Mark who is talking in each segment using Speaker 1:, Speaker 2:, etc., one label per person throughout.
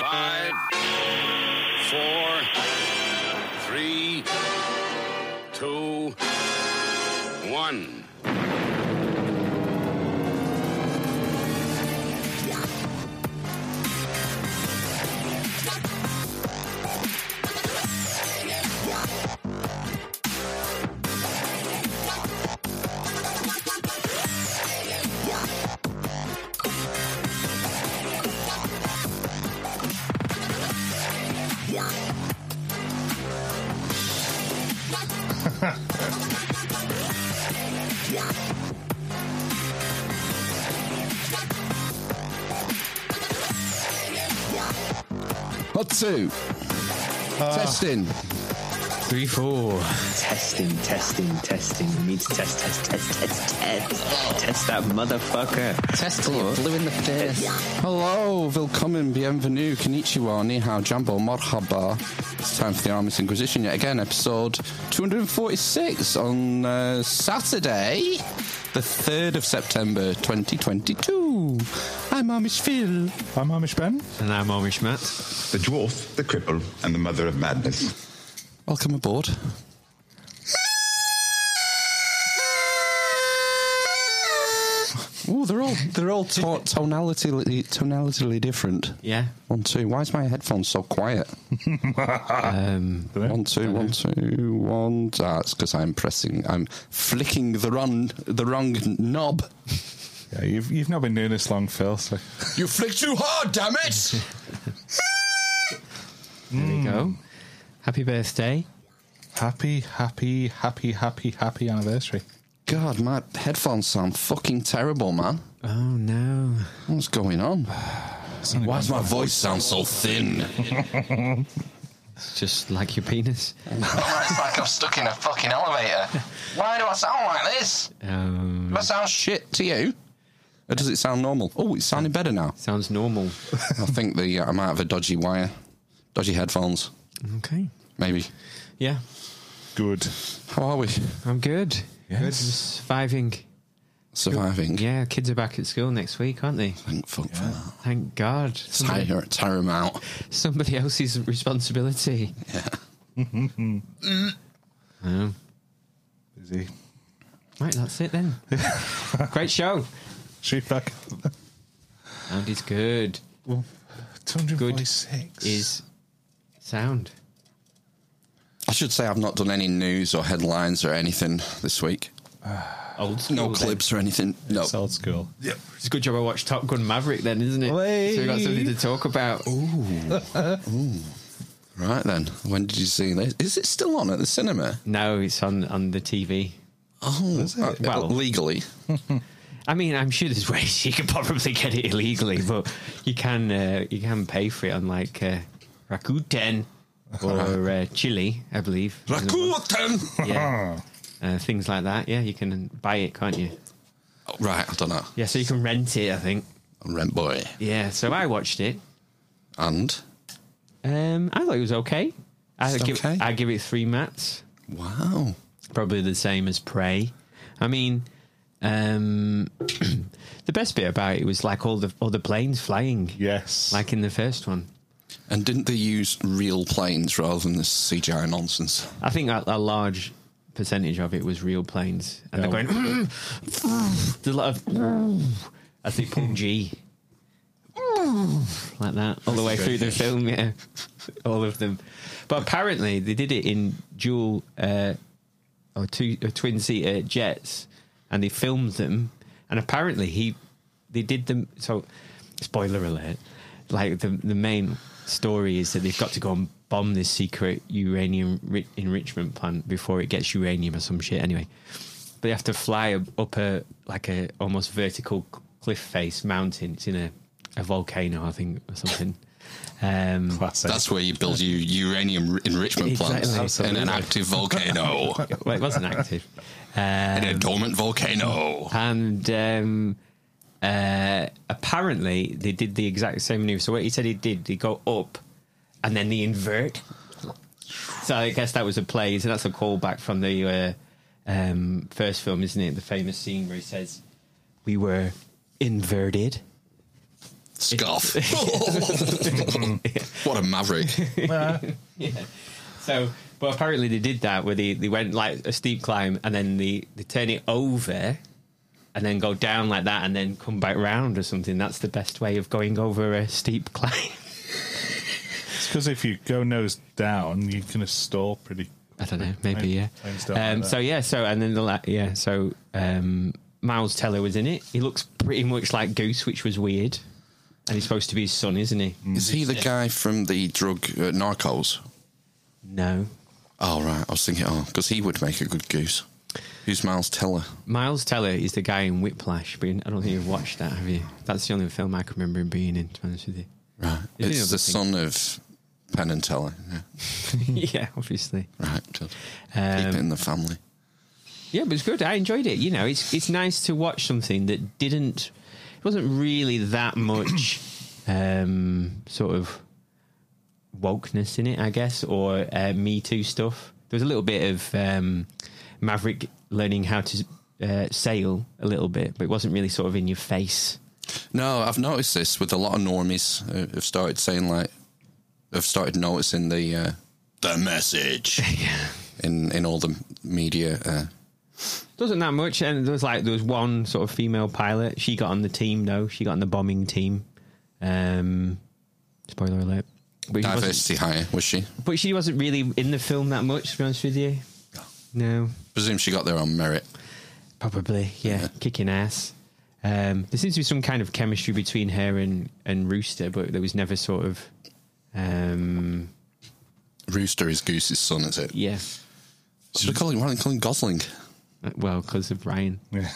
Speaker 1: Five, four, three, two, one.
Speaker 2: Hot soup. Testing.
Speaker 3: Three, four.
Speaker 4: Testing, testing, testing. We need to test, test, test, test, test. Test that motherfucker.
Speaker 3: Testing you blue in the face.
Speaker 2: Hello, willkommen, bienvenue, konnichiwa, ni hao, jambo, morhaba. It's time for the Armist Inquisition yet again, episode 246 on uh, Saturday, the 3rd of September 2022. I'm Amish Phil.
Speaker 5: I'm Amish Ben.
Speaker 3: And I'm Amish Matt.
Speaker 6: The dwarf, the cripple, and the mother of madness.
Speaker 2: Welcome aboard. Oh, they're all they're all to- tonality tonalitily different.
Speaker 3: Yeah.
Speaker 2: One two. Why is my headphones so quiet?
Speaker 3: Um,
Speaker 2: One two one two one. That's because I'm pressing. I'm flicking the wrong the wrong knob.
Speaker 5: Yeah, you've, you've not been doing this long, Phil, so
Speaker 2: You flick too hard, damn it!
Speaker 3: there you go. Happy birthday.
Speaker 5: happy, happy, happy, happy, happy anniversary.
Speaker 2: God, my headphones sound fucking terrible, man.
Speaker 3: Oh no.
Speaker 2: What's going on? Why does my voice sound so thin?
Speaker 3: It's just like your penis.
Speaker 2: it's like I'm stuck in a fucking elevator. Why do I sound like this?
Speaker 3: Um,
Speaker 2: Do I sound shit to you? Or does it sound normal? Oh, it's sounding better now.
Speaker 3: sounds normal.
Speaker 2: I think the uh, I'm out of a dodgy wire, dodgy headphones,
Speaker 3: Okay.
Speaker 2: maybe.
Speaker 3: Yeah.
Speaker 5: Good.
Speaker 2: How are we
Speaker 3: I'm good.
Speaker 5: Yes.
Speaker 3: Good. Surviving.
Speaker 2: surviving?
Speaker 3: Yeah, kids are back at school next week, aren't they?
Speaker 2: Thank fuck for that.
Speaker 3: Thank God. Somebody,
Speaker 2: Tire, tire 'em out.
Speaker 3: somebody else's responsibility. Yeah.
Speaker 5: Busy.
Speaker 3: Right, that's it then. Great show.
Speaker 5: Shoot back.
Speaker 3: Sound is good.
Speaker 5: 246.
Speaker 3: Is sound.
Speaker 2: I should say I've not done any news or headlines or anything this week.
Speaker 3: Old school.
Speaker 2: No
Speaker 3: then.
Speaker 2: clips or anything. No.
Speaker 5: It's old school.
Speaker 3: It's a good job I watched Top Gun Maverick then, isn't it? So we got something to talk about.
Speaker 2: Right then. When did you see this? Is it still on at the cinema?
Speaker 3: No, it's on on the TV.
Speaker 2: Oh, uh,
Speaker 3: Well-
Speaker 2: legally.
Speaker 3: I mean, I'm sure there's ways you could probably get it illegally, but you can uh, you can pay for it on like uh, Rakuten or uh, Chile, I believe.
Speaker 2: Rakuten.
Speaker 3: Yeah. Uh, things like that. Yeah, you can buy it, can't you?
Speaker 2: Oh, right. I don't know.
Speaker 3: Yeah, so you can rent it, I think.
Speaker 2: Rent boy.
Speaker 3: Yeah, so I watched it.
Speaker 2: And
Speaker 3: Um, I thought it was okay. I
Speaker 2: It's
Speaker 3: give,
Speaker 2: okay.
Speaker 3: I give it three mats.
Speaker 2: wow.
Speaker 3: probably the same as Prey. I mean, um, the best bit about it was like all the all the planes flying,
Speaker 5: Yes.
Speaker 3: like in the first one.
Speaker 2: And didn't they use real planes rather than this CGI nonsense?
Speaker 3: I think a, a large percentage of it was real planes, and they're going. there's a lot of as they pull G. Like that, all the way through the film, yeah, all of them. But apparently, they did it in dual uh, or two or twin seater jets, and they filmed them. And apparently, he they did them. So, spoiler alert! Like the the main story is that they've got to go and bomb this secret uranium ri- enrichment plant before it gets uranium or some shit. Anyway, but they have to fly up, up a like a almost vertical c- cliff face mountain. It's in a a volcano, I think, or something. Um,
Speaker 5: Classic.
Speaker 2: That's where you build your uranium enrichment plants
Speaker 3: Exactly.
Speaker 2: in an active volcano,
Speaker 3: well, it wasn't active.
Speaker 2: in a dormant volcano.
Speaker 3: and um, uh, apparently they did the exact same maneuver. So what he said he did, they go up and then they invert So I guess that was a play. So that's a callback from the uh, um, first film, isn't it? The famous scene where he says, "We were inverted."
Speaker 2: Scoff. what a maverick.
Speaker 3: So, but apparently they did that where they, they went like a steep climb and then they, they turn it over and then go down like that and then come back round or something. That's the best way of going over a steep climb.
Speaker 5: It's because if you go nose down, you're gonna stall pretty.
Speaker 3: I don't know,
Speaker 5: quick.
Speaker 3: maybe yeah.
Speaker 5: planes don't like
Speaker 3: Um,
Speaker 5: that.
Speaker 3: so yeah, so and then the la- yeah, so um, Miles Teller was in it. He looks pretty much like Goose, which was weird. And he's supposed to be his son, isn't he?
Speaker 2: Is he the guy from the drug uh, Narcos?
Speaker 3: No,
Speaker 2: Oh, right. I was thinking, oh, because he would make a good goose. Who's Miles Teller?
Speaker 3: Miles Teller is the guy in Whiplash, but I don't think you've watched that, have you? That's the only film I can remember him being in. To be honest with you,
Speaker 2: Right.
Speaker 3: Is he
Speaker 2: it's
Speaker 3: another
Speaker 2: the
Speaker 3: thing?
Speaker 2: son of Penn and Teller. Yeah.
Speaker 3: yeah, obviously.
Speaker 2: Right. Good. Keep it
Speaker 3: Um,
Speaker 2: in the family.
Speaker 3: yeah, but it's good. I enjoyed it. You know, it's it's nice to watch something that didn't. It wasn't really that much um, sort of wokeness in it, I guess, or uh, Me Too stuff. There was a little bit of um, Maverick learning how to uh, sail a little bit, but it wasn't really sort of in your face.
Speaker 2: No, I've noticed this with a lot of normies who have started saying like, have started noticing the uh, the message in in all the media. Uh,
Speaker 3: Doesn't that much. And there was like there was one sort of female pilot. She got on the team though. She got on the bombing team. Um, spoiler alert. But she, wasn't,
Speaker 2: diversity hire was she?
Speaker 3: but she wasn't really in the film that much. To be honest with you, no,
Speaker 2: Presume she got there on merit.
Speaker 3: probably yeah, kicking ass. Um, there seems to be some kind of chemistry between her and and Rooster, but there was never sort of um,
Speaker 2: Rooster is Goose's son, is it?
Speaker 3: yeah. Uh,
Speaker 2: Should we call him? Why don't we call him Gosling?
Speaker 3: Well, because of Ryan,
Speaker 5: Yeah.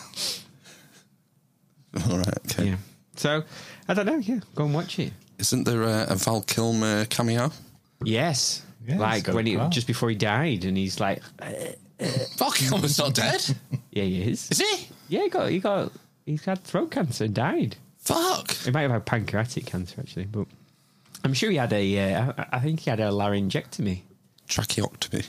Speaker 2: All right. Okay.
Speaker 3: yeah. So I don't know. Yeah, go and watch it.
Speaker 2: Isn't there a, a Val Kilmer cameo?
Speaker 3: Yes.
Speaker 5: Yeah,
Speaker 3: like
Speaker 5: it's got
Speaker 3: when
Speaker 5: a
Speaker 3: he
Speaker 5: plan.
Speaker 3: just before he died, and he's like,
Speaker 2: Val Kilmer's not dead,
Speaker 3: "Yeah, he is.
Speaker 2: is he?
Speaker 3: Yeah, he got he got he's had throat cancer and died.
Speaker 2: Fuck.
Speaker 3: He might have had pancreatic cancer actually, but I'm sure he had a. Uh, I- I think he had a laryngectomy.
Speaker 2: Tracheotomy.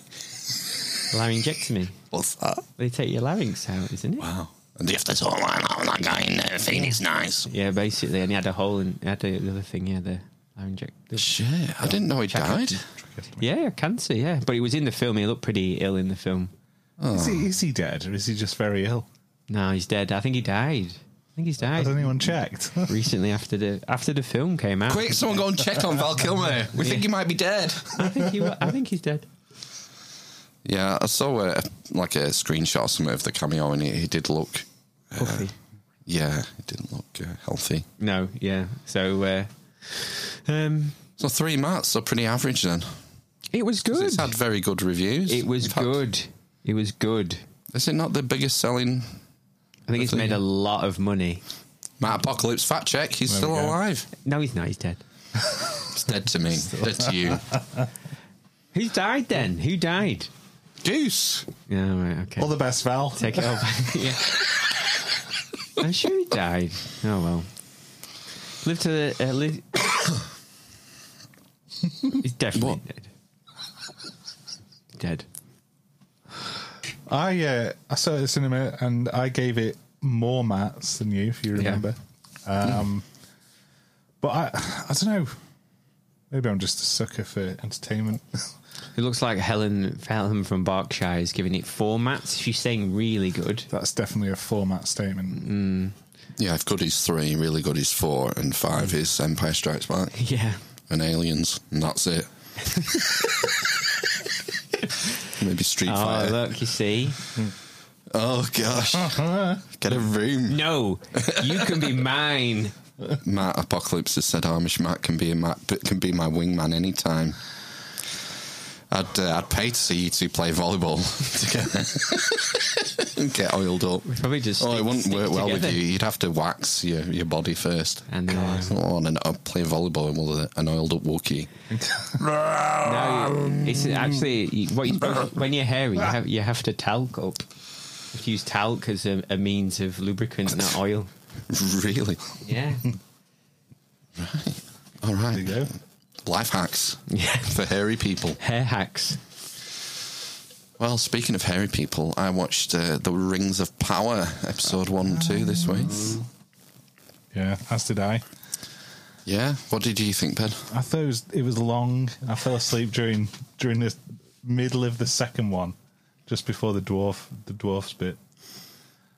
Speaker 3: Laryngectomy.
Speaker 2: What's that?
Speaker 3: They take your larynx out, isn't it?
Speaker 2: Wow. And you have to talk like that, that guy in there. Phoenix nice.
Speaker 3: Yeah, basically, and he had a hole and had the the other thing. Yeah, the laryngectomy.
Speaker 2: Shit, I didn't know he died.
Speaker 3: Yeah, cancer. Yeah, but he was in the film. He looked pretty ill in the film.
Speaker 6: Oh.
Speaker 5: Is, he, is he dead or is he just very ill?
Speaker 3: No, he's dead. I think he died. I think he's
Speaker 5: Has
Speaker 3: died
Speaker 5: anyone checked?
Speaker 3: recently after the after the film came out.
Speaker 2: Quick, someone go and check on Val Kilmer. We think he might be dead.
Speaker 3: I think he. wa- I think he's dead.
Speaker 2: Yeah, I saw a, like a screenshot or something of the cameo, and he, he did look.
Speaker 3: Puffy.
Speaker 2: Yeah, he didn't look uh, healthy.
Speaker 3: No, yeah. So uh, um,
Speaker 2: So three marks, so pretty average then.
Speaker 3: it was
Speaker 2: 'Cause
Speaker 3: good.
Speaker 2: It's had very good reviews.
Speaker 3: It was
Speaker 2: In fact,
Speaker 3: good. It was good.
Speaker 2: Is it not the biggest selling?
Speaker 3: I think it's
Speaker 2: think-
Speaker 3: made a lot of money.
Speaker 2: Matt Apocalypse, fact check. He's
Speaker 5: There we
Speaker 2: still
Speaker 5: go.
Speaker 2: alive.
Speaker 3: No, he's not. He's dead.
Speaker 2: It's dead to me. dead to you.
Speaker 3: Who died then? Who died?
Speaker 2: Goose.
Speaker 3: Yeah, right, okay.
Speaker 5: All the best, Val.
Speaker 3: Take it over. yeah. I'm sure he died. Oh well. Live to the. Uh, live... he's definitely
Speaker 2: What?
Speaker 3: dead. Dead.
Speaker 5: I uh, I saw it at the cinema and I gave it more mats than you, if you remember. Um, but I I don't know. Maybe I'm just a sucker for entertainment.
Speaker 3: It looks like Helen Felham from Berkshire is giving it four mats. She's saying really good.
Speaker 5: That's definitely a format statement.
Speaker 2: Yeah, if good is three, really good is four, and five is Empire Strikes Back
Speaker 3: Yeah.
Speaker 2: and Aliens, and that's it. Maybe Street
Speaker 3: Oh,
Speaker 2: Fighter.
Speaker 3: look, you see.
Speaker 2: Oh gosh, get a room.
Speaker 3: No, you can be mine.
Speaker 2: Matt Apocalypse has said Amish Matt can be a Matt, but can be my wingman anytime. I'd uh, I'd pay to see you two play volleyball together and get oiled up.
Speaker 3: Probably just.
Speaker 2: Oh, it
Speaker 3: stick-
Speaker 2: wouldn't
Speaker 3: stick
Speaker 2: work well with
Speaker 3: together.
Speaker 2: you. You'd have to wax your, your body first.
Speaker 3: And then-
Speaker 2: I don't want to uh, play volleyball with an oiled up Wookiee.
Speaker 3: No,
Speaker 2: Um,
Speaker 3: you- it's actually you- what you, when you're hairy, you have, you have to talc up. You have to use talc as a, a means of lubricant, not oil.
Speaker 2: Really?
Speaker 3: Yeah.
Speaker 2: All right.
Speaker 5: There you go.
Speaker 2: Life hacks
Speaker 3: Yeah.
Speaker 2: for hairy people.
Speaker 3: Hair hacks.
Speaker 2: Well, speaking of hairy people, I watched uh, The Rings of Power, episode one and two this week.
Speaker 5: Yeah, as did I.
Speaker 2: Yeah. What did you think, Ben?
Speaker 5: I thought it was, it was long. I fell asleep during during the middle of the second one, just before the dwarf the dwarfs bit.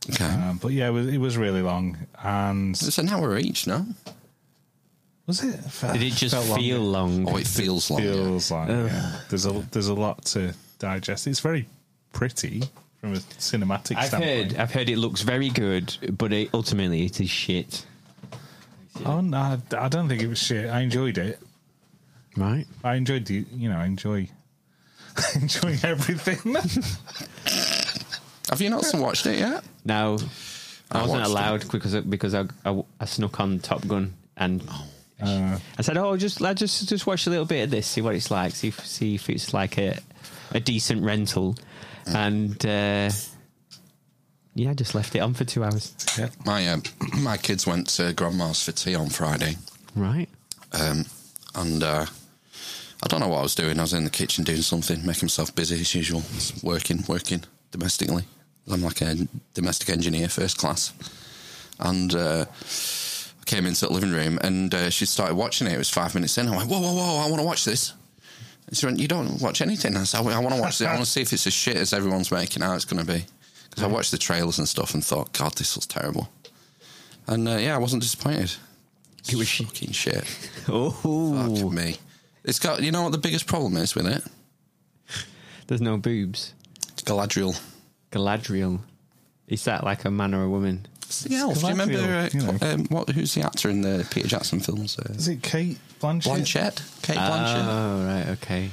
Speaker 2: Okay.
Speaker 5: Um, but yeah, it was, it was really long. And
Speaker 2: it's an hour each, no?
Speaker 5: was it?
Speaker 3: Did it just
Speaker 5: Felt
Speaker 3: feel
Speaker 5: longer.
Speaker 3: long?
Speaker 2: Oh, it feels long. yeah.
Speaker 5: feels like yeah. there's a there's a lot to digest. It's very pretty from a cinematic
Speaker 3: I've
Speaker 2: uh,
Speaker 5: standpoint.
Speaker 3: heard. I've heard it looks very good, but it, ultimately it is shit.
Speaker 5: Oh no, I- I don't think it was shit. I enjoyed it.
Speaker 3: Right.
Speaker 5: I enjoyed the you know I enjoy enjoying everything.
Speaker 2: Have you not watched it yet?
Speaker 3: No, I,
Speaker 2: I
Speaker 3: wasn't
Speaker 2: watched
Speaker 3: allowed because because I, I, I snuck on Top Gun and
Speaker 2: Uh,
Speaker 3: I said, "Oh, just let just just watch a little bit of this, see what it's like, see if, see if it's like a a decent rental,"
Speaker 2: Mm.
Speaker 3: and uh, yeah, I just left it on for two hours.
Speaker 2: My um, my kids went to grandma's for tea on Friday,
Speaker 3: Right?
Speaker 2: um, and uh, I don't know what I was doing. I was in the kitchen doing something, making myself busy as usual, Just working, working domestically. I'm like a domestic engineer, first class, and uh, I came into the living room and uh, she started watching it. It was five minutes in. I went, whoa, whoa, whoa! I want to watch this. And she went, you don't watch anything. I said, I want to watch it. I want to see if it's as shit as everyone's making out it's going to be. Because I watched the trailers and stuff and thought, God, this looks terrible. And uh, yeah, I wasn't disappointed. It was fucking shit.
Speaker 3: Oh,
Speaker 2: Fuck me. It's got, you know what the biggest problem is with it?
Speaker 3: there's no boobs.
Speaker 2: It's Galadriel.
Speaker 3: Galadriel, is that like a man or a woman?
Speaker 2: Yeah, do you remember uh,
Speaker 5: Galadriel, you know.
Speaker 2: um, what? Who's the actor in the Peter Jackson films? Uh,
Speaker 5: Is it Kate Uh, Blanchett?
Speaker 2: Blanchett, Kate Blanchett.
Speaker 3: Oh, right, okay.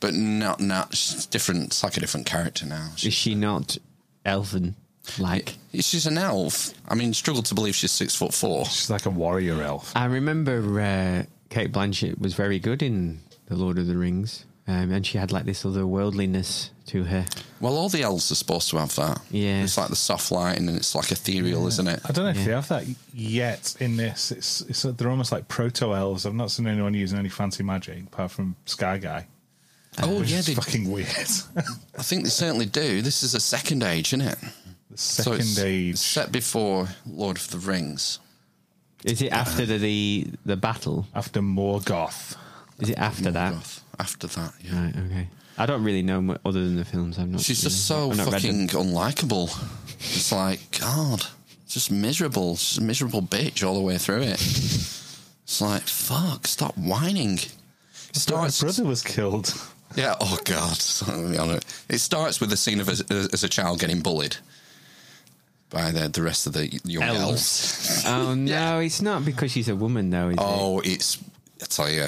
Speaker 2: But not, not she's different. It's like a different character now. She-
Speaker 3: Is she not elven? Like
Speaker 2: she's an elf. I mean, struggle to believe she's six foot four.
Speaker 5: She's like a warrior elf.
Speaker 3: I remember uh, Kate Blanchett was very good in The Lord of the Rings, um, and she had like this other worldliness to her.
Speaker 2: Well, all the elves are supposed to have that.
Speaker 3: Yeah.
Speaker 2: it's like the soft lighting and it's like ethereal, isn't it?
Speaker 5: I don't know if
Speaker 3: Yeah.
Speaker 5: they have that yet in this. It's, it's they're almost like proto elves. I've not seen anyone using any fancy magic apart from Sky Guy.
Speaker 2: oh
Speaker 5: which
Speaker 2: yeah,
Speaker 5: is
Speaker 2: they,
Speaker 5: fucking weird.
Speaker 2: I think they certainly do. This is a second age, isn't it?
Speaker 5: The
Speaker 2: So
Speaker 5: second
Speaker 2: it's
Speaker 5: age.
Speaker 2: set before Lord of the Rings.
Speaker 3: Is it after the the, the battle?
Speaker 5: after Morgoth.
Speaker 3: Is it
Speaker 2: Oh
Speaker 3: after that?
Speaker 2: Morgoth. After that, yeah.
Speaker 3: Right. Okay. I don't really know mu other than the films. I'm not.
Speaker 2: She's just so
Speaker 3: really- I've not read them.
Speaker 2: fucking unlikable. It's like, God, it's just miserable. She's a miserable bitch all the way through it. It's like, fuck, stop whining. It
Speaker 5: My
Speaker 2: starts,
Speaker 5: brother was killed.
Speaker 2: yeah, oh God. Let me honor- It starts with the scene of as, as a child getting bullied by the, the rest of the young elves.
Speaker 3: Oh no, it's not because she's a woman though. Is it?
Speaker 2: Oh, it's, I tell you.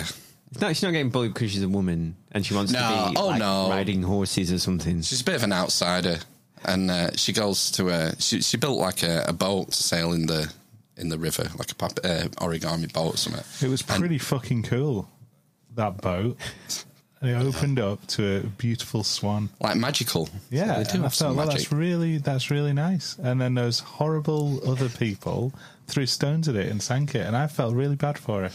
Speaker 3: It's not. She's not getting bullied because she's a woman and she wants
Speaker 2: No,
Speaker 3: to be
Speaker 2: oh,
Speaker 3: like,
Speaker 2: no.
Speaker 3: riding horses or something.
Speaker 2: She's a bit of an outsider, and uh, she goes to a she, she built like a, a boat to sail in the in the river, like a pap- uh, origami boat or something.
Speaker 5: It was pretty fucking cool, that boat. And it opened up to a beautiful swan.
Speaker 2: Like magical.
Speaker 5: Yeah,
Speaker 2: they do
Speaker 5: and I
Speaker 2: have some
Speaker 5: thought, well,
Speaker 2: magic.
Speaker 5: that's really that's really nice. And then those horrible other people threw stones at it and sank it, and I felt really bad for it.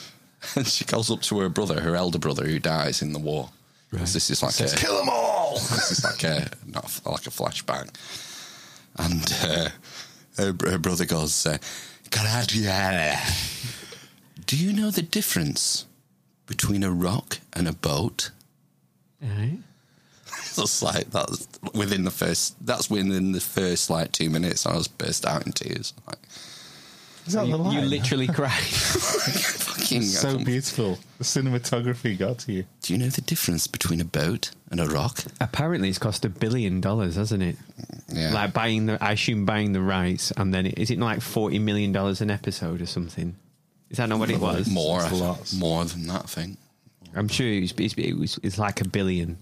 Speaker 2: and she goes up to her brother, her elder brother, who dies in the war. 'Cause This is like a, kill them all. This is like a not a f- like a flashbang, and uh, her, br- her brother goes, uh, "Gradiana, do you know the difference between a rock and a boat?"
Speaker 3: Right.
Speaker 2: That's like that's within the first. That's within the first like two minutes. I was burst out in tears. Like
Speaker 5: Is that the
Speaker 3: You,
Speaker 5: line?
Speaker 3: you literally cried.
Speaker 2: fucking. I
Speaker 5: so
Speaker 2: can't-
Speaker 5: beautiful. The cinematography got to you.
Speaker 2: do you know the difference between a boat and a rock?
Speaker 3: Apparently, it's cost a billion dollars, hasn't it?
Speaker 2: Yeah.
Speaker 3: Like buying the, I assume buying the rights, and then it, is it like forty million dollars an episode or something? Is that not what it was?
Speaker 2: more,
Speaker 5: That's lots.
Speaker 2: more than that. I think
Speaker 3: I'm sure it was, it's- it was. It's like a billion.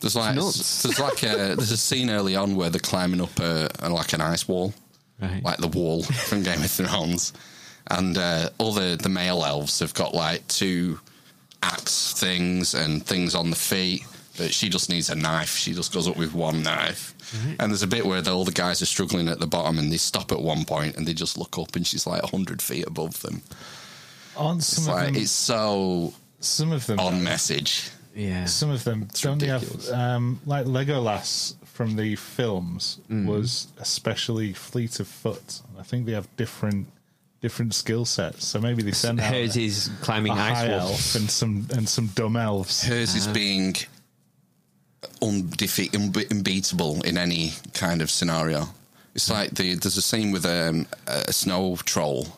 Speaker 2: there's like
Speaker 3: nuts.
Speaker 2: there's like a there's a scene early on where they're climbing up a, a like an ice wall,
Speaker 3: Right.
Speaker 2: like the wall from Game of Thrones, and uh, all the the male elves have got like two axe things and things on the feet. But she just needs a knife. She just goes up with one knife. And there's a bit where the, all the guys are struggling at the bottom and they stop at one point and they just look up and she's like 100 feet above them.
Speaker 5: On
Speaker 2: It's
Speaker 5: some of
Speaker 2: like,
Speaker 5: them,
Speaker 2: it's so
Speaker 5: Some of them
Speaker 2: on message.
Speaker 3: Yeah.
Speaker 5: Some of them don't
Speaker 2: ridiculous.
Speaker 5: they have um, like Legolas from the films was especially fleet of foot. I think they have different different skill sets. So maybe they send out
Speaker 3: Hers
Speaker 5: a,
Speaker 3: is
Speaker 5: a
Speaker 3: climbing ice
Speaker 5: high
Speaker 3: walls.
Speaker 5: elf and some and some dumb elves.
Speaker 2: Hers is being undefe- unbe- unbeatable in any kind of scenario. It's like the there's a scene with um, a snow troll,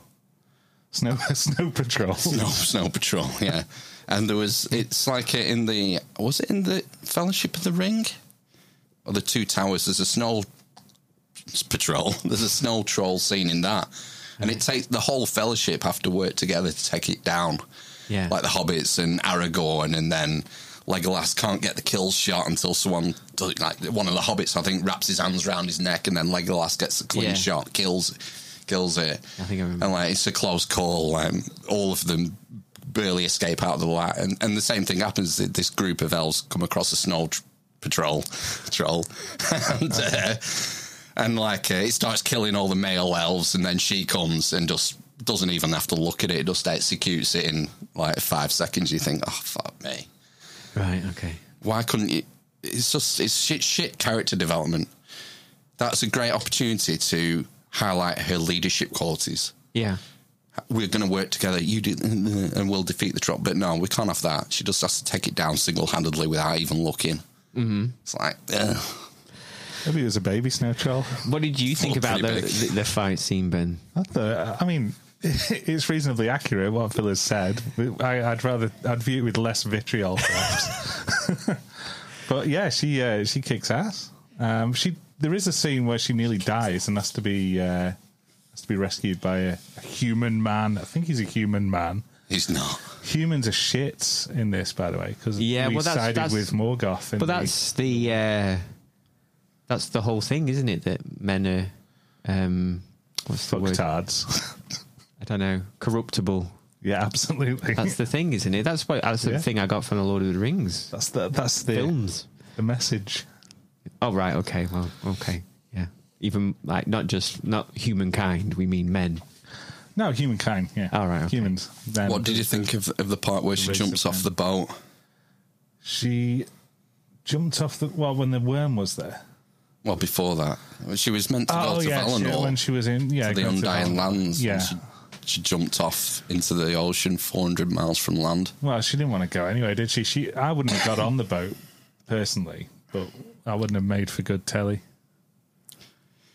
Speaker 5: Snow snow patrol.
Speaker 2: no snow patrol, yeah. And there was it's like uh, in the was it in the Fellowship of the Ring or the Two Towers? There's a snow patrol. There's a snow troll scene in that, and it takes the whole Fellowship have to work together to take it down.
Speaker 3: Yeah.
Speaker 2: like the hobbits and Aragorn, and then Legolas can't get the kill shot until someone, does, like one of the hobbits, I think, wraps his hands around his neck, and then Legolas gets the clean
Speaker 3: Yeah.
Speaker 2: shot, kills, kills it.
Speaker 3: I think I remember.
Speaker 2: And like it's a close call, and all of them barely escape out of the light. And, and the same thing happens. that This group of elves come across a snow tr- patrol, troll, and. Uh, and like uh, it starts killing all the male elves, and then she comes and just doesn't even have to look at it, just executes it in like five seconds. You think, oh fuck me,
Speaker 3: Right, okay.
Speaker 2: why couldn't you? It's just it's shit, shit character development. That's a great opportunity to highlight her leadership qualities.
Speaker 3: Yeah.
Speaker 2: We're going to work together. You do, and we'll defeat the drop. But no, we can't have that. She just has to take it down single handedly without even looking.
Speaker 5: Mm-hmm.
Speaker 2: It's like, ugh.
Speaker 5: Maybe it was a baby snow troll.
Speaker 3: What did you think
Speaker 2: Oh,
Speaker 3: about the,
Speaker 2: pretty big.
Speaker 3: the the fight scene, Ben?
Speaker 5: I thought- I mean, it's reasonably accurate what Phil has said. I, I'd rather I'd view it with less vitriol, perhaps. but yeah, she uh, she kicks ass. Um, she there is a scene where she nearly dies and has to be uh, has to be rescued by a, a human man. I think he's a human man.
Speaker 2: he's not.
Speaker 5: Humans are shits in this, by the way, because
Speaker 3: Yeah,
Speaker 5: we
Speaker 3: well, that's-
Speaker 5: sided
Speaker 3: that's-
Speaker 5: with Morgoth. in
Speaker 3: But
Speaker 5: the-
Speaker 3: that's the uh, that's the whole thing, isn't it? That men are um, what's the word?
Speaker 5: fucktards.
Speaker 3: I don't know, corruptible.
Speaker 5: yeah, absolutely.
Speaker 3: That's the thing, isn't it? That's what that's the
Speaker 5: Yeah.
Speaker 3: thing I got from the Lord of the Rings
Speaker 5: that's the that's the
Speaker 3: films.
Speaker 5: the message.
Speaker 3: Oh right, okay, well, okay, yeah. Even like not just not humankind, we mean men.
Speaker 5: No, humankind. Yeah.
Speaker 3: All Oh, right, okay.
Speaker 5: Humans. Then
Speaker 2: What did you think of, of the part where she
Speaker 5: Raise
Speaker 2: jumps
Speaker 5: the
Speaker 2: off
Speaker 5: pen.
Speaker 2: the boat?
Speaker 5: She jumped off the well when the worm was there.
Speaker 2: Well, before that, she was meant to go to
Speaker 5: Oh, she-
Speaker 2: Valinor,
Speaker 5: when she was in yeah
Speaker 2: Oh, to the
Speaker 5: going to
Speaker 2: Undying
Speaker 5: Valinor.
Speaker 2: Lands. and
Speaker 5: Yeah.
Speaker 2: She, she jumped off into the ocean 400 miles from land.
Speaker 5: Well, she didn't want to go anyway, did she? She I wouldn't have got on the boat personally, but I wouldn't have made for good telly.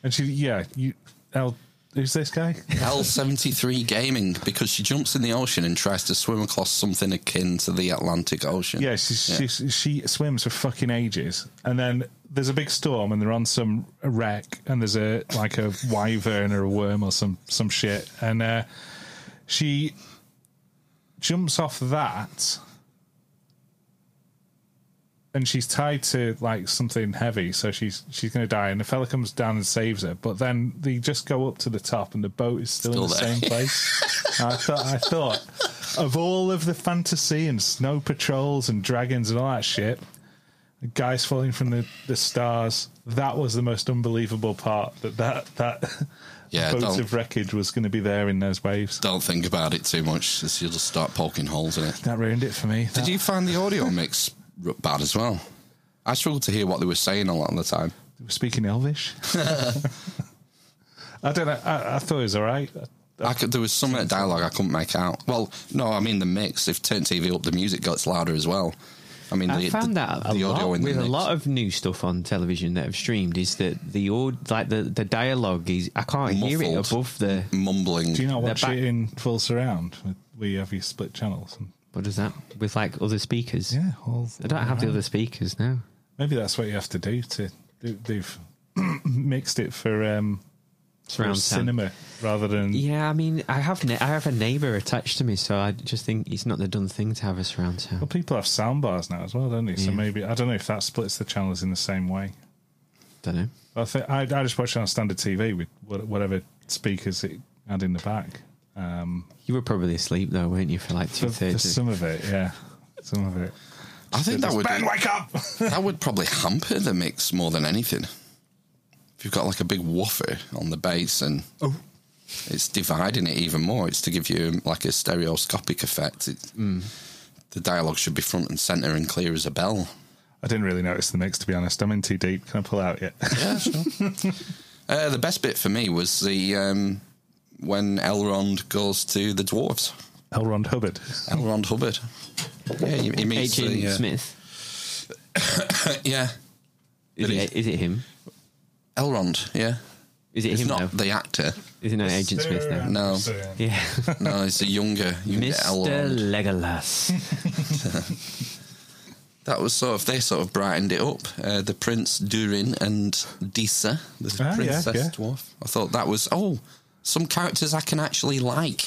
Speaker 5: And she yeah you El, who's this guy?
Speaker 2: L73 Gaming, because she jumps in the ocean and tries to swim across something akin to the Atlantic Ocean.
Speaker 5: Yeah, she, She, she swims for fucking ages, and then there's a big storm, and they're on some wreck, and there's a like a wyvern or a worm or some some shit, and uh, she jumps off that, and she's tied to like something heavy, so she's she's gonna die, and the fella comes down and saves her, but then they just go up to the top, and the boat is still,
Speaker 2: Still
Speaker 5: in
Speaker 2: there.
Speaker 5: the same place. I thought I thought of all of the fantasy and snow patrols and dragons and all that shit, guys falling from the, the stars. That was the most unbelievable part that that that
Speaker 2: Yeah,
Speaker 5: boat
Speaker 2: don't-
Speaker 5: of wreckage was going to be there in those waves.
Speaker 2: Don't think about it too much, as you'll just start poking holes in it.
Speaker 5: That ruined it for me.
Speaker 2: Did
Speaker 5: That-
Speaker 2: you find the audio mix r- bad as well? I struggled to hear what they were saying a lot of the time.
Speaker 5: speaking Elvish? I don't know. I, I thought it was all right.
Speaker 2: I could, there was some of the dialogue I couldn't make out. Well, no, I mean the mix. If turn TV up, the music gets louder as well. I mean,
Speaker 3: I
Speaker 2: the,
Speaker 3: found
Speaker 2: the,
Speaker 3: that a
Speaker 2: the
Speaker 3: lot
Speaker 2: audio in
Speaker 3: with
Speaker 2: the
Speaker 3: a
Speaker 2: mix.
Speaker 3: lot of new stuff on television that have streamed is that the aud- like the, the dialogue is I can't hear it
Speaker 2: Muffled.
Speaker 3: above the
Speaker 2: mumbling.
Speaker 5: Do you not
Speaker 3: They're
Speaker 5: watch
Speaker 3: back-
Speaker 5: it in full surround? We have you split channels. And,
Speaker 3: what is that with like other speakers.
Speaker 5: yeah, all,
Speaker 3: I don't have the other speakers now.
Speaker 5: Maybe that's what you have to do. To they- they've mixed it for um,
Speaker 3: Surround
Speaker 5: for
Speaker 3: sound.
Speaker 5: cinema rather than
Speaker 3: Yeah, I mean, I have ne- I have a neighbour attached to me, so I just think it's not the done thing to have a surround
Speaker 5: Well,
Speaker 3: sound.
Speaker 5: people have sound bars now as well, don't they? So
Speaker 3: Yeah.
Speaker 5: maybe I don't know if that splits the channels in the same way.
Speaker 3: Don't know.
Speaker 5: I think I, I just watch it on standard TV with wha- whatever speakers it had in the back. Um,
Speaker 3: You were probably asleep though, weren't you, for like two
Speaker 5: for, for
Speaker 3: thirds?
Speaker 5: some of it, yeah, some of it.
Speaker 2: I think that would
Speaker 5: Ben, wake up!
Speaker 2: that would probably hamper the mix more than anything. If you've got like a big woofer on the bass and it's dividing it even more, it's to give you like a stereoscopic effect. It's the dialogue should be front and center and clear as a bell.
Speaker 5: I didn't really notice the mix, to be honest. I'm in too deep. Can I pull out yet?
Speaker 2: Yeah, sure. uh, the best bit for me was the um, when Elrond goes to the dwarves.
Speaker 5: Elrond Oh, Hubbard.
Speaker 2: Elrond Hubbard. Yeah, he, he meets
Speaker 3: Agent
Speaker 2: the, uh,
Speaker 3: Smith.
Speaker 2: Yeah,
Speaker 3: Is
Speaker 2: It
Speaker 3: it, is it him?
Speaker 2: Elrond. Yeah,
Speaker 3: Is it
Speaker 2: it's
Speaker 3: him
Speaker 2: not
Speaker 3: now?
Speaker 2: the actor.
Speaker 3: Is it not Agent Smith now?
Speaker 2: No.
Speaker 3: Yeah.
Speaker 2: No, it's a younger, younger
Speaker 3: Mr.
Speaker 2: Elrond.
Speaker 3: Legolas.
Speaker 2: That was sort of they sort of brightened it up. Uh, the Prince Durin and Disa, the
Speaker 5: Ah, yeah,
Speaker 2: princess
Speaker 5: yeah.
Speaker 2: dwarf. I thought that was oh, some characters I can actually like,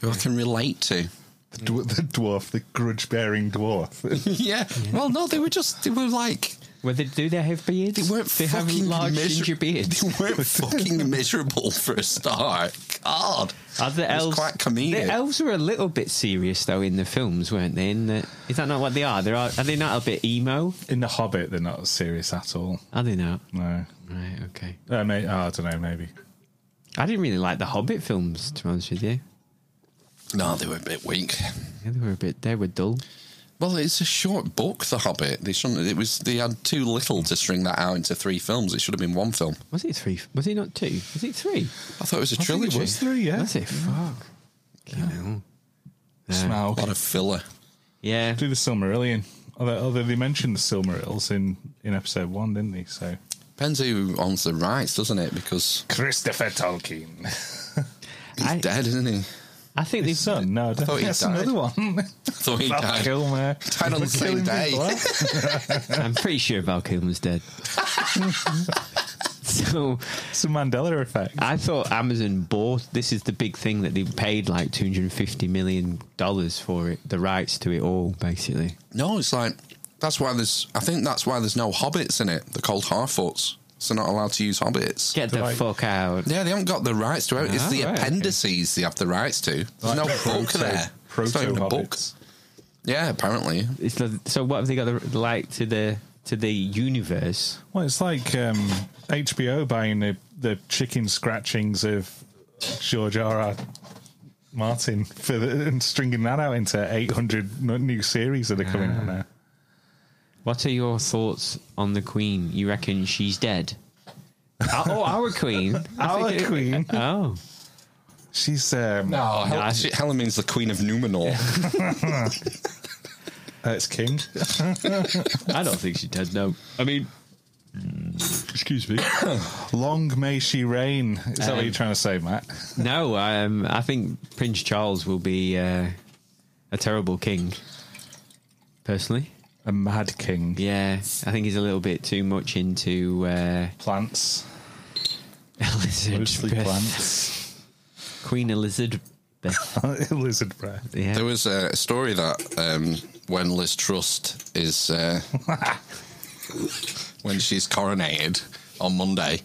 Speaker 2: who I can relate to.
Speaker 5: The, dw- the dwarf, the grudge bearing dwarf.
Speaker 2: yeah. Well, no, they were just they were like
Speaker 3: Well, they, do they have beards?
Speaker 2: They weren't
Speaker 3: They have
Speaker 2: fucking
Speaker 3: large
Speaker 2: miser-
Speaker 3: ginger beards.
Speaker 2: they weren't fucking miserable for a start. God,
Speaker 3: Are the
Speaker 2: It was
Speaker 3: elves
Speaker 2: quite comedic.
Speaker 3: The elves were a little bit serious though in the films, weren't they? In the, is that not what they are? They are. Are they not a bit emo?
Speaker 5: In The Hobbit, they're not serious at all.
Speaker 3: Are they not?
Speaker 5: No.
Speaker 3: Right. Okay.
Speaker 5: Uh, may- oh, I don't know, maybe.
Speaker 3: I didn't really like the Hobbit films, to be honest with you.
Speaker 2: no, they were a bit weak.
Speaker 3: Yeah, they were a bit. They were dull.
Speaker 2: Well, it's a short book, The Hobbit. They shouldn't. It was they had too little to string that out into three films. It should have been one film.
Speaker 3: Was it three? Was it not two? Was it three?
Speaker 2: I thought it was a trilogy.
Speaker 5: It was three, yeah.
Speaker 3: Was it? Fuck. You know.
Speaker 2: A
Speaker 5: Smaug.
Speaker 2: lot of filler.
Speaker 3: Yeah.
Speaker 5: Do the Silmarillion. Although, although they mentioned the Silmarils in, in episode one, didn't they? So
Speaker 2: Depends who owns the rights, doesn't it? Because
Speaker 5: Christopher Tolkien.
Speaker 2: he's
Speaker 3: I-
Speaker 2: dead, isn't he?
Speaker 3: I think
Speaker 5: His
Speaker 3: they've.
Speaker 5: son? No, I
Speaker 2: thought
Speaker 5: don't think
Speaker 2: he
Speaker 5: that's
Speaker 2: died.
Speaker 5: another one.
Speaker 2: thought he
Speaker 5: Val
Speaker 2: died.
Speaker 5: Kilmer.
Speaker 2: Died on the same
Speaker 5: Killing
Speaker 2: day.
Speaker 5: people, eh?
Speaker 3: I'm pretty sure Val Kilmer's dead. so
Speaker 5: It's a Mandela effect.
Speaker 3: I thought Amazon bought. This is the big thing that they paid like 250 million dollars for it, the rights to it all, basically.
Speaker 2: No, it's like that's why there's. I think that's why there's no hobbits in it. They're called Harfoots, so they're not allowed to use hobbits.
Speaker 3: Get the
Speaker 5: Right.
Speaker 3: fuck out.
Speaker 2: Yeah, they haven't got the rights to it. It's
Speaker 3: Ah,
Speaker 2: the
Speaker 3: right, okay.
Speaker 2: appendices they have the rights to. There's no book there. It's not even a book.
Speaker 5: Proto-hobbits.
Speaker 2: Yeah, apparently.
Speaker 3: It's the, so what have they got the, the right to the to the universe?
Speaker 5: Well, it's like um, HBO buying the, the chicken scratchings of George R. R. Martin for the, and stringing that out into 800 n- new series that are coming out now.
Speaker 3: What are your thoughts on the Queen? You reckon she's dead? Uh, oh, our Queen.
Speaker 2: Ah.
Speaker 3: I
Speaker 5: Our
Speaker 3: think it-
Speaker 5: queen.
Speaker 3: Oh,
Speaker 5: She's um, no.
Speaker 2: Oh,
Speaker 3: I-
Speaker 2: Helen means the Queen of Numenor.
Speaker 5: uh, it's King.
Speaker 3: I don't think she's dead. No, I mean, excuse me.
Speaker 5: Long may she reign. Is that what
Speaker 3: Um,
Speaker 5: you're trying to say, Matt?
Speaker 3: No, um, I think Prince Charles will be uh, a terrible king. Personally,
Speaker 5: A mad king.
Speaker 3: yeah, I think he's a little bit too much into uh,
Speaker 5: Plants. Mostly
Speaker 3: Elizabeth,
Speaker 5: plants.
Speaker 3: Queen Elizabeth.
Speaker 5: Lizard breath.
Speaker 3: Yeah,
Speaker 2: There was a story that um, when Liz Trust is uh, when she's coronated on Monday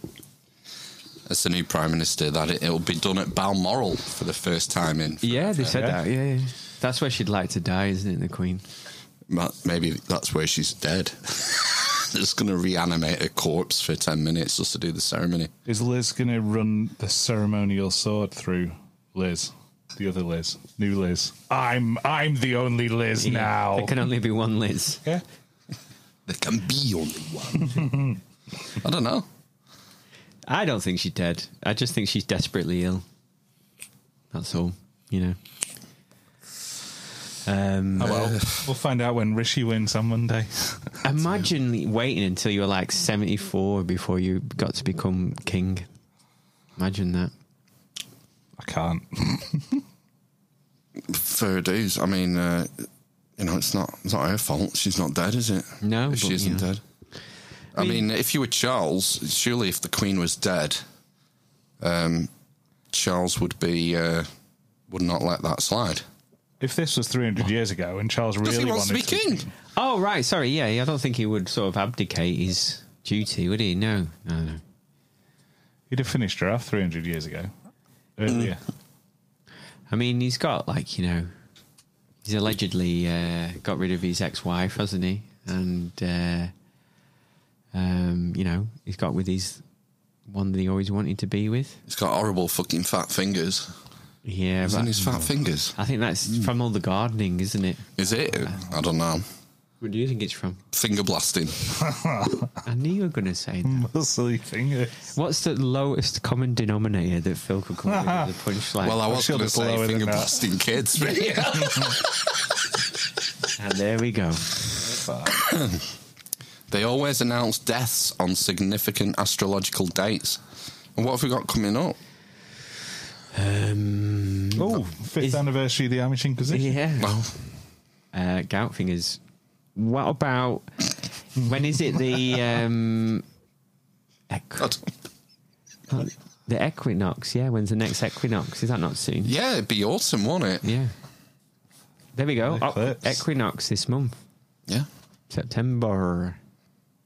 Speaker 2: as the new prime minister, that it, it'll be done at Balmoral for the first time in.
Speaker 3: yeah, they said
Speaker 5: Yeah.
Speaker 3: that. Yeah, yeah, that's where she'd like to die, isn't it? The Queen.
Speaker 2: Ma- Maybe that's where she's dead. They're just going to reanimate her corpse for ten minutes just to do the ceremony.
Speaker 5: Is Liz going to run the ceremonial sword through Liz? The other Liz, new Liz. I'm I'm the only Liz now.
Speaker 3: there can only be one Liz.
Speaker 5: Yeah.
Speaker 2: There can be only one. I don't know.
Speaker 3: I don't think she's dead. I just think she's desperately ill. That's all, you know. Um,
Speaker 5: Oh, well, we'll find out when Rishi wins on Monday.
Speaker 3: Imagine waiting until you were like 74 before you got to become king. Imagine that.
Speaker 5: I can't.
Speaker 2: Fair dues. I mean, uh, you know, it's not it's not her fault. She's not dead, is it?
Speaker 3: No,
Speaker 2: if she
Speaker 3: but,
Speaker 2: isn't
Speaker 3: you know.
Speaker 2: dead. I mean, if you were Charles, surely if the Queen was dead, um, Charles would be uh, would not let that slide.
Speaker 5: If this was 300 years ago and Charles really
Speaker 2: Because he wants to be
Speaker 5: wanted
Speaker 2: king.
Speaker 3: Oh, right. Sorry. Yeah. yeah, I don't think he would sort of abdicate his duty, would he? No. No, no.
Speaker 5: he'd have finished her off 300 years ago. Earlier.
Speaker 3: I mean, he's got like, you know, he's allegedly uh, got rid of his ex wife, hasn't he? And, uh, um, you know, he's got with his one that he always wanted to be with.
Speaker 2: He's got horrible fucking fat fingers.
Speaker 3: Yeah,
Speaker 2: He's
Speaker 3: but
Speaker 2: in his fat fingers.
Speaker 3: I think that's from all the gardening, isn't it?
Speaker 2: Is it? I don't know.
Speaker 3: Where do you think it's from?
Speaker 2: Finger blasting.
Speaker 3: I knew you were going to say that.
Speaker 5: Muscly fingers.
Speaker 3: What's the lowest common denominator that Phil could come up with as a punchline?
Speaker 2: Well, I was
Speaker 5: sure
Speaker 2: going to
Speaker 5: it's lower
Speaker 2: say
Speaker 5: than
Speaker 2: finger
Speaker 5: that.
Speaker 2: blasting kids, but
Speaker 3: and Ah, there we go.
Speaker 2: they always announce deaths on significant astrological dates. And what have we got coming up?
Speaker 3: Um,
Speaker 5: Oh, fifth
Speaker 3: Is-
Speaker 5: anniversary of the Amish Inquisition.
Speaker 3: yeah.
Speaker 2: Well,
Speaker 3: uh, gout fingers. What about when is it the um, equ-
Speaker 2: God.
Speaker 3: the equinox? Yeah, when's the next equinox? Is that not soon?
Speaker 2: yeah, it'd be autumn, wouldn't it?
Speaker 3: Yeah. There we go. Oh,
Speaker 5: Eclipse.
Speaker 3: equinox this month,
Speaker 2: Yeah,
Speaker 3: September.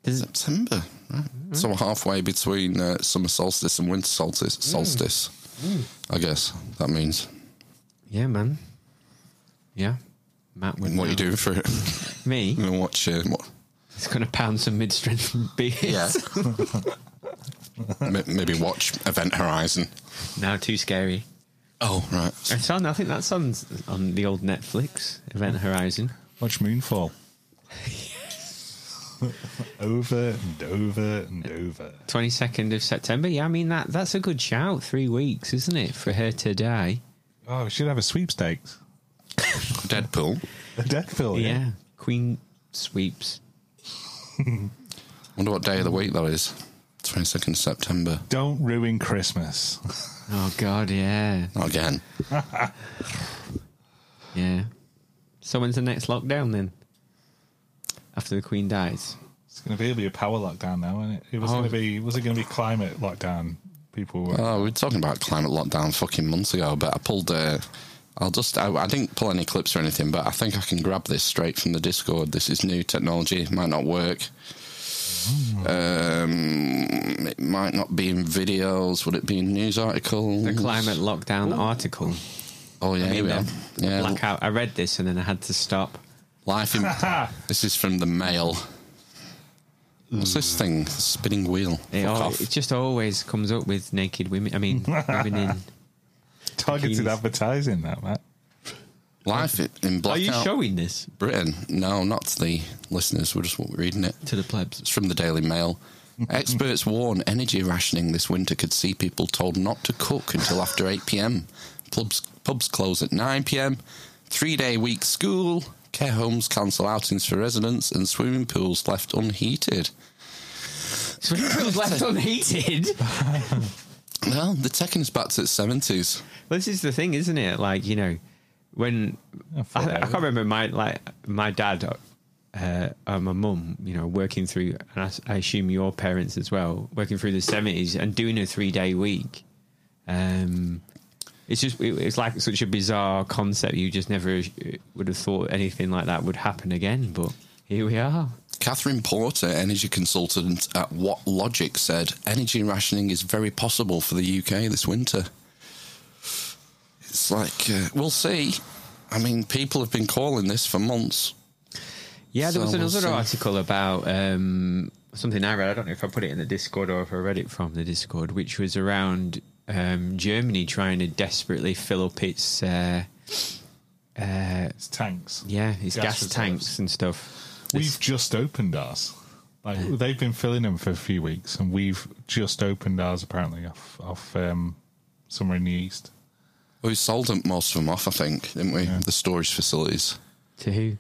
Speaker 3: Does,
Speaker 2: September. Right. So halfway between uh, summer solstice and winter solstice. Solstice, I guess that means.
Speaker 3: yeah, man. Yeah, Matt. would
Speaker 2: What are
Speaker 3: know.
Speaker 2: you doing for it?
Speaker 3: Me?
Speaker 2: I'm gonna watch. Uh, what,
Speaker 3: It's going to pound some mid-strength beers.
Speaker 2: yeah. M- maybe watch Event Horizon.
Speaker 3: No, too scary.
Speaker 2: Oh right.
Speaker 3: It's on. I think that's on on the old Netflix Event Horizon.
Speaker 5: Watch Moonfall. over and over and over.
Speaker 3: 22nd of September. Yeah, I mean that that's a good shout. 3 weeks, isn't it, for her to die?
Speaker 5: Oh, we should have a sweepstakes.
Speaker 2: Deadpool.
Speaker 5: A death
Speaker 2: Oh,
Speaker 5: pill.
Speaker 3: yeah.
Speaker 5: Yeah.
Speaker 3: Queen sweeps.
Speaker 2: Wonder what day of the week that is. Twenty second September.
Speaker 5: Don't ruin Christmas.
Speaker 3: Oh god, yeah.
Speaker 2: Not again.
Speaker 3: Yeah. So when's the next lockdown then? After the Queen dies.
Speaker 5: It's going to be, it'll be a power lockdown now, isn't it? It was
Speaker 3: Oh.
Speaker 5: going to be. Was it going to be climate lockdown? People. Were,
Speaker 2: Oh, we were talking about climate lockdown fucking months ago, but I pulled. Uh, I'll just. I, I didn't pull any clips or anything, but I think I can grab this straight from the Discord. This is new technology. It might not work. Um, it might not be in videos. Would it be in news articles?
Speaker 3: The climate lockdown article.
Speaker 2: Oh yeah, here we are.
Speaker 3: Then
Speaker 2: Yeah,
Speaker 3: Blackout. I read this and then I had to stop.
Speaker 2: life in. this is from the Mail. What's this thing? Spinning wheel.
Speaker 3: It,
Speaker 2: Fuck
Speaker 3: al-
Speaker 2: off.
Speaker 3: it just always comes up with naked women. I mean, women in.
Speaker 5: targeted
Speaker 3: bikinis.
Speaker 5: advertising, that Matt.
Speaker 2: Life i- in
Speaker 3: Are
Speaker 2: blackout.
Speaker 3: you showing this
Speaker 2: Britain. No, not to the listeners. We're just reading it.
Speaker 3: to the plebs?
Speaker 2: It's from the Daily Mail. Experts warn energy rationing this winter could see people told not to cook until after 8 pm. Pubs, pubs close at 9 pm. Three day week school. Care homes cancel outings for residents and swimming pools left unheated.
Speaker 3: So when it was left unheated.
Speaker 2: Well, they're taking us back to the 70s.
Speaker 3: Well, this is the thing, isn't it? Like you know, when I,
Speaker 5: fuck
Speaker 3: I
Speaker 5: that,
Speaker 3: can't remember my like my dad uh, and my mum, you know, working through, and I, s- I assume your parents as well, working through the seventies and doing a three day week. Um, it's just it, it's like such a bizarre concept. You just never uh, would have thought anything like that would happen again, but here we are.
Speaker 2: Catherine Porter, energy consultant at What Logic, said energy rationing is very possible for the UK this winter. It's like, uh, we'll see. I mean, people have been calling this for months.
Speaker 3: Yeah, there was
Speaker 2: So we'll
Speaker 3: another
Speaker 2: see.
Speaker 3: article about um, something I read. I don't know if I put it in the Discord or if I read it from the Discord, which was around um, Germany trying to desperately fill up its uh,
Speaker 5: It's tanks.
Speaker 3: yeah its gas,
Speaker 5: reserves.
Speaker 3: tanks and stuff. This-
Speaker 5: We've just opened ours. Like they've been filling them for a few weeks, and we've just opened ours apparently off off um, somewhere in the east.
Speaker 2: We sold them, most of them off, I think, didn't we? The storage facilities
Speaker 3: to who?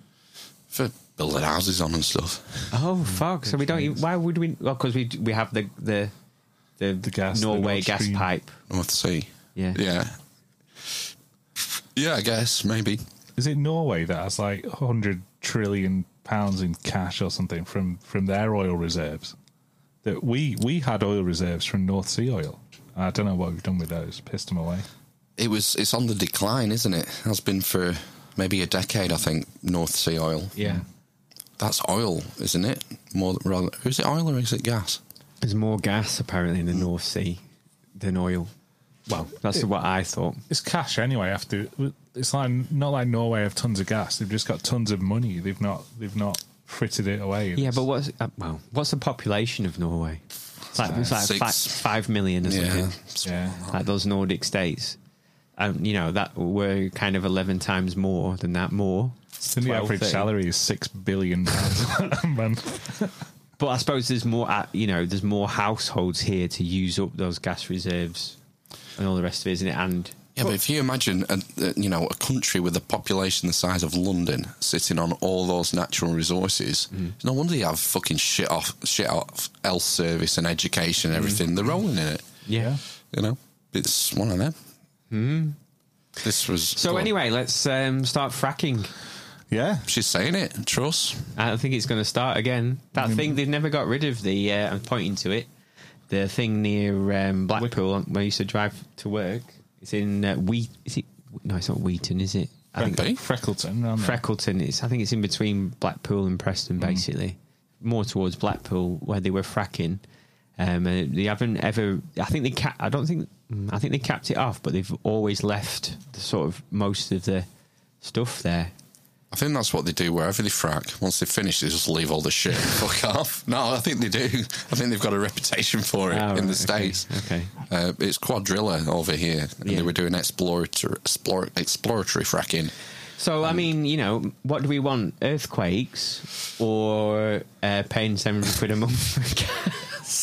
Speaker 2: for building houses on and stuff.
Speaker 3: Oh fuck! So we don't. even- Why would we? Well, because we d- we have the the the,
Speaker 5: gas, the
Speaker 3: Norway
Speaker 5: Nord
Speaker 3: gas
Speaker 5: Stream.
Speaker 3: pipe.
Speaker 2: I'll have to see.
Speaker 3: Yeah.
Speaker 2: Yeah. Yeah, I guess, maybe.
Speaker 5: Is it Norway that has like hundred trillion pounds in cash or something from from their oil reserves? That we we had oil reserves from North Sea oil. I don't know what we've done with those. Pissed them away.
Speaker 2: It was. It's on the decline, isn't it? Has been for maybe a decade, I think, North Sea oil.
Speaker 5: Mm.
Speaker 3: Yeah,
Speaker 2: That's oil, isn't it? More than- rather, is it oil or is it gas?
Speaker 3: there's more gas apparently in the North Sea than oil. Well, that's what I thought.
Speaker 5: It's cash anyway. After it's like not like Norway have tons of gas. They've just got tons of money. They've not they've not frittered it away.
Speaker 3: Yeah, but what's uh, well? What's the population of Norway? It's like, it's like
Speaker 2: Six.
Speaker 3: fi- five million or
Speaker 2: Yeah,
Speaker 3: something.
Speaker 5: yeah.
Speaker 3: Like those Nordic states. um, you know that were kind of eleven times more than that. More It's
Speaker 5: And the
Speaker 3: 12,
Speaker 5: average
Speaker 3: 13.
Speaker 5: salary is six billion pounds a month.
Speaker 3: But I suppose there's more, uh, you know, there's more households here to use up those gas reserves and all the rest of it, isn't it? And
Speaker 2: Yeah, but if you imagine, a, a- you know, a country with a population the size of London sitting on all those natural resources,
Speaker 3: Mm.
Speaker 2: no wonder they have fucking shit off, shit off health service and education and
Speaker 3: Mm.
Speaker 2: everything. They're rolling in it.
Speaker 3: yeah.
Speaker 2: You know, it's one of them. This was
Speaker 3: Hmm. So
Speaker 2: go on.
Speaker 3: anyway, let's um, start fracking.
Speaker 5: Yeah.
Speaker 2: she's saying it. Truss.
Speaker 3: I think it's going to start again. That thing they've never got rid of. The uh, I'm pointing to it. The thing near um, Blackpool where I used to drive to work. It's in uh, Wheat. Is it? No, it's not Wheaton, is it? I think
Speaker 2: Be?
Speaker 5: Freckleton. aren't they?
Speaker 3: Freckleton. It's I think it's in between Blackpool and Preston, basically. More towards Blackpool where they were fracking. Um, and they haven't ever. I think they. Ca- I don't think. mm, I think they capped it off, but they've always left the sort of most of the stuff there.
Speaker 2: I think that's what they do wherever they frack. Once they finish, they just leave all the shit and fuck off. No, I think they do. I think they've got a reputation for it
Speaker 3: Ah,
Speaker 2: in
Speaker 3: right,
Speaker 2: the
Speaker 3: okay,
Speaker 2: States.
Speaker 3: okay.
Speaker 2: Uh, it's quadrilla over here, and
Speaker 3: Yeah.
Speaker 2: they were doing exploratory, explor- exploratory fracking.
Speaker 3: So I mean, you know, what do we want? Earthquakes or uh, paying seven hundred quid a month for gas?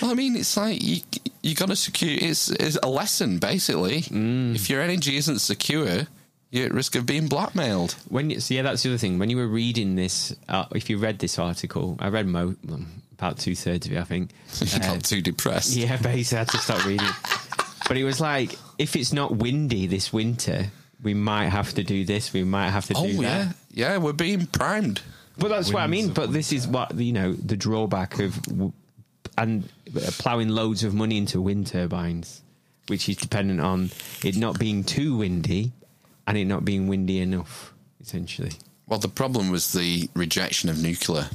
Speaker 2: Well, I mean, it's like you you got to secure. It's, it's a lesson basically.
Speaker 3: Mm.
Speaker 2: If your energy isn't secure, you're at risk of being blackmailed.
Speaker 3: When you, so yeah, that's the other thing. When you were reading this, uh, if you read this article, I read mo- um, about two thirds of it, I think.
Speaker 2: You got too depressed.
Speaker 3: Uh, Yeah, basically, I had to stop reading. But it was like, if it's not windy this winter, we might have to do this. We might have to
Speaker 2: Oh
Speaker 3: do that.
Speaker 2: yeah, yeah. We're being primed.
Speaker 3: But that's what I
Speaker 5: Winds
Speaker 3: mean.
Speaker 5: of
Speaker 3: But this is what you know the drawback of w- and uh, plowing loads of money into wind turbines, which is dependent on it not being too windy and it not being windy enough, essentially.
Speaker 2: Well, the problem was the rejection of nuclear.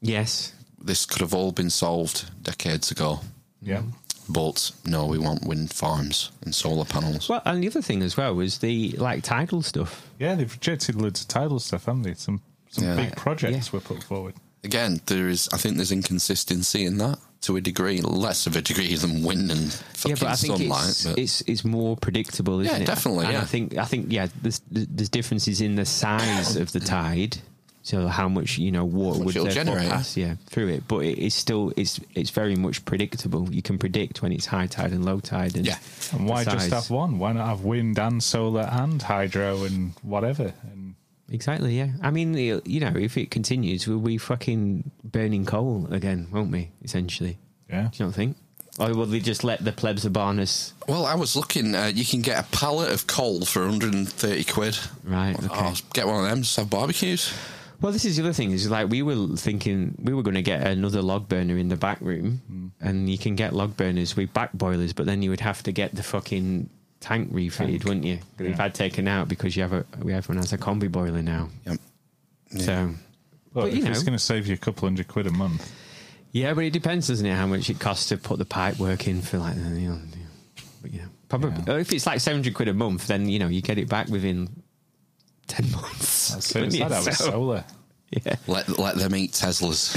Speaker 3: Yes.
Speaker 2: This could have all been solved decades ago.
Speaker 5: Yeah.
Speaker 2: But no, we want wind farms and solar panels.
Speaker 3: Well, and the other thing as well was the like tidal stuff.
Speaker 5: Yeah, they've rejected loads of tidal stuff, haven't they? Some some
Speaker 2: Yeah.
Speaker 5: big projects
Speaker 3: Yeah.
Speaker 5: were put forward.
Speaker 2: Again, there is. I think there's inconsistency in that to a degree, less of a degree than wind and fucking
Speaker 3: yeah, but I think
Speaker 2: sunlight.
Speaker 3: it's,
Speaker 2: but
Speaker 3: it's it's more predictable, isn't
Speaker 2: Yeah,
Speaker 3: it?
Speaker 2: definitely,
Speaker 3: And I
Speaker 2: yeah.
Speaker 3: think I think yeah, there's there's differences in the size of the tide, so how much you know water
Speaker 2: much
Speaker 3: would
Speaker 2: it'll
Speaker 3: therefore
Speaker 2: generate.
Speaker 3: pass yeah through it, but it, it's still it's it's very much predictable. You can predict when it's high tide and low tide, and
Speaker 2: Yeah.
Speaker 5: And why
Speaker 3: the
Speaker 5: just
Speaker 3: size.
Speaker 5: have one? Why not have wind and solar and hydro and whatever? And
Speaker 3: Exactly, yeah. I mean, you you know, if it continues, we'll be fucking burning coal again, won't we? Essentially,
Speaker 5: yeah,
Speaker 3: do you not think? Or will they just let the plebs abandon us?
Speaker 2: Well, I was looking. Uh, you can get a pallet of coal for 130 quid.
Speaker 3: Right,
Speaker 2: Oh,
Speaker 3: okay.
Speaker 2: get one of them. Just have barbecues.
Speaker 3: Well, this is the other thing is like we were thinking we were going to get another log burner in the back room,
Speaker 5: Mm.
Speaker 3: and you can get log burners with back boilers, but then you would have to get the fucking tank refitted, wouldn't you? That They've
Speaker 5: Yeah.
Speaker 3: had taken out because you have a we everyone has a combi boiler now.
Speaker 2: Yep.
Speaker 3: So,
Speaker 5: Look,
Speaker 3: but you
Speaker 5: if
Speaker 3: know,
Speaker 5: it's going to save you a couple hundred quid a month,
Speaker 3: yeah, but it depends, doesn't it, how much it costs to put the pipe work in for like you know, you know, but yeah, probably
Speaker 5: Yeah.
Speaker 3: if it's like seven hundred quid a month, then you know you get it back within ten months.
Speaker 5: I'd say it's that
Speaker 3: wouldn't you?
Speaker 5: out with
Speaker 3: So-
Speaker 5: solar.
Speaker 3: yeah,
Speaker 2: Let let them eat Teslas,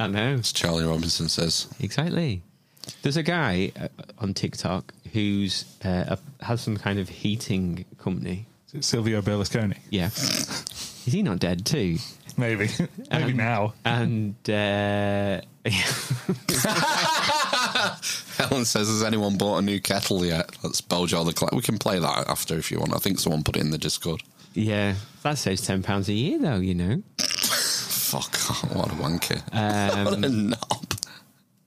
Speaker 3: I know.
Speaker 2: as Charlie Robinson says.
Speaker 3: Exactly. There's a guy uh, on TikTok who's uh, a, has some kind of heating company.
Speaker 5: Is it Silvio Berlusconi?
Speaker 3: Yeah. Is he not dead too?
Speaker 5: Maybe, maybe
Speaker 3: Um,
Speaker 5: now.
Speaker 3: And uh,
Speaker 2: Helen says, "Has anyone bought a new kettle yet?" That's Bojo the Clown. We can play that after if you want. I think someone put it in the Discord.
Speaker 3: yeah, that saves ten pounds a year though. You know.
Speaker 2: Fuck! What a wanker! what a knob!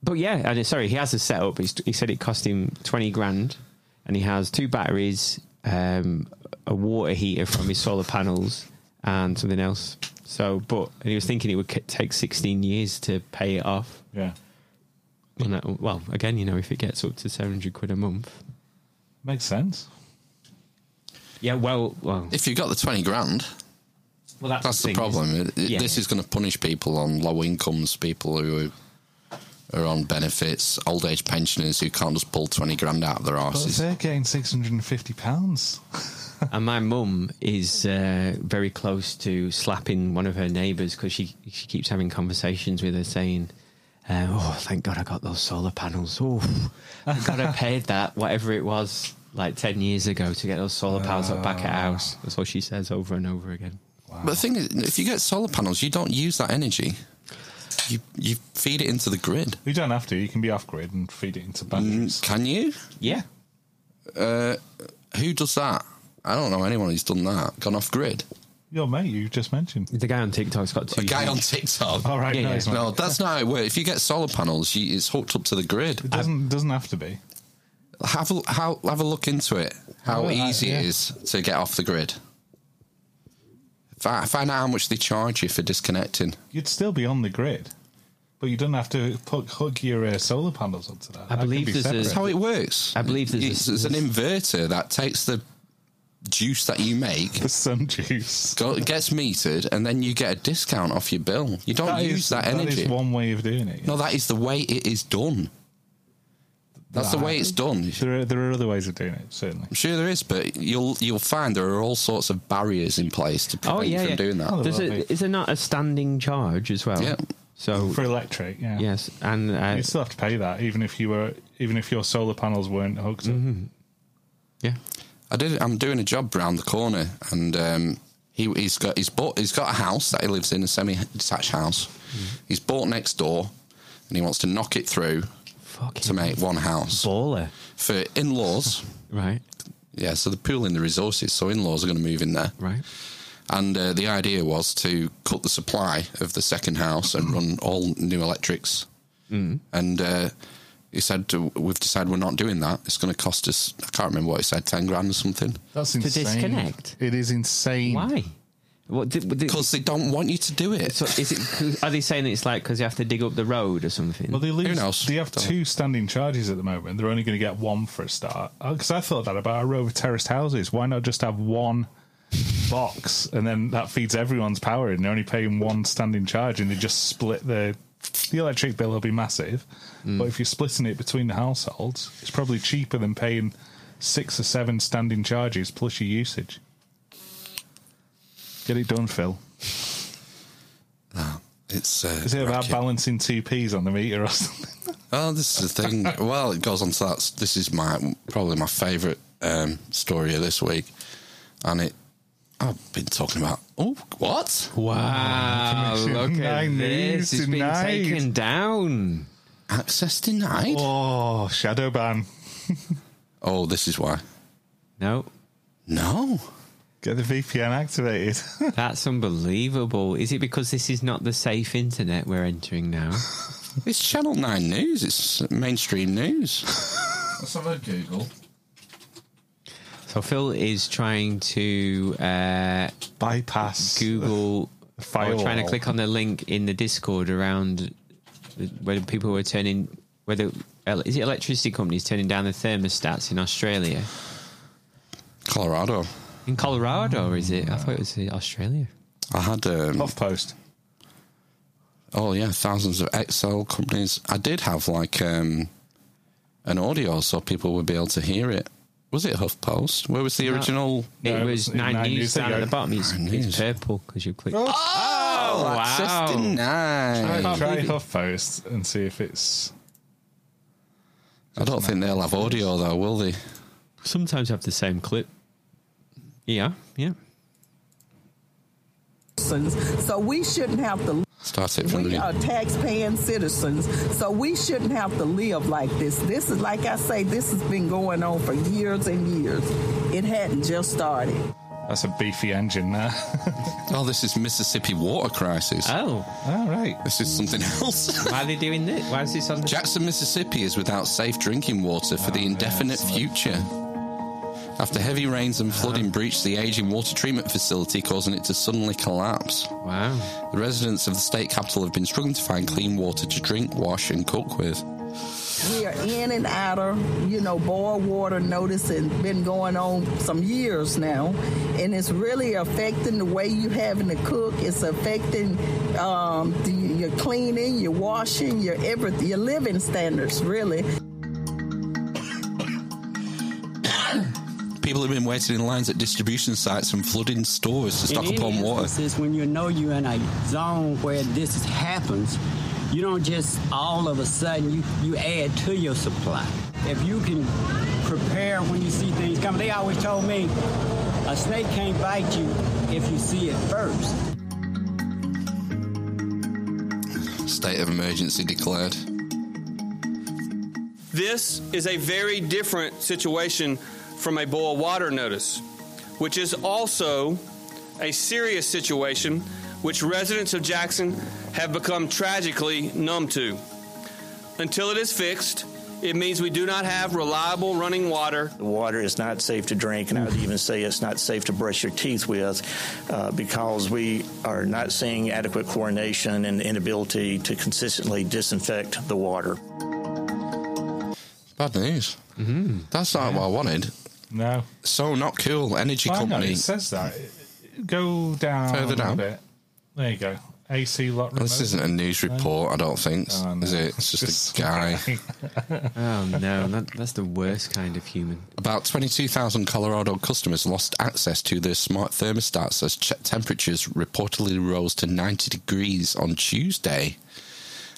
Speaker 3: But yeah, and sorry, he has a setup. He's, he said it cost him twenty grand, and he has two batteries, um, a water heater from his solar panels, and something else. So, but and he was thinking it would c- take sixteen years to pay it off.
Speaker 5: Yeah,
Speaker 3: Well, no, well, again, you know, if it gets up to seven hundred quid a month,
Speaker 5: makes sense.
Speaker 3: yeah. Well, well,
Speaker 2: If you got the twenty grand,
Speaker 3: well that's,
Speaker 2: that's the
Speaker 3: thing,
Speaker 2: problem.
Speaker 3: isn't
Speaker 2: It,
Speaker 3: it?
Speaker 2: it-
Speaker 3: Yeah.
Speaker 2: This is going to punish people on low incomes, people who are, are on benefits, old age pensioners who can't just pull twenty grand out of their
Speaker 5: But
Speaker 2: arses.
Speaker 5: they're getting six hundred and fifty pounds.
Speaker 3: And my mum is uh, very close to slapping one of her neighbours because she she keeps having conversations with her saying, Um, oh, thank God I got those solar panels. Oh, thank God I paid that, whatever it was, like 10 years ago to get those solar panels up
Speaker 2: Ah.
Speaker 3: back at house. That's what she says over and over again.
Speaker 2: But the thing is, if you get solar panels, you don't use that energy. You you feed it into the grid.
Speaker 5: You don't have to. You can be off grid and feed it into
Speaker 3: Mm.
Speaker 5: batteries.
Speaker 2: Can you?
Speaker 3: Yeah.
Speaker 2: Who does that? I don't know anyone who's done that. Gone off grid.
Speaker 5: Your mate, you just mentioned.
Speaker 3: The guy on TikTok's got two.
Speaker 2: A guy
Speaker 3: years.
Speaker 2: on TikTok.
Speaker 5: All right,
Speaker 3: Yeah,
Speaker 5: no,
Speaker 3: yeah.
Speaker 5: it's not.
Speaker 2: No, that's not how it works. If you get solar panels, you, it's hooked up to the
Speaker 5: It
Speaker 2: grid.
Speaker 5: doesn't doesn't have to be.
Speaker 2: Have a, how, have a look into it. How
Speaker 5: Oh, I-
Speaker 2: easy it
Speaker 5: yeah.
Speaker 2: is to get off the grid. Fi- Find out how much they charge you for disconnecting.
Speaker 5: You'd still be on the grid, but you don't have to put, hook your uh, solar panels onto that.
Speaker 3: I
Speaker 5: That can
Speaker 3: believe
Speaker 5: be
Speaker 3: there's a-
Speaker 2: That's
Speaker 5: separate.
Speaker 2: how it works.
Speaker 3: I believe there's a-
Speaker 2: it's, it's an inverter that takes the juice that you make,
Speaker 5: the sun juice.
Speaker 2: go, gets metered, and then you get a discount off your bill. You don't use that energy.
Speaker 5: That is one way of doing it.
Speaker 2: No, that is the way it is done. That's the way it's done.
Speaker 5: There are there are other ways of doing it. Certainly.
Speaker 2: I'm sure there is, but you'll you'll find there are all sorts of barriers in place to prevent
Speaker 3: Oh, yeah.
Speaker 2: you from
Speaker 3: yeah.
Speaker 2: doing that.
Speaker 5: Oh,
Speaker 3: There's
Speaker 5: lovely.
Speaker 3: a, is there not a standing charge as well?
Speaker 2: Yeah.
Speaker 3: So,
Speaker 5: For electric, yeah.
Speaker 3: yes. And uh,
Speaker 5: You still have to pay that, even if you were, even if your solar panels weren't hooked up.
Speaker 3: yeah.
Speaker 2: I did. I'm doing a job round the corner, and um, he, he's got he's bought he's got a house that he lives in, a semi-detached house. He's bought next door, and he wants to knock it through
Speaker 3: Fucking
Speaker 2: to make one house
Speaker 3: baller.
Speaker 2: for in-laws.
Speaker 3: Right.
Speaker 2: yeah, so they're pooling the resources, so in-laws are going to move in there.
Speaker 3: Right.
Speaker 2: And uh, the idea was to cut the supply of the second house and run all new electrics. Mm. And uh, he said, to, We've decided we're not doing that. It's going to cost us, I can't remember what he said, 10 grand or something.
Speaker 5: That's
Speaker 3: To
Speaker 5: insane.
Speaker 3: disconnect?
Speaker 5: It is insane.
Speaker 3: Why? What did, did,
Speaker 2: Because they don't want you to do it.
Speaker 3: so is it? Are they saying it's like because you have to dig up the road or something?
Speaker 5: Well, they lose.
Speaker 2: knows?
Speaker 5: They have
Speaker 2: Don't-
Speaker 5: two standing charges at the moment. They're only going to get one for a start. Because I thought that about a row of terraced houses. Why not just have one box and then that feeds everyone's power and they're only paying one standing charge and they just split the. The electric bill will be massive, but if you're splitting it between the households, it's probably cheaper than paying six or seven standing charges plus your usage. Get it done, Phil.
Speaker 2: It's, uh,
Speaker 5: Is it about
Speaker 2: racket.
Speaker 5: balancing two peas on the meter or something?
Speaker 2: Oh, this is the thing. well, it goes on to that. This is my probably my favourite um, story of this week. And it, I've been talking about, oh, what? Ah,
Speaker 3: wow!
Speaker 5: Commission
Speaker 3: Look at
Speaker 5: Nine
Speaker 3: this.
Speaker 5: News
Speaker 3: It's been
Speaker 5: tonight.
Speaker 3: taken down.
Speaker 2: Access denied?
Speaker 5: Oh, shadow ban.
Speaker 2: Oh, this is why.
Speaker 3: No,
Speaker 2: No.
Speaker 5: Get the VPN activated.
Speaker 3: that's unbelievable. Is it because this is not the safe internet we're entering now?
Speaker 2: It's Channel 9 news. It's mainstream news. Let's have a Google.
Speaker 3: so Phil is trying to uh,
Speaker 5: Bypass.
Speaker 3: Google or
Speaker 5: Firewall.
Speaker 3: trying to click on the link in the Discord around the- whether people were turning whether el- is it electricity companies turning down the thermostats in Australia
Speaker 2: Colorado.
Speaker 3: in Colorado? Is it? I thought it was in Australia.
Speaker 2: I had, um,
Speaker 5: Off post.
Speaker 2: oh, yeah, thousands of Excel companies. I did have like um, an audio so people would be able to hear it. Was it HuffPost? Where was the
Speaker 3: No.
Speaker 2: original?
Speaker 3: It
Speaker 5: No,
Speaker 3: was
Speaker 5: it was
Speaker 3: nine,
Speaker 5: nine
Speaker 3: news
Speaker 5: news
Speaker 3: down at
Speaker 5: ago.
Speaker 3: the bottom. It's,
Speaker 2: Nine
Speaker 3: it's
Speaker 2: news.
Speaker 3: purple because you clicked. Oh,
Speaker 2: Oh,
Speaker 3: wow.
Speaker 2: Access denied.
Speaker 3: can't
Speaker 5: Try
Speaker 3: believe it.
Speaker 5: off post and see if it's.
Speaker 2: I don't think they'll have audio though, will they?
Speaker 3: Sometimes have the same clip. Yeah, yeah.
Speaker 6: citizens, so we shouldn't have to.
Speaker 2: Start it from the
Speaker 6: We are
Speaker 2: beginning.
Speaker 6: tax-paying citizens, so we shouldn't have to live like this. This is, like I say, this has been going on for years and years. It hadn't just started.
Speaker 5: That's a beefy engine there.
Speaker 2: Oh, this is Mississippi water crisis.
Speaker 3: Oh,
Speaker 5: All right.
Speaker 2: this is something else.
Speaker 3: why are they doing this? Why is this on? The-
Speaker 2: Jackson, Mississippi is without safe drinking water for the indefinite future. After heavy rains and flooding breached the aging water treatment facility, causing it to suddenly collapse.
Speaker 3: wow.
Speaker 2: The residents of the state capital have been struggling to find clean water to drink, wash, and cook with.
Speaker 6: We are in and out of, you know, boil water notice and been going on some years now. And it's really affecting the way you having to cook. It's affecting um, the, your cleaning, your washing, your everything, your living standards, really.
Speaker 2: People have been waiting in lines at distribution sites and flooding stores to stock
Speaker 7: In
Speaker 2: up
Speaker 7: any
Speaker 2: on water.
Speaker 7: instances, when you know you're in a zone where this happens, You don't just all of a sudden you, you add to your supply. If you can prepare when you see things coming, they always told me a snake can't bite you if you see it first.
Speaker 2: State of emergency declared.
Speaker 8: This is a very different situation from a boil water notice, which is also a serious situation which residents of Jackson have become tragically numb to. Until it is fixed, it means we do not have reliable running water.
Speaker 9: The water is not safe to drink, and I would even say it's not safe to brush your teeth with uh, because we are not seeing adequate chlorination and inability to consistently disinfect the water.
Speaker 2: Bad news. Mm-hmm. That's not what I wanted.
Speaker 5: No.
Speaker 2: So not cool. Energy
Speaker 5: Why not?
Speaker 2: company.
Speaker 5: It says that. Go down
Speaker 2: Further
Speaker 5: a little
Speaker 2: down.
Speaker 5: bit. There you go. AC lot. Remote.
Speaker 2: This isn't a news report, I don't think,
Speaker 5: Oh, no.
Speaker 2: is it? It's just,
Speaker 5: Just-
Speaker 2: a guy.
Speaker 3: Oh no, that, that's the worst kind of human.
Speaker 2: About 22,000 Colorado customers lost access to their smart thermostats as ch- temperatures reportedly rose to 90 degrees on Tuesday.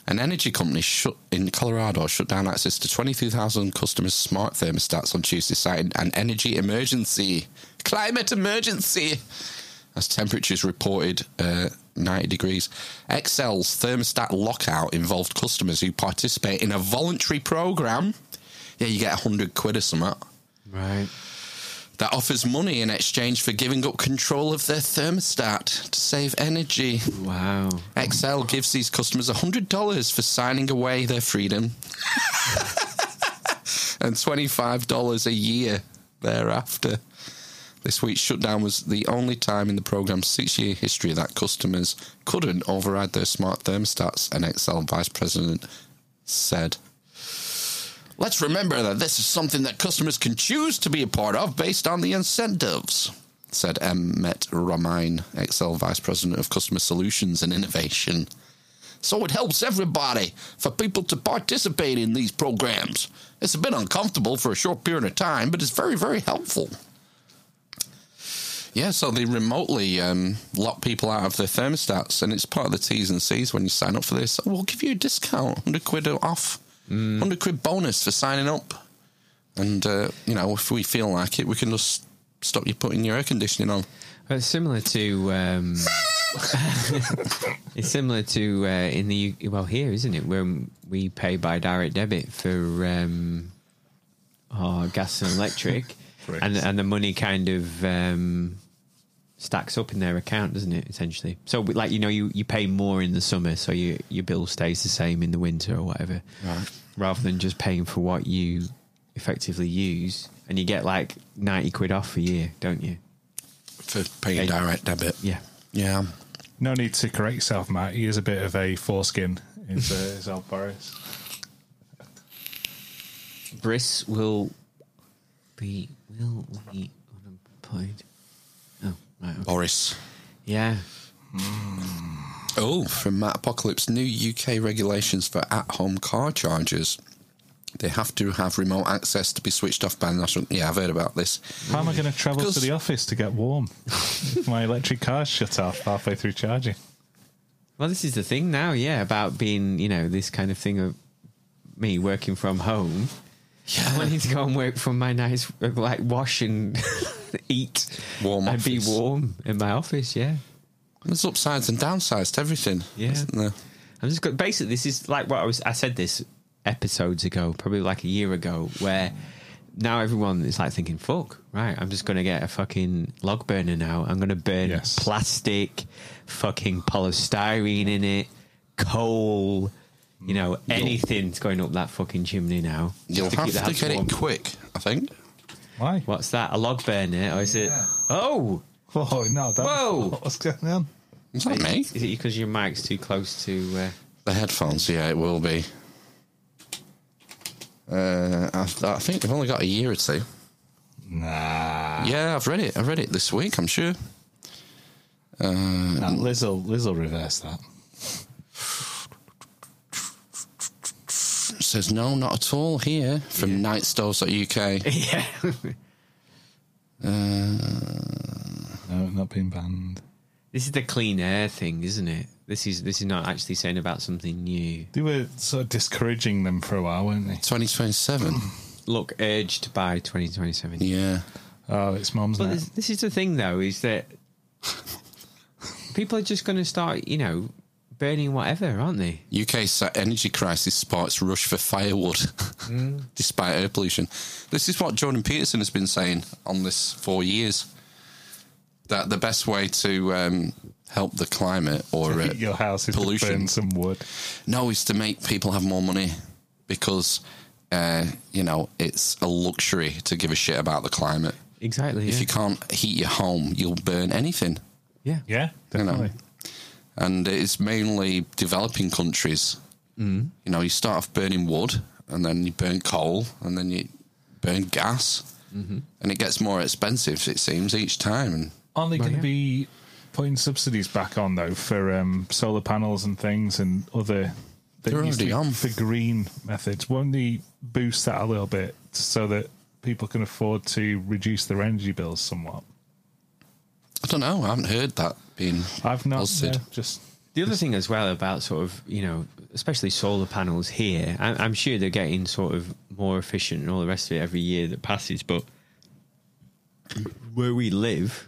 Speaker 2: An energy company shut in Colorado shut down access to 22,000 customers' smart thermostats on Tuesday, citing an energy emergency, climate emergency, as temperatures reported uh, 90 degrees. Excel's thermostat lockout involved customers who participate in a voluntary program. Yeah, you get 100 quid or something
Speaker 3: Right.
Speaker 2: that offers money in exchange for giving up control of their thermostat to save energy.
Speaker 3: Wow.
Speaker 2: XL gives these customers $100 for signing away their freedom and $25 a year thereafter. This week's shutdown was the only time in the program's six year history that customers couldn't override their smart thermostats, an XL vice president said. Let's remember that this is something that customers can choose to be a part of based on the incentives, said Emmet Ramine, Excel Vice President of Customer Solutions and Innovation. So it helps everybody for people to participate in these programs. It's a bit uncomfortable for a short period of time, but it's very, very helpful. Yeah, so they remotely um, lock people out of their thermostats, and it's part of the T's and C's when you sign up for this. We'll give you a discount, 100 quid off, 100 quid bonus for signing up. And, uh, you know, if we feel like it, we can just stop you putting your air conditioning on.
Speaker 3: It's similar to. Um, it's similar to uh, in the U- well here, isn't it? When we pay by direct debit for um, our gas and electric,
Speaker 5: Correct.
Speaker 3: and and the money kind of um, stacks up in their account, doesn't it? Essentially, so we- like you know, you, you pay more in the summer, so your your bill stays the same in the winter or whatever, rather than just paying for what you effectively use, and you get like ninety quid off a year, don't you?
Speaker 2: For paying
Speaker 3: Okay.
Speaker 2: direct debit.
Speaker 3: Yeah.
Speaker 2: Yeah.
Speaker 5: no need to correct yourself, Matt. He is a bit of a foreskin. Is, uh, is old Boris?
Speaker 3: Briss will be will be unemployed. Oh, right. okay.
Speaker 2: Boris.
Speaker 3: Yeah.
Speaker 2: Oh, from Matt Apocalypse, new UK regulations for at-home car chargers. They have to have remote access to be switched off by the national. Yeah, I've heard about this.
Speaker 5: How am I going to travel to
Speaker 2: Because-
Speaker 5: the office to get warm? My electric car's shut off halfway through charging.
Speaker 3: Well, this is the thing now. Yeah, about being you know this kind of thing of me working from home. I wanted to go and work from my nice uh, like wash and eat
Speaker 2: Warm
Speaker 3: and be
Speaker 2: office.
Speaker 3: warm in my office. Yeah.
Speaker 2: There's upsides and downsides to everything.
Speaker 3: Yeah.
Speaker 2: isn't there?
Speaker 3: I'm just going, basically this is like what I was I said this episodes ago, probably like a year ago, where now everyone is like thinking, "Fuck, right? I'm just going to get a fucking log burner now. I'm going to burn
Speaker 5: Yes.
Speaker 3: plastic, fucking polystyrene in it, coal." You know, anything's going up that fucking chimney now. just
Speaker 2: You'll
Speaker 3: keep
Speaker 2: have
Speaker 3: the
Speaker 2: to
Speaker 3: house
Speaker 2: get
Speaker 3: warm.
Speaker 2: it quick, I think.
Speaker 5: Why?
Speaker 3: What's that? A log burner? Or is it? Oh,
Speaker 5: Oh no! That
Speaker 3: Whoa!
Speaker 5: What's going on?
Speaker 2: Is that me?
Speaker 3: is it because your mic's too close to? Uh,
Speaker 2: The headphones, yeah, it will be. Uh, I, I think we've only got a year or two.
Speaker 5: Nah.
Speaker 2: Yeah, I've read it. I read it this week, I'm sure.
Speaker 5: Nah, Liz'll Liz'll reverse that.
Speaker 2: It says no, not at all here from nightstores.uk.
Speaker 3: uh, yeah.
Speaker 5: No, not being banned.
Speaker 3: This is the clean air thing, isn't it? This is this is not actually saying about something new.
Speaker 5: They were sort of discouraging them for a while, weren't they?
Speaker 2: 2027.
Speaker 3: Look, urged by 2027.
Speaker 2: yeah.
Speaker 5: Oh, it's mom's
Speaker 3: But
Speaker 5: now.
Speaker 3: this, this is the thing, though, is that people are just going to start, you know, burning whatever, aren't they?
Speaker 2: UK sa- energy crisis sparks rush for firewood despite air pollution. This is what Jordan Peterson has been saying on this for years that the best way to um, help the climate or uh,
Speaker 5: Your house is pollution. to burn
Speaker 2: pollution
Speaker 5: some wood.
Speaker 2: no is to make people have more money because uh, you know it's a luxury to give a shit about the climate.
Speaker 3: Exactly.
Speaker 2: If
Speaker 3: yeah.
Speaker 2: you can't heat your home, you'll burn anything.
Speaker 3: yeah.
Speaker 5: Yeah,
Speaker 2: You know?
Speaker 5: definitely.
Speaker 2: and it's mainly developing countries. Mm. You know, you start off burning wood, and then you burn coal, and then you burn gas, and it gets more expensive. It seems each time. And
Speaker 5: Aren't they
Speaker 3: Well,
Speaker 5: going to
Speaker 3: yeah.
Speaker 5: be putting subsidies back on though for um, solar panels and things and other? that
Speaker 2: They're
Speaker 5: use
Speaker 2: already
Speaker 5: the,
Speaker 2: on.
Speaker 5: the green methods. Won't they boost that a little bit so that people can afford to reduce their energy bills somewhat?
Speaker 2: I don't know. I haven't heard that being.
Speaker 5: I've not
Speaker 2: Positive.
Speaker 5: no, just
Speaker 3: The other thing as well about sort of you know, especially solar panels here, I'm, I'm sure they're getting sort of more efficient and all the rest of it every year that passes. But where we live,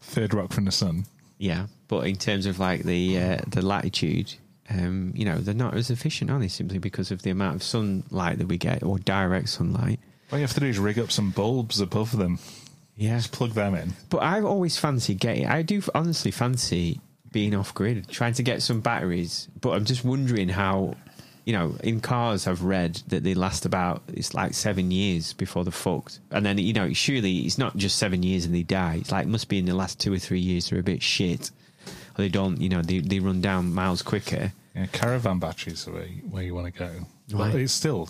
Speaker 5: third rock from the sun.
Speaker 3: yeah. But in terms of like the uh, the latitude, um, you know, they're not as efficient, are they? Simply because of the amount of sunlight that we get or direct sunlight.
Speaker 5: All you have to do is rig up some bulbs above them.
Speaker 3: Yeah.
Speaker 5: Just plug them in.
Speaker 3: But I've always fancied getting. I do honestly fancy being off grid, trying to get some batteries. But I'm just wondering how. You know, in cars, I've read that they last about it's like seven years before they're fucked, and then you know, surely it's not just seven years and they die. It's like must be in the last two or three years they're a bit shit, or they don't. You know, they they run down miles quicker.
Speaker 5: Yeah, caravan batteries are where you, where you want to go.
Speaker 3: Right.
Speaker 5: But it's still,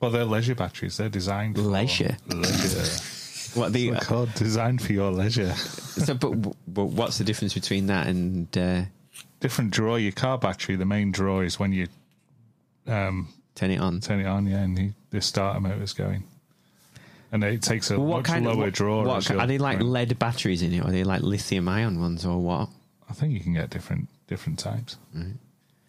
Speaker 5: well, they're leisure batteries. They're designed for
Speaker 3: Leisure?
Speaker 5: Leisure.
Speaker 3: What the
Speaker 5: They're called designed for your leisure.
Speaker 3: so, but, but what's the difference between that and uh,
Speaker 5: Different drawer. Your car battery, the main drawer is when you
Speaker 3: turn it on?
Speaker 5: turn it on, yeah, and the, the starter motor's going. And it takes a much lower
Speaker 3: what-
Speaker 5: drawer.
Speaker 3: what
Speaker 5: as
Speaker 3: ki-
Speaker 5: your
Speaker 3: are they like
Speaker 5: current.
Speaker 3: lead batteries in it? Are they like lithium ion ones or what?
Speaker 5: I think you can get different different types.
Speaker 3: Mm,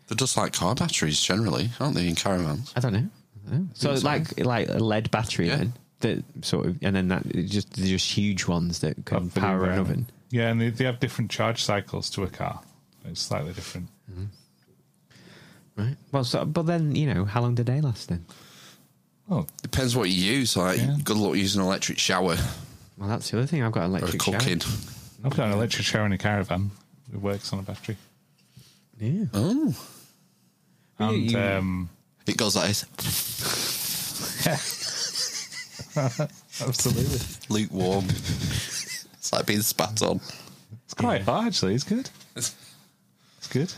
Speaker 2: They're just like car batteries generally, aren't they? In caravans,
Speaker 3: I don't know. I don't know. So
Speaker 2: Think so.
Speaker 3: like like a lead battery
Speaker 2: Yeah.
Speaker 3: then that sort of and then that it just they're just huge ones that can
Speaker 5: Up for the
Speaker 3: power an
Speaker 5: environment.
Speaker 3: oven.
Speaker 5: Yeah, and they, they have different charge cycles to a car. It's slightly different.
Speaker 3: Right. Well, so but then you know how long do they last then?
Speaker 5: Oh,
Speaker 2: depends what you use. Like,
Speaker 5: Yeah.
Speaker 2: good luck using an electric shower
Speaker 3: Well, that's the other thing. I've got an
Speaker 2: or
Speaker 3: electric shower.
Speaker 2: cooking.
Speaker 5: I've got an electric shower in a caravan. It works on a battery.
Speaker 3: Yeah.
Speaker 2: Oh,
Speaker 3: Yeah,
Speaker 5: And
Speaker 3: you-
Speaker 5: um,
Speaker 2: it goes like this,
Speaker 5: absolutely.
Speaker 2: lukewarm. it's like being spat on.
Speaker 5: It's quite hot, actually. It's good. It's good.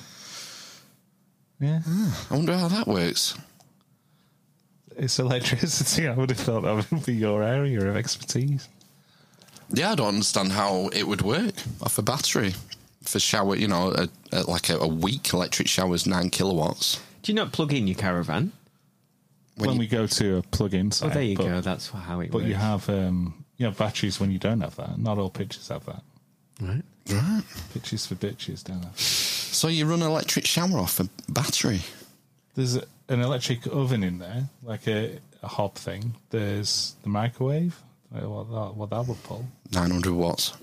Speaker 5: Yeah.
Speaker 2: I wonder how that works.
Speaker 5: It's electricity. I would have thought that would be your area of expertise.
Speaker 2: Yeah, I don't understand how it would work off a battery for shower. You know, a, a, like a, a weak electric shower's nine kilowatts.
Speaker 3: Do you not plug in your caravan?
Speaker 5: When,
Speaker 2: you-
Speaker 5: we go to a plug-in
Speaker 3: Oh,
Speaker 5: site.
Speaker 3: there you
Speaker 5: but,
Speaker 3: go. That's how it
Speaker 5: But
Speaker 3: works.
Speaker 5: you have um, you have batteries when you don't have that. Not all pitches have that.
Speaker 3: right.
Speaker 2: Right.
Speaker 5: Pitches for bitches don't have.
Speaker 2: So you run an electric shower off a battery.
Speaker 5: There's a- an electric oven in there, like a, a hob thing. There's the microwave. Like What that, what that would pull.
Speaker 2: Nine hundred watts.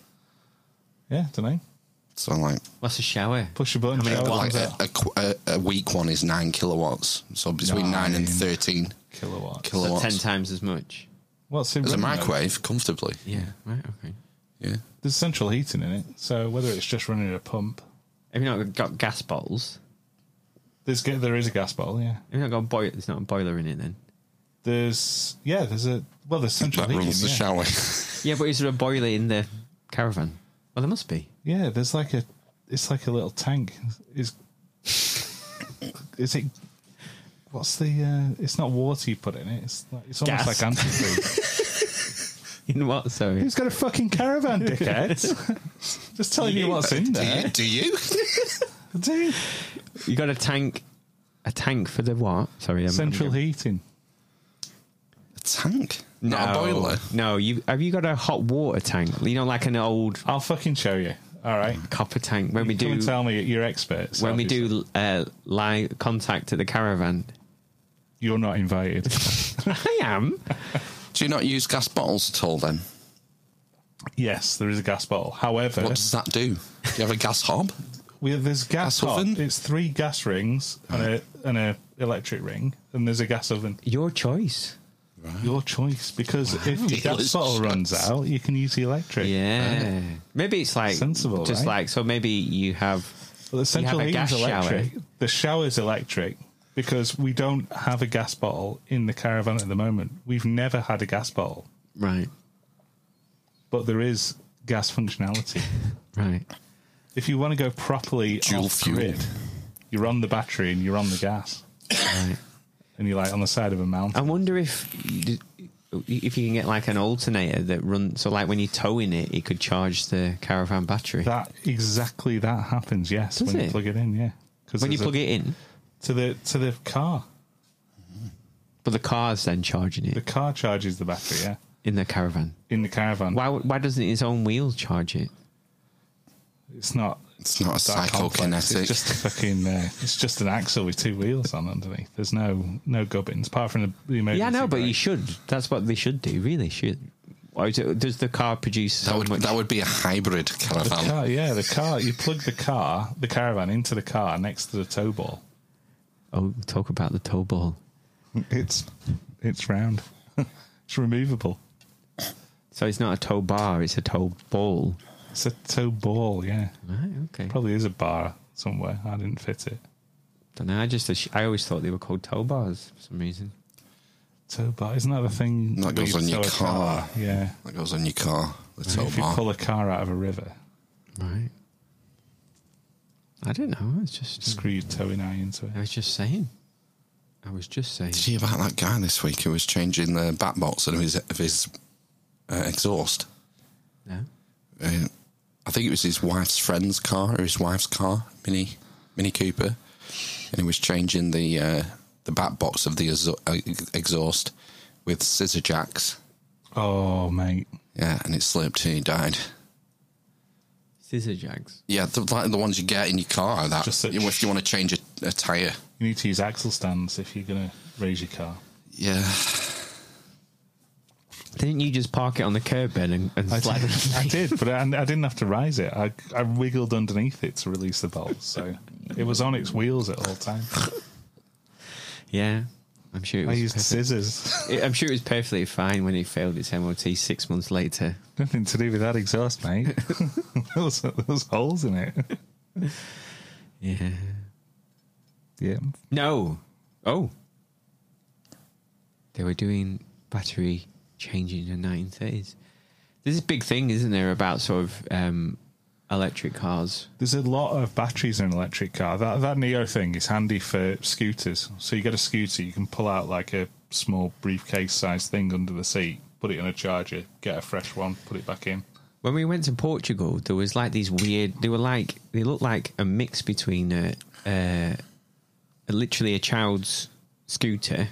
Speaker 5: Yeah, don't know.
Speaker 2: So like,
Speaker 3: What's a shower?
Speaker 5: Push a button. shower
Speaker 2: like
Speaker 5: comes
Speaker 2: a,
Speaker 5: out.
Speaker 2: a, qu- a, a weak one is nine kilowatts. So between nine, and
Speaker 5: Nine.
Speaker 2: thirteen
Speaker 5: kilowatt.
Speaker 3: So
Speaker 2: kilowatts.
Speaker 3: ten times as much.
Speaker 5: What's in
Speaker 2: There's a
Speaker 5: room, though?
Speaker 2: microwave comfortably.
Speaker 3: Yeah. Right. Okay.
Speaker 2: Yeah.
Speaker 5: There's central heating in it, so whether it's just running a pump,
Speaker 3: Have you not got gas bottles?
Speaker 5: there's ga- there is a gas bottle, yeah.
Speaker 3: Have you not got a boiler? There's not a boiler in it then.
Speaker 5: There's yeah, there's a well, there's central
Speaker 2: That
Speaker 5: heating.
Speaker 2: runs the
Speaker 5: yeah.
Speaker 2: shower.
Speaker 3: Yeah, but is there a boiler in the caravan? Well, there must be.
Speaker 5: Yeah, there's like a it's like a little tank. Is is it? What's the? uh It's not water you put in it. It's like, it's almost
Speaker 3: Gas.
Speaker 5: like antifreeze.
Speaker 3: In what? Sorry.
Speaker 5: Who's got a fucking caravan, dickheads? just telling you what's in
Speaker 2: do you?
Speaker 5: there,
Speaker 2: Do you?
Speaker 5: dude.
Speaker 3: You got a tank, a tank for the what? Sorry, I'm,
Speaker 5: Central
Speaker 3: I'm,
Speaker 5: heating.
Speaker 2: tank, not a
Speaker 3: No,
Speaker 2: boiler.
Speaker 3: No, you have you got a hot water tank? You know, like an old
Speaker 5: I'll fucking show you. All right.
Speaker 3: copper tank. When we
Speaker 5: Come
Speaker 3: do
Speaker 5: and tell me you're experts.
Speaker 3: when we
Speaker 5: obviously.
Speaker 3: do uh, live contact at the caravan,
Speaker 5: You're not invited.
Speaker 3: I am.
Speaker 2: Do you not use gas bottles at all then?
Speaker 5: yes, there is a gas bottle. However,
Speaker 2: What does that do? Do you have a gas hob?
Speaker 5: we, there's gas,
Speaker 2: Gas oven?
Speaker 5: hob. It's three gas rings and a and a electric ring, and there's a gas oven.
Speaker 3: Your choice.
Speaker 5: Your choice, because if your gas
Speaker 2: Dealer's
Speaker 5: bottle runs
Speaker 2: choice.
Speaker 5: out, you can use the electric.
Speaker 3: Yeah. Maybe it's like
Speaker 5: Sensible,
Speaker 3: Just
Speaker 5: right?
Speaker 3: like so. Maybe you have.
Speaker 5: Well, the central
Speaker 3: a
Speaker 5: heating's
Speaker 3: gas shower.
Speaker 5: electric. The shower's electric because we don't have a gas bottle in the caravan at the moment. We've never had a gas bottle,
Speaker 3: Right.
Speaker 5: but there is gas functionality.
Speaker 3: Right.
Speaker 5: if you want to go properly
Speaker 2: Dual
Speaker 5: off
Speaker 2: fuel.
Speaker 5: grid, you're on the battery and you're on the gas,
Speaker 3: Right.
Speaker 5: and you're like on the side of a
Speaker 3: I
Speaker 5: mountain.
Speaker 3: wonder if you- if you can get like an alternator that runs. So like when you tow in it, it could charge the caravan battery.
Speaker 5: That exactly that happens. Yes,
Speaker 3: Does
Speaker 5: when
Speaker 3: it?
Speaker 5: you plug it in, yeah. 'Cause
Speaker 3: when you
Speaker 5: there's a-
Speaker 3: plug it in,
Speaker 5: to the to the car,
Speaker 3: but the car's then charging
Speaker 5: the
Speaker 3: it
Speaker 5: car charges the battery. Yeah,
Speaker 3: in the caravan.
Speaker 5: in the caravan,
Speaker 3: Why? Why doesn't its own wheel charge it?
Speaker 5: it's not.
Speaker 2: It's not a
Speaker 5: that complex.
Speaker 2: psychokinetic.
Speaker 5: It's just a fucking. Uh, it's just an axle with two wheels on underneath. There's no no gubbins apart from the, the emergency.
Speaker 3: yeah, no, but you
Speaker 5: brake.
Speaker 3: should. That's what they should do. Really, should. Or is it- does the car produce so
Speaker 2: that would
Speaker 3: much?
Speaker 2: that would be a hybrid
Speaker 5: the
Speaker 2: caravan.
Speaker 5: car, yeah, the car. You plug the car, the caravan, into the car next to the tow ball.
Speaker 3: oh, talk about the tow ball.
Speaker 5: It's it's round. it's removable.
Speaker 3: So it's not a tow bar; it's a tow ball.
Speaker 5: It's a tow ball. Yeah,
Speaker 3: Right. Okay.
Speaker 5: probably is a bar somewhere. I didn't fit it.
Speaker 3: Don't know. I just I always thought they were called tow bars for some reason.
Speaker 5: Tow bar isn't that the thing
Speaker 2: That
Speaker 5: where
Speaker 2: goes
Speaker 5: you
Speaker 2: on your
Speaker 5: tow a
Speaker 2: car.
Speaker 5: Yeah,
Speaker 2: That goes on your car. The tow
Speaker 5: if you
Speaker 2: bar.
Speaker 5: pull a car out of a river,
Speaker 3: Right. I don't know. I was just uh,
Speaker 5: screw your towing eye into it.
Speaker 3: I was just saying. I was just saying.
Speaker 2: Did you hear about that guy this week who was changing the bat box of his of his uh, exhaust?
Speaker 3: No.
Speaker 2: Uh, I think it was his wife's friend's car or his wife's car, Mini Mini Cooper, and he was changing the uh, the bat box of the exha- uh, exhaust with scissor jacks.
Speaker 5: Oh mate,
Speaker 2: Yeah, and it slipped and he died.
Speaker 3: Scissor jags.
Speaker 2: Yeah, the, like the ones you get in your car. That
Speaker 5: Just such-
Speaker 2: if you want to change a, a tire.
Speaker 5: you need to use axle stands if you're gonna raise your car.
Speaker 2: Yeah,
Speaker 3: Didn't you just park it on the curb then and, and
Speaker 5: I
Speaker 3: slide
Speaker 5: did,
Speaker 3: it?
Speaker 5: I did, but I, I didn't have to rise it. I, I wiggled underneath it to release the bolt, so it was on its wheels at all times.
Speaker 3: Yeah. I'm sure it
Speaker 5: I
Speaker 3: was
Speaker 5: used
Speaker 3: perfect-
Speaker 5: scissors.
Speaker 3: it- I'm sure it was perfectly fine when it failed its MOT six months later.
Speaker 5: Nothing to do with that exhaust, mate. there, was, there was holes in it.
Speaker 3: Yeah.
Speaker 5: Yeah.
Speaker 3: No. Oh. They were doing battery changing in the 1930s. There's this big thing, isn't there, about sort of um, electric cars?
Speaker 5: There's a lot of batteries in an electric car. That that Neo thing is handy for scooters. So you get a scooter, you can pull out like a small briefcase sized thing under the seat, put it in a charger, get a fresh one, put it back in.
Speaker 3: When we went to Portugal, there was like these weird. They were like they looked like a mix between a, a, a literally a child's scooter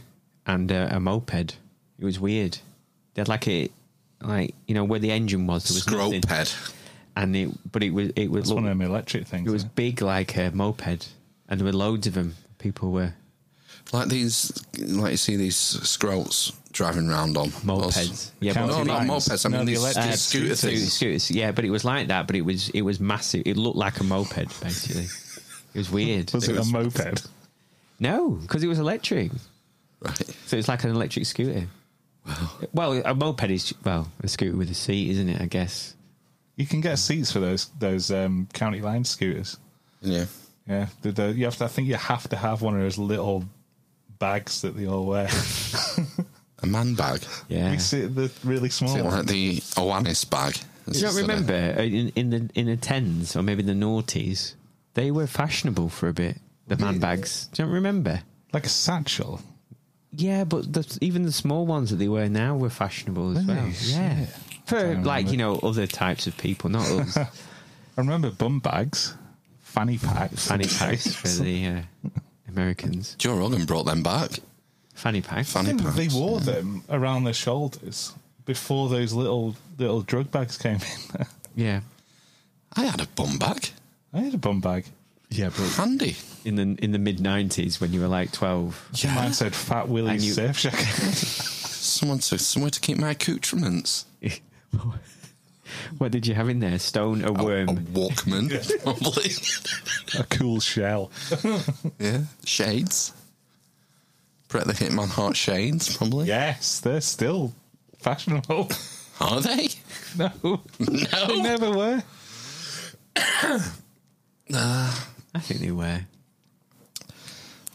Speaker 3: and a, a moped. It was weird. They had like a like you know where the engine was. There was nothing.
Speaker 2: scrope head.
Speaker 3: and it but it was it was
Speaker 5: It's
Speaker 3: look,
Speaker 5: one of them electric things.
Speaker 3: it was
Speaker 5: isn't
Speaker 3: big like a moped, and there were loads of them. People were
Speaker 2: Like these, like you see these scrolls driving round on
Speaker 3: mopeds. Yeah,
Speaker 5: Count-
Speaker 2: No,
Speaker 3: but-
Speaker 2: not
Speaker 5: Mountain bikes.
Speaker 2: mopeds. I mean
Speaker 5: No, the
Speaker 2: these
Speaker 5: electric
Speaker 2: these scooter
Speaker 5: scooters.
Speaker 2: things.
Speaker 3: Uh, scooters. Yeah, but it was like that. But it was it was massive. It looked like a moped basically. It was weird.
Speaker 5: Was it,
Speaker 2: was-
Speaker 5: a moped?
Speaker 3: No, because it was electric.
Speaker 2: Right.
Speaker 3: So it's like an electric scooter. Well, a moped is well a scooter with a seat, isn't it? I guess.
Speaker 5: You can get seats for those those um, county line scooters.
Speaker 2: Yeah.
Speaker 5: Yeah, the, the, you have to. I think you have to have one of those little bags that they all wear.
Speaker 2: A man bag.
Speaker 3: Yeah.
Speaker 5: You see the really small
Speaker 2: Is it
Speaker 5: one.
Speaker 2: like the Oanis bag?
Speaker 3: Do you not remember uh, in, in the in the tens or maybe the noughties, they were fashionable for a bit. The man bags. Do you not remember?
Speaker 5: like a satchel.
Speaker 3: Yeah, but the, even the small ones that they wear now were fashionable as well.
Speaker 5: Nice.
Speaker 3: Yeah.
Speaker 5: Yeah.
Speaker 3: For
Speaker 5: Don't
Speaker 3: like you
Speaker 5: remember.
Speaker 3: know other types of people, not us.
Speaker 5: I remember bum bags, fanny packs,
Speaker 3: fanny packs for the uh, Americans.
Speaker 2: Joe Rogan brought them back.
Speaker 3: Fanny pack.
Speaker 2: Fanny
Speaker 5: I think
Speaker 2: packs.
Speaker 5: they wore
Speaker 2: yeah.
Speaker 5: them around their shoulders before those little little drug bags came in.
Speaker 3: Yeah.
Speaker 2: I had a bum bag.
Speaker 5: I had a bum bag.
Speaker 3: Yeah, but
Speaker 2: Handy.
Speaker 3: in the in the mid nineties when you were like twelve.
Speaker 5: Mine said Fat
Speaker 3: And
Speaker 5: Willie's
Speaker 3: you-
Speaker 5: Surf Jacket.
Speaker 2: Someone to somewhere to keep my accoutrements.
Speaker 3: what did you have in there? Stone, a
Speaker 2: A-
Speaker 3: worm.
Speaker 2: A, Walkman, probably.
Speaker 5: a cool shell.
Speaker 2: yeah. Shades. Brett the Hitman Heart shades, probably.
Speaker 5: Yes, they're still fashionable.
Speaker 2: Are they?
Speaker 5: no, they
Speaker 2: No.
Speaker 5: never were.
Speaker 3: I think they were.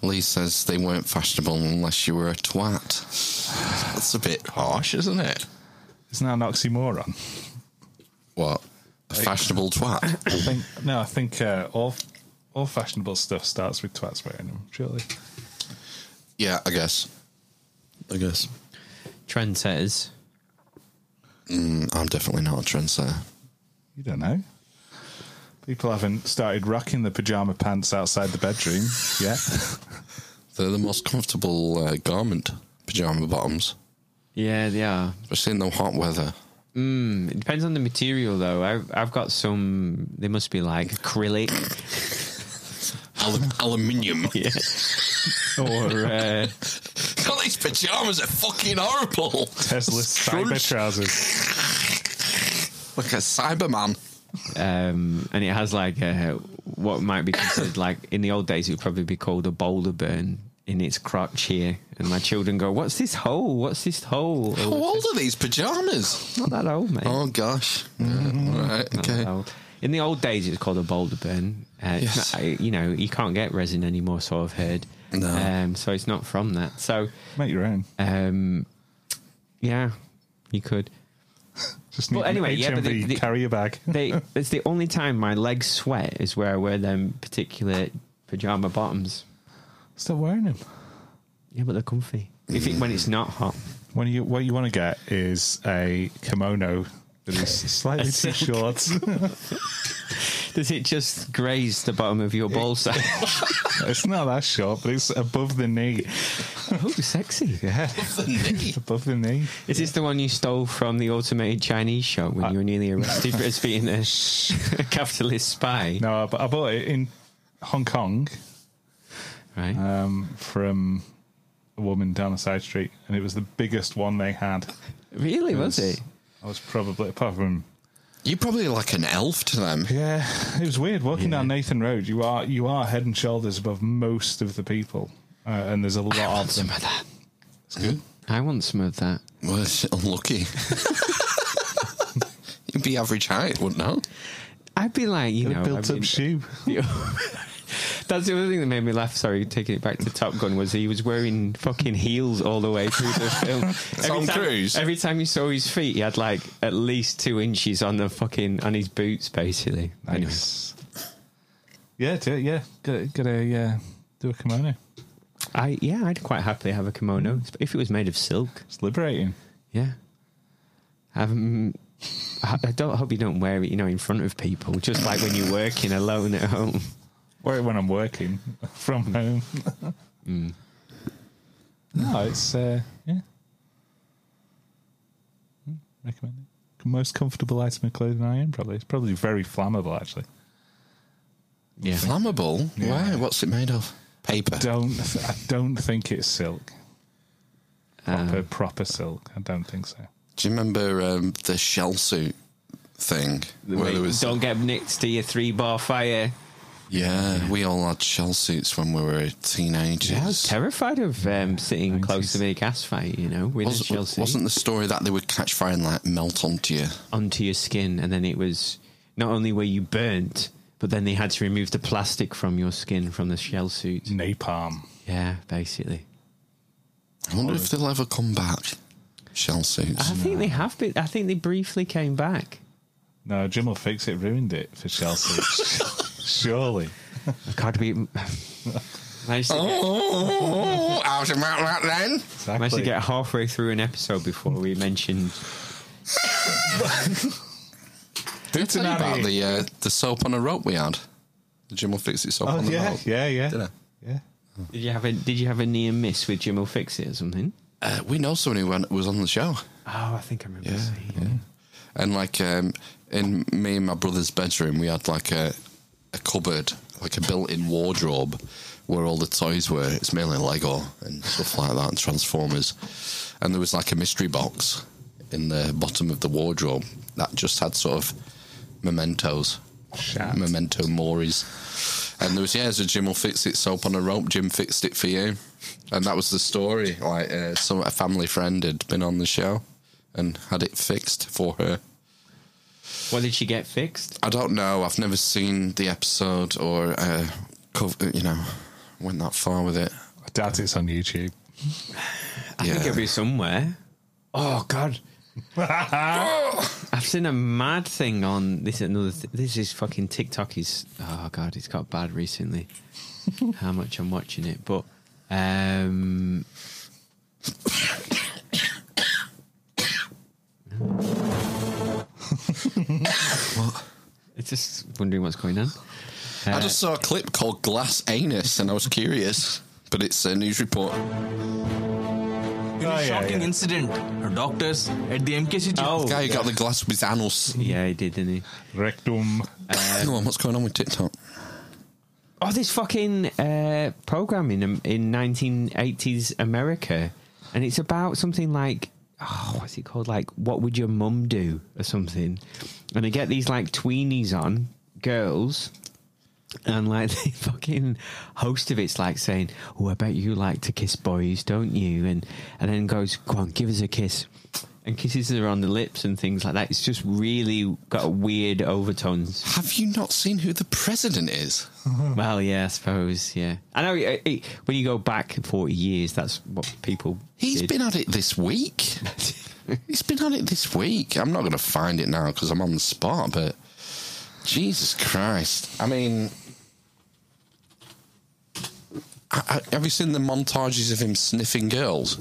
Speaker 2: Lee says they weren't fashionable unless you were a twat. That's a bit harsh, isn't it?
Speaker 5: Isn't that an oxymoron?
Speaker 2: What? A fashionable twat?
Speaker 5: I think, no, I think uh, all all fashionable stuff starts with twats wearing them. Surely,
Speaker 2: yeah, I guess. I guess.
Speaker 3: Trendsetters.
Speaker 2: I'm definitely not a trendsetter.
Speaker 5: you don't know. People haven't started rocking the pajama pants outside the bedroom yet.
Speaker 2: They're the most comfortable uh, garment, pajama bottoms,
Speaker 3: Yeah, they are. Mm,
Speaker 2: especially in the hot weather.
Speaker 3: It depends on the material though. I've I've got some. They must be like acrylic
Speaker 2: Alu- aluminium.
Speaker 3: or uh,
Speaker 2: God, these pajamas are fucking horrible.
Speaker 5: Tesla cyber
Speaker 2: Scrunched
Speaker 5: trousers.
Speaker 2: Like a Cyberman.
Speaker 3: um, and it has like a, what might be considered like in the old days it would probably be called a boulder burn in its crotch here. And my children go, "What's this hole? What's this hole?" Oh,
Speaker 2: How old are these pajamas?
Speaker 3: Not that old, mate.
Speaker 2: Oh gosh. Yeah,
Speaker 5: Mm-hmm.
Speaker 2: all right.
Speaker 3: Not that
Speaker 2: Okay.
Speaker 3: old. In the old days, it's called a boulder burn. Uh, it's
Speaker 2: Yes.
Speaker 3: not- you know, you can't get resin anymore, so I've heard.
Speaker 2: No.
Speaker 3: Um, so it's not from that. So,
Speaker 5: Make your own.
Speaker 3: um, yeah, you could.
Speaker 5: Just need
Speaker 3: Well, anyway,
Speaker 5: an
Speaker 3: yeah, but
Speaker 5: HMV
Speaker 3: the- the-
Speaker 5: carrier bag.
Speaker 3: They, it's the only time my legs sweat is where I wear them particular pajama bottoms.
Speaker 5: Stop wearing them.
Speaker 3: Yeah, but they're comfy. If it, when it's not hot,
Speaker 5: When you what you want to get is a kimono that is slightly
Speaker 3: A
Speaker 5: too
Speaker 3: silk.
Speaker 5: short.
Speaker 3: does it just graze the bottom of your ball sack?
Speaker 5: it's not that short, but it's above the knee.
Speaker 3: oh, sexy!
Speaker 5: Yeah, above the knee.
Speaker 3: Is this the one you stole from the automated Chinese shop when you were nearly arrested for as being a, a capitalist spy?
Speaker 5: No, but I bought it in Hong Kong
Speaker 3: Right.
Speaker 5: um, from a woman down the side street, and it was the biggest one they had.
Speaker 3: really was it?
Speaker 5: I was probably apart from
Speaker 2: You're probably like an elf to them.
Speaker 5: yeah. It was weird walking
Speaker 3: Yeah.
Speaker 5: down Nathan Road. You are you are head and shoulders above most of the people, uh, and there's a lot
Speaker 3: I want
Speaker 5: of them.
Speaker 3: some of that.
Speaker 5: It's good.
Speaker 3: I want some of that.
Speaker 2: Well, it's unlucky. You'd be average height, wouldn't it?
Speaker 3: I'd be like, you
Speaker 5: Got a
Speaker 3: know, I
Speaker 5: built-up
Speaker 3: mean-
Speaker 5: shoe.
Speaker 3: That's the other thing that made me laugh. Sorry, taking it back to Top Gun was he was wearing fucking heels all the way through the film.
Speaker 2: Tom
Speaker 3: time,
Speaker 2: Cruise?
Speaker 3: Every time you saw his feet, he had like at least two inches on the fucking on his boots, basically. Anyway.
Speaker 5: Nice. Yeah, do it, yeah. Got, got a uh, do a kimono.
Speaker 3: I yeah, I'd quite happily have a kimono if it was made of silk.
Speaker 5: It's liberating.
Speaker 3: Yeah. Um, I I don't I hope you don't wear it, you know, in front of people, just like when you're working alone at home.
Speaker 5: Wear it when I'm working from home.
Speaker 3: Mm.
Speaker 5: No, it's uh, yeah. Mm, Recommend it. Most comfortable item of clothing I own, probably. It's probably very flammable, actually.
Speaker 3: Yeah.
Speaker 2: Flammable? Why? What's it made of? Paper.
Speaker 5: Don't I don't think it's silk. Proper
Speaker 2: Um.
Speaker 5: proper silk. I don't think so.
Speaker 2: Do you remember um, the shell suit thing?
Speaker 3: Wait, don't get nicked to your three bar fire.
Speaker 2: yeah, we all had shell suits when we were teenagers.
Speaker 3: I was terrified of um, sitting close to the gas fight, you know, with a shell
Speaker 2: Was,
Speaker 3: suit
Speaker 2: wasn't the story that they would catch fire and like melt onto you?
Speaker 3: onto your skin. And then it was not only were you burnt, but then they had to remove the plastic from your skin from the shell suit.
Speaker 5: Napalm.
Speaker 3: Yeah, basically.
Speaker 2: I wonder if they'll ever come back. Shell suits.
Speaker 3: I think they have been, I think they briefly came back.
Speaker 5: No, Jim will fix it. Ruined it for Chelsea. Surely.
Speaker 3: God, we managed to, get,
Speaker 2: oh, how's about that then?
Speaker 3: managed to get halfway through an episode before we mentioned.
Speaker 2: Did I tell you
Speaker 5: Tsunami.
Speaker 2: about the uh, the soap on a rope we had? The Jim will fix it soap
Speaker 5: Oh
Speaker 2: on the
Speaker 5: yeah,
Speaker 2: rope.
Speaker 5: yeah, yeah,
Speaker 2: Did I?
Speaker 5: yeah.
Speaker 3: Did you have a Did you have a near miss with Jim will fix it or something?
Speaker 2: Uh, we know someone who went, was on the show.
Speaker 3: Oh, I think I remember
Speaker 2: Yeah,
Speaker 3: seeing.
Speaker 2: yeah. And like um, in me and my brother's bedroom, we had like a a cupboard, like a built-in wardrobe, where all the toys were. It's mainly Lego and stuff like that, and Transformers. And there was like a mystery box in the bottom of the wardrobe that just had sort of mementos,
Speaker 5: Shat.
Speaker 2: memento moris. And there was yeah, there's a Jim will fix it soap on a rope. Jim fixed it for you, and that was the story. Like uh, some a family friend had been on the show and had it fixed for her.
Speaker 3: What did she get fixed?
Speaker 2: I don't know. I've never seen the episode or uh, cov- you know went that far with it.
Speaker 5: I doubt it's on YouTube.
Speaker 3: I think it'll be somewhere. Oh God, I've seen a mad thing on this. is Another th- this is fucking TikTok. Is oh God, it's got bad recently. How much I'm watching it, but um, it's just wondering what's going on.
Speaker 2: I just saw a clip called "Glass Anus" and I was curious, but it's a news report.
Speaker 5: Oh, yeah, yeah.
Speaker 10: incident. Doctors at the MKCG.
Speaker 3: Oh,
Speaker 2: Guy who got the glass with anus.
Speaker 3: yeah, he did, didn't he?
Speaker 5: Rectum.
Speaker 2: Go on, what's going on with TikTok?
Speaker 3: Oh, this fucking uh, program in in 1980s America, and it's about something like oh, what's it called? Like, what would your mum do or something? And they get these like tweenies on girls. And like the fucking host of it's like saying, "Oh, I bet you like to kiss boys, don't you?" And and then goes, "Go on, give us a kiss," and kisses her on the lips and things like that. It's just really got weird overtones.
Speaker 2: Have you not seen who the president is?
Speaker 3: Well, yeah, I suppose. Yeah, I know. It, it, when you go back forty years, that's what people.
Speaker 2: He's
Speaker 3: did.
Speaker 2: been at it this week. He's been at it this week. I'm not going to find it now because I'm on the spot, but Jesus Christ. I mean, I, I, have you seen the montages of him sniffing girls?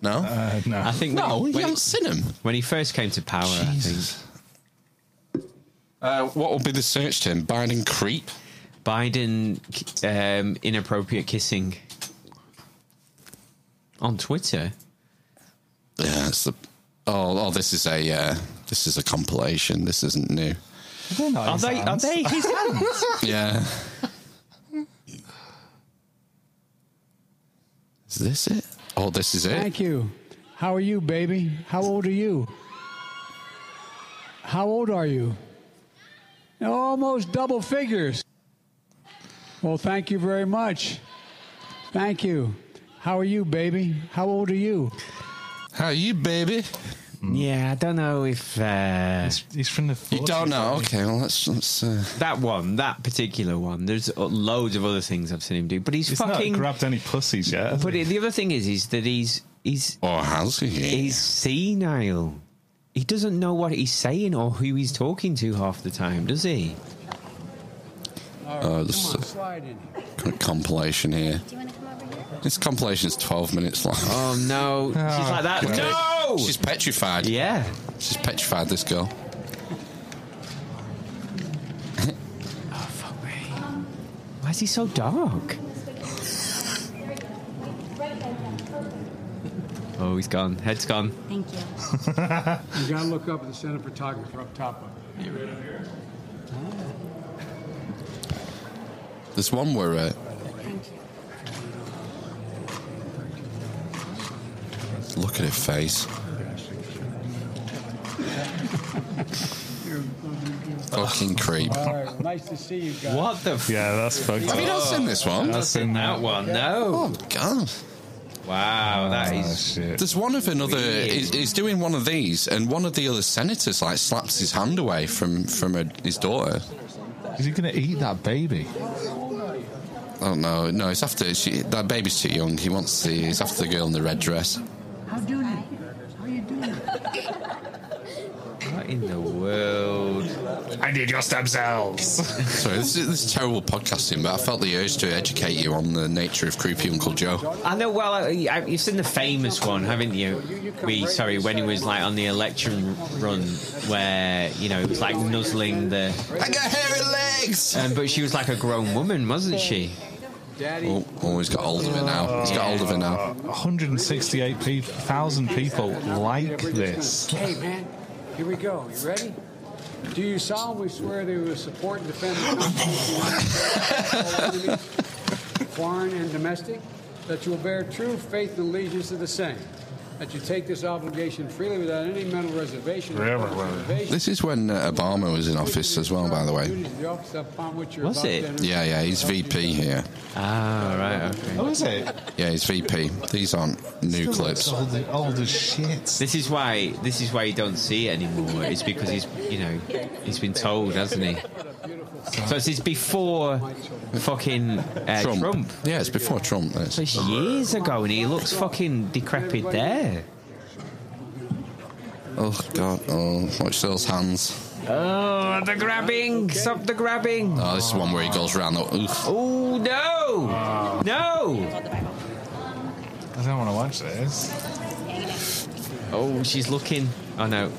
Speaker 2: No?
Speaker 5: Uh, no.
Speaker 3: I think.
Speaker 2: no,
Speaker 3: when,
Speaker 2: you
Speaker 3: he- when,
Speaker 2: haven't seen him.
Speaker 3: when he first came to power,
Speaker 2: Jesus. Uh, what will be the search term? Biden creep?
Speaker 3: I think Biden um, inappropriate kissing on Twitter.
Speaker 2: Yeah, it's the. Oh, oh, this is a uh, this is a compilation. This isn't new.
Speaker 5: They're not
Speaker 3: Are
Speaker 5: his
Speaker 3: they? Are
Speaker 5: hands.
Speaker 3: they his hands?
Speaker 2: Yeah. is this it? Oh, this is it.
Speaker 7: Thank you. How are you, baby? How old are you? How old are you? Almost double figures. Well, thank you very much. Thank you. How are you, baby? How old are you?
Speaker 2: How are you, baby?
Speaker 3: yeah, I don't know if uh,
Speaker 5: He's, he's from the. 40s,
Speaker 2: You don't know.
Speaker 5: isn't he?
Speaker 2: Okay, well, let's let's. Uh,
Speaker 3: that one, that particular one. There's loads of other things I've seen him do, but he's,
Speaker 5: He's
Speaker 3: fucking.
Speaker 5: not grabbed any pussies yet. has
Speaker 3: but
Speaker 5: he?
Speaker 3: the other thing is, is that he's he's
Speaker 2: or has Oh, he?
Speaker 3: He's senile. He doesn't know what he's saying or who he's talking to half the time, does he?
Speaker 2: Oh, this is
Speaker 7: Slide in.
Speaker 2: a compilation here. This compilation's twelve minutes long.
Speaker 3: Oh no, she's like that. No.
Speaker 2: She's petrified.
Speaker 3: Oh, yeah.
Speaker 2: She's petrified. This girl.
Speaker 3: Fuck me. Why is he so dark? Oh, he's gone. Head's gone.
Speaker 10: Thank you.
Speaker 7: You gotta look up at the center photographer up top. Of it.
Speaker 2: There's one where uh,
Speaker 10: Thank you.
Speaker 2: look at her face. Fucking creep.
Speaker 7: All right, nice to see you guys.
Speaker 3: What the? F-
Speaker 5: yeah, that's fucked
Speaker 2: Have you
Speaker 5: up.
Speaker 2: not seen this one?
Speaker 5: That's in that.
Speaker 3: That one,
Speaker 2: Oh
Speaker 3: no.
Speaker 2: God.
Speaker 3: Wow, that
Speaker 5: Oh,
Speaker 3: is.
Speaker 5: shit.
Speaker 2: There's one of another.
Speaker 3: Weird.
Speaker 2: He's, he's doing one of these, and one of the other senators like slaps his hand away from from her, his daughter.
Speaker 5: Is he going to eat that baby?
Speaker 2: I don't know. No, it's after she. That baby's too young. He wants the. It's after the girl in the red dress.
Speaker 3: What in the world?
Speaker 5: I need your stem cells.
Speaker 2: Sorry, this is, this is terrible podcasting, but I felt the urge to educate you on the nature of creepy Uncle Joe.
Speaker 3: I know. Well, I, I, you've seen the famous one, haven't you? We sorry, when he was like on the election run, where you know he was like nuzzling the
Speaker 2: I got hairy legs.
Speaker 3: Um, but she was like a grown woman, wasn't she?
Speaker 7: Daddy.
Speaker 2: Oh, oh, he's got hold of it now. He's got hold of it now.
Speaker 5: 168,000 people like this.
Speaker 7: Hey, man, here we go. You ready? Do you solemnly swear that you will support and defend the Constitution, foreign and domestic, that you will bear true faith and allegiance to the same, that you take this obligation freely without any mental reservation or
Speaker 5: Forever,
Speaker 7: thought of
Speaker 5: brother.
Speaker 7: evasion,
Speaker 2: This is when uh, Obama was in office as well, by the way.
Speaker 7: duties of the office upon which you're
Speaker 3: Was
Speaker 7: about to
Speaker 3: it?
Speaker 7: enter.
Speaker 2: Yeah, yeah, he's VP here.
Speaker 3: Ah, right. Okay.
Speaker 5: Oh, is it?
Speaker 2: Yeah, he's VP. These aren't new clips.
Speaker 5: Old, old as shit.
Speaker 3: This is why. This is why you don't see it anymore. It's because he's, you know, he's been told, hasn't he? So it's it's before fucking uh, Trump.
Speaker 2: Yeah, it's before Trump. This.
Speaker 3: So it's years ago, and he looks fucking decrepit there.
Speaker 2: Oh God! Oh, watch those hands.
Speaker 3: Oh, the grabbing! Stop the grabbing!
Speaker 2: Oh, this is one where he goes round. The, oof.
Speaker 3: Oh no! No!
Speaker 5: I don't want to watch this.
Speaker 3: Oh, she's looking. Oh no.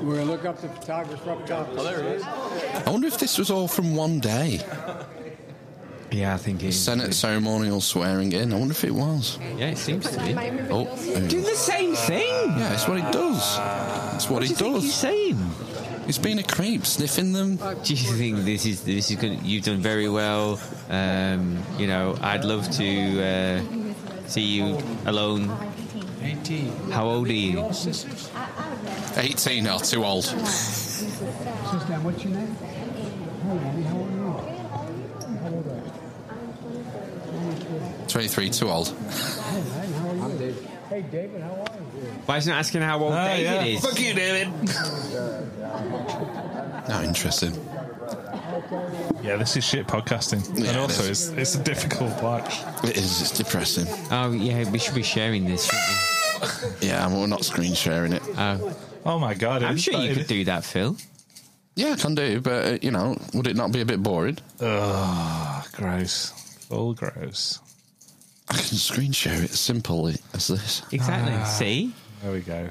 Speaker 7: We're going to look up the photographer up top. Oh, there it is.
Speaker 2: I wonder if this was all from one day.
Speaker 3: Yeah, I think it's
Speaker 2: Senate ceremonial swearing in. I wonder if it was.
Speaker 3: Yeah, it seems to be.
Speaker 2: Oh, there
Speaker 3: Do
Speaker 2: you go.
Speaker 3: the same thing.
Speaker 2: yeah, it's what it does. It's what
Speaker 3: What do you
Speaker 2: it
Speaker 3: think he's
Speaker 2: does.
Speaker 3: saying?
Speaker 2: He's being a creep, sniffing them.
Speaker 3: Do you think this is this is good? You've done very well. Um, you know, I'd love to uh, see you alone. How old are you?
Speaker 2: 18 are oh, too old.
Speaker 7: Suzanne, what's your name? Hi, Abby. How are you?
Speaker 2: 23 too old.
Speaker 7: Hey, David, how are you?
Speaker 3: Why isn't it asking how old David is?
Speaker 5: you, David.
Speaker 2: Not interesting.
Speaker 5: Yeah, this is shit podcasting.
Speaker 2: Yeah, it
Speaker 5: and also, it's,
Speaker 2: is.
Speaker 5: it's a difficult watch.
Speaker 2: It is. It's depressing.
Speaker 3: Oh yeah, we should be sharing this. Shouldn't
Speaker 2: Yeah, we're not screen sharing it.
Speaker 3: we? Oh,
Speaker 5: Oh my god. it
Speaker 3: I'm
Speaker 5: is-
Speaker 3: sure you
Speaker 5: it
Speaker 3: could do that, Phil.
Speaker 2: Yeah, I can do, but uh, you know, would it not be a bit boring?
Speaker 5: Ugh, Ah, gross. All gross.
Speaker 2: I can screen share it as simply as this.
Speaker 3: Exactly. See,
Speaker 5: There we go.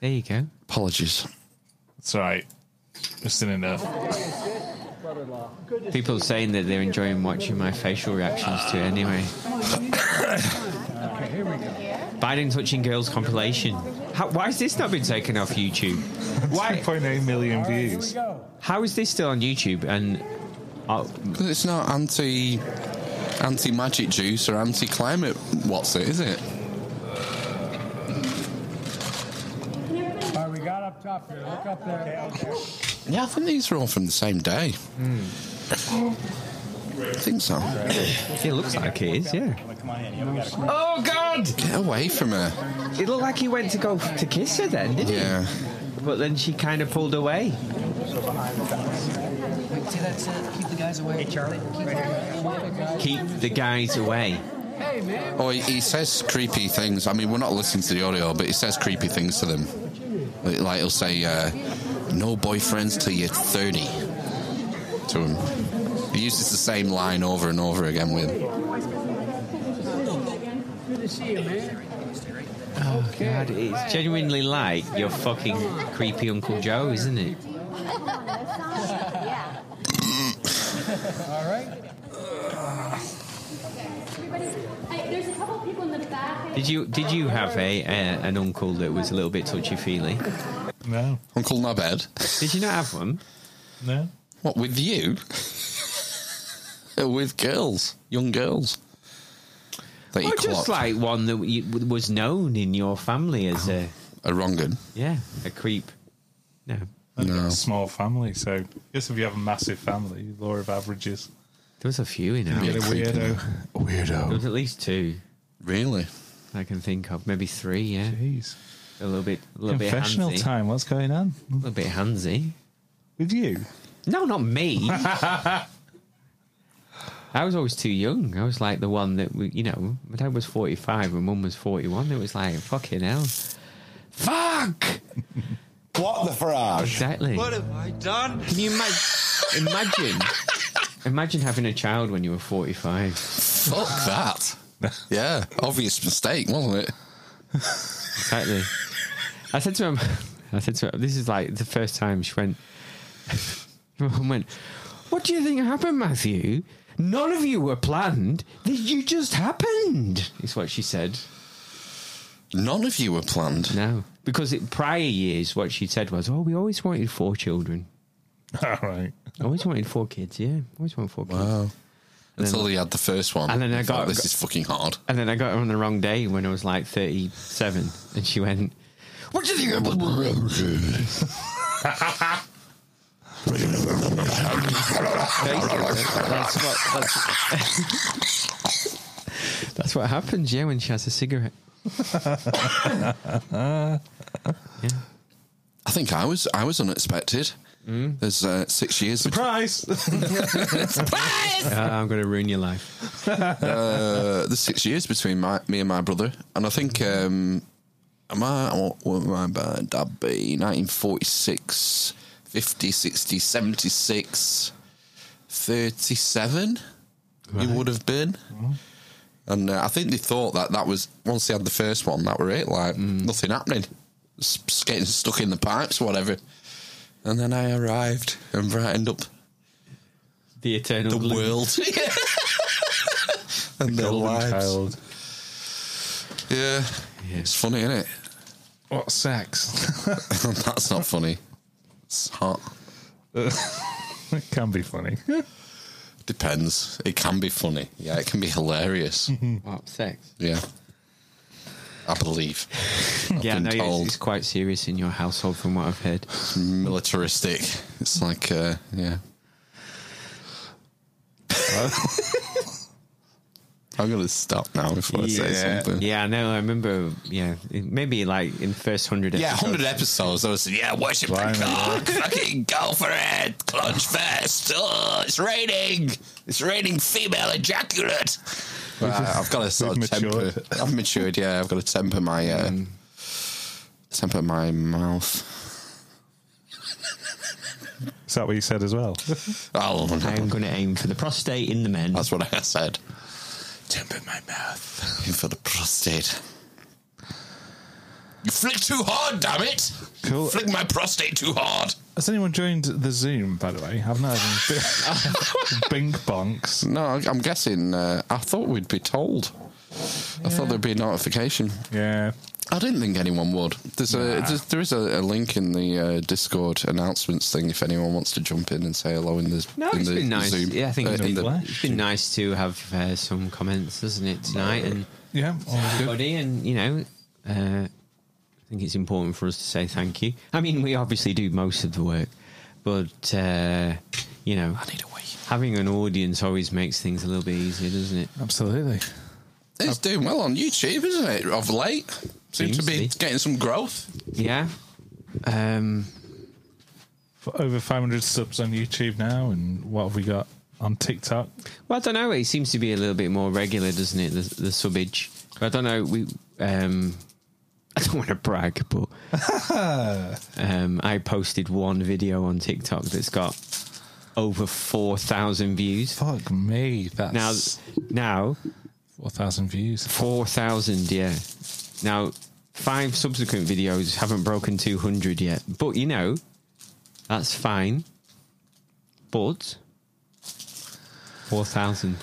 Speaker 3: there you go.
Speaker 2: Apologies.
Speaker 5: It's all right. Just in enough.
Speaker 3: People saying that they're enjoying watching my facial reactions to it anyway. Biden touching girls compilation. How, why has this not been taken off YouTube? Why?
Speaker 5: 2.8 million views.
Speaker 3: How is this still on YouTube? And oh,
Speaker 2: 'Cause it's not anti anti magic juice or anti climate. What's it? Is it?
Speaker 7: All right, we got up top here. Look up there.
Speaker 2: Yeah, I think these are all from the same day. I think so.
Speaker 3: it looks like it is. Yeah. Oh God!
Speaker 2: Get away from her.
Speaker 3: It looked like he went to go to kiss her then, didn't
Speaker 2: Yeah.
Speaker 3: he? But then she kind of pulled away.
Speaker 11: See, that's it. Keep the guys away. Hey, Charlie.
Speaker 3: Keep the guys away.
Speaker 2: Oh, he, he says creepy things. I mean, we're not listening to the audio, but he says creepy things to them. Like like he'll say, uh, "No boyfriends till you're 30 To him, he uses the same line over and over again with him.
Speaker 7: Good to see you, man.
Speaker 3: God, it's genuinely like your fucking creepy Uncle Joe, isn't it?
Speaker 7: All right.
Speaker 8: There's a couple people in the back.
Speaker 3: Did you did you have a uh, an uncle that was a little bit touchy feely?
Speaker 5: No.
Speaker 2: Uncle Nabed.
Speaker 3: Did you not have one?
Speaker 5: No.
Speaker 2: What with you? with girls, young girls. That you
Speaker 3: Or just
Speaker 2: clocked.
Speaker 3: like one that you, was known in your family as a
Speaker 2: a wrong un.
Speaker 3: yeah a creep. No, there
Speaker 5: I've got
Speaker 2: No.
Speaker 5: a small family, so I guess if you have a massive family, law of averages.
Speaker 3: was a few in
Speaker 5: You
Speaker 3: our.
Speaker 5: get a
Speaker 2: creepy.
Speaker 5: weirdo.
Speaker 3: There
Speaker 5: Weirdo.
Speaker 3: was at least two
Speaker 2: Really?
Speaker 3: I can think of, maybe three. Yeah,
Speaker 5: Jeez.
Speaker 3: a little bit, a little bit
Speaker 5: Confessional
Speaker 3: handsy,
Speaker 5: time. What's going on
Speaker 3: a little bit handsy.
Speaker 5: with you?
Speaker 3: No, not me. I was always too young. I was like the one that we, you know, my dad was forty five and mum was forty one. It was like fucking hell. Fuck.
Speaker 12: What the farage?
Speaker 3: Exactly. What have I done? Can you imagine? imagine. Imagine having a child when you were 45.
Speaker 2: Fuck that. Yeah, obvious mistake, wasn't it?
Speaker 3: Exactly. I said to him, I said to her, this is like the first time she went, Rowan went, What do you think happened, Matthew? None of you were planned. Th- You just happened, is what she said.
Speaker 2: None of you were planned.
Speaker 3: No. Because it, prior years, what she said was, Oh, we always wanted four children.
Speaker 5: All right.
Speaker 3: Always wanted four kids, yeah. Always wanted four kids.
Speaker 2: Wow.
Speaker 3: And
Speaker 2: Until
Speaker 3: then-
Speaker 2: he had the first one.
Speaker 3: and then I
Speaker 2: He thought,
Speaker 3: got-
Speaker 2: this is fucking hard.
Speaker 3: And then I got her on the wrong day when I was like 37, and she went, What do you think? that's, what, that's- that's what happens, yeah, when she has a cigarette.
Speaker 2: I think I was I was unexpected. There's uh, six years.
Speaker 5: Surprise!
Speaker 2: Surprise!
Speaker 3: Uh, I'm going to ruin your life.
Speaker 2: uh, there's six years between my, me and my brother, and I think um, my what, what my bad dad be 1946, 50, 60, 76, 37. He would have been, and uh, I think they thought that that was once they had the first one, that were it. Like nothing happening, S- s- getting stuck in the pipes, whatever. And then I arrived and brightened up
Speaker 3: The eternal
Speaker 2: the
Speaker 3: gloom.
Speaker 2: world and their
Speaker 5: golden
Speaker 2: lives.
Speaker 5: child.
Speaker 2: Yeah. It's funny, isn't it?
Speaker 5: What sex?
Speaker 2: That's not funny. It's hot.
Speaker 5: it can be funny.
Speaker 2: Depends. It can be funny. Yeah, it can be hilarious.
Speaker 3: What, sex?
Speaker 2: yeah. I believe. I've
Speaker 3: yeah, I
Speaker 2: been
Speaker 3: know it's,
Speaker 2: told
Speaker 3: it's quite serious in your household from what I've heard.
Speaker 2: it's militaristic. It's like, uh, yeah. I'm going to stop now before I say something.
Speaker 3: Yeah, I know. I remember. Yeah, it- maybe like in the first hundred.
Speaker 2: Yeah, 100 episodes. I was yeah, worship the
Speaker 5: Blimey.
Speaker 2: cock. Fucking go for it. Clutch fast. Oh, it's raining. It's raining female ejaculate. Uh, I've got to sort of
Speaker 5: We've
Speaker 2: temper.
Speaker 5: matured. Mm.
Speaker 2: I've matured, yeah. I've got to temper my uh, temper my mouth.
Speaker 5: Is that what you said as well?
Speaker 2: Oh, no.
Speaker 3: I'm going to aim for the prostate in the men.
Speaker 2: That's what I said. Temper my mouth. In for the prostate. You flick too hard, damn it!
Speaker 5: Cool.
Speaker 2: Flick my prostate too hard.
Speaker 5: Has anyone joined the Zoom, by the way? I've not even. Bing bonks.
Speaker 2: No, I- I'm guessing. Uh, I thought we'd be told. I thought there'd be a notification.
Speaker 5: Yeah.
Speaker 2: I didn't think anyone would. There's a there's, there is a, a link in the uh, Discord announcements thing if anyone wants to jump in and say hello in the
Speaker 3: No,
Speaker 2: in
Speaker 3: it's
Speaker 2: the
Speaker 3: been nice.
Speaker 2: Zoom.
Speaker 3: yeah, I think
Speaker 2: Uh,
Speaker 3: it's
Speaker 2: in
Speaker 3: been,
Speaker 2: the-
Speaker 3: it's been nice to have uh, some comments, hasn't it, tonight? And
Speaker 5: Yeah. all good.
Speaker 3: everybody, and you know, uh, I think it's important for us to say thank you. I mean, we obviously do most of the work, but uh, you know,
Speaker 2: I need a wee.
Speaker 3: having an audience always makes things a little bit easier, doesn't it?
Speaker 5: Absolutely.
Speaker 2: It's doing well on YouTube, isn't it? Of late, seems to
Speaker 3: Seems to
Speaker 2: be
Speaker 3: be.
Speaker 2: getting some growth.
Speaker 3: Yeah. Um,
Speaker 5: For over 500 subs on YouTube now, and what have we got on TikTok?
Speaker 3: Well, I don't know. It seems to be a little bit more regular, doesn't it? The, the subbage. I don't know. We. Um, I don't want to brag, but um, I posted one video on TikTok that's got over four thousand views.
Speaker 5: Fuck me.
Speaker 3: Now,
Speaker 5: That's
Speaker 3: now
Speaker 5: 4,000 views.
Speaker 3: four thousand. Yeah. Now, five subsequent videos haven't broken two hundred yet. But you know, that's fine. But four thousand.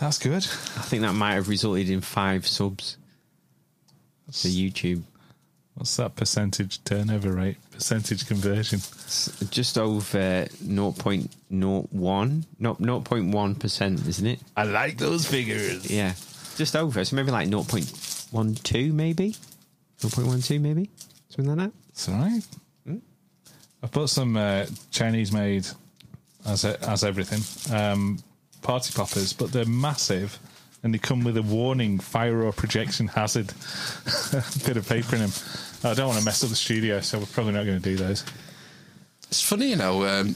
Speaker 5: That's good.
Speaker 3: I think that might have resulted in five subs to YouTube.
Speaker 5: What's that percentage turnover rate? Percentage conversion?
Speaker 3: It's just over 0.01, not 0.1%, isn't it?
Speaker 5: I like those figures.
Speaker 3: Yeah. Just over. So maybe like 0.12, maybe? 0.12, maybe? Something like that?
Speaker 5: It's all right. I put some uh, Chinese made as e, as everything um, party poppers, but they're massive and they come with a warning: fire or projection hazard. Bit of paper in them. I don't want to mess up the studio, so we're probably not going to do those.
Speaker 2: It's funny, you know,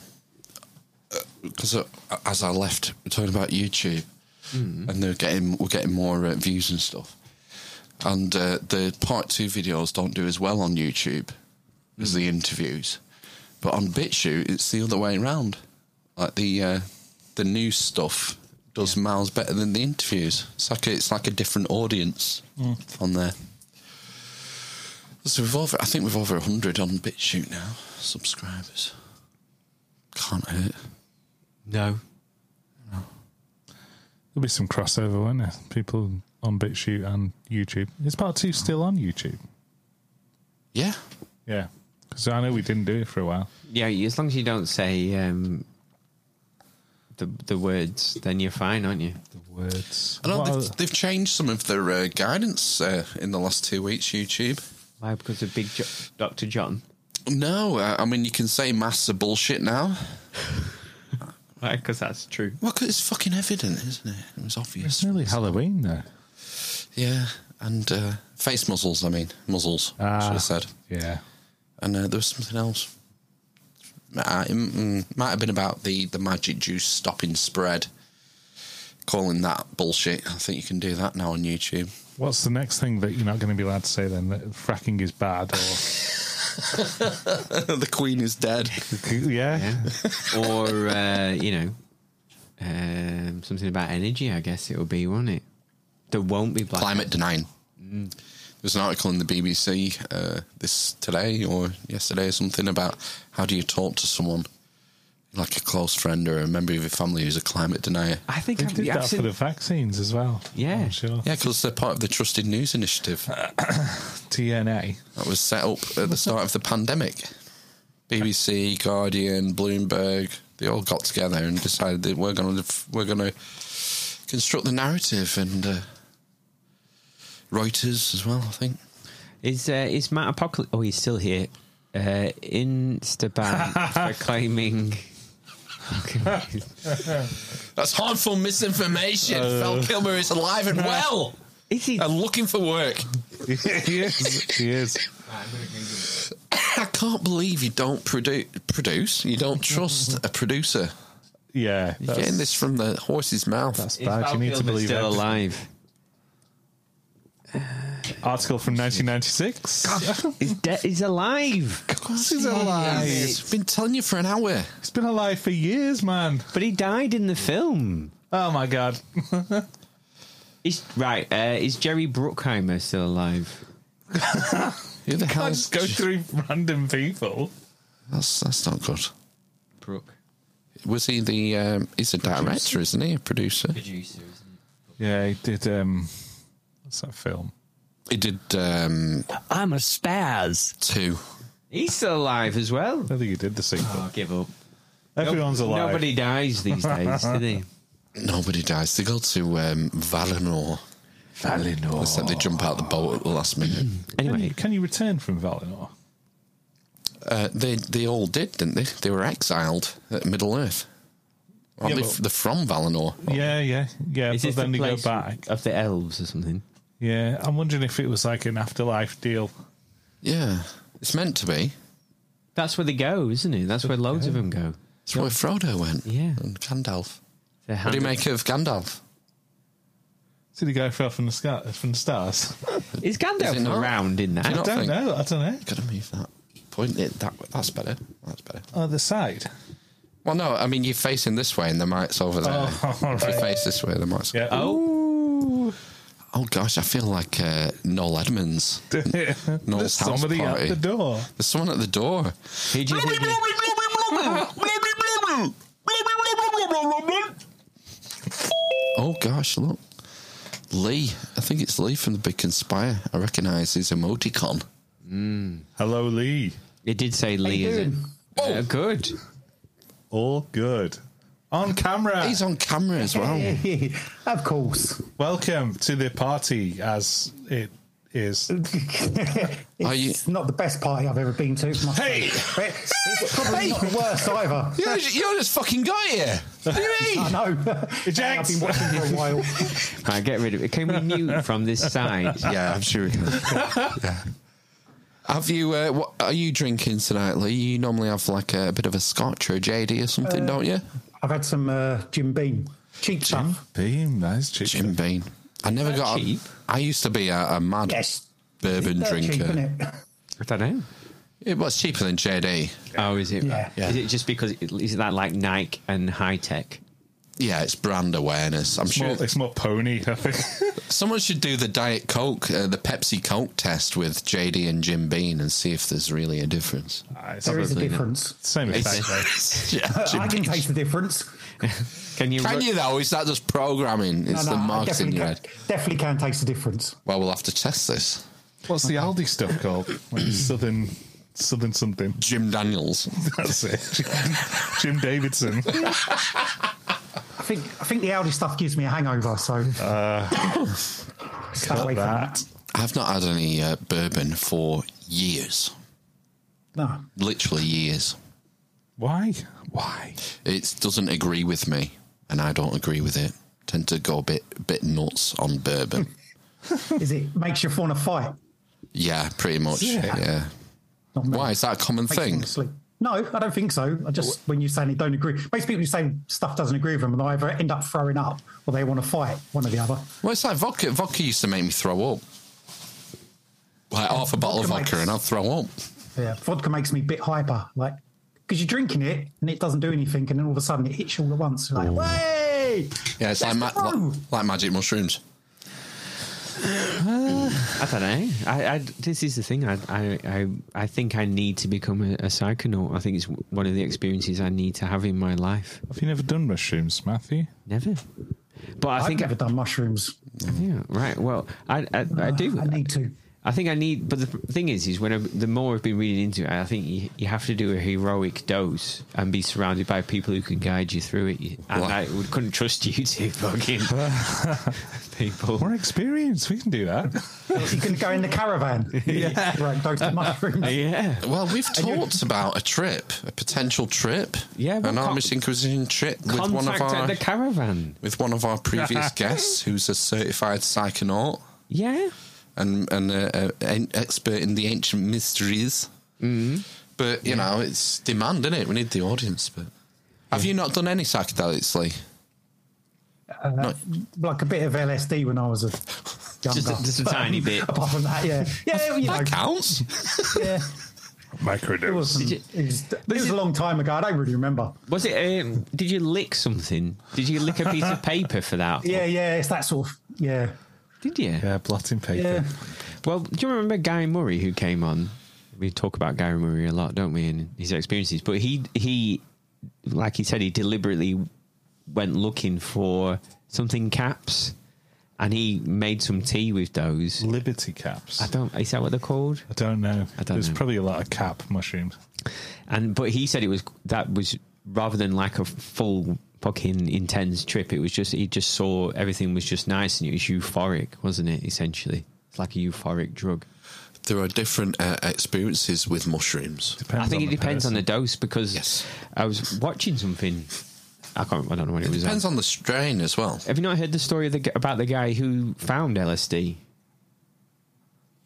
Speaker 2: because uh, as I left we're talking about YouTube, and they're getting we're getting more uh, views and stuff, and uh, the part two videos don't do as well on YouTube as the interviews, but on BitChute it's the other way around. Like the uh, the new stuff does miles better than the interviews. It's like a, it's like a different audience on there. So we've over, I think we've over hundred on BitChute now subscribers. Can't hurt.
Speaker 3: No.
Speaker 5: There'll be some crossover, won't there? People on BitChute and YouTube. Is part two still on YouTube?
Speaker 2: Yeah.
Speaker 5: Yeah. Because I know we didn't do it for a while.
Speaker 3: Yeah, as long as you don't say um, the the words, then you're fine, aren't you? The
Speaker 5: words.
Speaker 2: I know they've, they've changed some of their uh, guidance uh, in the last two weeks, YouTube.
Speaker 3: Why? Because of Big Dr. John?
Speaker 2: No, uh, I mean, you can say masks are bullshit now.
Speaker 3: Right, because that's true.
Speaker 2: Well, 'cause it's fucking evident, isn't it? It was obvious.
Speaker 5: It's nearly Halloween, though.
Speaker 2: Yeah, and uh, face muzzles, I mean. Muzzles, I should have said.
Speaker 5: Yeah.
Speaker 2: And uh, there was something else. Uh, it m- might have been about the, the magic juice stopping spread. Calling that bullshit. I think you can do that now on YouTube.
Speaker 5: What's the next thing that you're not going to be allowed to say then? That fracking is bad, or
Speaker 2: the Queen is dead.
Speaker 5: yeah.
Speaker 3: or uh, you know, um, something about energy. I guess it'll be, won't it? There won't be black
Speaker 2: Climate denying. There's an article in the BBC uh, this today or yesterday or something about how do you talk to someone like a close friend or a member of your family who's a climate denier.
Speaker 3: I think
Speaker 5: they
Speaker 3: I've-
Speaker 5: did
Speaker 3: I've
Speaker 5: that
Speaker 3: seen-
Speaker 5: for the vaccines as well.
Speaker 3: Yeah.
Speaker 5: I'm sure.
Speaker 2: Yeah, because they're part of the Trusted News Initiative
Speaker 5: TNA.
Speaker 2: that was set up at the start of the pandemic. BBC, Guardian, Bloomberg, they all got together and decided that we're going to we're going to construct the narrative and uh, Reuters as well. I think.
Speaker 3: Is uh, is Matt Apocalypse? Oh, he's still here. Uh, Instaban for claiming.
Speaker 2: That's harmful misinformation.
Speaker 5: Uh,
Speaker 2: Phil Kilmer is alive and well.
Speaker 3: Is he?
Speaker 2: And looking for work.
Speaker 5: he is. He is.
Speaker 2: I can't believe you don't produ- produce. You don't trust a producer.
Speaker 5: Yeah.
Speaker 2: You're getting this from the horse's mouth.
Speaker 5: That's bad. You need to believe
Speaker 3: still
Speaker 5: it.
Speaker 3: alive.
Speaker 5: Article from 1996.
Speaker 3: He's dead. He's alive.
Speaker 2: Of course
Speaker 5: he's alive.
Speaker 2: I've been telling you for an hour.
Speaker 5: He's been alive for years, man.
Speaker 3: But he died in the film.
Speaker 5: Oh my god.
Speaker 3: Is right? Uh, is Jerry Bruckheimer still alive?
Speaker 2: Who the
Speaker 5: I
Speaker 2: hell?
Speaker 5: just go through random people.
Speaker 2: That's that's not good.
Speaker 3: Brooke.
Speaker 2: Was he the? Um, he's a director, isn't he? A producer.
Speaker 5: Yeah, he did. Um, what's that film?
Speaker 2: He did um,
Speaker 13: I'm a spaz.
Speaker 2: two.
Speaker 3: He's still alive as well.
Speaker 5: I think he did the sequel.
Speaker 3: Oh, give up.
Speaker 5: Everyone's
Speaker 3: Nope.
Speaker 5: alive.
Speaker 3: Nobody dies these days, do they?
Speaker 2: Nobody dies. They go to um, Valinor.
Speaker 5: Valinor.
Speaker 2: Except they jump out of the boat at the last minute.
Speaker 5: Can you,
Speaker 3: Anyway,
Speaker 5: can you return from Valinor?
Speaker 2: Uh, they they all did, didn't they? They were exiled at Middle Earth. Aren't
Speaker 5: Yeah,
Speaker 2: they,
Speaker 5: but-
Speaker 2: they're from Valinor.
Speaker 5: Yeah, yeah, yeah.
Speaker 3: is
Speaker 5: but
Speaker 3: this
Speaker 5: then
Speaker 3: the
Speaker 5: they go
Speaker 3: place
Speaker 5: back.
Speaker 3: of the elves or something?
Speaker 5: Yeah, I'm wondering if it was like an afterlife deal.
Speaker 2: Yeah, it's meant to be.
Speaker 3: That's where they go, isn't it? That's where loads of them go.
Speaker 2: It's where Frodo went.
Speaker 3: Yeah.
Speaker 2: and Gandalf.
Speaker 3: They're
Speaker 2: What do
Speaker 3: handed-
Speaker 2: you make of Gandalf?
Speaker 5: Did he go fell from the sky, from the stars?
Speaker 3: Is
Speaker 2: Is it
Speaker 3: Gandalf
Speaker 2: not?
Speaker 3: around in
Speaker 5: I
Speaker 2: not
Speaker 3: that?
Speaker 5: don't
Speaker 2: think-
Speaker 5: know. I don't know.
Speaker 2: Gotta move that. Point it that. way. That's better. That's better.
Speaker 5: Oh, the side.
Speaker 2: Well, no, I mean you're facing this way, and the mic's over there.
Speaker 5: Oh, all
Speaker 2: If you
Speaker 5: right.
Speaker 2: face this way, the mic's.
Speaker 5: Yeah.
Speaker 3: Oh,
Speaker 2: Oh gosh, I feel like uh, Noel Edmonds.
Speaker 5: There's
Speaker 2: Noel's house
Speaker 5: somebody
Speaker 2: party.
Speaker 5: at the door.
Speaker 2: There's someone at the door.
Speaker 3: Who do you think it-
Speaker 2: Oh gosh, look, Lee. I think it's Lee from the Big Conspire. I recognise his emoticon.
Speaker 5: Hello, Lee.
Speaker 3: it did say Lee, is it? Oh, good.
Speaker 5: All good. On camera.
Speaker 2: He's on camera as well.
Speaker 13: of course.
Speaker 5: Welcome to the party, as it is.
Speaker 2: Are you-
Speaker 7: It's not the best party I've ever been to. myself.
Speaker 5: Hey!
Speaker 7: But it's probably not the worst either.
Speaker 2: You're, you're just fucking got here. What do you
Speaker 7: I
Speaker 2: mean?
Speaker 7: know. I've been watching for a while.
Speaker 3: Right, get rid of it. Can we mute from this side?
Speaker 2: yeah, I'm sure we can. Yeah. Have you? Uh, what are you drinking tonight, Lee? You normally have like a, bit of a scotch or a JD or something,
Speaker 5: Uh,
Speaker 2: don't you?
Speaker 7: I've had some uh, Jim Beam. Cheap stuff.
Speaker 5: Beam, nice chick.
Speaker 2: Jim Bean. I never got.
Speaker 3: cheap?
Speaker 2: I used to be a, a mad
Speaker 7: Yes.
Speaker 2: bourbon
Speaker 7: They're
Speaker 2: drinker.
Speaker 7: Cheap, isn't
Speaker 2: it?
Speaker 7: it?
Speaker 3: I don't know.
Speaker 2: was cheaper than JD.
Speaker 3: Oh, is it?
Speaker 7: Yeah.
Speaker 3: Is it just because it, is that like Nike and high tech?
Speaker 2: Yeah, it's brand awareness. I'm
Speaker 5: It's more,
Speaker 2: sure.
Speaker 5: it's more pony, I think.
Speaker 2: Someone should do the Diet Coke, uh, the Pepsi Coke test with JD and Jim Bean and see if there's really a difference.
Speaker 7: There is a difference.
Speaker 5: Same
Speaker 7: I can taste the difference.
Speaker 3: Can you?
Speaker 2: Can
Speaker 7: look-
Speaker 2: you though? Is that just programming? It's
Speaker 7: No,
Speaker 2: the
Speaker 7: no, I
Speaker 2: marks in
Speaker 7: definitely
Speaker 2: your
Speaker 7: can-
Speaker 2: head.
Speaker 7: Definitely can taste the difference.
Speaker 2: Well, we'll have to test this.
Speaker 5: What's the Aldi stuff called? Like Southern, Southern something.
Speaker 2: Jim Daniels.
Speaker 5: That's it. Jim Davidson.
Speaker 7: I think I think the Audi stuff gives me a hangover, so stay away from Uh, that.
Speaker 2: I've not had any uh, bourbon for years.
Speaker 7: No.
Speaker 2: Literally years.
Speaker 5: Why? Why?
Speaker 2: It doesn't agree with me, and I don't agree with it. Tend to go a bit bit nuts on bourbon.
Speaker 7: Is it makes you want to fight?
Speaker 2: yeah, pretty much.
Speaker 7: Yeah.
Speaker 2: Yeah. Why is that a common
Speaker 7: Makes
Speaker 2: thing?
Speaker 7: them sleep. No, I don't think so. I just when you say they don't agree, most people who say stuff doesn't agree with them, they either end up throwing up or they want to fight one or the other.
Speaker 2: Well, it's like vodka. Vodka used to make me throw up. Like half a bottle of
Speaker 7: Vodka
Speaker 2: vodka, and I'd throw up.
Speaker 7: Yeah, vodka makes me a bit hyper, like because you're drinking it and it doesn't do anything, and then all of a sudden it hits you all at once. You're like, way!
Speaker 2: Yeah, it's like, ma- like like magic mushrooms.
Speaker 3: I don't know. I, I this is the thing. I I I, I think I need to become a, a psychonaut. I think it's one of the experiences I need to have in my life.
Speaker 5: Have you never done mushrooms, Matthew?
Speaker 3: Never. But I
Speaker 7: I've
Speaker 3: think
Speaker 7: never done mushrooms.
Speaker 3: Yeah. Right. Well, I I, I do.
Speaker 7: I need to.
Speaker 3: I think I need. But the thing is, is when I, the more I've been reading into it, I think you, you have to do a heroic dose and be surrounded by people who can guide you through it. And
Speaker 5: What?
Speaker 3: I would, couldn't trust you to fucking people.
Speaker 5: More experience. We can do that.
Speaker 7: you can go in the caravan.
Speaker 5: Yeah.
Speaker 7: right, dose of mushrooms.
Speaker 3: Yeah.
Speaker 2: Well, we've talked about a trip, a potential trip. Yeah,
Speaker 3: well,
Speaker 2: an
Speaker 3: con-
Speaker 2: Amish Inquisition trip with one of
Speaker 3: Contact
Speaker 2: our
Speaker 3: at the caravan.
Speaker 2: with one of our previous guests, who's a certified psychonaut.
Speaker 3: Yeah.
Speaker 2: And and uh, uh, an expert in the ancient mysteries. Mm. But you know, it's demand, isn't it? We need the audience. But have you not done any psychedelics, Lee?
Speaker 7: Uh, Like a bit of LSD when I was a younger.
Speaker 2: Just a- just a
Speaker 7: But,
Speaker 2: tiny
Speaker 7: um,
Speaker 2: bit.
Speaker 7: Apart from that, yeah, yeah, you know,
Speaker 2: That counts.
Speaker 7: yeah. It
Speaker 5: Microdose.
Speaker 7: was, it was, it was a long time ago. I don't really remember.
Speaker 3: Was it? Um, did you lick something? Did you lick a piece of paper for that?
Speaker 7: Yeah, yeah, it's that sort of yeah.
Speaker 3: Did you?
Speaker 5: Yeah, blotting paper.
Speaker 7: Yeah.
Speaker 3: Well, do you remember Guy Murray who came on? We talk about Guy Murray a lot, don't we, and his experiences. But he he like he said, he deliberately went looking for something caps and he made some tea with those.
Speaker 5: Liberty caps. I
Speaker 3: don't is that what they're called?
Speaker 5: I don't know.
Speaker 3: I don't
Speaker 5: There's
Speaker 3: know.
Speaker 5: probably a lot of cap mushrooms.
Speaker 3: And but he said it was that was rather than like a full fucking intense trip, it was just he just saw everything was just nice and it was euphoric, wasn't it, essentially? It's like a euphoric drug.
Speaker 2: There are different uh, experiences with mushrooms.
Speaker 3: I think it depends on the dose because I was watching something. I can't. I don't know when it was.
Speaker 2: Depends on the strain as well.
Speaker 3: Have you not heard the story of the, g- about the guy who found LSD?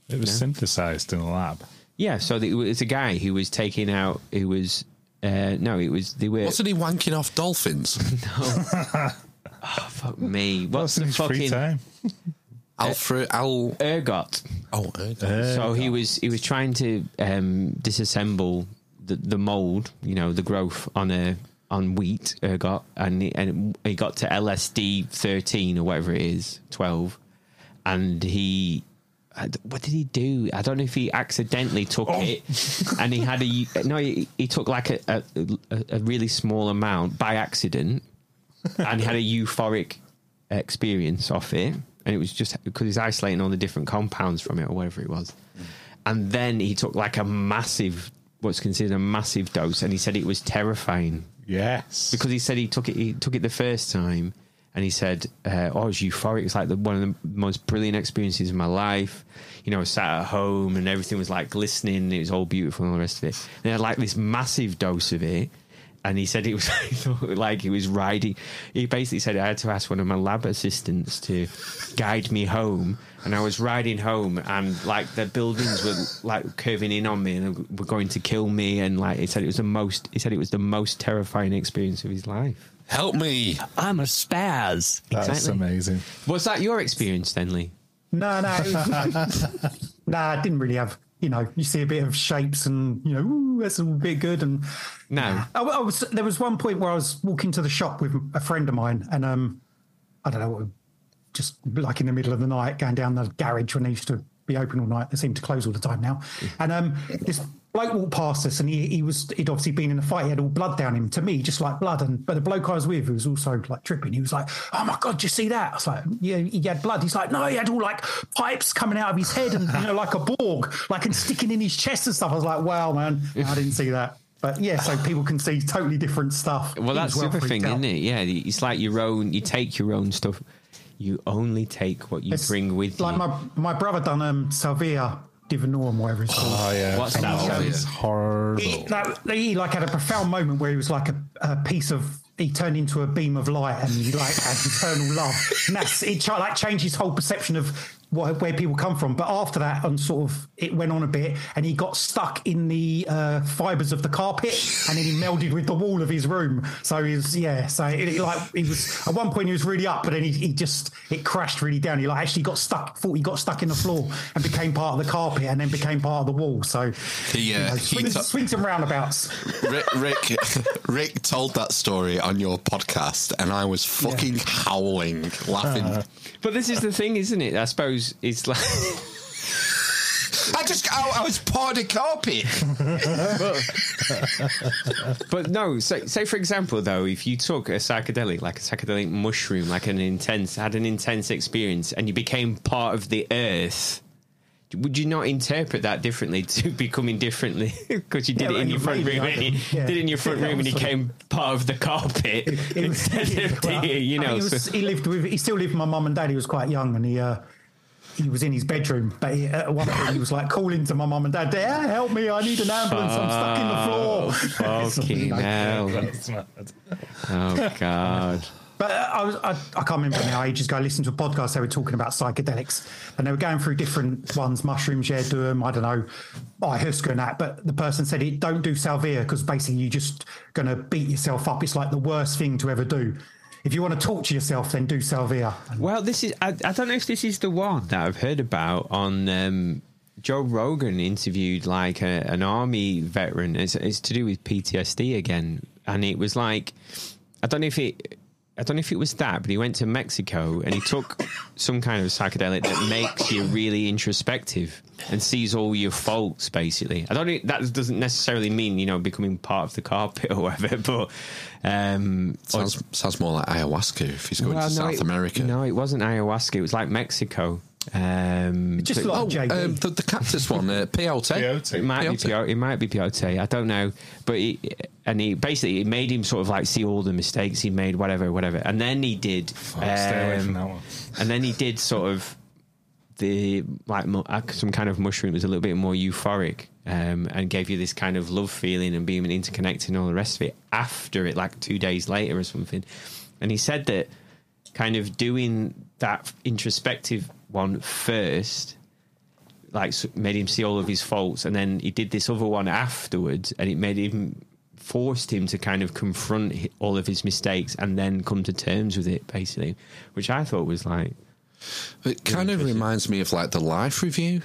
Speaker 5: It was
Speaker 3: No.
Speaker 5: synthesized in a lab.
Speaker 3: Yeah, so the, it was a guy who was taking out. Who was uh, no? It was they were.
Speaker 2: Wasn't he wanking off dolphins?
Speaker 3: fuck me. What's the fucking
Speaker 2: Alfred Al
Speaker 3: Ergot?
Speaker 2: Oh,
Speaker 3: So he was he was trying to um, disassemble the, the mold, you know, the growth on a on wheat ergot, and he, and he got to LSD thirteen or whatever it is, twelve, and he. I d- What did he do? I don't know if he accidentally took it, and he had a no. He, he took like a, a a- a really small amount by accident, and he had a euphoric experience off it. And it was just because he's isolating all the different compounds from it or whatever it was. And then he took like a massive, what's considered a massive dose, and he said it was terrifying.
Speaker 5: Yes,
Speaker 3: because he said he took it. He took it the first time, and he said, uh, "Oh, it was euphoric. It's like the, one of the most brilliant experiences of my life." You know, I sat at home and everything was like glistening. It was all beautiful and all the rest of it. And he had like this massive dose of it, and he said it was he thought like he was riding. He basically said I had to ask one of my lab assistants to guide me home, and I was riding home, and like the buildings were like curving in on me, and they were going to kill me, and like he said it was the most. He said it was the most terrifying experience of his life.
Speaker 2: Help me!
Speaker 3: I'm a spaz.
Speaker 5: That's amazing.
Speaker 3: Was that your experience, then, Lee?
Speaker 7: No, no, no. I didn't really have. You know, you see a bit of shapes, and you know, ooh, that's a bit good. And
Speaker 3: no,
Speaker 7: I, I was there was one point where I was walking to the shop with a friend of mine, and um, I don't know, just like in the middle of the night, going down the garage when they used to be open all night. They seem to close all the time now.
Speaker 3: Mm.
Speaker 7: And um, this bloke walked past us, and he, he was he'd obviously been in a fight. He had all blood down him. To me, just like blood. And but the bloke I was with, who was also like tripping, he was like, "Oh my god, did you see that?" I was like, "Yeah, he had blood." He's like, "No, he had all like pipes coming out of his head, and you know, like a Borg, like and sticking in his chest and stuff." I was like, "Wow, man, I didn't see that." But yeah, so people can see totally different stuff.
Speaker 3: Well, that's the other thing, isn't it? Yeah, it's like your own. You take your own stuff. You only take what you
Speaker 7: It's
Speaker 3: bring with
Speaker 7: like
Speaker 3: you.
Speaker 7: my my brother done um Salvia Divinorum, whatever it's called.
Speaker 5: Oh,
Speaker 3: What's
Speaker 7: And
Speaker 3: that?
Speaker 7: he, um,
Speaker 3: It's
Speaker 5: horrible.
Speaker 7: He, that- he, like had a profound moment where he was like a, a piece of he turned into a beam of light and he like had eternal love. And that's it cha- like changed his whole perception of what, where people come from. But after that, and sort of it went on a bit, and he got stuck in the uh, fibers of the carpet, and then he melded with the wall of his room. So he was yeah. So it, it, like he was at one point he was really up, but then he, he just it crashed really down. He like actually got stuck. Thought he got stuck in the floor and became part of the carpet, and then became part of the wall. So
Speaker 2: He, uh,
Speaker 7: you know,
Speaker 2: he
Speaker 7: swings,
Speaker 2: to-
Speaker 7: swings and roundabouts.
Speaker 2: Rick, Rick, Rick told that story on your podcast, and I was fucking howling, laughing.
Speaker 3: But this is the thing, isn't it? I suppose it's like.
Speaker 2: I just, I, I was poured a copy.
Speaker 3: but, but no, say, say for example, though, if you took a psychedelic, like a psychedelic mushroom, like an intense, had an intense experience, and you became part of the earth, would you not interpret that differently to becoming differently because you did
Speaker 7: Yeah,
Speaker 3: it in
Speaker 7: and
Speaker 3: your
Speaker 7: you
Speaker 3: front
Speaker 7: made
Speaker 3: room?
Speaker 7: the
Speaker 3: And you,
Speaker 7: item. Yeah.
Speaker 3: Did it in your front
Speaker 7: Yeah,
Speaker 3: room, and you
Speaker 7: obviously.
Speaker 3: came part of the carpet instead of
Speaker 7: Well,
Speaker 3: the, you
Speaker 7: I
Speaker 3: know.
Speaker 7: mean, he, was-
Speaker 3: so-
Speaker 7: he lived with, he still lived with my mum and dad. He was quite young, and he uh, he was in his bedroom. But he, at one point, he was like calling to my mum and dad, "Dad, help me! I need an ambulance. I'm stuck in
Speaker 3: Oh,
Speaker 7: the floor."
Speaker 3: Fucking hell. Oh, God.
Speaker 7: But uh, I was I, I can't remember now ages ago. I listened to a podcast. They were talking about psychedelics, and they were going through different ones. Mushrooms, yeah, do them. I don't know, ayahuasca and that. But the person said, "It don't do salvia because basically you're just going to beat yourself up. It's like the worst thing to ever do. If you want to torture yourself, then do salvia."
Speaker 3: Well, this is, I, I don't know if this is the one that I've heard about on um, Joe Rogan interviewed like a, an army veteran. It's, it's to do with PTSD again. And it was like, I don't know if it, I don't know if it was that, but he went to Mexico and he took some kind of psychedelic that makes you really introspective and sees all your faults, basically. I don't know, that doesn't necessarily mean, you know, becoming part of the carpet or whatever, but. Um, or-
Speaker 2: Sounds, sounds more like ayahuasca if he's going
Speaker 3: Well,
Speaker 2: to
Speaker 3: no,
Speaker 2: South
Speaker 3: it-
Speaker 2: America.
Speaker 3: No, it wasn't ayahuasca. It was like Mexico. Um,
Speaker 2: Just like Oh, JB. um, the- cactus one, uh, peyote.
Speaker 3: It might
Speaker 2: Peyote.
Speaker 3: be peyote. It might be peyote. I don't know, but it, and he basically it made him sort of like see all the mistakes he made, whatever, whatever. And then he did.
Speaker 5: stay away from
Speaker 3: um,
Speaker 5: that one.
Speaker 3: And then he did sort of the like mu- uh, some kind of mushroom was a little bit more euphoric um, and gave you this kind of love feeling and being interconnected and all the rest of it after it like two days later or something and he said that kind of doing that introspective one first like s- made him see all of his faults and then he did this other one afterwards and it made him forced him to kind of confront hi- all of his mistakes and then come to terms with it basically which i thought was like
Speaker 2: It kind of reminds me of like the life review.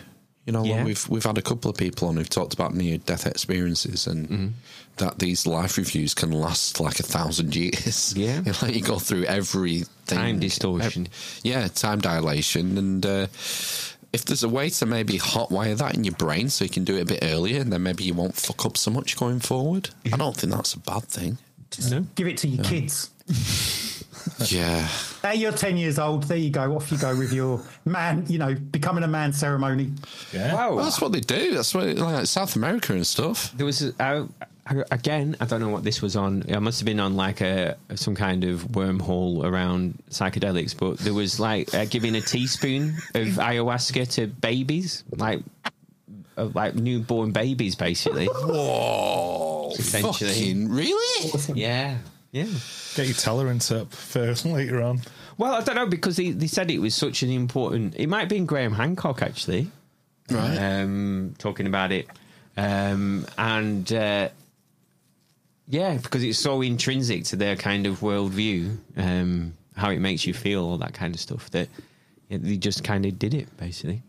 Speaker 2: You know,
Speaker 3: Yeah.
Speaker 2: when we've we've had a couple of people on who've talked about near death experiences and
Speaker 3: Mm-hmm.
Speaker 2: that these life reviews can last like a thousand years. Yeah, like you go through everything.
Speaker 3: Time distortion.
Speaker 2: ev- yeah, time dilation, and uh, if there's a way to maybe hotwire that in your brain so you can do it a bit earlier, and then maybe you won't fuck up so much going forward.
Speaker 3: Mm-hmm.
Speaker 2: I don't think that's a bad thing.
Speaker 7: Give it to your kids.
Speaker 2: Yeah.
Speaker 7: Now you're 10 years old. There you go. Off you go with your man, you know, becoming a man ceremony.
Speaker 5: Yeah.
Speaker 3: Oh, Wow.
Speaker 2: That's what they do. That's what like South America and stuff.
Speaker 3: There was a, I, I, again, I don't know what this was on. It must have been on like a some kind of wormhole around psychedelics. But there was like uh, giving a teaspoon of ayahuasca to babies, like uh, like newborn babies, basically.
Speaker 2: Whoa! Oh, fucking really?
Speaker 3: Yeah. Yeah.
Speaker 5: Get your tolerance up for later on.
Speaker 3: Well, I don't know because they, they said it was such an important. It might have been Graham Hancock actually,
Speaker 2: right?
Speaker 3: Um, talking about it, um, and uh, yeah, because it's so intrinsic to their kind of worldview, um, how it makes you feel, all that kind of stuff. That yeah, they just kind of did it basically.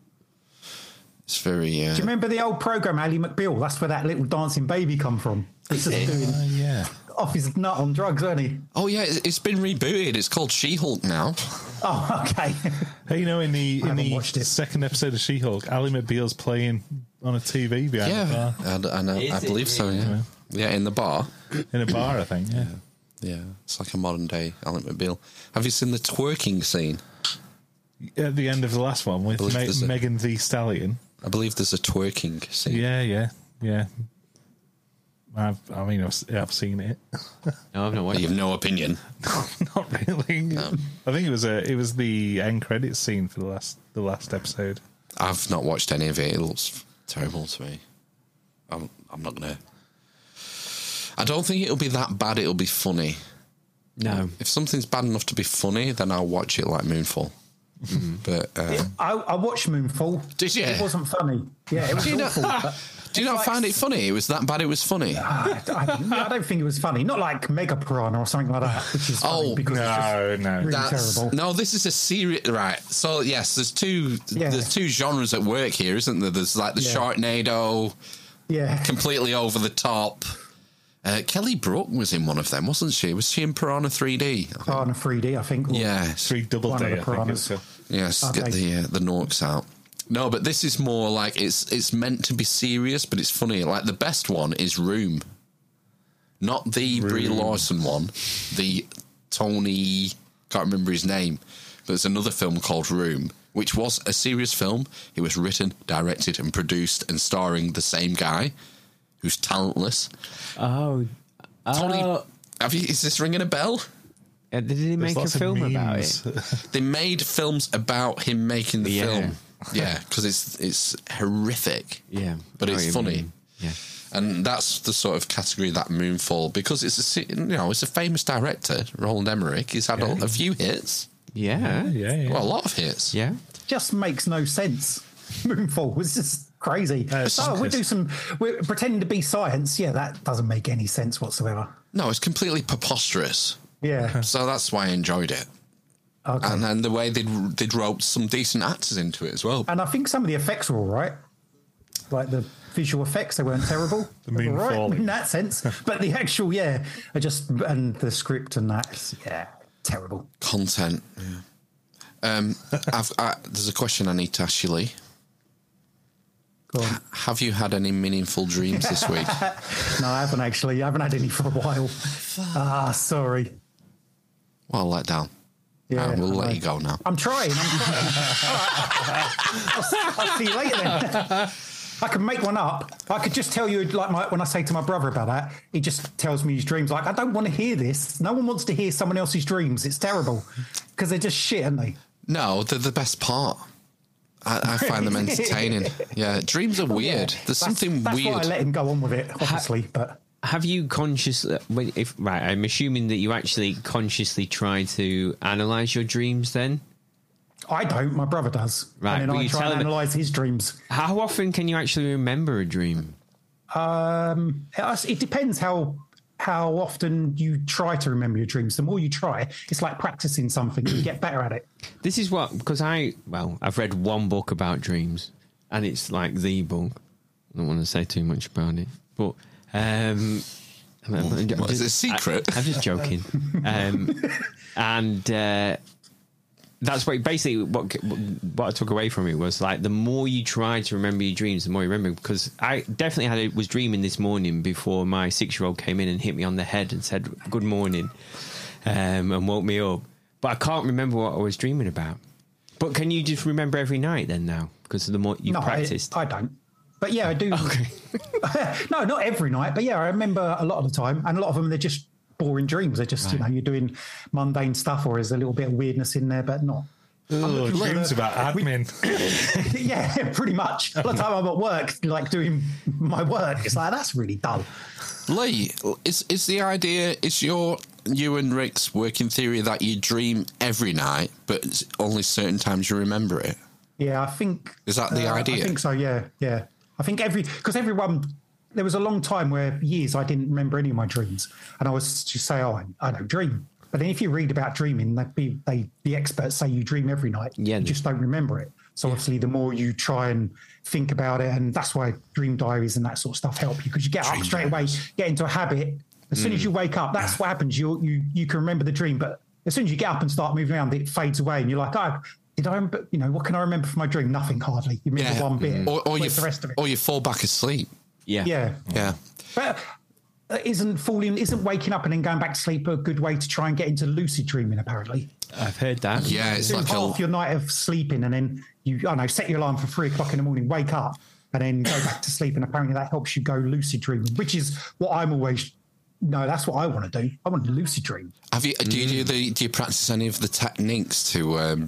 Speaker 2: It's very. uh,
Speaker 7: Do you remember the old program, Ali McBeal? That's where that little dancing baby come from. He's just doing
Speaker 2: yeah.
Speaker 7: off his Oh, nut on drugs, weren't he?
Speaker 2: Oh yeah, it's it's been rebooted. It's called She-Hulk now.
Speaker 7: Oh, okay.
Speaker 5: Hey, you know, in the
Speaker 7: I
Speaker 5: in
Speaker 7: haven't
Speaker 5: the
Speaker 7: watched it.
Speaker 5: second episode of She-Hulk, Ali McBeal's playing on a TV behind
Speaker 2: Yeah,
Speaker 5: the bar.
Speaker 2: I, I know- I
Speaker 5: Is it
Speaker 2: believe so.
Speaker 5: really?
Speaker 2: Yeah, yeah, in the bar,
Speaker 5: in a bar, I think. Yeah,
Speaker 2: yeah, it's like a modern day Alan McBeal. Have you seen the twerking scene?
Speaker 5: At the end of the last one with
Speaker 2: Believe
Speaker 5: Me-
Speaker 2: there's a-
Speaker 5: Megan the Stallion.
Speaker 2: I believe there's a twerking scene.
Speaker 5: Yeah, yeah, yeah. I've, I mean, I've, s- I've seen it.
Speaker 3: No, I've not watched.
Speaker 2: You have no opinion.
Speaker 5: Not really. I think it was a it was the end credits scene for the last the last episode.
Speaker 2: I've not watched any of it. It looks terrible to me. I'm I'm not gonna. I don't think it'll be that bad. It'll be funny.
Speaker 3: No.
Speaker 2: If something's bad enough to be funny, then I'll watch it like Moonfall.
Speaker 7: Mm-hmm.
Speaker 2: But uh,
Speaker 7: I, I watched Moonfall.
Speaker 2: Did you?
Speaker 7: It wasn't funny. Yeah, it was
Speaker 2: do you
Speaker 7: awful.
Speaker 2: not,
Speaker 7: but
Speaker 2: do you not find it funny? It was that bad. It was funny.
Speaker 7: I, I- I don't think it was funny. Not like Mega Piranha or something like that, which is funny
Speaker 2: Oh,
Speaker 7: because it's just really
Speaker 2: That's-
Speaker 7: terrible.
Speaker 2: No, this is a serious right. So yes, there's two there's two genres at work here, isn't there? There's like the
Speaker 7: Yeah.
Speaker 2: Sharknado,
Speaker 7: Yeah.
Speaker 2: completely over the top. Uh, Kelly Brook was in one of them, wasn't she? Was she in Piranha 3D?
Speaker 7: Piranha 3D, I think. or
Speaker 2: Yeah,
Speaker 5: three double
Speaker 7: One of D, the I think it's piranhas.
Speaker 2: Yes, get
Speaker 7: Okay.
Speaker 2: the uh, the norks out. No, but this is more like it's it's meant to be serious, but it's funny. Like the best one is Room, not the Brie
Speaker 5: Room.
Speaker 2: Larson one. The Tony can't remember his name, but there's another film called Room, which was a serious film. It was written, directed, and produced, and starring the same guy, who's talentless.
Speaker 3: Oh,
Speaker 2: Tony,
Speaker 3: Uh,
Speaker 2: have you, is this ringing a bell?
Speaker 3: did he make a film about it?
Speaker 2: they made films about him making the
Speaker 3: Yeah.
Speaker 2: film. Yeah, because it's it's horrific.
Speaker 3: Yeah,
Speaker 2: but
Speaker 3: I know
Speaker 2: it's
Speaker 3: what you
Speaker 2: funny.
Speaker 3: mean. Yeah.
Speaker 2: And that's the sort of category that Moonfall because it's a se- you know it's a famous director Roland Emmerich. He's had a, a few hits.
Speaker 3: Yeah.
Speaker 5: yeah, yeah.
Speaker 2: Well, a lot of hits.
Speaker 3: Yeah,
Speaker 7: just makes no sense. Moonfall was just crazy. oh, we do some. We're pretending to be science. Yeah, that doesn't make any sense whatsoever.
Speaker 2: No, it's completely preposterous.
Speaker 7: Yeah.
Speaker 2: So that's why I enjoyed it.
Speaker 7: Okay.
Speaker 2: And then the way they'd they'd roped some decent actors into it as well.
Speaker 7: And I think some of the effects were all right. Like the visual effects, they weren't terrible. the
Speaker 2: moon
Speaker 7: all right
Speaker 2: falling.
Speaker 7: in that sense. But the actual, yeah, I just and the script and that, it's- yeah, terrible.
Speaker 2: Content. Yeah. Um, I've, I, there's a question I need to ask you, Lee.
Speaker 7: Go on.
Speaker 2: Have you had any meaningful dreams this week?
Speaker 7: no, I haven't actually. I haven't had any for a while. Ah, sorry.
Speaker 2: Well, let down.
Speaker 7: Yeah,
Speaker 2: Uh, we'll
Speaker 7: I
Speaker 2: let
Speaker 7: know.
Speaker 2: you go now.
Speaker 7: I'm trying. I'm trying. I'll, I'll see you later then. I can make one up. I could just tell you, like my, when I say to my brother about that, he just tells me his dreams. Like I don't want to hear this. No one wants to hear someone else's dreams. It's terrible because they're just shit, aren't they?
Speaker 2: No, they're the best part. I, I find them entertaining. Yeah, dreams are weird. There's
Speaker 7: That's-
Speaker 2: something
Speaker 7: that's
Speaker 2: weird.
Speaker 7: Why I let him go on with it, obviously. but
Speaker 3: Have you consciously, when- if right, I'm assuming that you actually consciously try to analyze your dreams. Then,
Speaker 7: I don't. My brother does.
Speaker 3: Right,
Speaker 7: and
Speaker 3: but
Speaker 7: then I
Speaker 3: you
Speaker 7: try
Speaker 3: tell
Speaker 7: and
Speaker 3: him-
Speaker 7: analyze his dreams.
Speaker 3: how often can you actually remember a dream?
Speaker 7: Um, it it depends how how often you try to remember your dreams. The more you try, it's like practicing something. You get better at it.
Speaker 3: This is what because I well, I've read one book about dreams, and it's like the book. I don't want to say too much about it, but um, I'm- I'm- I'm
Speaker 2: What, is it a secret?
Speaker 3: I, am just joking, um, and uh, that's what basically what what I took away from it was like the more you try to remember your dreams, the more you remember. Because I definitely had it was dreaming this morning before my six year old came in and hit me on the head and said good morning, um, and woke me up. But I can't remember what I was dreaming about. But can you just remember every night then now? Because the more you
Speaker 7: I-
Speaker 3: practiced,
Speaker 7: I, don't. But yeah, I do. Okay. no, not every night, but yeah, I remember a lot of the time, and a lot of them they're just boring dreams. They're just you know you're doing mundane stuff, or there's a little bit of weirdness in there, but not.
Speaker 5: Oh,
Speaker 7: looking for
Speaker 5: dreams
Speaker 7: the-
Speaker 5: about admin.
Speaker 7: yeah, pretty much. A lot of time I'm at work, like doing my work. It's like that's really dull.
Speaker 2: Lee, is is the idea? Is your you and Rick's working theory that you dream every night, but it's only certain times you remember it?
Speaker 7: Yeah, I think
Speaker 2: Is that the
Speaker 7: Uh,
Speaker 2: idea?
Speaker 7: I think so. Yeah, yeah. I think every because everyone there was a long time where years I didn't remember any of my dreams, and I was to say, oh, I, I don't dream. But then if you read about dreaming, that be they the experts say you dream every night. Yeah, you just don't remember it. So obviously, the more you try and think about it, and that's why dream diaries and that sort of stuff help you because you get up straight away, get into a habit. As soon as you wake up, that's what happens. You you you can remember the dream, but as soon as you get up and start moving around, it fades away, and you're like, oh, did I? Remember, you know, what can I remember from my dream? Nothing hardly. You remember one bit.
Speaker 2: Mm. Or, or you
Speaker 7: Where's the rest of it?
Speaker 2: or you fall back asleep.
Speaker 3: Yeah.
Speaker 7: Yeah.
Speaker 2: Yeah.
Speaker 7: But uh, isn't falling, isn't waking up and then going back to sleep a good way to try and get into lucid dreaming? Apparently,
Speaker 3: I've heard that.
Speaker 2: Yeah, it's
Speaker 7: Do
Speaker 2: like
Speaker 7: half
Speaker 2: a,
Speaker 7: your night of sleeping, and then you, I don't know, set your alarm for three o'clock in the morning, wake up, and then go back to sleep, and apparently that helps you go lucid dreaming, which is what I'm always. No, that's what I want to do. I want to lucid dream.
Speaker 2: have you do you do the do you practice any of the techniques to um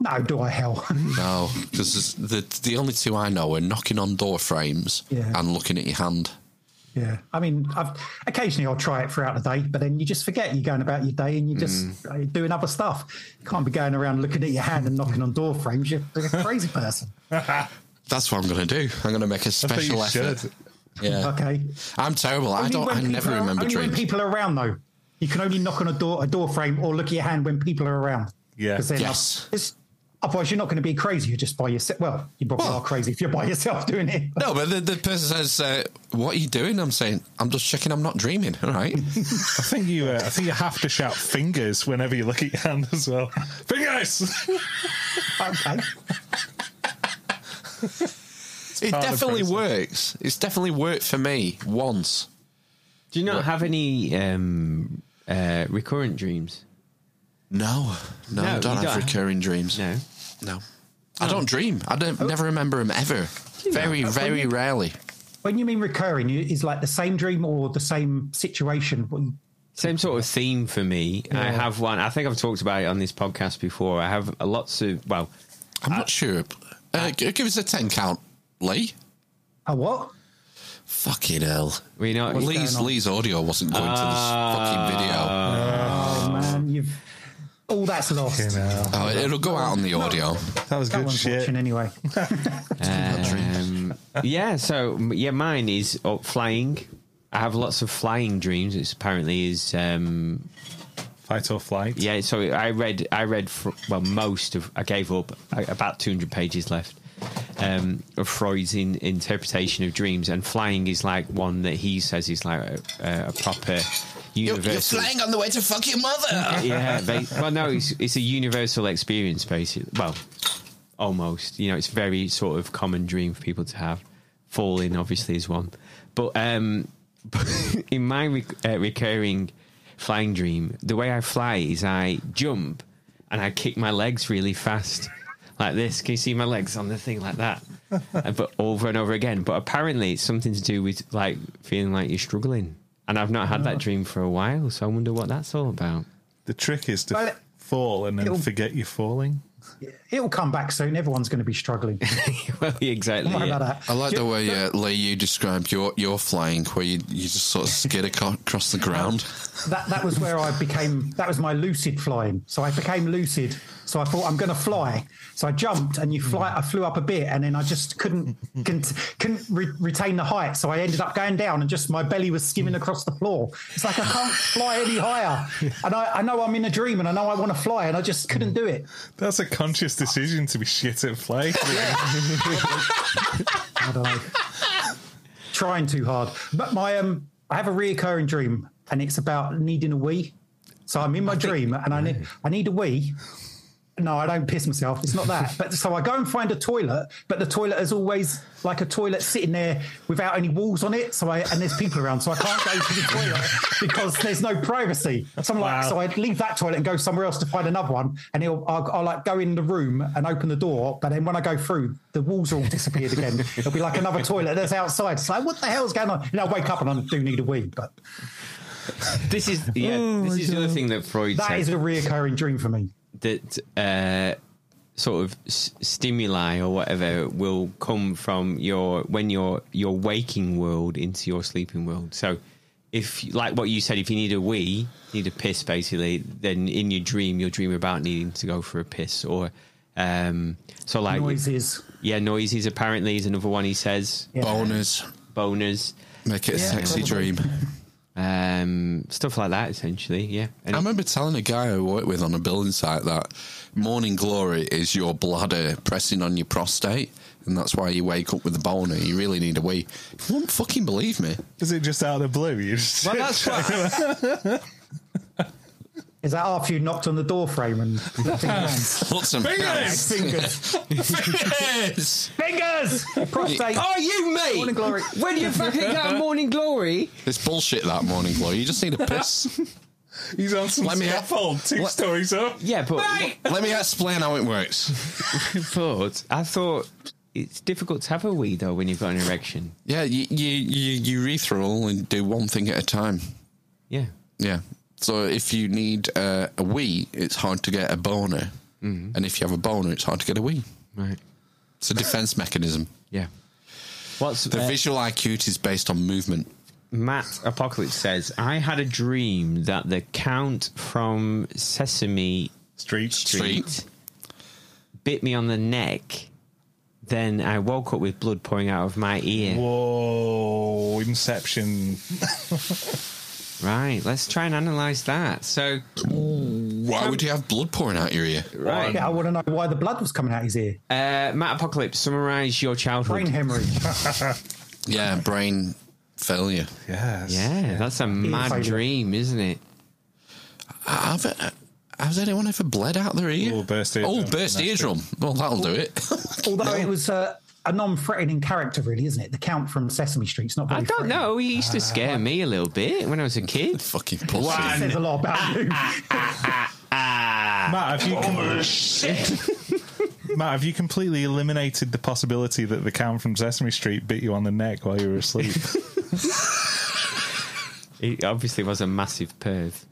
Speaker 7: No, do I hell?
Speaker 2: no because the the only two I know are knocking on door frames
Speaker 7: Yeah.
Speaker 2: and looking at your hand.
Speaker 7: Yeah, I mean, I've occasionally I'll try it throughout the day, but then you just forget you're going about your day and you're just uh,
Speaker 2: Mm.
Speaker 7: doing other stuff. You can't be going around looking at your hand and knocking on door frames. You're a crazy person.
Speaker 2: That's what I'm going to do. I'm going to make a
Speaker 7: thought you
Speaker 2: special effort.
Speaker 7: should.
Speaker 2: Yeah.
Speaker 7: Okay.
Speaker 2: I'm terrible. I
Speaker 7: Only
Speaker 2: don't.
Speaker 7: when
Speaker 2: I
Speaker 7: people
Speaker 2: never
Speaker 7: are-
Speaker 2: remember
Speaker 7: only
Speaker 2: dreams.
Speaker 7: when people are around, though. You can only knock on a door, a door frame, or look at your hand when people are around.
Speaker 5: Yeah.
Speaker 7: 'Cause then
Speaker 2: Yes.
Speaker 7: it's- Otherwise, you're not going to be crazy. You're just by yourself. Well, you probably are crazy if you're by yourself doing it.
Speaker 2: No, but the, the person says, uh, "What are you doing?" I'm saying, "I'm just checking. I'm not dreaming." All right.
Speaker 5: I think you. Uh, I think you have to shout fingers whenever you look at your hand as well. Fingers.
Speaker 2: it
Speaker 7: okay.
Speaker 5: part of the
Speaker 2: definitely works. It's definitely worked for me once.
Speaker 3: Do you not have any um, uh, recurrent dreams?
Speaker 2: No, no, I
Speaker 3: you
Speaker 2: don't have recurring dreams.
Speaker 3: No,
Speaker 2: no. I don't dream. I don't never remember them ever. Very, very rarely.
Speaker 7: When you mean recurring, you- is like the same dream or the same situation? What you-
Speaker 3: Same sort of theme for me. I have one. I think I've talked about it on this podcast before. I have lots of. Well,
Speaker 2: I'm not sure. Uh, g- give us a ten count, Lee.
Speaker 7: A what?
Speaker 2: Fucking hell.
Speaker 3: We know
Speaker 7: What's
Speaker 2: Lee's
Speaker 7: going on? Ah.
Speaker 2: Lee's audio wasn't going to this fucking video.
Speaker 7: Oh, man, you've all that's lost.
Speaker 2: Oh,
Speaker 7: Uh,
Speaker 2: it'll go out on the audio.
Speaker 5: That was
Speaker 7: that one's watching anyway.
Speaker 3: Um, yeah, so m- yeah, mine is oh, flying. I have lots of flying dreams. It's apparently is um,
Speaker 5: fight or flight.
Speaker 3: Yeah, so I read I read fr- well most of I gave up I, about two hundred pages left um, of Freud's in, interpretation of dreams, and flying is like one that he says is like a, a a proper universal.
Speaker 2: on the way to fuck your mother.
Speaker 3: yeah, they, well, no, it's it's a universal experience, basically. Well, almost. You know, it's very sort of common dream for people to have. Falling, obviously, is one, but um, in my rec- uh, recurring flying dream, the way I fly is I jump and I kick my legs really fast, like this. Can you see my legs on the thing like that? Uh, but over and over again. But apparently, it's something to do with like feeling like you're struggling. And I've not had that dream for a while, so I wonder what that's all about.
Speaker 5: The trick is to
Speaker 7: Well,
Speaker 5: f- fall and then
Speaker 7: it'll-
Speaker 5: forget you're falling.
Speaker 7: It'll come back soon. Everyone's going to be struggling.
Speaker 3: well, exactly.
Speaker 7: Don't worry
Speaker 3: yeah.
Speaker 7: about that.
Speaker 2: I like the way, uh, Lee, you described your, your flying, where you, you just sort of skid aco- across the ground.
Speaker 7: that that was where I became that was my lucid flying. So I became lucid. So I thought I'm going to fly. So I jumped and you fly. I flew up a bit and then I just couldn't couldn't, couldn't re- retain the height. So I ended up going down and just my belly was skimming across the floor. It's like I can't fly any higher. And I, I know I'm in a dream and I know I want to fly and I just couldn't do it.
Speaker 5: That's a conscious decision to be shit at flight.
Speaker 7: I don't know. Trying too hard. But my um, I have a reoccurring dream, and it's about needing a wee. So I'm in my dream, and I need I need a wee. No, I don't piss myself. It's not that. But so I go and find a toilet, but the toilet is always like a toilet sitting there without any walls on it. So I and there's people around, so I can't go to the toilet because there's no privacy. So I'm like,
Speaker 5: Wow.
Speaker 7: so I leave that toilet and go somewhere else to find another one, and it'll, I'll, I'll like go in the room and open the door, but then when I go through, the walls are all disappeared again. It'll be like another toilet that's outside. It's like, what the hell's going on? And I wake up and I do need a wee, but
Speaker 3: This is yeah. this is the other thing that Freud
Speaker 7: Oh, that
Speaker 3: said
Speaker 7: is a reoccurring dream for me.
Speaker 3: that uh, sort of s- stimuli or whatever will come from your when your your waking world into your sleeping world. So if like what you said, if you need a wee, need a piss basically, then in your dream you'll dream about needing to go for a piss or um so like
Speaker 7: Noises.
Speaker 3: Yeah, noises apparently is another one he says.
Speaker 7: Yeah.
Speaker 2: Boners.
Speaker 3: Boners.
Speaker 2: Make it a
Speaker 7: Yeah,
Speaker 2: sexy
Speaker 7: probably.
Speaker 2: dream.
Speaker 3: Um stuff like that essentially, yeah.
Speaker 2: I
Speaker 3: And
Speaker 2: remember telling a guy I worked with on a building site that morning glory is your bladder pressing on your prostate, and that's why you wake up with a boner. You really need a wee. You won't fucking believe me.
Speaker 5: Is it just out of the blue? You just
Speaker 3: Well, that's what.
Speaker 7: Is that after you knocked on the door frame and
Speaker 2: Put some
Speaker 7: Fingers! Fingers!
Speaker 2: Fingers!
Speaker 7: Fingers! Prostate!
Speaker 3: Are you mate?
Speaker 7: Morning glory.
Speaker 3: When you fucking got morning glory,
Speaker 2: It's bullshit that morning glory. You just need a piss.
Speaker 5: He's on some
Speaker 2: Let me have-
Speaker 5: scaffold two
Speaker 2: let-
Speaker 5: stories up.
Speaker 3: yeah, but
Speaker 2: Let me explain how it works.
Speaker 3: but I thought it's difficult to have a wee though when you've got an erection.
Speaker 2: Yeah, you you you urethral and do one thing at a time.
Speaker 3: Yeah.
Speaker 2: Yeah. So if you need uh, a wee, it's hard to get a boner,
Speaker 5: Mm-hmm.
Speaker 2: and if you have a boner, it's hard to get a wee.
Speaker 3: Right.
Speaker 2: It's a defense mechanism.
Speaker 3: Yeah. What's
Speaker 2: The
Speaker 3: uh,
Speaker 2: visual acuity is based on movement.
Speaker 3: Matt Apocalypse says, I had a dream that the Count from Sesame
Speaker 5: Street,
Speaker 3: Street, bit me on the neck. Then I woke up with blood pouring out of my ear.
Speaker 5: Whoa, Inception.
Speaker 3: Right, let's try and analyze that. So,
Speaker 2: Why would you have blood pouring out your ear?
Speaker 3: right.
Speaker 7: Yeah, I want to know why the blood was coming out his ear.
Speaker 3: Uh, Matt Apocalypse, summarize your childhood.
Speaker 7: Brain hemorrhage.
Speaker 2: Yeah, brain failure.
Speaker 5: Yes.
Speaker 3: Yeah, that's a mad
Speaker 7: failure.
Speaker 3: dream, isn't it?
Speaker 2: Have uh, has anyone ever bled out their ear?
Speaker 5: Oh, burst eardrum.
Speaker 2: Oh, burst
Speaker 5: That's
Speaker 2: eardrum. Well, that'll do it.
Speaker 7: Although it was uh, a non-threatening character, really, isn't it? The Count from Sesame Street's not.
Speaker 3: I
Speaker 7: very
Speaker 3: don't
Speaker 7: threatening.
Speaker 3: know. He used to scare me a little bit when I was a kid.
Speaker 2: Fucking pussy.
Speaker 7: That says a lot about you.
Speaker 5: Matt, have you com- Matt, have you completely eliminated the possibility that the count from Sesame Street bit you on the neck while you were asleep?
Speaker 3: He obviously was a massive perv.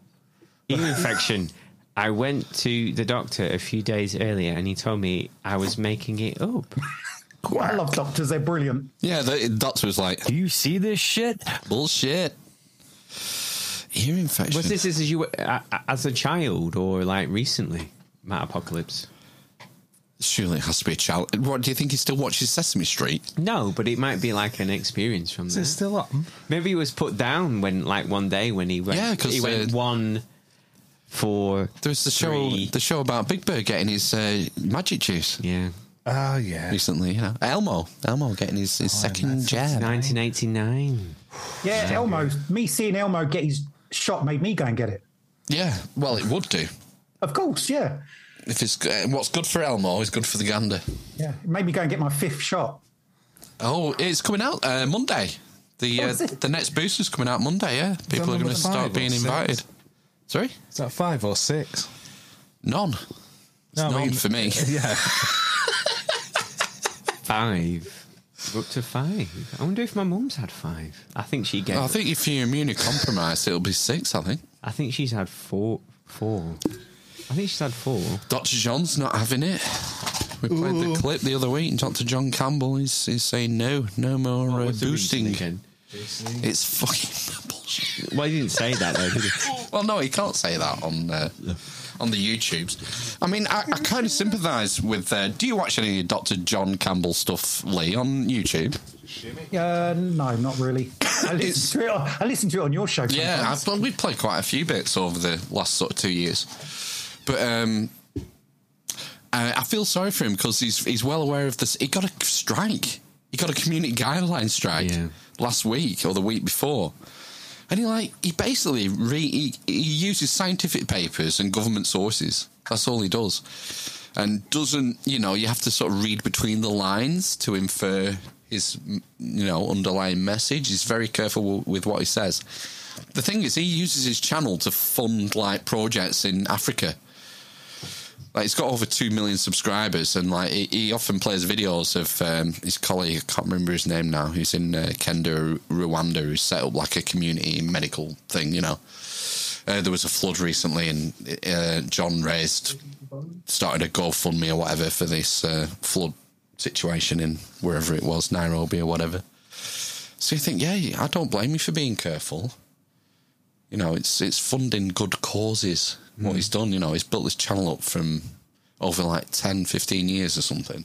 Speaker 3: Ear infection. I went to the doctor a few days earlier and he told me I was making it up.
Speaker 7: I love doctors; they're brilliant.
Speaker 2: Yeah, the doctor was like,
Speaker 14: Do you see this shit?
Speaker 2: bullshit. Ear infection.
Speaker 3: Was this as you uh, as a child or like recently? Matt Apocalypse.
Speaker 2: Surely it has to be a child. What do you think he still watches Sesame Street?
Speaker 3: No, but it might be like an experience from
Speaker 5: Is it
Speaker 3: there.
Speaker 5: still up?
Speaker 3: Maybe he was put down when like one day when he went.
Speaker 2: Yeah, 'cause,
Speaker 3: he went
Speaker 2: uh,
Speaker 3: one for
Speaker 2: There was the show,
Speaker 3: Three.
Speaker 2: the show about Big Bird getting his uh, magic juice
Speaker 3: yeah.
Speaker 5: Oh yeah.
Speaker 2: recently. You know, Elmo, Elmo getting his, his second jab.
Speaker 3: 1989.
Speaker 7: Yeah, Elmo. Me seeing Elmo get his shot made me go and get it.
Speaker 2: Yeah, well, it would do.
Speaker 7: Of course, yeah,
Speaker 2: If it's uh, what's good for Elmo is good for the gander.
Speaker 7: yeah. It made me go and get my fifth shot.
Speaker 2: Oh, it's coming out uh, Monday. The
Speaker 7: Oh,
Speaker 2: uh,
Speaker 7: is it?
Speaker 2: the next booster's coming out Monday. Yeah, people are
Speaker 5: number
Speaker 2: going to
Speaker 5: five
Speaker 2: start
Speaker 5: or
Speaker 2: being
Speaker 5: six?
Speaker 2: invited. Sorry,
Speaker 5: Is that five or six?
Speaker 2: none. It's
Speaker 5: No, I
Speaker 2: none
Speaker 5: mean-
Speaker 2: for me.
Speaker 5: Yeah.
Speaker 3: Five. We're up to five. I wonder if my mum's had five. I think she gave.
Speaker 2: I think if you're immunocompromised, it'll be six. I think
Speaker 3: I think she's had four. Four. I think she's had four.
Speaker 2: Doctor John's not having it. We played the clip the other week, and Doctor John Campbell is is saying no, no more uh,
Speaker 3: What's the reason
Speaker 2: boosting.
Speaker 3: again?
Speaker 2: It's fucking bullshit.
Speaker 3: Well, he didn't say that though. Did he?
Speaker 2: Well, no, he can't say that on uh, on the YouTubes. I mean, I, I kind of sympathise with. Uh, do you watch any Doctor John Campbell stuff, Lee, on YouTube?
Speaker 7: Uh, no, not really. I listened to it. On, I listened to it on your show.
Speaker 2: Yeah, I've, well, we've played quite a few bits over the last sort of two years, but um, Uh, I, I feel sorry for him because he's he's well aware of this. He got a strike. He got a community guideline strike
Speaker 3: Yeah.
Speaker 2: last week or the week before, and he like he basically re, he, he uses scientific papers and government sources. That's all he does, and doesn't you know you have to sort of read between the lines to infer his m- you know underlying message. He's very careful w- with what he says. The thing is, he uses his channel to fund like projects in Africa like he's got over two million subscribers, and like he, he often plays videos of um, his colleague. I can't remember his name now. Who's in uh, Kenda, Rwanda, who's set up like a community medical thing. You know, uh, there was a flood recently, and uh, John raised started a GoFundMe or whatever for this uh, flood situation in wherever it was, Nairobi or whatever. So you think, yeah, I don't blame you for being careful you know, it's it's funding good causes. What
Speaker 3: Mm.
Speaker 2: he's done, you know, he's built this channel up from over like 10, 15 years or something.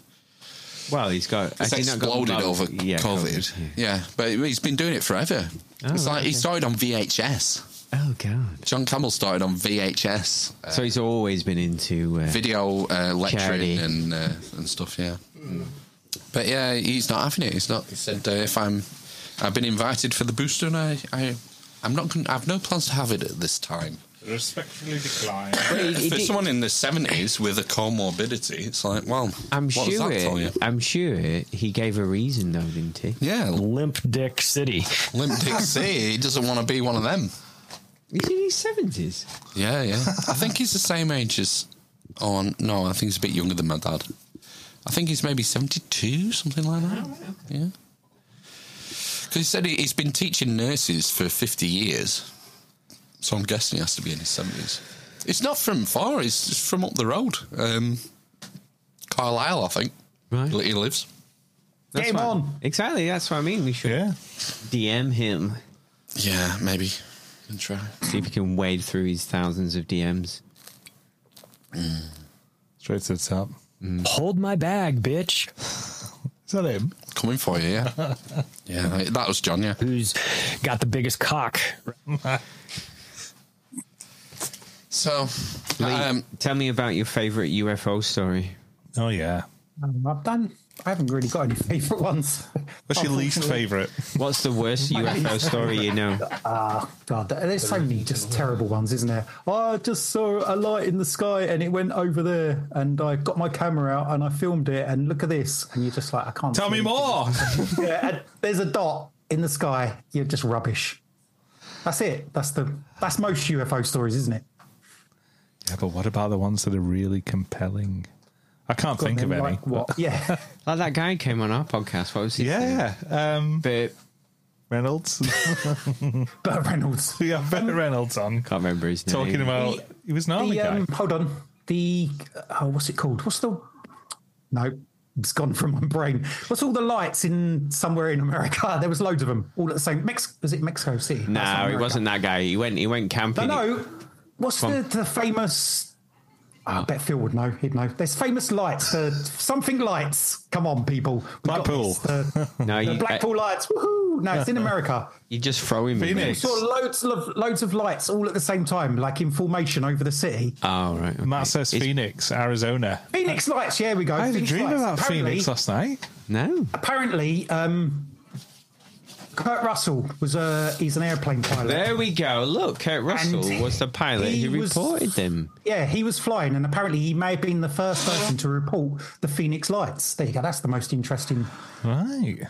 Speaker 3: Well, he's got.
Speaker 2: It's
Speaker 3: has he not got
Speaker 2: exploded
Speaker 3: lung-
Speaker 2: over
Speaker 3: yeah,
Speaker 2: COVID.
Speaker 3: yeah.
Speaker 2: Yeah. but he's been doing it forever.
Speaker 3: Oh,
Speaker 2: it's like
Speaker 3: right,
Speaker 2: he
Speaker 3: okay.
Speaker 2: started on VHS.
Speaker 3: Oh god.
Speaker 2: John Campbell started on VHS
Speaker 3: So he's always been into. Uh,
Speaker 2: video uh,
Speaker 3: Charity. Mm.
Speaker 2: lecturing and uh, and stuff. Yeah, but yeah, he's not having it. He's not. He said uh, if I'm, I've been invited for the booster, and I, I I'm not. Gonna, I've no plans to have it at this time.
Speaker 5: Respectfully decline.
Speaker 2: if there's someone in the 70s with a comorbidity, it's like, well,
Speaker 3: I'm
Speaker 2: what does
Speaker 3: sure.
Speaker 2: that tell you?
Speaker 3: I'm sure he gave a reason though, didn't he?
Speaker 2: Yeah,
Speaker 3: Limp Dick City.
Speaker 2: Limp Dick City, he doesn't want to be one of them.
Speaker 3: He's in his seventies.
Speaker 2: Yeah, yeah. I think he's the same age as. Oh, I'm- no, I think he's a bit younger than my dad. I think he's maybe 72, something like that. Yeah. Because he said he- he's been teaching nurses for 50 years. So I'm guessing he has to be in his 70s. It's not from far, it's just from up the road. Um, Carlisle, I think. Right. He lives.
Speaker 3: That's
Speaker 2: Game
Speaker 3: what-
Speaker 2: on.
Speaker 3: Exactly. That's what I mean. We should DM him.
Speaker 2: Yeah, maybe. And try.
Speaker 3: See if he can wade through his thousands of DMs.
Speaker 5: Straight to the top. Mm.
Speaker 14: Hold my bag, bitch.
Speaker 5: Is that him?
Speaker 2: Coming for you, yeah. yeah, that was John, yeah.
Speaker 14: Who's got the biggest cock?
Speaker 2: So,
Speaker 3: um, tell me about your favorite UFO story.
Speaker 5: Oh yeah.
Speaker 7: Um, I've done. I haven't really got any favourite ones.
Speaker 5: Oh,
Speaker 7: Unfortunately.
Speaker 3: What's the worst UFO story you know?
Speaker 7: Ah, God, there- there's so many just terrible ones, isn't there? I just saw a light in the sky and it went over there, and I got my camera out and I filmed it, and look at this, and you're just like, I can't.
Speaker 5: Tell me more.
Speaker 7: yeah, and there's a dot in the sky. You're just rubbish. That's it. That's the that's most UFO stories, isn't it?
Speaker 5: Yeah, but what about the ones that are really compelling? I can't
Speaker 7: Go on
Speaker 5: think of
Speaker 7: then,
Speaker 5: any.
Speaker 7: like what?
Speaker 5: but-
Speaker 7: Yeah.
Speaker 3: Like that guy came on our podcast. What was he?
Speaker 5: Yeah, um,
Speaker 3: Bert
Speaker 5: Reynolds.
Speaker 7: Bert Reynolds.
Speaker 5: Yeah, Bert Reynolds on.
Speaker 3: Can't remember his name.
Speaker 5: Talking about he was an army
Speaker 7: The,
Speaker 5: guy.
Speaker 7: um, hold on. The oh, what's it called? What's the no? It's gone from my brain. What's all the lights in somewhere in America? There was loads of them, all at the same. Mex- was it Mexico City? That's not
Speaker 3: No, it
Speaker 7: America.
Speaker 3: wasn't that guy. He went. He went
Speaker 7: No,
Speaker 3: camping.
Speaker 7: no. What's
Speaker 3: Come
Speaker 7: the,
Speaker 3: on. Oh.
Speaker 7: the famous? I bet Phil would know. He'd know. There's famous lights. The something lights. Come on, people. We got
Speaker 5: Blackpool.
Speaker 7: this. The,
Speaker 3: No,
Speaker 7: the
Speaker 3: you- uh,
Speaker 7: Blackpool lights. Woohoo! No, it's in America.
Speaker 3: You just throw him. in the mix.
Speaker 7: Saw loads of loads of lights all at the same time, like in formation over the city.
Speaker 3: Oh right.
Speaker 5: Matt says Phoenix, Arizona.
Speaker 7: Phoenix lights. Yeah, we go.
Speaker 5: Uh, I had a
Speaker 7: Phoenix
Speaker 5: dream
Speaker 7: lights.
Speaker 5: about
Speaker 7: Apparently-
Speaker 5: Phoenix last night.
Speaker 3: No.
Speaker 7: Apparently, um, Kurt Russell was a he's an airplane pilot.
Speaker 3: There we go. Look, Kurt Russell
Speaker 7: And
Speaker 3: was the pilot. He,
Speaker 7: he was-
Speaker 3: reported them.
Speaker 7: Yeah, he was flying, and apparently he may have been the first person to report the Phoenix lights. There you go. That's the most interesting
Speaker 5: right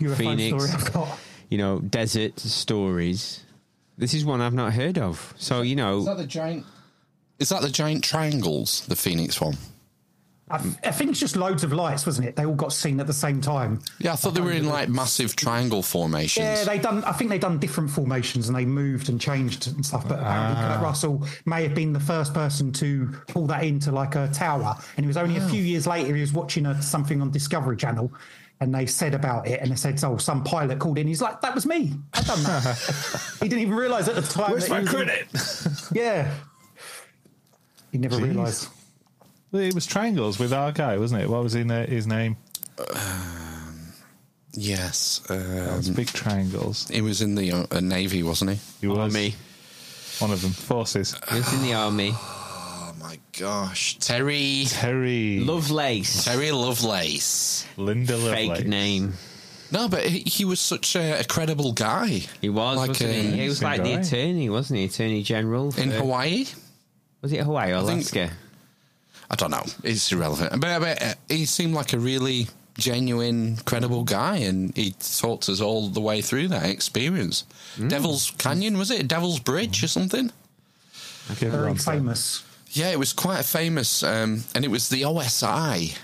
Speaker 7: UFO
Speaker 3: Phoenix.
Speaker 7: story I've got.
Speaker 3: You know, desert stories. This is one I've not heard of. So you know,
Speaker 15: the giant?
Speaker 2: Is that the giant triangles, the Phoenix one?
Speaker 7: I, I think it's just loads of lights, wasn't it? They all got seen at the same time.
Speaker 2: Yeah, I thought they were in like massive triangle formations.
Speaker 7: Yeah, they done. I think they done different formations, and they moved and changed and stuff. But apparently,
Speaker 2: Ah.
Speaker 7: Kurt Russell may have been the first person to pull that into like a tower. And it was only
Speaker 5: Oh.
Speaker 7: a few years later he was watching a, something on Discovery Channel, and they said about it, and they said, "Oh, some pilot called in." He's like, "That was me. I done that." he didn't even realize at the time.
Speaker 5: Where's
Speaker 7: that
Speaker 5: my
Speaker 7: he was-
Speaker 5: credit?
Speaker 7: yeah, he never
Speaker 5: Jeez.
Speaker 7: realized.
Speaker 5: Well, It was triangles with our guy, wasn't it? What was in uh, his name?
Speaker 2: Yes. uh, Um,
Speaker 5: Those big triangles.
Speaker 2: He was in the uh, uh, Navy, wasn't he?
Speaker 5: He was. Army. One of them. Forces.
Speaker 3: He was in the army.
Speaker 2: Oh my gosh. Terry.
Speaker 5: Terry.
Speaker 3: Lovelace.
Speaker 2: Terry Lovelace.
Speaker 5: Linda
Speaker 3: Fake
Speaker 2: Lovelace.
Speaker 3: name.
Speaker 2: No, but he, he was such a, a credible guy.
Speaker 3: He was,
Speaker 2: Like,
Speaker 3: wasn't
Speaker 2: um,
Speaker 3: he? He was like the
Speaker 2: guy.
Speaker 3: attorney, wasn't he? Attorney General
Speaker 2: In
Speaker 3: for-
Speaker 2: Hawaii?
Speaker 3: Was it Hawaii or Alaska?
Speaker 2: I don't know. It's irrelevant. But, but uh, he seemed like a really genuine, credible guy, and he talked us all the way through that experience.
Speaker 3: Mm.
Speaker 2: Devil's Canyon, was it? Devil's Bridge or something?
Speaker 7: Very famous.
Speaker 2: Yeah, it was quite famous, um, and it was the OSI,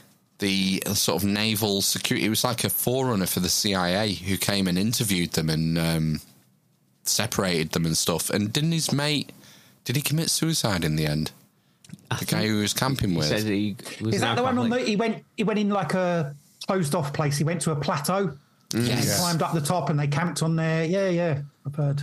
Speaker 2: the sort of naval security. It was like a forerunner for the CIA who came and interviewed them and um, separated them and stuff. And didn't his mate? Did he commit suicide in the end? the guy who he was camping with.
Speaker 3: said that he
Speaker 7: Is that the one on the he went? He went in like a closed off place. He went to a plateau.
Speaker 2: Mm.
Speaker 7: and
Speaker 2: Yes.
Speaker 7: climbed up the top and they camped on there. Yeah, yeah. I've heard.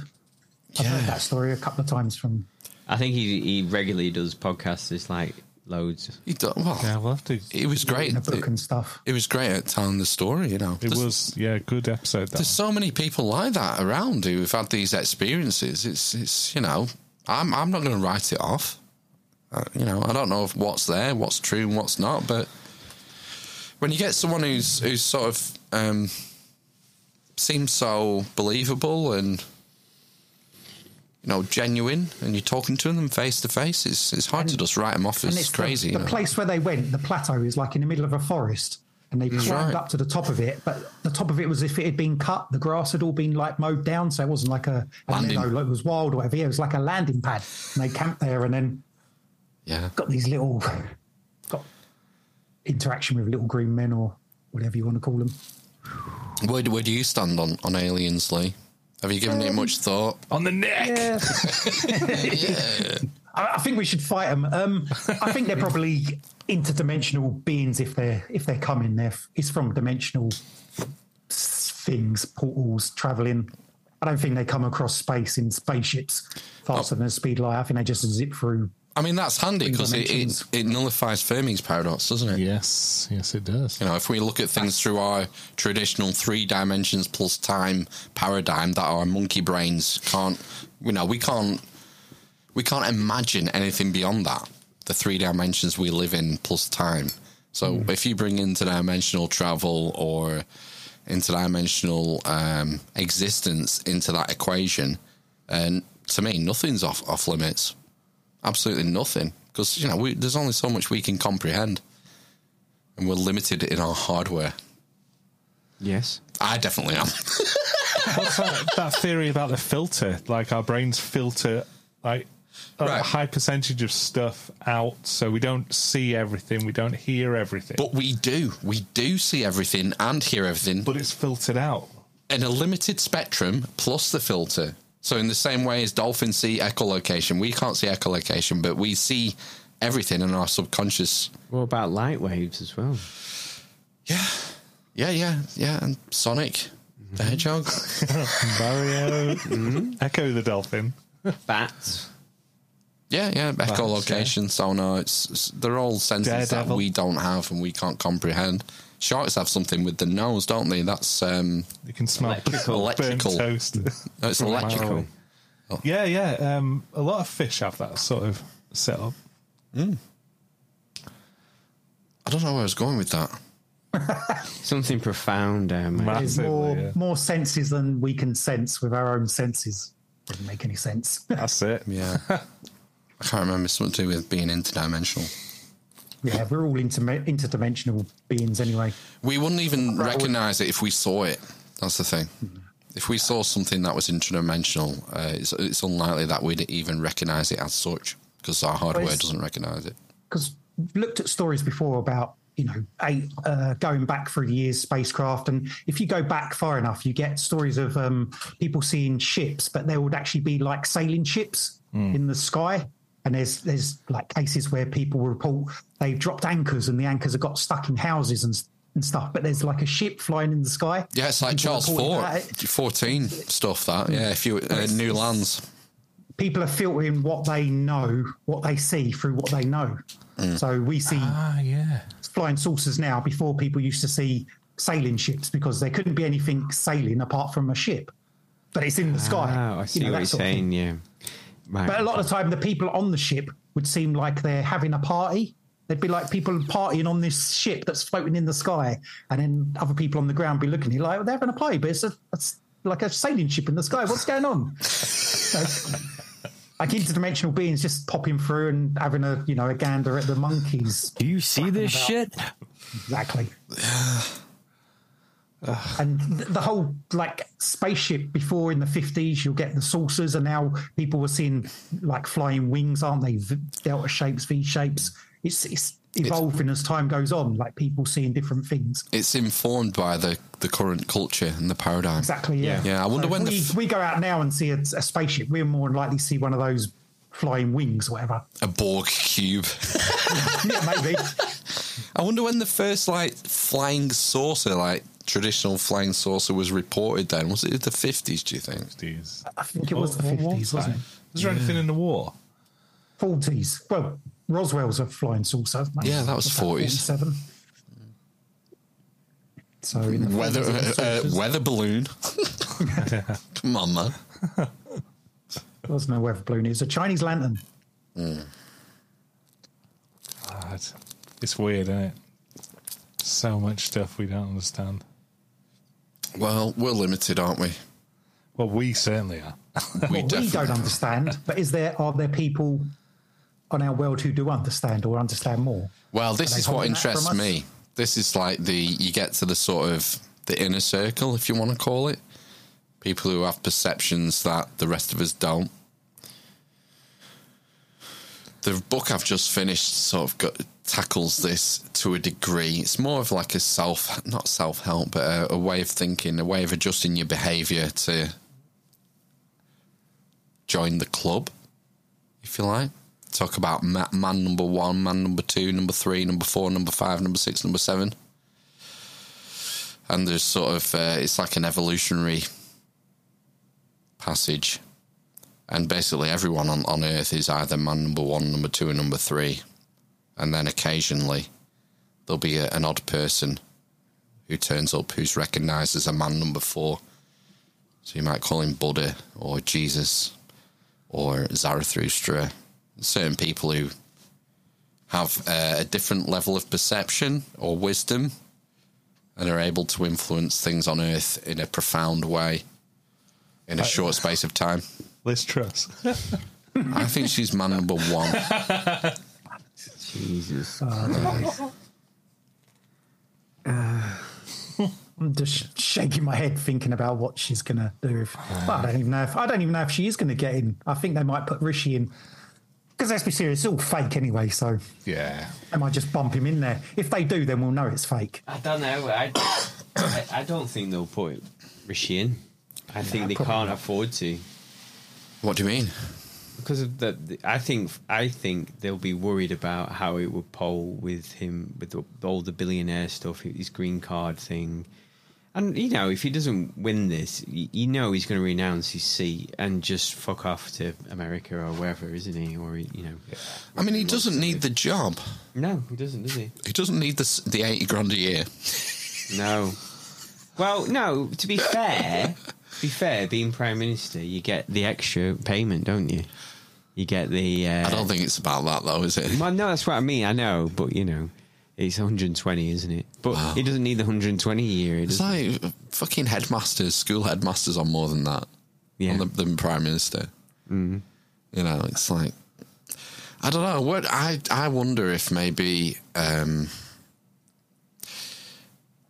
Speaker 7: I've heard that story a couple of times from.
Speaker 3: I think he he regularly does podcasts. It's like loads.
Speaker 2: He do- well,
Speaker 5: yeah, we'll have to.
Speaker 2: It was great.
Speaker 7: In a book and stuff.
Speaker 2: It was great at telling the story. You know,
Speaker 5: It was, yeah, good episode. That
Speaker 2: There's so many people like that around who have had these experiences. It's it's you know, I'm I'm not going to write it off. Uh, you know, I don't know if what's there, what's true, and what's not. But when you get someone who's who's sort of um, seems so believable and you know, genuine and you're talking to them face to face, it's it's hard to just write them off
Speaker 7: And
Speaker 2: as crazy.
Speaker 7: The,
Speaker 2: you
Speaker 7: the
Speaker 2: know.
Speaker 7: place where they went, the plateau, is like in the middle of a forest, and they
Speaker 2: That's
Speaker 7: climbed
Speaker 2: Mm. right.
Speaker 7: up to the top of it. But the top of it was if it had been cut, the grass had all been like mowed down, so it wasn't like a, a
Speaker 2: Landing.
Speaker 7: meadow, like it was wild or whatever. Yeah, it was like a landing pad, and they camped there, and then
Speaker 2: yeah,
Speaker 7: got these little got interaction with little green men or whatever you want to call them.
Speaker 2: Where, do- where do you stand on, on aliens, Lee? Have you given
Speaker 7: Um,
Speaker 2: it much thought?
Speaker 7: On the neck. I, I think we should fight them. Um, I think they're probably interdimensional beings if they're if they're coming. They're f- it's from dimensional s- things, portals, traveling. I don't think they come across space in spaceships faster than the speed of light. I think they just zip through.
Speaker 2: I mean, that's handy
Speaker 7: Three
Speaker 2: because it, it,
Speaker 7: dimensions.
Speaker 2: it nullifies Fermi's paradox, doesn't it?
Speaker 5: Yes, yes, it does.
Speaker 2: You know, if we look at things through our traditional three dimensions plus time paradigm that our monkey brains can't, you know, we can't, we can't imagine anything beyond that. The three dimensions we live in plus time. So
Speaker 5: Hmm.
Speaker 2: if you bring interdimensional travel or interdimensional um, existence into that equation, and to me, nothing's off off limits. Absolutely nothing, because you know we, there's only so much we can comprehend, and we're limited in our hardware.
Speaker 3: Yes,
Speaker 2: I definitely am.
Speaker 5: What's that, that theory about the filter? Like our brains filter like a high percentage of stuff out, so we don't see everything, we don't hear everything.
Speaker 2: But we do, we do see everything and hear everything. But
Speaker 5: it's filtered out
Speaker 2: in a limited spectrum plus the filter. So in the same way as dolphins see echolocation, we can't see echolocation, but we see everything in our subconscious.
Speaker 3: What about light waves as well?
Speaker 2: Yeah, yeah, yeah, and Sonic the Hedgehog.
Speaker 5: Mario,
Speaker 2: Mm-hmm.
Speaker 5: Echo the Dolphin,
Speaker 3: bats.
Speaker 2: Yeah, yeah,
Speaker 5: Bats,
Speaker 2: echolocation, sonar. It's, it's- they're all senses that
Speaker 5: Daredevil.
Speaker 2: we don't have and we can't comprehend. Sharks have something with the nose, don't they? That's um,
Speaker 5: you can smell burnt
Speaker 2: electrical.
Speaker 5: toast.
Speaker 2: No, it's
Speaker 5: from a mile
Speaker 2: electrical.
Speaker 5: away. Yeah, yeah. Um, a lot of fish have that sort of setup.
Speaker 2: I don't know where I was going with that.
Speaker 3: Something profound, um,
Speaker 7: There's more more senses than we can sense with our own senses. Doesn't make any sense.
Speaker 5: That's it.
Speaker 2: Yeah. I can't remember something to do with being interdimensional.
Speaker 7: yeah, we're all inter- interdimensional beings anyway.
Speaker 2: We wouldn't even recognize it if we saw it. That's the thing. If we saw something that was interdimensional, uh, it's, it's unlikely that we'd even recognize it as such because our hardware
Speaker 7: it's-
Speaker 2: doesn't recognize it.
Speaker 7: because looked at stories before about you know eight, uh, going back through the years spacecraft and if you go back far enough you get stories of um, people seeing ships but there would actually be like sailing ships in the sky and there's there's like cases where people report they've dropped anchors and the anchors have got stuck in houses and, s- and stuff but there's like a ship flying in the sky
Speaker 2: Yeah, it's like
Speaker 7: People
Speaker 2: Charles
Speaker 7: reporting
Speaker 2: Ford,
Speaker 7: that.
Speaker 2: 14 stuff that. Yeah, if you uh, New Lands.
Speaker 7: people are filtering what they know what they see through what they know
Speaker 3: Mm.
Speaker 7: so we see
Speaker 5: Ah, yeah.
Speaker 7: flying saucers now before people used to see sailing ships because there couldn't be anything sailing apart from a ship but it's in the sky
Speaker 3: Oh, I see
Speaker 7: you know,
Speaker 3: what
Speaker 7: that
Speaker 3: you're
Speaker 7: sort of
Speaker 3: saying.
Speaker 7: thing.
Speaker 3: Yeah, right.
Speaker 7: but a lot of the time the people on the ship would seem like they're having a party they'd be like people partying on this ship that's floating in the sky and then other people on the ground be looking at you like "Oh, they're having a party but it's, a, it's like a sailing ship in the sky what's going on So, like interdimensional beings just popping through and having a you know a gander at the monkeys
Speaker 14: do you see this shit
Speaker 7: exactly and th- the whole like spaceship before in the 50s you'll get the saucers and now people were seeing like flying wings aren't they V- delta shapes v shapes it's, it's evolving as time goes on like people seeing different things
Speaker 2: It's informed by the, the current culture and the paradigm.
Speaker 7: exactly yeah
Speaker 2: Yeah, I wonder
Speaker 7: So if
Speaker 2: when the
Speaker 7: we, we go out now and see a, a spaceship we're more than likely to see one of those flying wings or whatever
Speaker 2: A Borg cube.
Speaker 7: yeah, maybe.
Speaker 2: I wonder when the first like flying saucer, like traditional flying saucer, was reported. Then was it the fifties? Do you think?
Speaker 5: Fifties.
Speaker 7: I think it was the 50s wasn't it
Speaker 5: Was there anything in the war?
Speaker 7: 40s well roswell's a flying saucer
Speaker 2: Yeah, that was 40s.
Speaker 7: 47 so in the
Speaker 2: Weather
Speaker 7: 40s,
Speaker 2: uh, uh, weather balloon. Come on, man.
Speaker 7: It wasn't a weather balloon. It was a Chinese lantern.
Speaker 5: Ah, it's, it's weird, isn't it? So much stuff we don't understand.
Speaker 2: Well, we're limited, aren't we?
Speaker 5: Well, we certainly are.
Speaker 7: we, don't understand, but is there are there people on our world who do understand or understand more?
Speaker 2: Well, this
Speaker 7: Are they
Speaker 2: is what
Speaker 7: holding that from
Speaker 2: interests
Speaker 7: us?
Speaker 2: me. This is like the you get to the sort of the inner circle, if you want to call it. People who have perceptions that the rest of us don't. The book I've just finished sort of got, tackles this to a degree. It's more of like a self, not self help, but a, a way of thinking, a way of adjusting your behaviour to join the club, if you like. Talk about ma- man number one, man number two, number three, number four, number five, number six, number seven. And there's sort of, uh, it's like an evolutionary passage. And basically, everyone on, on Earth is either man number one, number two, and number three. And then occasionally, there'll be a, an odd person who turns up who's recognized as a man number four. So you might call him Buddha or Jesus or Zarathustra. Certain people who have uh, a different level of perception or wisdom and are able to influence things on earth in a profound way in a short space of time.
Speaker 5: Liz Truss.
Speaker 2: I think she's man number one.
Speaker 3: Jesus.
Speaker 7: I'm just shaking my head thinking about what she's gonna do. If, well, I don't even know if I don't even know if she is gonna get in. I think they might put Rishi in because let's be serious, it's all fake anyway. So
Speaker 5: yeah,
Speaker 7: they might just bump him in there. If they do, then we'll know it's fake.
Speaker 3: I don't know. I, I, I don't think they'll put Rishi in. I think they can't afford to.
Speaker 2: What do you mean?
Speaker 3: Because of the, the- I think I think they'll be worried about how it would poll with him with the, all the billionaire stuff, his green card thing, and you know if he doesn't win this, y- you know he's going to renounce his seat and just fuck off to America or wherever, isn't he? Or you know,
Speaker 2: I mean, he doesn't need the job.
Speaker 3: No, he doesn't, does he?
Speaker 2: He doesn't need the, s- the 80 grand a year.
Speaker 3: No. Well, no. To be fair, to be fair, being prime minister, you get the extra payment, don't you? You get the. Uh, I don't
Speaker 2: think it's about that, though, is it?
Speaker 3: Well, no, that's what I mean. I know, but you know, it's 120, isn't it? But it doesn't need the 120 a year. It
Speaker 2: It's
Speaker 3: doesn't-
Speaker 2: like fucking headmasters, school headmasters on more than that.
Speaker 3: Yeah. Mm-hmm.
Speaker 2: On the, than prime minister. Mm. You know, it's like I don't know. What I I wonder if maybe um,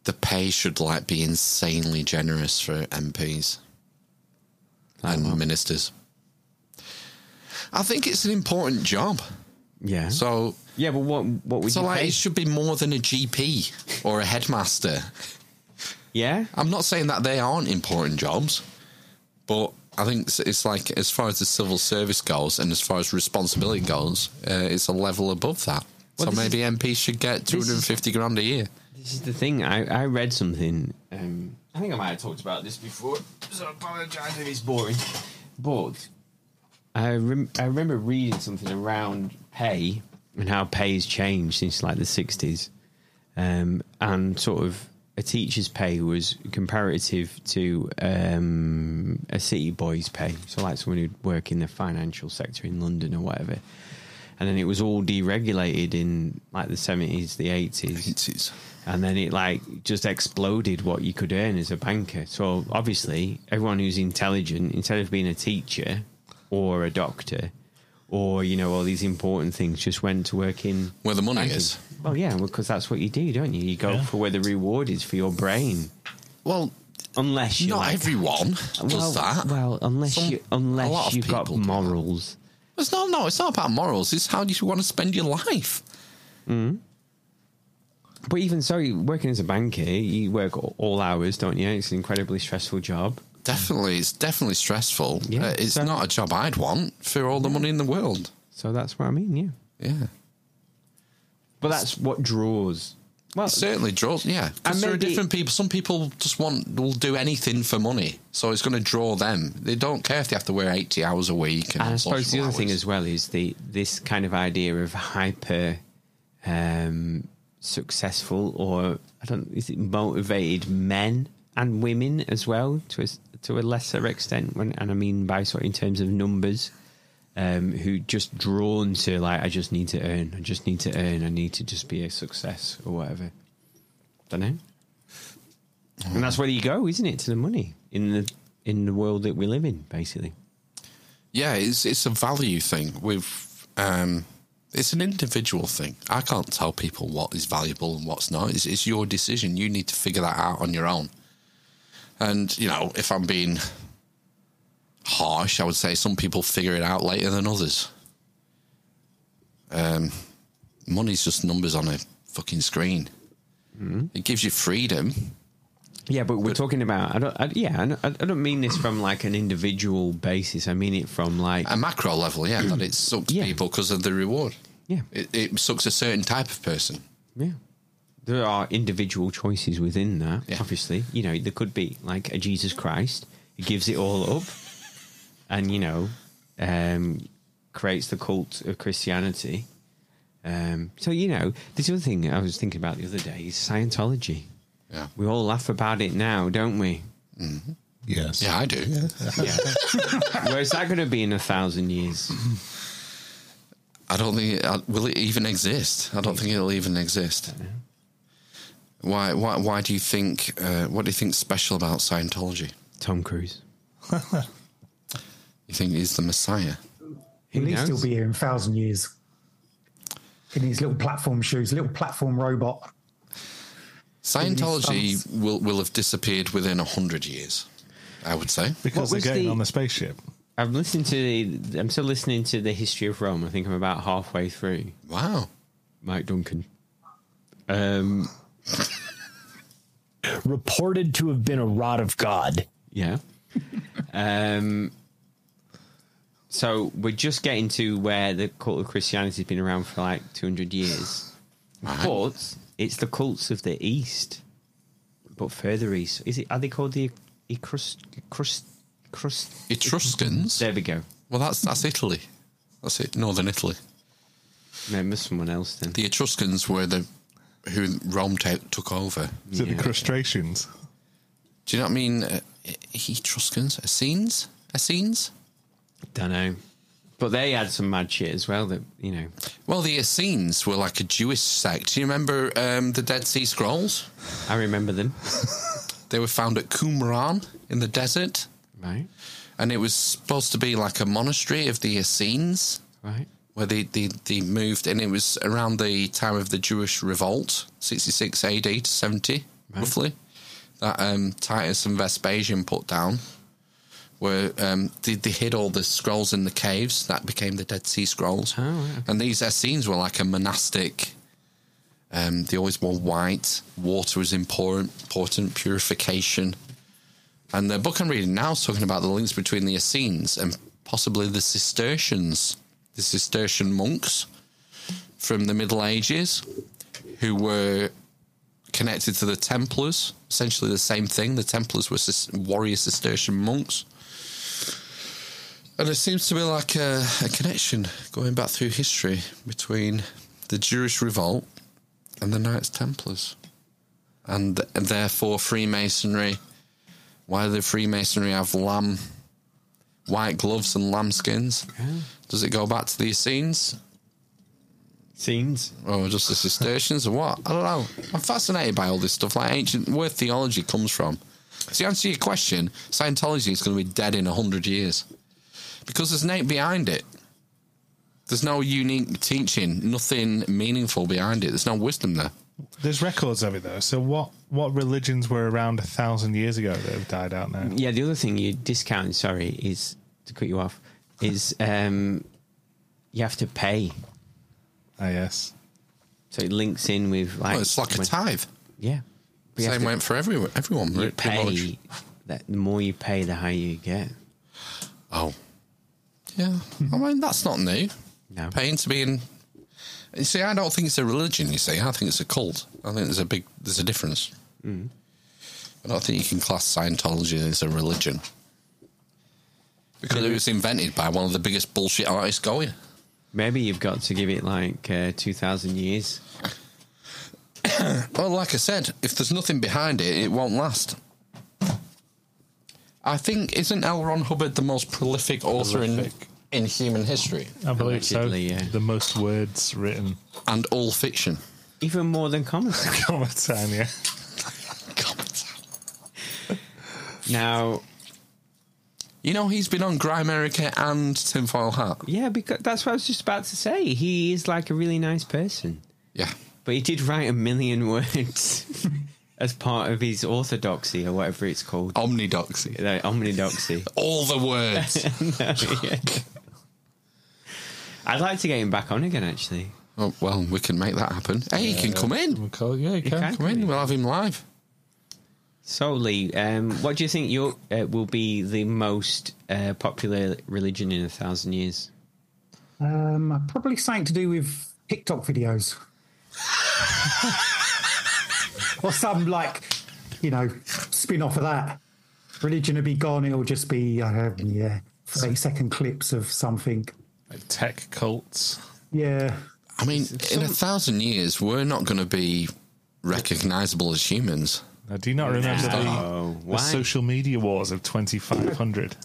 Speaker 2: the pay should like be insanely generous for MPs and ministers. I think it's an important job.
Speaker 3: Yeah.
Speaker 2: So
Speaker 3: yeah, but what what would
Speaker 2: so
Speaker 3: Hmm? you
Speaker 2: like
Speaker 3: pay?
Speaker 2: it should be more than a GP or a headmaster.
Speaker 3: Yeah,
Speaker 2: I'm not saying that they aren't important jobs, but I think it's, it's like as far as the civil service goes and as far as responsibility goes, uh, it's a level above that. so
Speaker 3: Well, this is-
Speaker 2: maybe MPs should get 250 grand a year.
Speaker 3: This is the thing. I I read something. Um, I think I might have talked about this before, so I apologise if it's boring. But I rem- I remember reading something around pay and how pay has changed since like the sixties, um, and sort of a teacher's pay was comparative to um, a city boy's pay. So like someone who'd work in the financial sector in London or whatever. And then it was all deregulated in like the seventies, the eighties, and then it like just exploded what you could earn as a banker. So obviously, everyone who's intelligent, instead of being a teacher or a doctor or you know all these important things just went to work in
Speaker 2: where the money
Speaker 3: is well yeah because that's what you do don't you you go for where the reward is for your brain
Speaker 2: well
Speaker 3: unless you
Speaker 2: Not
Speaker 3: like,
Speaker 2: everyone does
Speaker 3: well,
Speaker 2: that.
Speaker 3: well unless
Speaker 2: Some-
Speaker 3: you
Speaker 2: a lot
Speaker 3: unless
Speaker 2: of
Speaker 3: you've got
Speaker 2: people do that.
Speaker 3: morals
Speaker 2: It's not, no, it's not about morals. It's how you want to spend your life.
Speaker 3: Mm. But even so, you- working as a banker, you work a- all hours, don't you? It's an incredibly stressful job.
Speaker 2: Definitely, it's definitely stressful. Yeah, it's not a job I'd want for all the money in the world.
Speaker 3: So that's what I mean, yeah.
Speaker 2: Yeah.
Speaker 3: But that's what draws. Well,
Speaker 2: it certainly draws. Yeah, 'Cause
Speaker 3: And
Speaker 2: there are
Speaker 3: maybe-
Speaker 2: different people. Some people just want will do anything for money, so it's going to draw them. They don't care if they have to wear eighty hours a week. And,
Speaker 3: And I suppose the
Speaker 2: social
Speaker 3: other thing
Speaker 2: hours.
Speaker 3: as well is the this kind of idea of hyper um, successful or I don't is it motivated men and women as well to a, s- to a lesser extent when and I mean by sort of in terms of numbers um, who just drawn to like I just need to earn I just need to earn I need to just be a success or whatever don't know and that's where you go isn't it to the money in the in the world that we live in, basically.
Speaker 2: Yeah, it's it's a value thing. With um, it's an individual thing. I can't tell people what is valuable and what's not. It's, it's your decision. You need to figure that out on your own. And you know, if I'm being harsh, I would say some people figure it out later than others. Um, money's just numbers on a fucking screen. It gives you freedom.
Speaker 3: Yeah, but we're talking about. I don't. I, yeah, I don't, I don't mean this from like an individual basis. I mean it from like
Speaker 2: a macro level. Yeah, that it sucks people because of the reward.
Speaker 3: Yeah,
Speaker 2: it, it sucks a certain type of person.
Speaker 3: Yeah. There are individual choices within that, obviously. You know, there could be like a Jesus Christ who gives it all up and, you know, um, creates the cult of Christianity. Um, so, you know, this other thing I was thinking about the other day is Scientology.
Speaker 2: Yeah.
Speaker 3: We all laugh about it now, don't we?
Speaker 16: Yes.
Speaker 2: Yeah, I do.
Speaker 3: Yeah. Where's that going to be in a thousand years?
Speaker 2: I don't think. uh, Will it even exist? I don't think it'll even exist. Why? Why? Why do you think? Uh, what do you think's special about Scientology?
Speaker 3: Tom Cruise.
Speaker 2: you think he's the Messiah?
Speaker 7: He'll still be here in a thousand years. In his little platform shoes, little platform robot.
Speaker 2: Scientology will will have disappeared within a hundred years. I would say
Speaker 3: What was
Speaker 5: the spaceship.
Speaker 3: I'm listening to the. I'm still listening to the history of Rome. I think I'm about halfway through.
Speaker 2: Wow,
Speaker 3: Mike Duncan. Um,
Speaker 14: Reported to have been a rod of God.
Speaker 3: Yeah. um, so we're just getting to where the cult of Christianity has been around for like 200 years. But it's the cults of the East, but further east. Is it? Are they called the Etrus, Etrus, Etrus,
Speaker 2: Etruscans.
Speaker 3: There we go.
Speaker 2: Well, that's that's Italy. That's it. Northern Italy.
Speaker 3: Remember someone else then.
Speaker 2: The Etruscans were the who Rome ta took over.
Speaker 5: Is it the crustaceans?
Speaker 2: Do you know what I mean? Uh, Etruscans, Essenes, Essenes.
Speaker 3: Don't know, but they had some mad shit as well. That you know,
Speaker 2: Well, the Essenes were like a Jewish sect. Do you remember um, the Dead Sea Scrolls?
Speaker 3: I remember them.
Speaker 2: they were found at Qumran in the desert.
Speaker 3: Right.
Speaker 2: And it was supposed to be like a monastery of the Essenes.
Speaker 3: Right.
Speaker 2: Where they, they, they moved, and it was around the time of the Jewish revolt, 66 AD to 70, roughly, that um, Titus and Vespasian put down. Where um, they, they hid all the scrolls in the caves, that became the Dead Sea Scrolls. And these Essenes were like a monastic um, they always wore white. Water was important, important purification. And the book I'm reading now is talking about the links between the Essenes and possibly the Cistercians, the Cistercian monks from the Middle Ages, who were connected to the Templars. Essentially, the same thing. The Templars were Cis- warrior Cistercian monks. And it seems to be like a, a connection going back through history between the Jewish revolt and the Knights Templars, and, th- and therefore Freemasonry. Why do the Freemasonry have lamb, white gloves, and lambskins? Does it go back to the Essenes?
Speaker 3: Scenes?
Speaker 2: Or just the Cistercians or what? I don't know. I'm fascinated by all this stuff, like ancient where theology comes from. So to answer your question, Scientology is going to be dead in hundred years. Because there's nothing behind it. There's no unique teaching, nothing meaningful behind it. There's no wisdom there.
Speaker 5: There's records of it though. So what? What religions were around a thousand years ago that have died out
Speaker 7: Mm.
Speaker 5: now?
Speaker 3: Yeah, the other thing you discount, sorry, is to cut you off, is um, you have to pay.
Speaker 5: Ah, yes.
Speaker 3: So it links in with like.
Speaker 2: Well, Oh, it's like a tithe.
Speaker 3: Yeah. But you have
Speaker 2: Same
Speaker 3: to-
Speaker 2: went for everyone. Everyone
Speaker 3: You
Speaker 2: pretty much.
Speaker 3: pay. That, the more you pay, the higher you get.
Speaker 2: Oh. Yeah, I mean that's not new.
Speaker 3: No.
Speaker 2: Paying to be in. You see, I don't think it's a religion. You see, I think it's a cult. I think there's a big there's a difference. I don't think you can class Scientology as a religion because it was invented by one of the biggest bullshit artists going.
Speaker 3: Maybe you've got to give it like uh, 2,000 years.
Speaker 2: well, like I said, if there's nothing behind it, it won't last. I think isn't L. Ron Hubbard the most prolific author in in human history?
Speaker 5: I believe so.
Speaker 3: Allegedly, yeah.
Speaker 5: The most words written,
Speaker 2: and all fiction.
Speaker 3: Even more than common time.
Speaker 5: common time, yeah.
Speaker 3: Now,
Speaker 2: You know, he's been on Grimerica and Tinfoil Hat.
Speaker 3: Yeah, because that's what I was just about to say. He is like a really nice person.
Speaker 2: Yeah.
Speaker 3: But he did write a million words as part of his orthodoxy or whatever it's called.
Speaker 2: Omnidoxy.
Speaker 3: No, omnidoxy.
Speaker 2: All the words.
Speaker 3: No, yeah. I'd like to get him back on again, actually.
Speaker 2: Oh, well, we can make that happen. Hey, he can come in.
Speaker 5: yeah, he
Speaker 2: can, come in. We'll have him live.
Speaker 3: So, Lee, um, what do you think your, uh, will be the most uh, popular religion in a thousand years?
Speaker 7: Um, probably something to do with TikTok videos. or some like, you know, spin off of that. Religion will be gone. It'll just be, uh, yeah, 30 second clips of something.
Speaker 5: Like tech cults.
Speaker 7: Yeah.
Speaker 2: I mean, in a thousand years, we're not going to be recognizable as humans.
Speaker 5: I do not remember
Speaker 2: No.
Speaker 5: the, the social media wars of 2500.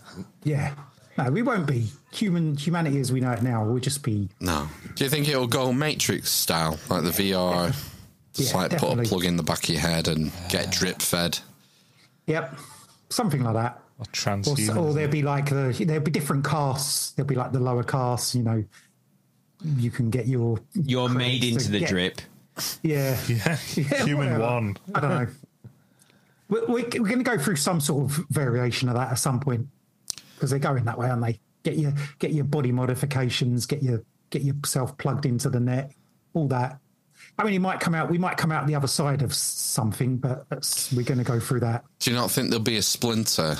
Speaker 7: Yeah. No, we won't be. Human humanity as we know it now will just be
Speaker 2: No. Do you think it'll go Matrix style, like the VR? Just
Speaker 7: Yeah,
Speaker 2: like put
Speaker 7: definitely.
Speaker 2: a plug in the back of your head and get drip fed.
Speaker 7: Yep, something like that.
Speaker 5: Or
Speaker 7: Or,
Speaker 5: transhumanism.
Speaker 7: or there'll be like the there'll be different casts. There'll be like the lower casts. You know, you can get your
Speaker 3: You're made
Speaker 7: to
Speaker 3: into the
Speaker 7: get-
Speaker 3: drip.
Speaker 7: yeah yeah,
Speaker 5: Human
Speaker 7: whatever.
Speaker 5: one.
Speaker 7: I don't know. We- we- We're, going to go through some sort of variation of that at some point because they're going that way, aren't they? Get your get your body modifications. Get your get yourself plugged into the net. All that. I mean, it might come out. We might come out the other side of s- something, but that's, we're going to go through that.
Speaker 2: Do you not think there'll be a splinter?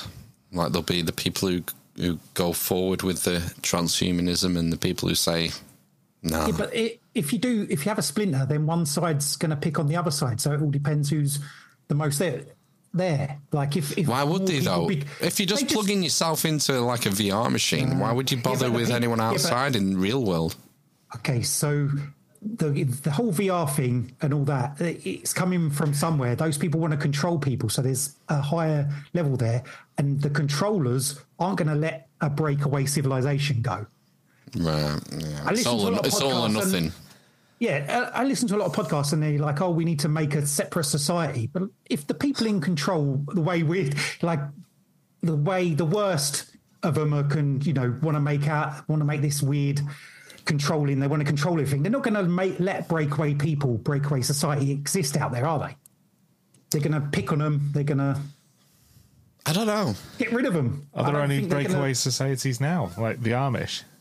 Speaker 2: Like there'll be the people who who go forward with the transhumanism and the people who say no.
Speaker 7: Yeah, but i if you do, if you have a splinter, then one side's going to pick on the other side. So it all depends who's the most there. There, like if, if
Speaker 2: why would
Speaker 7: more
Speaker 2: they
Speaker 7: people
Speaker 2: though?
Speaker 7: be-
Speaker 2: if you're just
Speaker 7: they
Speaker 2: plugging yourself into like a VR machine, why would you bother
Speaker 7: the
Speaker 2: with
Speaker 7: peop-
Speaker 2: anyone
Speaker 7: yeah, but-
Speaker 2: outside in real world?
Speaker 7: okay, so the the whole VR thing and all that, i- it's coming from somewhere. Those people want to control people, so there's a higher level there, and the controllers aren't going to let a breakaway civilization go.
Speaker 2: Right. yeah.
Speaker 7: I
Speaker 2: It's
Speaker 7: listen
Speaker 2: all
Speaker 7: to a lot
Speaker 2: or,
Speaker 7: of
Speaker 2: it's all or
Speaker 7: podcasts and-
Speaker 2: nothing.
Speaker 7: Yeah, I, I listen to a lot of podcasts, and they're like, "Oh, we need to make a separate society." But if the people in control, the way we like, the way the worst of them are, can you know, want to make out, want to make this weird controlling. They want to control everything. They're not going to make let breakaway people, breakaway society exist out there, are they? They're going to pick on them. They're going to
Speaker 2: I don't know.
Speaker 7: get rid of them.
Speaker 5: Are there any breakaway
Speaker 7: breakaways?
Speaker 5: societies now, like the Amish?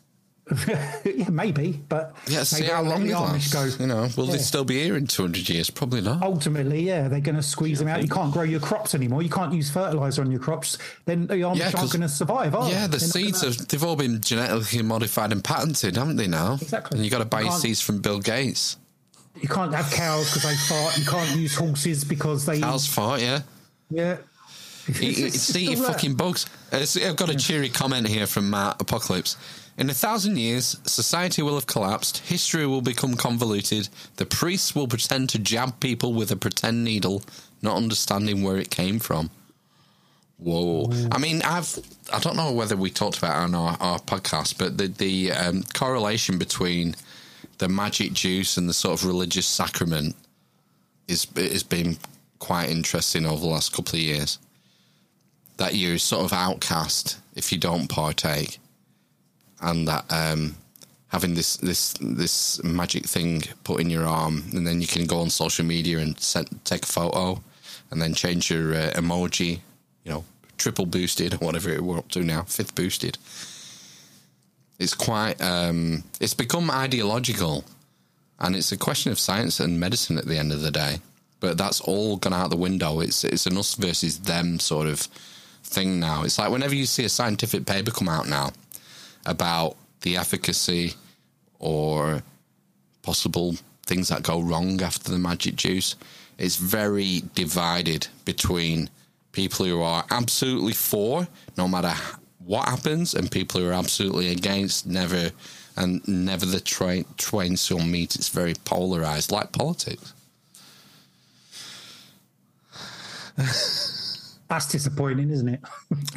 Speaker 7: yeah, maybe, but
Speaker 2: Yeah, see
Speaker 7: maybe
Speaker 2: how
Speaker 7: they'll let
Speaker 2: long
Speaker 7: the
Speaker 2: it
Speaker 7: Amish
Speaker 2: lasts. You know, will they
Speaker 7: Yeah.
Speaker 2: still be here in 200 years? Probably not.
Speaker 7: ultimately, yeah, they're going to squeeze them out. You can't grow your crops anymore. You can't use fertilizer on your crops. Then the Amish
Speaker 2: Yeah, 'cause-
Speaker 7: aren't going to survive, are
Speaker 2: yeah, the
Speaker 7: they? Oh, They're not
Speaker 2: seeds
Speaker 7: gonna-
Speaker 2: have, they've all been genetically modified and patented, haven't they now?
Speaker 7: Exactly.
Speaker 2: And you got to buy your
Speaker 7: Can't-
Speaker 2: seeds from Bill Gates.
Speaker 7: You can't have cows because they fart. You can't use horses because they.
Speaker 2: That's far, yeah.
Speaker 7: Yeah.
Speaker 2: Eat, eat-
Speaker 7: It's
Speaker 2: eat
Speaker 7: all
Speaker 2: your
Speaker 7: that.
Speaker 2: fucking bugs. Uh, so I've got a cheery comment here from Matt Apocalypse. In a thousand years, society will have collapsed, history will become convoluted, the priests will pretend to jab people with a pretend needle, not understanding where it came from. Whoa. I mean, I've, I don't know whether we talked about it on our, our podcast, but the, the um, correlation between the magic juice and the sort of religious sacrament is has been quite interesting over the last couple of years. That you're sort of outcast if you don't partake, and that um, having this this this magic thing put in your arm, and then you can go on social media and send, take a photo, and then change your uh, emoji, you know, triple boosted or whatever it we're up to now, fifth boosted. It's quite um, it's become ideological and it's a question of science and medicine at the end of the day. But that's all gone out the window. It's it's an us versus them sort of thing now. It's like whenever you see a scientific paper come out now about the efficacy or possible things that go wrong after the magic juice, it's very divided between people who are absolutely for no matter h- what happens and people who are absolutely against never and never the train train shall meet it's very polarized like politics
Speaker 7: That's disappointing, isn't it?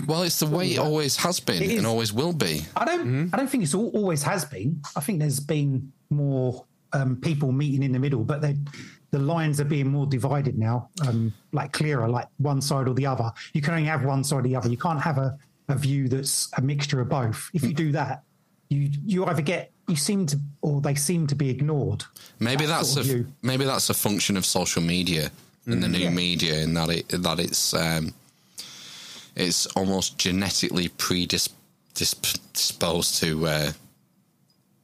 Speaker 2: well it's the way it always has been
Speaker 7: It is.
Speaker 2: and always will be
Speaker 7: I don't. I don't think it's al always has been. I think there's been more um, people meeting in the middle, but they, the lines are being more divided now, um, like clearer, like one side or the other. You can only have one side or the other. You can't have a a view that's a mixture of both. If you do that, you you either get you seem to or they seem to be ignored.
Speaker 2: Maybe
Speaker 7: That
Speaker 2: that's
Speaker 7: sort of Mm,
Speaker 2: a
Speaker 7: view.
Speaker 2: maybe that's a function of social media and the new media, in that it that it's um, it's almost genetically predisposed to uh,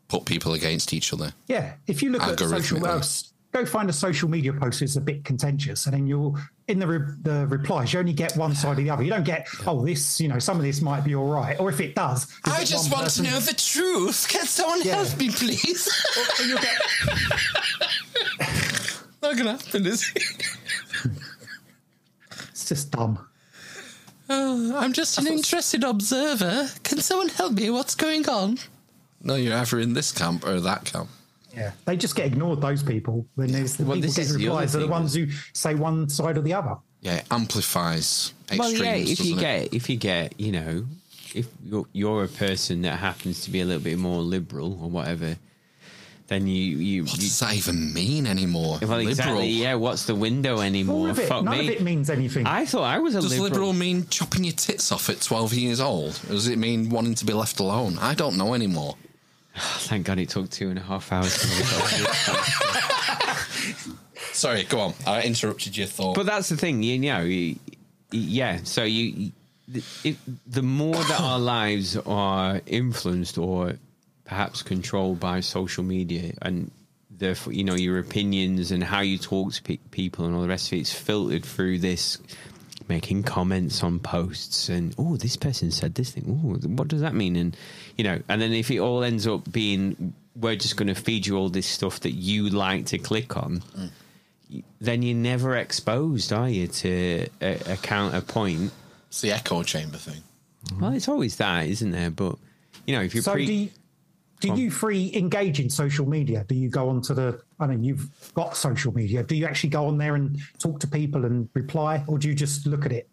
Speaker 2: put people against each other.
Speaker 7: Yeah, if you look at social
Speaker 2: Algorithmically.
Speaker 7: well, s- go find a social media post that's a bit contentious, and then you'll in the re- the replies you only get one side or the other. You don't get oh this you know some of this might be all right, or if it does, you
Speaker 2: I
Speaker 7: get
Speaker 2: just
Speaker 7: one
Speaker 2: want
Speaker 7: person-
Speaker 2: to know the truth. Can someone help me, please? Not gonna happen, is it?
Speaker 7: It's just dumb.
Speaker 2: I'm just an interested observer. Can someone help me? What's going on? No, you're either in this camp or that camp.
Speaker 7: Yeah, they just get ignored. Those people when there's the
Speaker 2: Well,
Speaker 7: people
Speaker 2: this
Speaker 7: getting
Speaker 2: is the other
Speaker 7: replies are the
Speaker 2: thing.
Speaker 7: ones who say one side or the other.
Speaker 2: Yeah, it amplifies
Speaker 3: well,
Speaker 2: extremes.
Speaker 3: yeah. If you
Speaker 2: doesn't it?
Speaker 3: get, if you get, you know, if you're, you're a person that happens to be a little bit more liberal or whatever, then you you. What
Speaker 2: does that even mean anymore?
Speaker 3: Well,
Speaker 2: Liberal?
Speaker 3: exactly. Yeah. What's the window
Speaker 7: All
Speaker 3: anymore?
Speaker 7: of it,
Speaker 3: Fuck
Speaker 7: none
Speaker 3: me.
Speaker 7: of it means anything.
Speaker 3: I thought I was a
Speaker 2: Does liberal.
Speaker 3: liberal.
Speaker 2: mean chopping your tits off at 12 years old? Or does it mean wanting to be left alone? I don't know anymore.
Speaker 3: Thank God it took two and a half hours. to make
Speaker 2: Sorry, go on. I interrupted your thought.
Speaker 3: But that's the thing, you know. You, yeah, so you, you- it, the more that our lives are influenced or perhaps controlled by social media, and therefore, you know, your opinions and how you talk to pe- people and all the rest of it's filtered through this making comments on posts and oh this person said this thing oh what does that mean and you know and then if it all ends up being we're just going to feed you all this stuff that you like to click on then you're never exposed, are you, to a, a counterpoint?
Speaker 2: It's the echo chamber thing.
Speaker 3: Well, it's always that, isn't there? But you know, if you're
Speaker 7: Mm-hmm. so
Speaker 3: pre-
Speaker 7: do you, do
Speaker 3: Go on.
Speaker 7: you free engage in social media? Do you go onto the? I mean, you've got social media. Do you actually go on there and talk to people and reply, or do you just look at it?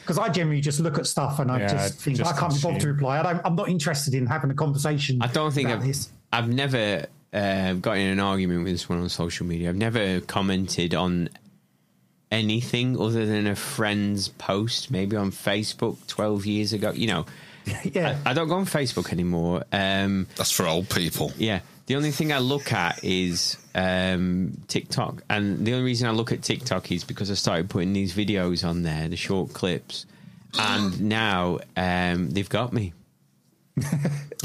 Speaker 7: Because I generally just look at stuff and I
Speaker 3: Yeah,
Speaker 7: just think
Speaker 3: just
Speaker 7: I can't be bothered to
Speaker 3: consume.
Speaker 7: reply. I don't, I'm not interested in having a conversation.
Speaker 3: I don't think
Speaker 7: about
Speaker 3: I've,
Speaker 7: this.
Speaker 3: I've never uh, got in an argument with someone on social media. I've never commented on anything other than a friend's post, maybe on Facebook twelve years ago. You know,
Speaker 7: yeah,
Speaker 3: I, I don't go on Facebook anymore. Um,
Speaker 2: That's for old people.
Speaker 3: Yeah, the only thing I look at is um, TikTok, and the only reason I look at TikTok is because I started putting these videos on there, the short clips, and now um, they've got me.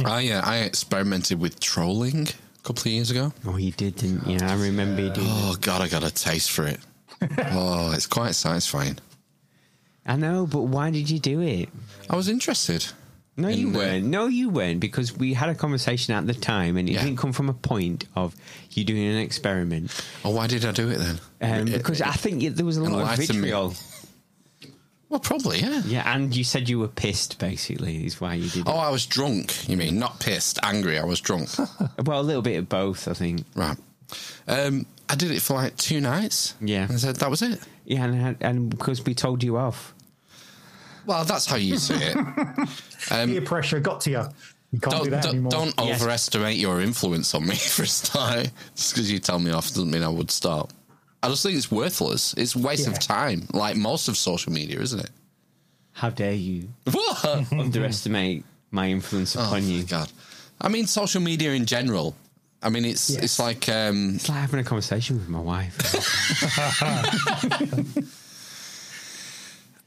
Speaker 2: I, uh, I experimented with trolling a couple of years ago.
Speaker 3: Oh, you did, didn't you? I remember you did.
Speaker 2: Oh, God, I got a taste for it. oh, it's quite satisfying.
Speaker 3: I know, but why did you do it?
Speaker 2: I was interested.
Speaker 3: No, you
Speaker 2: In, uh,
Speaker 3: weren't. No, you weren't, because we had a conversation at the time, and it didn't come from a point of you doing an experiment.
Speaker 2: Oh, why did I do it then?
Speaker 3: Um,
Speaker 2: It-
Speaker 3: because
Speaker 2: it-
Speaker 3: I think it- there was a lot of
Speaker 2: enlighten me.
Speaker 3: vitriol.
Speaker 2: Well, probably, yeah.
Speaker 3: Yeah, and you said you were pissed, basically, is why you did it.
Speaker 2: Oh, I was drunk. You mean not pissed, angry? I was drunk.
Speaker 3: well, a little bit of both, I think.
Speaker 2: Right. Um, I did it for like two nights.
Speaker 3: Yeah,
Speaker 2: and I said that was it.
Speaker 3: Yeah, and and because we told you off.
Speaker 2: Well, that's how you see it. Um,
Speaker 7: Peer pressure got to you. You can't
Speaker 2: don't
Speaker 7: do that
Speaker 2: don't-
Speaker 7: anymore.
Speaker 2: don't overestimate your influence on me for a start. Just because you tell me off doesn't mean I would stop. I just think it's worthless. It's a waste
Speaker 7: Yeah.
Speaker 2: of time, like most of social media, isn't it?
Speaker 3: How dare you?
Speaker 2: What?
Speaker 3: Mm-hmm. Underestimate my influence upon you.
Speaker 2: Oh God. I mean, social media in general. I mean, it's it's like um, it's
Speaker 3: like having a conversation with my wife.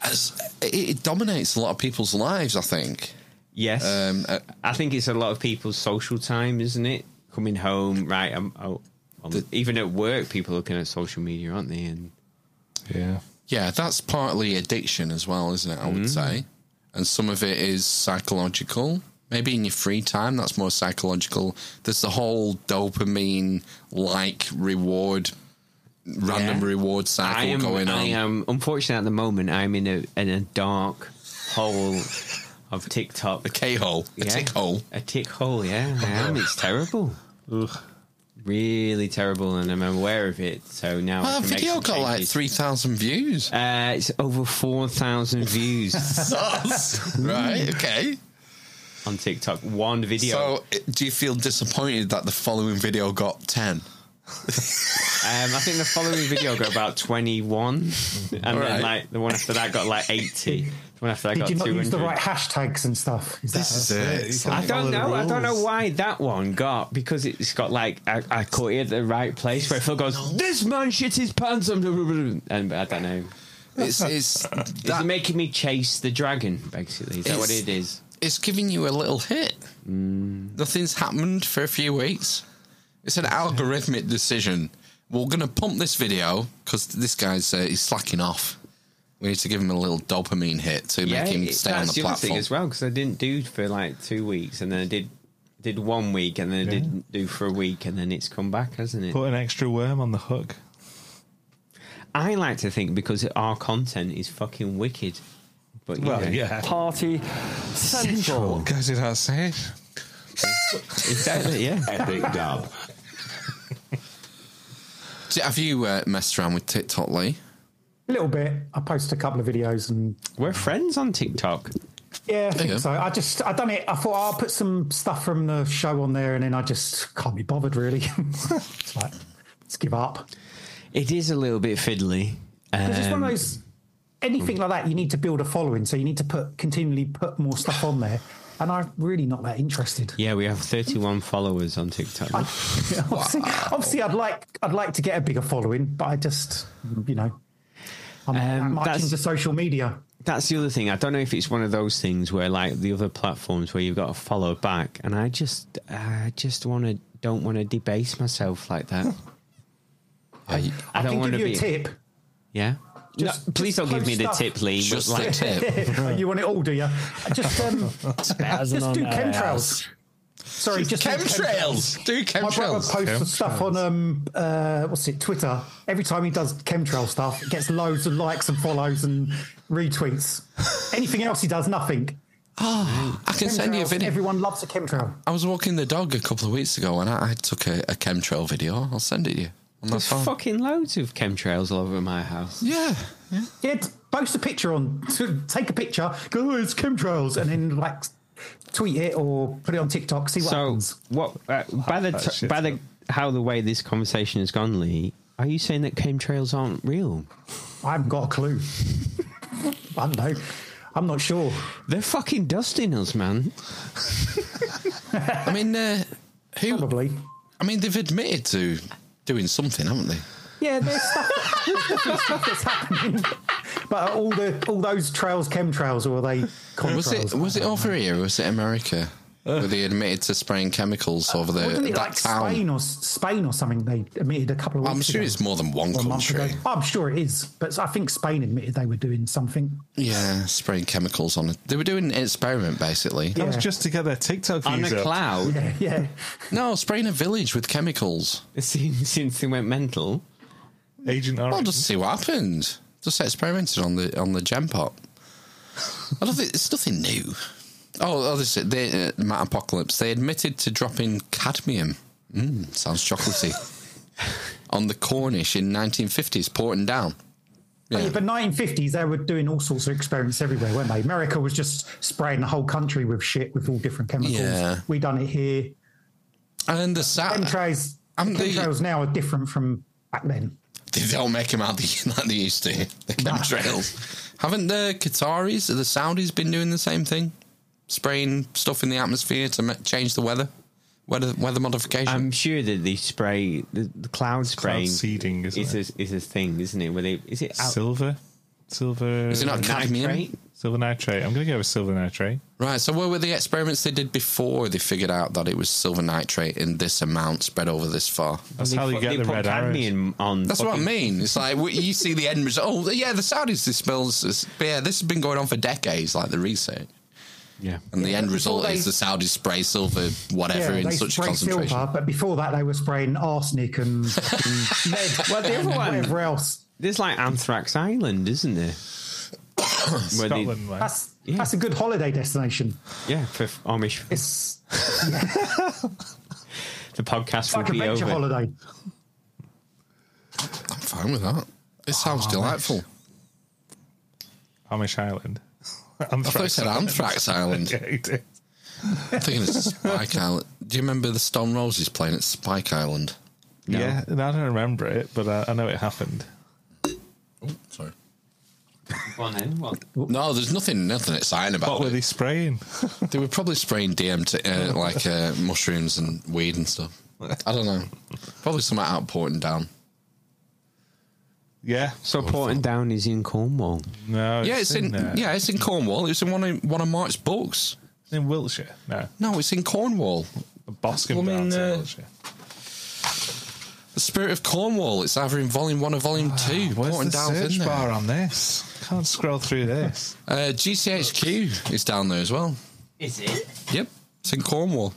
Speaker 2: As- it, it dominates a lot of people's lives. I think.
Speaker 3: Yes,
Speaker 2: Um, uh,
Speaker 3: I think it's a lot of people's social time, isn't it? Coming home, right? I'm, oh, I'm- even at work, people are looking at social media, aren't they? And
Speaker 5: yeah,
Speaker 2: Yeah, that's partly addiction as well, isn't it? I
Speaker 3: Mm.
Speaker 2: would say, and some of it is psychological. Maybe in your free time, that's more psychological. There's the whole dopamine like reward, random
Speaker 3: Yeah.
Speaker 2: reward cycle
Speaker 3: I am,
Speaker 2: going on.
Speaker 3: I am unfortunately at the moment. I'm in a in a dark hole of TikTok, a
Speaker 2: K hole, a tick hole, Oh,
Speaker 3: a tick hole. Yeah, I am. It's terrible. Really terrible, and I'm aware of it. So now
Speaker 2: Well, that
Speaker 3: I can make
Speaker 2: Oh, video
Speaker 3: some
Speaker 2: got like
Speaker 3: changes.
Speaker 2: three thousand views.
Speaker 3: Uh, it's over four thousand views.
Speaker 2: Sus. right? Okay. eh,
Speaker 3: On TikTok, one video.
Speaker 2: So, do you feel disappointed that the following video got ten?
Speaker 3: Um, I think the following video got about 21, and
Speaker 7: All
Speaker 3: then
Speaker 7: right.
Speaker 3: like the one after that got like 80. The one after that
Speaker 7: Did
Speaker 3: got
Speaker 7: you not
Speaker 3: 200.
Speaker 7: use the right hashtags and stuff? Is
Speaker 3: This
Speaker 7: that
Speaker 3: is
Speaker 7: a-
Speaker 3: I don't know. I don't know why that one got because it's got like I, I caught it at the right place where Phil goes, "This man shit his pants," on," and I don't know.
Speaker 2: It's- it's
Speaker 3: it's making me chase the dragon. Basically, is that what
Speaker 2: It's-
Speaker 3: it is?
Speaker 2: It's giving you a little hit. Nothing's happened for a few weeks. It's an algorithmic decision. We're going to pump this video because this guy's uh, he's slacking off. We need to give him a little dopamine hit to make him
Speaker 3: it-
Speaker 2: stay on the
Speaker 3: that's other thing
Speaker 2: platform.
Speaker 3: as well because I didn't do for like two weeks, and then I did did one week, and then I didn't do for a week, and then it's come back, hasn't it?
Speaker 5: Put an extra worm on the hook.
Speaker 3: I like to think because our content is fucking wicked. But you
Speaker 5: Well,
Speaker 3: know,
Speaker 5: yeah.
Speaker 3: party
Speaker 5: Central. Guys, did I say it?
Speaker 3: exactly. Yeah.
Speaker 2: Epic dub. So Have you uh, messed around with TikTok, Lee?
Speaker 7: A little bit. I post a couple of videos and
Speaker 3: we're friends on TikTok.
Speaker 2: There you
Speaker 7: Yeah, I
Speaker 2: go.
Speaker 7: think so. I just I done it. I thought "Oh, I'll put some stuff from the show on there, and then I just can't be bothered really. it's like let's give up.
Speaker 3: It is a little bit fiddly.
Speaker 7: 'Cause it's one
Speaker 3: Um,
Speaker 7: of those anything like that. You need to build a following, so you need to put continually put more stuff on there. And I'm really not that interested.
Speaker 3: Yeah, we have 31 followers on TikTok.
Speaker 7: obviously, obviously, I'd like I'd like to get a bigger following, but I just you know I'm not that much
Speaker 3: Um, that's-
Speaker 7: into social media.
Speaker 3: That's the other thing. I don't know if it's one of those things where, like the other platforms, where you've got to follow back. And I just, I just want to, don't want to debase myself like that. I,
Speaker 7: I,
Speaker 3: don't
Speaker 7: can
Speaker 3: want
Speaker 7: give
Speaker 3: to
Speaker 7: you
Speaker 3: be.
Speaker 7: a tip.
Speaker 3: Yeah.
Speaker 7: Just-
Speaker 3: no, please
Speaker 7: just
Speaker 3: don't give me the
Speaker 7: post
Speaker 3: tip,
Speaker 7: stuff.
Speaker 3: Lee.
Speaker 7: Just
Speaker 3: but, like,
Speaker 7: you want it all, do you? Just um,
Speaker 14: Spazzing
Speaker 7: just
Speaker 14: on
Speaker 7: do
Speaker 14: that
Speaker 7: chemtrails.
Speaker 14: ass.
Speaker 7: Sorry, just do
Speaker 2: Chemtrails. Do chemtrails.
Speaker 7: My brother posts
Speaker 2: Chemtrails.
Speaker 7: stuff on um uh what's it Twitter. Every time he does chemtrail stuff, it gets loads of likes and follows and retweets. Anything else he does, nothing.
Speaker 2: Ah, I can send you a video.
Speaker 7: Everyone loves a chemtrail.
Speaker 2: I was walking the dog a couple of weeks ago and I, I took a, a chemtrail video. I'll send it to you on my
Speaker 3: there's
Speaker 2: phone.
Speaker 3: fucking loads of chemtrails all over my house.
Speaker 2: Yeah.
Speaker 7: yeah, t- Post a picture on. t- Take a picture. Go. "Oh, It's chemtrails, and then like s- tweet it or put it on TikTok. See what
Speaker 3: So,
Speaker 7: happens.
Speaker 3: what uh, by the
Speaker 7: that
Speaker 3: t-
Speaker 7: shit's
Speaker 3: by the how the way this conversation has gone, Lee? Are you saying that chemtrails aren't real?
Speaker 7: I haven't got a clue. I don't know. I'm not sure.
Speaker 3: They're fucking dusting us, man.
Speaker 2: I mean, uh, who?
Speaker 7: Probably.
Speaker 2: I mean, they've admitted to doing something, haven't they?
Speaker 7: Yeah, there's stuff, there's stuff that's happening. But are all the all those trails, chemtrails, or are they
Speaker 2: was
Speaker 7: contrails?
Speaker 2: it was it over here? Was it America? Where they admitted to spraying chemicals over the
Speaker 7: Uh. Wasn't
Speaker 2: uh, that
Speaker 7: it like
Speaker 2: town?
Speaker 7: Spain or Spain or something? They admitted a couple of weeks
Speaker 2: I'm sure
Speaker 7: ago,
Speaker 2: it's more than one
Speaker 7: or a month
Speaker 2: country.
Speaker 7: ago. Oh, I'm sure it is, but I think Spain admitted they were doing something.
Speaker 2: Yeah, spraying chemicals on it. They were doing an experiment basically.
Speaker 5: That was just to get their TikTok
Speaker 3: On
Speaker 5: views
Speaker 3: a
Speaker 5: up.
Speaker 3: cloud?
Speaker 7: Yeah, yeah.
Speaker 2: No, spraying a village with chemicals.
Speaker 3: Since, since they went mental.
Speaker 5: Agent Orange.
Speaker 2: Well, just see what happened. Just experimented on the on the gem pot. I don't think it's nothing new. Oh, oh this they, uh, Matt Apocalypse. They admitted to dropping cadmium. Mm, sounds chocolatey. on the Cornish in 1950s, Porton Down.
Speaker 7: Yeah. but 1950s, they were doing all sorts of experiments everywhere, weren't they? America was just spraying the whole country with shit with all different chemicals.
Speaker 2: Yeah.
Speaker 7: We done it here.
Speaker 2: And the sat
Speaker 7: Chemtrails,
Speaker 2: And the-
Speaker 7: chemtrails now are different from back then.
Speaker 2: They don't make them out the, like they used to. The chemtrails. Haven't the Qataris, the Saudis, been doing the same thing? Spraying stuff in the atmosphere to ma- change the weather? Weather, weather modification?
Speaker 3: I'm sure that the spray, the, the cloud spraying,
Speaker 5: seeding, isn't
Speaker 3: is A, is a thing, isn't it? Where they is it out-
Speaker 5: Silver? Silver.
Speaker 2: Is it not cadmium?
Speaker 3: Nitrate?
Speaker 5: Silver nitrate. I'm going to go with silver nitrate.
Speaker 2: Right, so what were the experiments they did before they figured out that it was silver nitrate in this amount spread over this far?
Speaker 5: That's
Speaker 3: They
Speaker 5: how you
Speaker 3: put-
Speaker 5: get
Speaker 3: they
Speaker 5: the
Speaker 3: put
Speaker 5: red
Speaker 3: cadmium on
Speaker 2: That's what I
Speaker 3: fucking-
Speaker 2: mean. It's like what- you see the end result. Oh, yeah, the Saudis this spills. this- but Yeah, this has been going on for decades, like the research.
Speaker 3: Yeah,
Speaker 2: and the end result
Speaker 7: they-
Speaker 2: is the Saudis spray silver, whatever, in such
Speaker 7: spray
Speaker 2: concentration.
Speaker 7: but before that, they were spraying arsenic and fucking lead.
Speaker 3: Well, the other
Speaker 7: and
Speaker 3: one-
Speaker 7: whatever else.
Speaker 3: There's like Anthrax Island, isn't there? Where they-
Speaker 5: Scotland, right?
Speaker 7: That's that's a good holiday destination.
Speaker 3: yeah, for Amish.
Speaker 7: It's
Speaker 3: the podcast
Speaker 7: like
Speaker 3: will be
Speaker 7: a venture
Speaker 3: over.
Speaker 7: holiday.
Speaker 2: I'm fine with that. It sounds
Speaker 5: Oh,
Speaker 2: delightful.
Speaker 5: Amish Island.
Speaker 2: I thought you said Anthrax Island.
Speaker 5: yeah, you did.
Speaker 2: I'm thinking it's Spike Island. Do you remember the Stone Roses playing at Spike Island?
Speaker 5: Yeah, and I don't remember it, but I, I know it happened.
Speaker 2: Sorry.
Speaker 3: One then. What?
Speaker 2: No, there's nothing, nothing exciting about it. What were
Speaker 5: they spraying?
Speaker 2: they were probably spraying DMT, uh, like uh, mushrooms and weed and stuff. I don't know. Probably some outporting down.
Speaker 5: Yeah.
Speaker 3: So Porton Down is in Cornwall.
Speaker 5: No.
Speaker 2: yeah, it's in,
Speaker 5: uh,
Speaker 2: yeah, it's in Cornwall. It's in one of one of Mark's books.
Speaker 5: It's in Wiltshire. No.
Speaker 2: No, it's in Cornwall.
Speaker 5: Boscombe
Speaker 2: I mean,
Speaker 5: Downs in
Speaker 2: uh,
Speaker 5: Wiltshire.
Speaker 2: The Spirit of Cornwall. It's either in Volume One or Volume Two.
Speaker 5: Ah, Where's
Speaker 2: Porton
Speaker 5: the
Speaker 2: Down's in
Speaker 5: search
Speaker 2: there.
Speaker 5: bar on this? Can't scroll through this.
Speaker 2: Uh, GCHQ is down there as well.
Speaker 3: Is it?
Speaker 2: Yep, it's in Cornwall.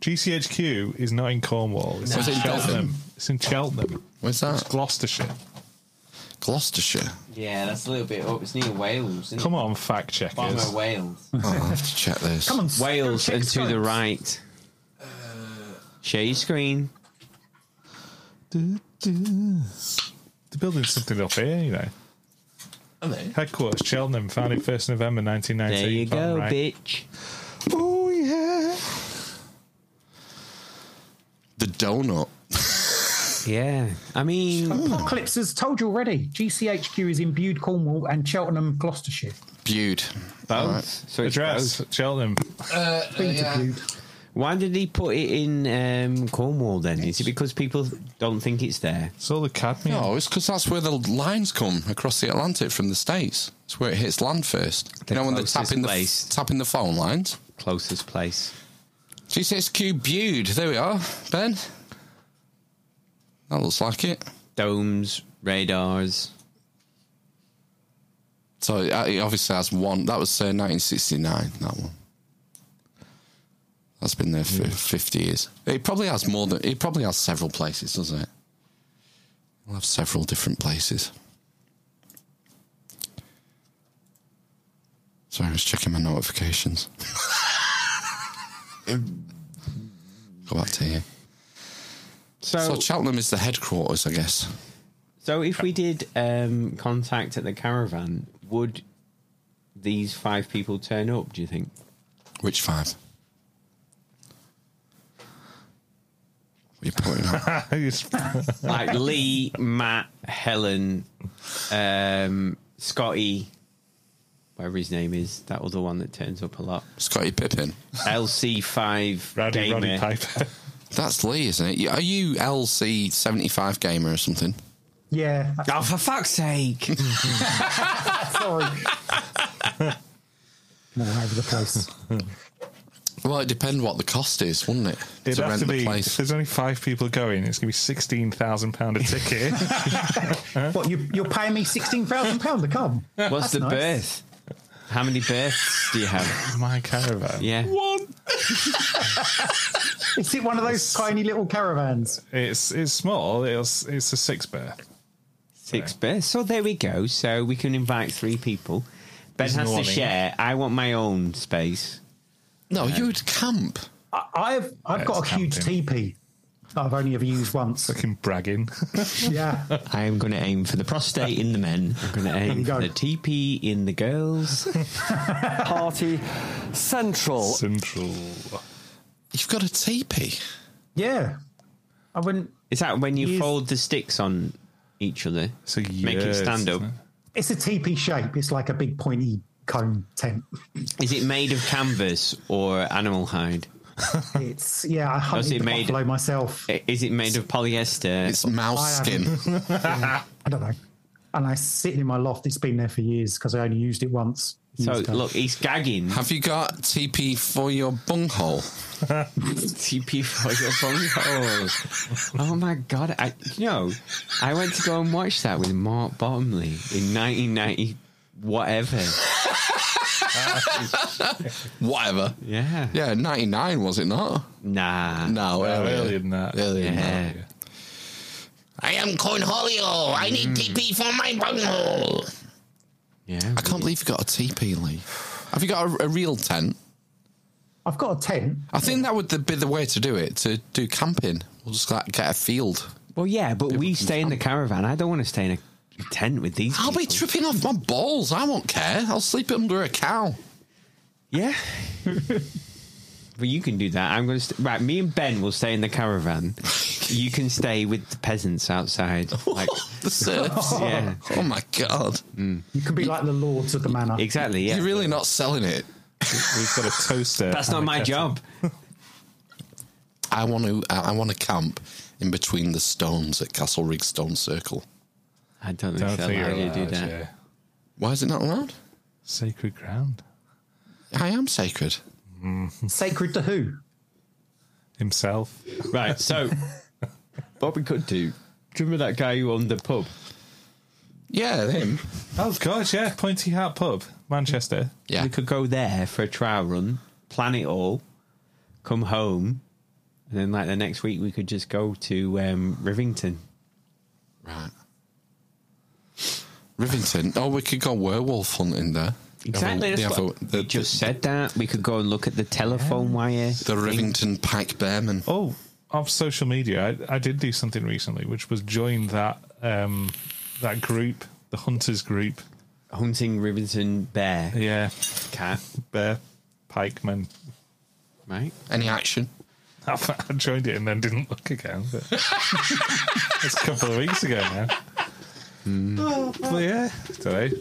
Speaker 5: GCHQ is not in Cornwall. It's
Speaker 2: No. Ah. It's
Speaker 5: in
Speaker 2: in
Speaker 5: Cheltenham.
Speaker 2: Dublin.
Speaker 5: It's in Cheltenham.
Speaker 2: Where's that?
Speaker 5: It's Gloucestershire.
Speaker 2: Gloucestershire.
Speaker 3: Yeah, that's a little bit up. It's near Wales. Isn't
Speaker 5: Come
Speaker 3: it?
Speaker 5: on, fact
Speaker 3: Bottom
Speaker 5: checkers.
Speaker 3: of Wales.
Speaker 2: Oh, I have to check this.
Speaker 7: Come on,
Speaker 3: Wales
Speaker 7: go check
Speaker 3: and to the
Speaker 7: scopes.
Speaker 3: right. Share your screen.
Speaker 5: Du- du. They're building something up here, you know.
Speaker 2: Are they?
Speaker 5: Headquarters, Cheltenham, founded 1st November
Speaker 3: There
Speaker 5: 1919.
Speaker 3: you go,
Speaker 5: Right.
Speaker 3: bitch.
Speaker 5: Oh, yeah.
Speaker 2: The donut.
Speaker 3: Yeah. I mean,
Speaker 7: Apocalypse has told you already. GCHQ is imbued Cornwall and Cheltenham, Gloucestershire.
Speaker 2: Bude.
Speaker 5: Both.
Speaker 3: so it's
Speaker 5: Address,
Speaker 3: both.
Speaker 5: Cheltenham.
Speaker 7: Been to Bude.
Speaker 3: Why did he put it in um, Cornwall then? Is it because people don't think it's there?
Speaker 5: It's all the cadmium.
Speaker 2: No, it's because that's where the lines come across the Atlantic from the States. It's where it hits land first.
Speaker 3: The
Speaker 2: you know when they're
Speaker 3: closest
Speaker 2: tapping
Speaker 3: place.
Speaker 2: the tapping the phone lines.
Speaker 3: Closest place.
Speaker 2: GCHQ Bude. There we are, Ben. That looks like it.
Speaker 3: Domes, radars.
Speaker 2: So uh, it obviously has one. That was uh, 1969. That one. That's been there for 50 years. It probably has more than. It probably has several places, doesn't it? We'll have several different places. Sorry, I was checking my notifications. Go back to here. So,
Speaker 3: So,
Speaker 2: Cheltenham is the headquarters, I guess.
Speaker 3: so if we did um, contact at the caravan, would these five people turn up? Do you think?
Speaker 2: Which five? What are you pointing at?
Speaker 5: It's-
Speaker 3: Like Lee, Matt, Helen, um, Scotty, whatever his name is, that other one that turns up a lot.
Speaker 2: Scotty Pippin.
Speaker 3: LC five
Speaker 5: Rowdy Roddy
Speaker 3: gamer.
Speaker 5: Piper.
Speaker 2: That's Lee, isn't it? Are you LC75 gamer or something?
Speaker 7: Yeah,
Speaker 3: Oh, for fuck's sake!
Speaker 7: sorry. All over the place.
Speaker 2: Well, it depends what the cost is, wouldn't it?
Speaker 5: It'd
Speaker 2: to
Speaker 5: have
Speaker 2: rent
Speaker 5: to
Speaker 2: the
Speaker 5: be, if
Speaker 2: place.
Speaker 5: there's only five people going, it's going to be £16,000 a ticket.
Speaker 7: What you, you're paying me sixteen thousand pound to come?
Speaker 3: What's
Speaker 7: That's
Speaker 3: the birth?
Speaker 7: nice.
Speaker 3: How many births do you have?
Speaker 5: My caravan.
Speaker 3: Yeah.
Speaker 7: Is it one of those tiny little caravans?
Speaker 5: It's it's small. It's it's a six berth.
Speaker 3: Six births. So there we go. So we can invite three people. Ben
Speaker 5: There's
Speaker 3: has
Speaker 5: no
Speaker 3: to
Speaker 5: one in.
Speaker 3: share. I want my own space.
Speaker 2: no, you would camp.
Speaker 7: I, I've I've
Speaker 5: Yeah,
Speaker 7: got a
Speaker 5: it's
Speaker 7: huge
Speaker 5: camping.
Speaker 7: teepee. that I've only ever used once.
Speaker 5: Fucking bragging.
Speaker 7: Yeah,
Speaker 3: I am going to aim for the prostate in the men. I'm going to aim for
Speaker 7: Go.
Speaker 3: the TP in the girls.
Speaker 16: Party Central.
Speaker 5: Central.
Speaker 2: You've got a teepee.
Speaker 7: yeah. I wouldn't.
Speaker 3: Is that when you
Speaker 7: Yes.
Speaker 3: fold the sticks on each other?
Speaker 5: So
Speaker 3: Make it stand up.
Speaker 7: It's a teepee shape. It's like a big pointy cone tent.
Speaker 3: Is it made of canvas or animal hide?
Speaker 7: It's yeah. I
Speaker 3: Was
Speaker 7: hunted
Speaker 3: it
Speaker 7: the
Speaker 3: made-
Speaker 7: buffalo myself.
Speaker 3: I- Is it made of polyester?
Speaker 2: It's mouse
Speaker 7: I
Speaker 2: skin.
Speaker 7: I don't know. And I sit in my loft. It's been there for years because I only used it once.
Speaker 3: so
Speaker 7: Years ago.
Speaker 3: look, he's gagging.
Speaker 2: Have you got teepee for your bunghole?
Speaker 3: TP for your bungholes. Oh my god! I you know, I went to go and watch that with Mark Bottomley in 1990, whatever.
Speaker 2: Whatever.
Speaker 3: Yeah.
Speaker 2: Yeah, 99, was it not?
Speaker 3: Nah.
Speaker 2: No, earlier.
Speaker 5: earlier than that.
Speaker 2: Earlier than that.
Speaker 3: Yeah.
Speaker 2: I am Cornholio. I
Speaker 5: Mm.
Speaker 2: need teepee for my bunghole.
Speaker 3: Yeah.
Speaker 2: I can't believe you got a teepee, Lee. Have you got a, a real tent?
Speaker 7: I've got a tent.
Speaker 2: I think that would the- be the way to do it, to do camping. We'll just like, get a field.
Speaker 3: Well, yeah, but we stay in the caravan. I don't want to stay in a tent with these.
Speaker 2: I'll be
Speaker 3: people.
Speaker 2: tripping off my balls. I won't care. I'll sleep under a cow.
Speaker 3: yeah. Well, you can do that. I'm going to st- right. Me and Ben will stay in the caravan. you can stay with the peasants outside, like
Speaker 2: the serfs.
Speaker 3: Yeah.
Speaker 2: Oh my god.
Speaker 7: You can be like the lords of the manor.
Speaker 3: Exactly. Yeah.
Speaker 2: You're really not selling it.
Speaker 5: We've got a toaster.
Speaker 3: That's not my job.
Speaker 2: I want to. I want to camp in between the stones at Castle Rig Stone Circle.
Speaker 3: I don't think Don't they'll think allow you're you to do allowed, that. yeah.
Speaker 2: Why is it not allowed?
Speaker 5: Sacred ground.
Speaker 2: I am sacred.
Speaker 7: Sacred to who?
Speaker 5: Himself.
Speaker 3: Right. So, what we could do? Do you remember that guy who owned the pub?
Speaker 2: Yeah, him.
Speaker 5: Oh, Of course, yeah. Pointy Hat Pub, Manchester.
Speaker 3: Yeah. We could go there for a trial run, plan it all, come home, and then like the next week we could just go to um, Rivington.
Speaker 2: Right. Rivington. Oh, we could go werewolf hunting there. They have a-
Speaker 3: Exactly.
Speaker 2: they
Speaker 3: that's
Speaker 2: have a-
Speaker 3: what- you just said that. We could go and look at the telephone wire.
Speaker 2: The Rivington Pike Bearman.
Speaker 5: Oh, off social media, I, I did do something recently, which was join that um, that group, the hunters group,
Speaker 3: hunting Rivington bear.
Speaker 5: Yeah,
Speaker 3: cat,
Speaker 5: bear, pikeman.
Speaker 3: Right.
Speaker 2: Any action?
Speaker 5: I I joined it and then didn't look again. But it's a couple of weeks ago now. Hmm. But yeah, today.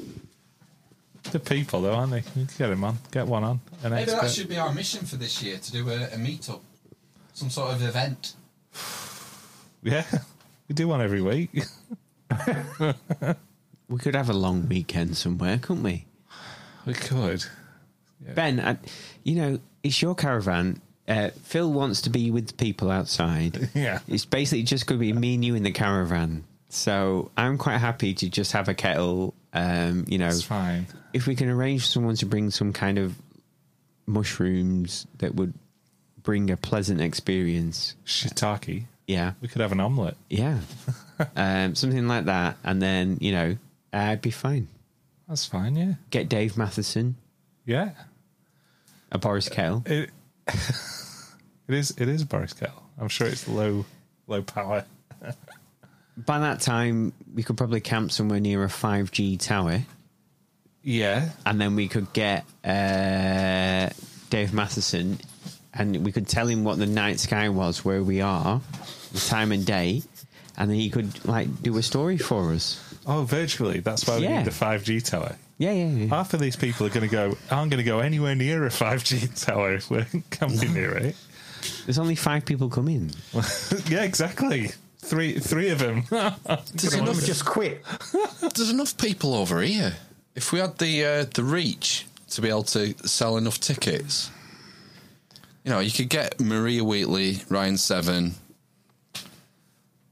Speaker 5: The people though, aren't they? You can Get him on. Get one on. An
Speaker 15: Maybe that
Speaker 5: expert.
Speaker 15: should be our mission for this year to do a, a meetup, some sort of event.
Speaker 5: Yeah, we do one every week.
Speaker 3: We could have a long weekend somewhere, couldn't we?
Speaker 5: We could.
Speaker 3: Ben, I, you know, it's your caravan. Uh, Phil wants to be with the people outside.
Speaker 5: Yeah.
Speaker 3: It's basically just going to be me and you in the caravan. So I'm quite happy to just have a kettle. Um, you know,
Speaker 5: It's fine.
Speaker 3: If we can arrange someone to bring some kind of mushrooms that would bring a pleasant experience.
Speaker 5: Shiitake.
Speaker 3: Yeah.
Speaker 5: We could have an omelette.
Speaker 3: Yeah. um, something like that. And then, you know, I'd be fine.
Speaker 5: That's fine, yeah.
Speaker 3: Get Dave Matheson,
Speaker 5: Yeah.
Speaker 3: a Boris Kettle.
Speaker 5: It, it is it is Boris Kettle. I'm sure it's low low power.
Speaker 3: By that time, we could probably camp somewhere near a 5G tower.
Speaker 5: Yeah.
Speaker 3: And then we could get uh, Dave Matheson and we could tell him what the night sky was, where we are, the time and day. And then he could like do a story for us.
Speaker 5: Oh, virtually. That's why we
Speaker 3: Yeah.
Speaker 5: need the 5G tower.
Speaker 3: Yeah, yeah, yeah.
Speaker 5: Half of these people are going to go. I'm going to go anywhere near a 5G tower if we're camping near it.
Speaker 3: There's only five people come in.
Speaker 5: yeah, exactly. Three three of them.
Speaker 7: Does
Speaker 5: Gonna
Speaker 7: enough
Speaker 5: want
Speaker 7: just quit?
Speaker 2: There's enough people over here. If we had the uh, the reach to be able to sell enough tickets, you know, you could get Maria Wheatley, Ryan Seven,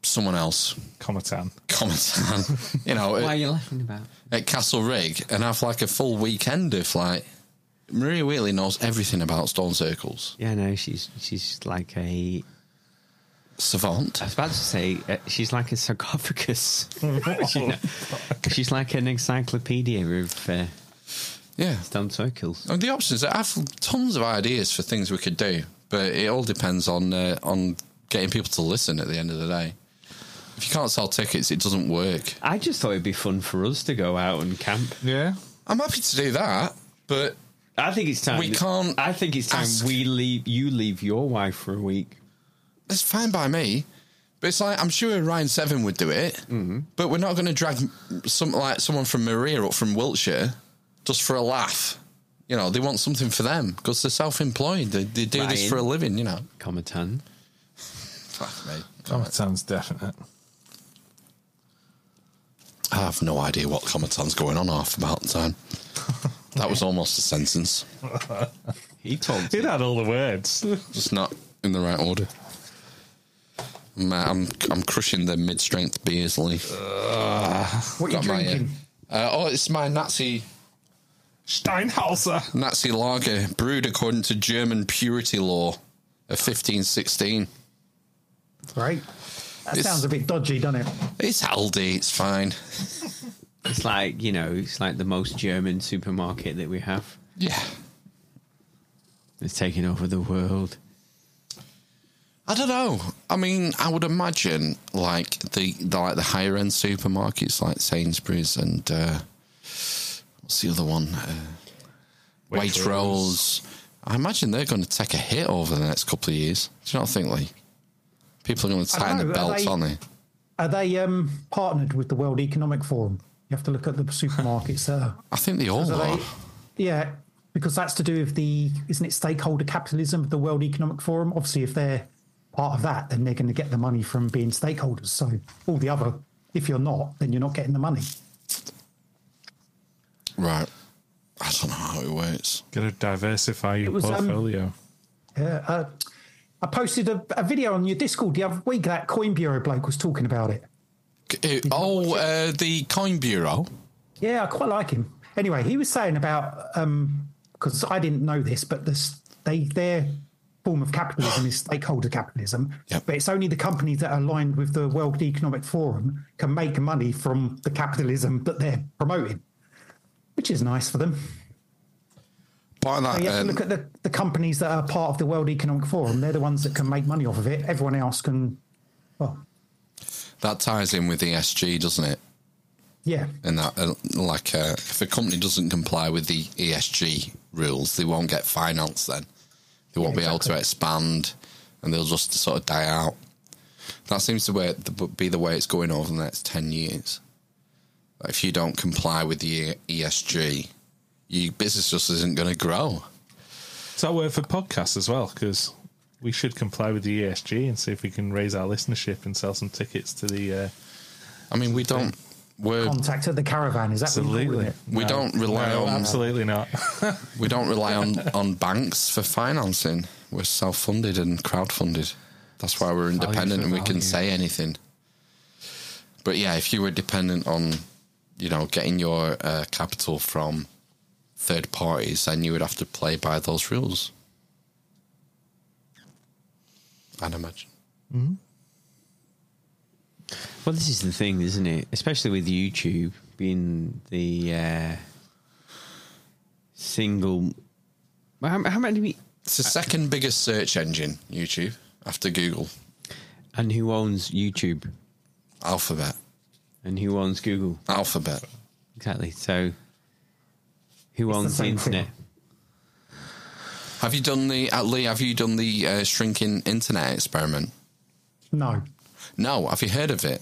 Speaker 2: someone else,
Speaker 5: Cometan.
Speaker 2: Cometan, you know,
Speaker 3: Why are
Speaker 2: at,
Speaker 3: you laughing about?
Speaker 2: at Castle Rig, and have like a full weekend if like Maria Wheatley knows everything about stone circles.
Speaker 3: Yeah, no, she's she's like a.
Speaker 2: Savant.
Speaker 3: I was about to say uh, she's like a sarcophagus. You know, she's like an encyclopedia of uh,
Speaker 2: Yeah,
Speaker 3: stone circles.
Speaker 2: And the options. I have tons of ideas for things we could do, but it all depends on uh, on getting people to listen. At the end of the day, if you can't sell tickets, it doesn't work.
Speaker 3: I just thought it'd be fun for us to go out and camp.
Speaker 5: Yeah.
Speaker 2: I'm happy to do that, but
Speaker 3: I think it's time
Speaker 2: We
Speaker 3: that-
Speaker 2: can't
Speaker 3: I think it's time
Speaker 2: ask-
Speaker 3: we leave. You leave your wife for a week.
Speaker 2: it's fine by me. But it's like I'm sure Ryan Seven would do it, but we're not going to drag some like someone from Maria up from Wiltshire just for a laugh. You know, they want something for them because they're self-employed. They, they do this
Speaker 3: Ryan.
Speaker 2: for a living. You know,
Speaker 3: Cometan.
Speaker 2: fuck me.
Speaker 5: Cometan's definite.
Speaker 2: I have no idea what Cometan's going on half about the time. That was almost a sentence,
Speaker 3: He told
Speaker 5: It had all the words.
Speaker 2: just not in the right order. I'm, uh, I'm, I'm crushing the mid strength beers, Lee.
Speaker 7: What are you
Speaker 2: Got my, uh,
Speaker 7: drinking?
Speaker 2: uh, oh, it's my Nazi
Speaker 5: Steinhauser.
Speaker 2: Nazi lager brewed according to German purity law of 1516.
Speaker 7: Right. That
Speaker 2: It's-
Speaker 7: sounds a bit dodgy, doesn't it?
Speaker 2: It's Aldi, it's fine.
Speaker 3: It's like you know. It's like the most German supermarket that we have.
Speaker 2: Yeah.
Speaker 3: It's taking over the world.
Speaker 2: I don't know. I mean, I would imagine like the, the like the higher end supermarkets like Sainsbury's and uh, what's the other one? Uh, Waitrose. I imagine they're going to take a hit over the next couple of years. Do you not think, Lee? People are going to
Speaker 7: I don't
Speaker 2: tighten
Speaker 7: know,
Speaker 2: their
Speaker 7: are
Speaker 2: belts,
Speaker 7: they-
Speaker 2: aren't they?
Speaker 7: Are they um, partnered with the World Economic Forum? You have to look at the supermarkets there.
Speaker 2: I think they all
Speaker 7: Because
Speaker 2: are.
Speaker 7: are they- yeah, because that's to do with the isn't it stakeholder capitalism of the World Economic Forum? Obviously, if they're part of that, then they're going to get the money from being stakeholders. So all the other, if you're not, then you're not getting the money.
Speaker 2: Right. I don't know how it works.
Speaker 5: Gotta diversify your
Speaker 7: It was, um,
Speaker 5: portfolio.
Speaker 7: Yeah, uh, I posted a, a video on your Discord the other week. That Coin Bureau bloke was talking about it.
Speaker 2: C- uh, Oh, uh, the Coin Bureau.
Speaker 7: Yeah, I quite like him. Anyway, he was saying about because I didn't know this, but this they their form of capitalism is stakeholder capitalism. But it's only the companies that are aligned with the World Economic Forum can make money from the capitalism that they're promoting, which is nice for them.
Speaker 2: Part of that,
Speaker 7: So you have
Speaker 2: um,
Speaker 7: to Oh, look at the, the companies that are part of the World Economic Forum. They're the ones that can make money off of it. Everyone else can, well,
Speaker 2: that ties in with ESG, doesn't it?
Speaker 7: yeah.
Speaker 2: And that, uh, like, uh, if a company doesn't comply with the ESG rules, they won't get financed then. They won't be able to expand and they'll just sort of die out. That seems to way, the- be the way it's going over the next 10 years. Like, if you don't comply with the ESG, your business just isn't going to grow.
Speaker 5: Does that work for podcasts as well? Because we should comply with the ESG and see if we can raise our listenership and sell some tickets to the. Uh,
Speaker 2: I mean, we don't. We're
Speaker 7: Contact at the caravan. Is that what you're
Speaker 5: absolutely.
Speaker 7: calling it?
Speaker 2: We
Speaker 5: No,
Speaker 2: don't rely
Speaker 5: no,
Speaker 2: on-
Speaker 5: Absolutely not.
Speaker 2: We don't rely on, on banks for financing. We're self funded and crowd funded. That's why we're independent
Speaker 5: for
Speaker 2: and we can
Speaker 5: value.
Speaker 2: say anything. But yeah, if you were dependent on, you know, getting your uh, capital from third parties, then you would have to play by those rules. I'd imagine.
Speaker 3: Well, this is the thing, isn't it? Especially with YouTube being the uh, single. Well, How, how many?
Speaker 2: It's the
Speaker 5: Uh,
Speaker 2: second biggest search engine, YouTube, after Google.
Speaker 3: And who owns YouTube?
Speaker 2: Alphabet.
Speaker 3: And who owns Google?
Speaker 2: Alphabet.
Speaker 3: Exactly. So, who
Speaker 2: It's the
Speaker 3: owns the,
Speaker 2: same thing.
Speaker 3: internet?
Speaker 2: Have you done the, uh, Lee, have you done the uh, shrinking internet experiment?
Speaker 7: No.
Speaker 2: No, have you heard of it?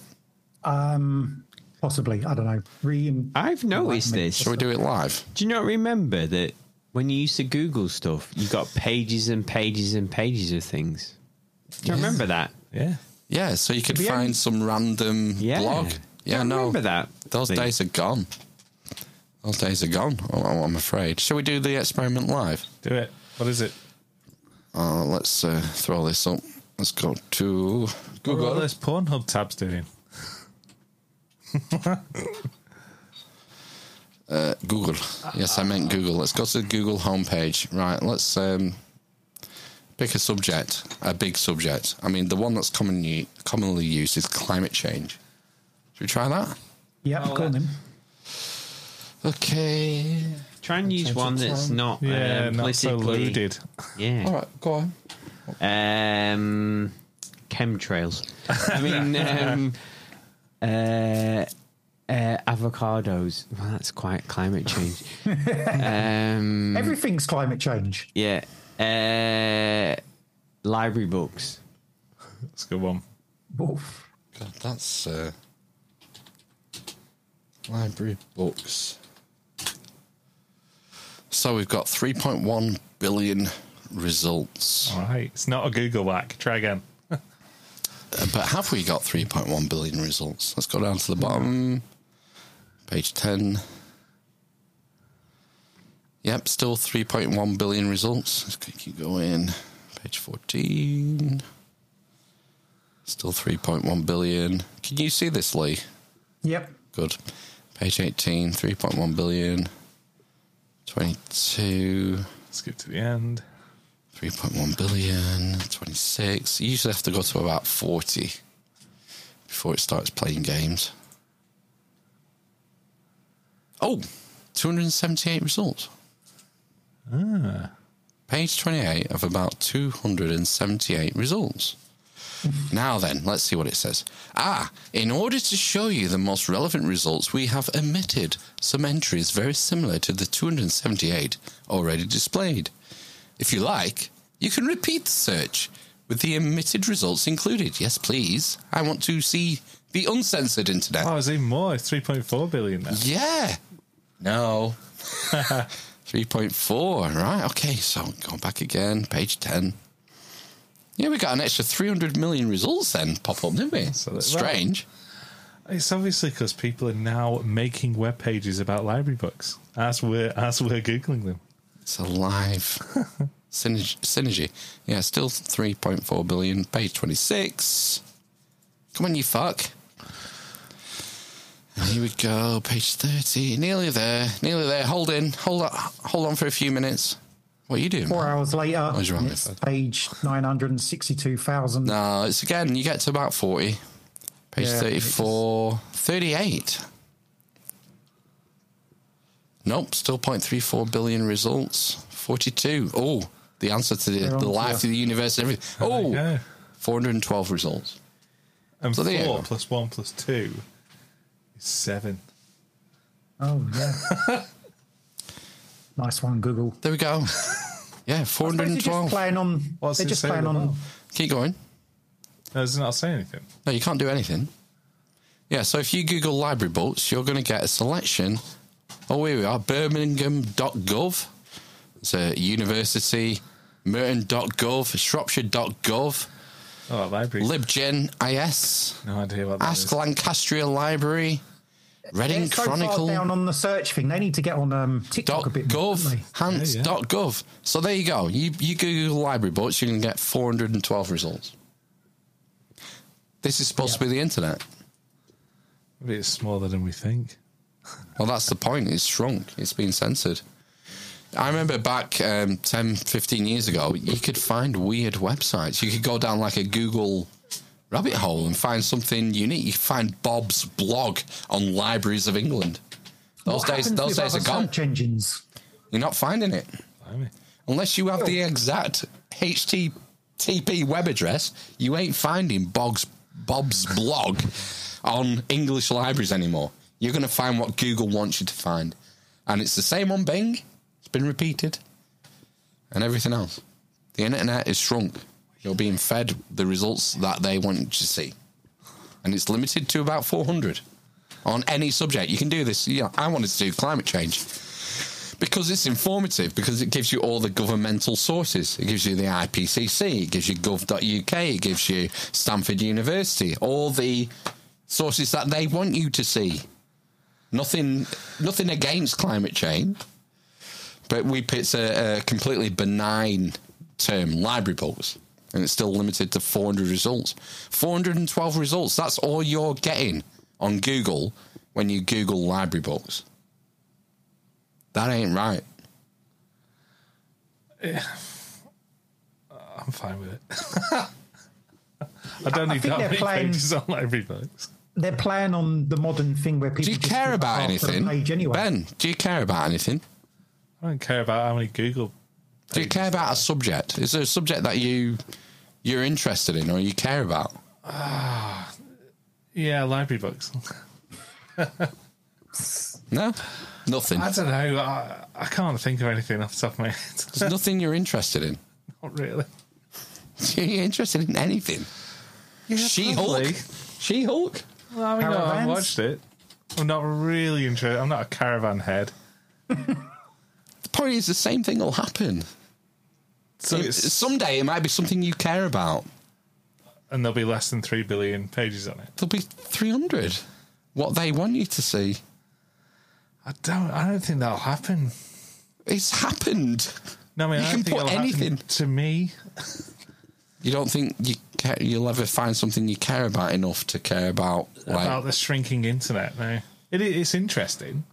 Speaker 7: Um, possibly. I don't know. Re-
Speaker 3: I've noticed this.
Speaker 2: Shall we do it live?
Speaker 3: Do you not remember that when you used to Google stuff, you got pages and pages and pages of things? Do you
Speaker 2: Yes.
Speaker 3: remember that?
Speaker 5: Yeah.
Speaker 2: Yeah, so you could
Speaker 3: Yeah.
Speaker 2: find some random
Speaker 3: Yeah.
Speaker 2: blog. Yeah,
Speaker 3: I
Speaker 2: no,
Speaker 3: remember that.
Speaker 2: Those
Speaker 3: Lee.
Speaker 2: days are gone. Those days are gone. I- I'm afraid. Shall we do the experiment live?
Speaker 5: Do it. What is it?
Speaker 2: Uh, let's uh, throw this up. Let's go to
Speaker 5: What are all
Speaker 2: Google.
Speaker 5: those Pornhub tabs doing?
Speaker 2: Uh, Google. Yes, I meant Google. Let's go to the Google homepage. Right. Let's um, pick a subject, a big subject. I mean, the one that's commonly commonly used is climate change. Should we try that?
Speaker 7: Yeah, oh, on then.
Speaker 2: Okay.
Speaker 3: Try and use one that's not
Speaker 5: Yeah,
Speaker 3: um,
Speaker 5: not so
Speaker 3: politically-
Speaker 5: loaded.
Speaker 3: Yeah.
Speaker 2: All right. Go on.
Speaker 3: Um, chemtrails. I mean, um, uh, uh, avocados. Well, that's quite climate change.
Speaker 2: Mm.
Speaker 3: um,
Speaker 7: Everything's climate change.
Speaker 3: Yeah. Uh, library books.
Speaker 5: That's a good one.
Speaker 7: Oof.
Speaker 2: God, that's uh, library books. So we've got 3.1 billion results.
Speaker 5: All right. It's not a Google whack. Try again.
Speaker 2: Uh, But have we got 3.1 billion results? Let's go down to the bottom. Page 10. Yep, still 3.1 billion results. Let's keep going. Page 14. Still 3.1 billion. Can you see this, Lee?
Speaker 7: Yep.
Speaker 2: Good. Page 18, 3.1 billion. 22.
Speaker 5: Skip to the end.
Speaker 2: 3.1 billion. 26. You usually have to go to about 40 before it starts playing games. Oh, 278 results.
Speaker 5: Ah.
Speaker 2: Page 28 of about 278 results. Now then, let's see what it says. Ah, in order to show you the most relevant results, we have omitted some entries very similar to the 278 already displayed. If you like, you can repeat the search with the omitted results included. Yes, please. I want to see the uncensored internet.
Speaker 5: Oh, it's even more. It's 3.4 billion now.
Speaker 2: Yeah. No. 3.4. Right. Okay. So go back again. Page 10. Yeah, we got an extra 300 million results then pop up, didn't we? Strange.
Speaker 5: It's obviously because people are now making web pages about library books as we're as we're googling them.
Speaker 2: It's alive. Synergy, synergy. Yeah, still 3.4 billion. Page 26. Come on, you fuck. And Here we go. Page 30. Nearly there. Nearly there. Hold in. Hold on, hold on for a few minutes. What are you doing?
Speaker 7: Four
Speaker 2: man?
Speaker 7: hours later,
Speaker 2: What is wrong with
Speaker 7: it's
Speaker 2: that?
Speaker 7: page 962,000.
Speaker 2: No, Uh, it's again, you get to about 40. Page
Speaker 7: Yeah,
Speaker 2: 34. 38. Nope, still 0.34 billion results. 42. Oh, the answer to the,
Speaker 5: They're
Speaker 2: the
Speaker 5: onto
Speaker 2: life of
Speaker 5: you.
Speaker 2: the universe and everything.
Speaker 5: There you
Speaker 2: Oh,
Speaker 5: go.
Speaker 2: 412 results.
Speaker 5: And
Speaker 2: So there you
Speaker 5: four
Speaker 2: go.
Speaker 5: plus one plus two is seven.
Speaker 7: Oh, yeah. nice one, Google.
Speaker 2: There we go. Yeah,
Speaker 7: They're
Speaker 2: 412.
Speaker 7: just playing on.
Speaker 5: What's
Speaker 7: they're
Speaker 5: it
Speaker 7: just
Speaker 5: say
Speaker 7: playing
Speaker 5: on the
Speaker 7: on.
Speaker 2: Keep going.
Speaker 5: No, does it not say anything?
Speaker 2: No, you can't do anything. Yeah, so if you Google library books, you're going to get a selection. Oh, here we are birmingham.gov. It's a university, merton.gov, shropshire.gov,
Speaker 5: Oh, library.
Speaker 2: libgen.is,
Speaker 5: No idea what that is.
Speaker 2: Ask Lancastrian Library, Reading
Speaker 7: They're so
Speaker 2: Chronicle.
Speaker 7: far down on the search thing. They need to get on um, TikTok a bit. more,
Speaker 2: gov
Speaker 7: don't they?
Speaker 2: hans.gov so there you go you, you google library books you can get 412 results this is supposed to be the internet
Speaker 5: Maybe it's smaller than we think.
Speaker 2: well that's the point it's shrunk it's been censored I remember back um, 10, 15 years ago, you could find weird websites. You could go down like a Google rabbit hole and find something unique. You could find Bob's blog on Libraries of England. Those
Speaker 7: What
Speaker 2: days,
Speaker 7: happens
Speaker 2: those
Speaker 7: with
Speaker 2: days are
Speaker 7: other
Speaker 2: gone.
Speaker 7: Search engines.
Speaker 2: You're not finding it. Unless you have the exact HTTP web address, you ain't finding Bog's, Bob's blog on English libraries anymore. You're going to find what Google wants you to find. And it's the same on Bing, it's been repeated, and everything else. The internet is shrunk. You're being fed the results that they want you to see. And it's limited to about 400 on any subject. You can do this. You know, I wanted to do climate change because it's informative because it gives you all the governmental sources it gives you the ipcc it gives you gov.uk it gives you stanford university all the sources that they want you to see nothing nothing against climate change but we pits a, a completely benign term library books and it's still limited to 400 results 412 results that's all you're getting on google when you google library books that ain't right
Speaker 5: I'm fine with it. I don't
Speaker 7: I
Speaker 5: need
Speaker 7: think
Speaker 5: that
Speaker 7: they're
Speaker 5: many
Speaker 7: playing-
Speaker 5: pages on library books.
Speaker 7: They're playing on the modern thing where people
Speaker 2: Do you
Speaker 7: just
Speaker 2: care
Speaker 7: look
Speaker 2: about
Speaker 7: after the
Speaker 2: anything?
Speaker 7: Page anyway.
Speaker 2: Ben, do you care about anything?
Speaker 5: I don't care about how many Google.
Speaker 2: Do you care about a subject? Is there a subject that you you're interested in or you care about?
Speaker 5: Ah, yeah, library books.
Speaker 2: No? Nothing.
Speaker 5: I don't know. I, I can't think of anything off the top of my head.
Speaker 2: There's nothing you're interested in.
Speaker 5: Not really.
Speaker 2: You're interested in anything. she Hulk. She Hulk.
Speaker 5: Well, I mean, no, I
Speaker 2: Caravans?
Speaker 5: watched it. I'm not really interested. I'm not a caravan head.
Speaker 2: The point is the same thing will happen.
Speaker 5: So
Speaker 2: It-
Speaker 5: it's-
Speaker 2: someday it might be something you care about.
Speaker 5: and there'll be less than three billion pages on it.
Speaker 2: There'll be three hundred. What they want you to see.
Speaker 5: I don't. I don't think that'll happen.
Speaker 2: It's happened.
Speaker 5: No, I mean,
Speaker 2: You
Speaker 5: I
Speaker 2: can
Speaker 5: don't think
Speaker 2: put
Speaker 5: it'll happen
Speaker 2: anything.
Speaker 5: to me.
Speaker 2: You don't think you care, you'll ever find something you care about enough to care about like
Speaker 5: about the shrinking internet. No, it, i- it's interesting.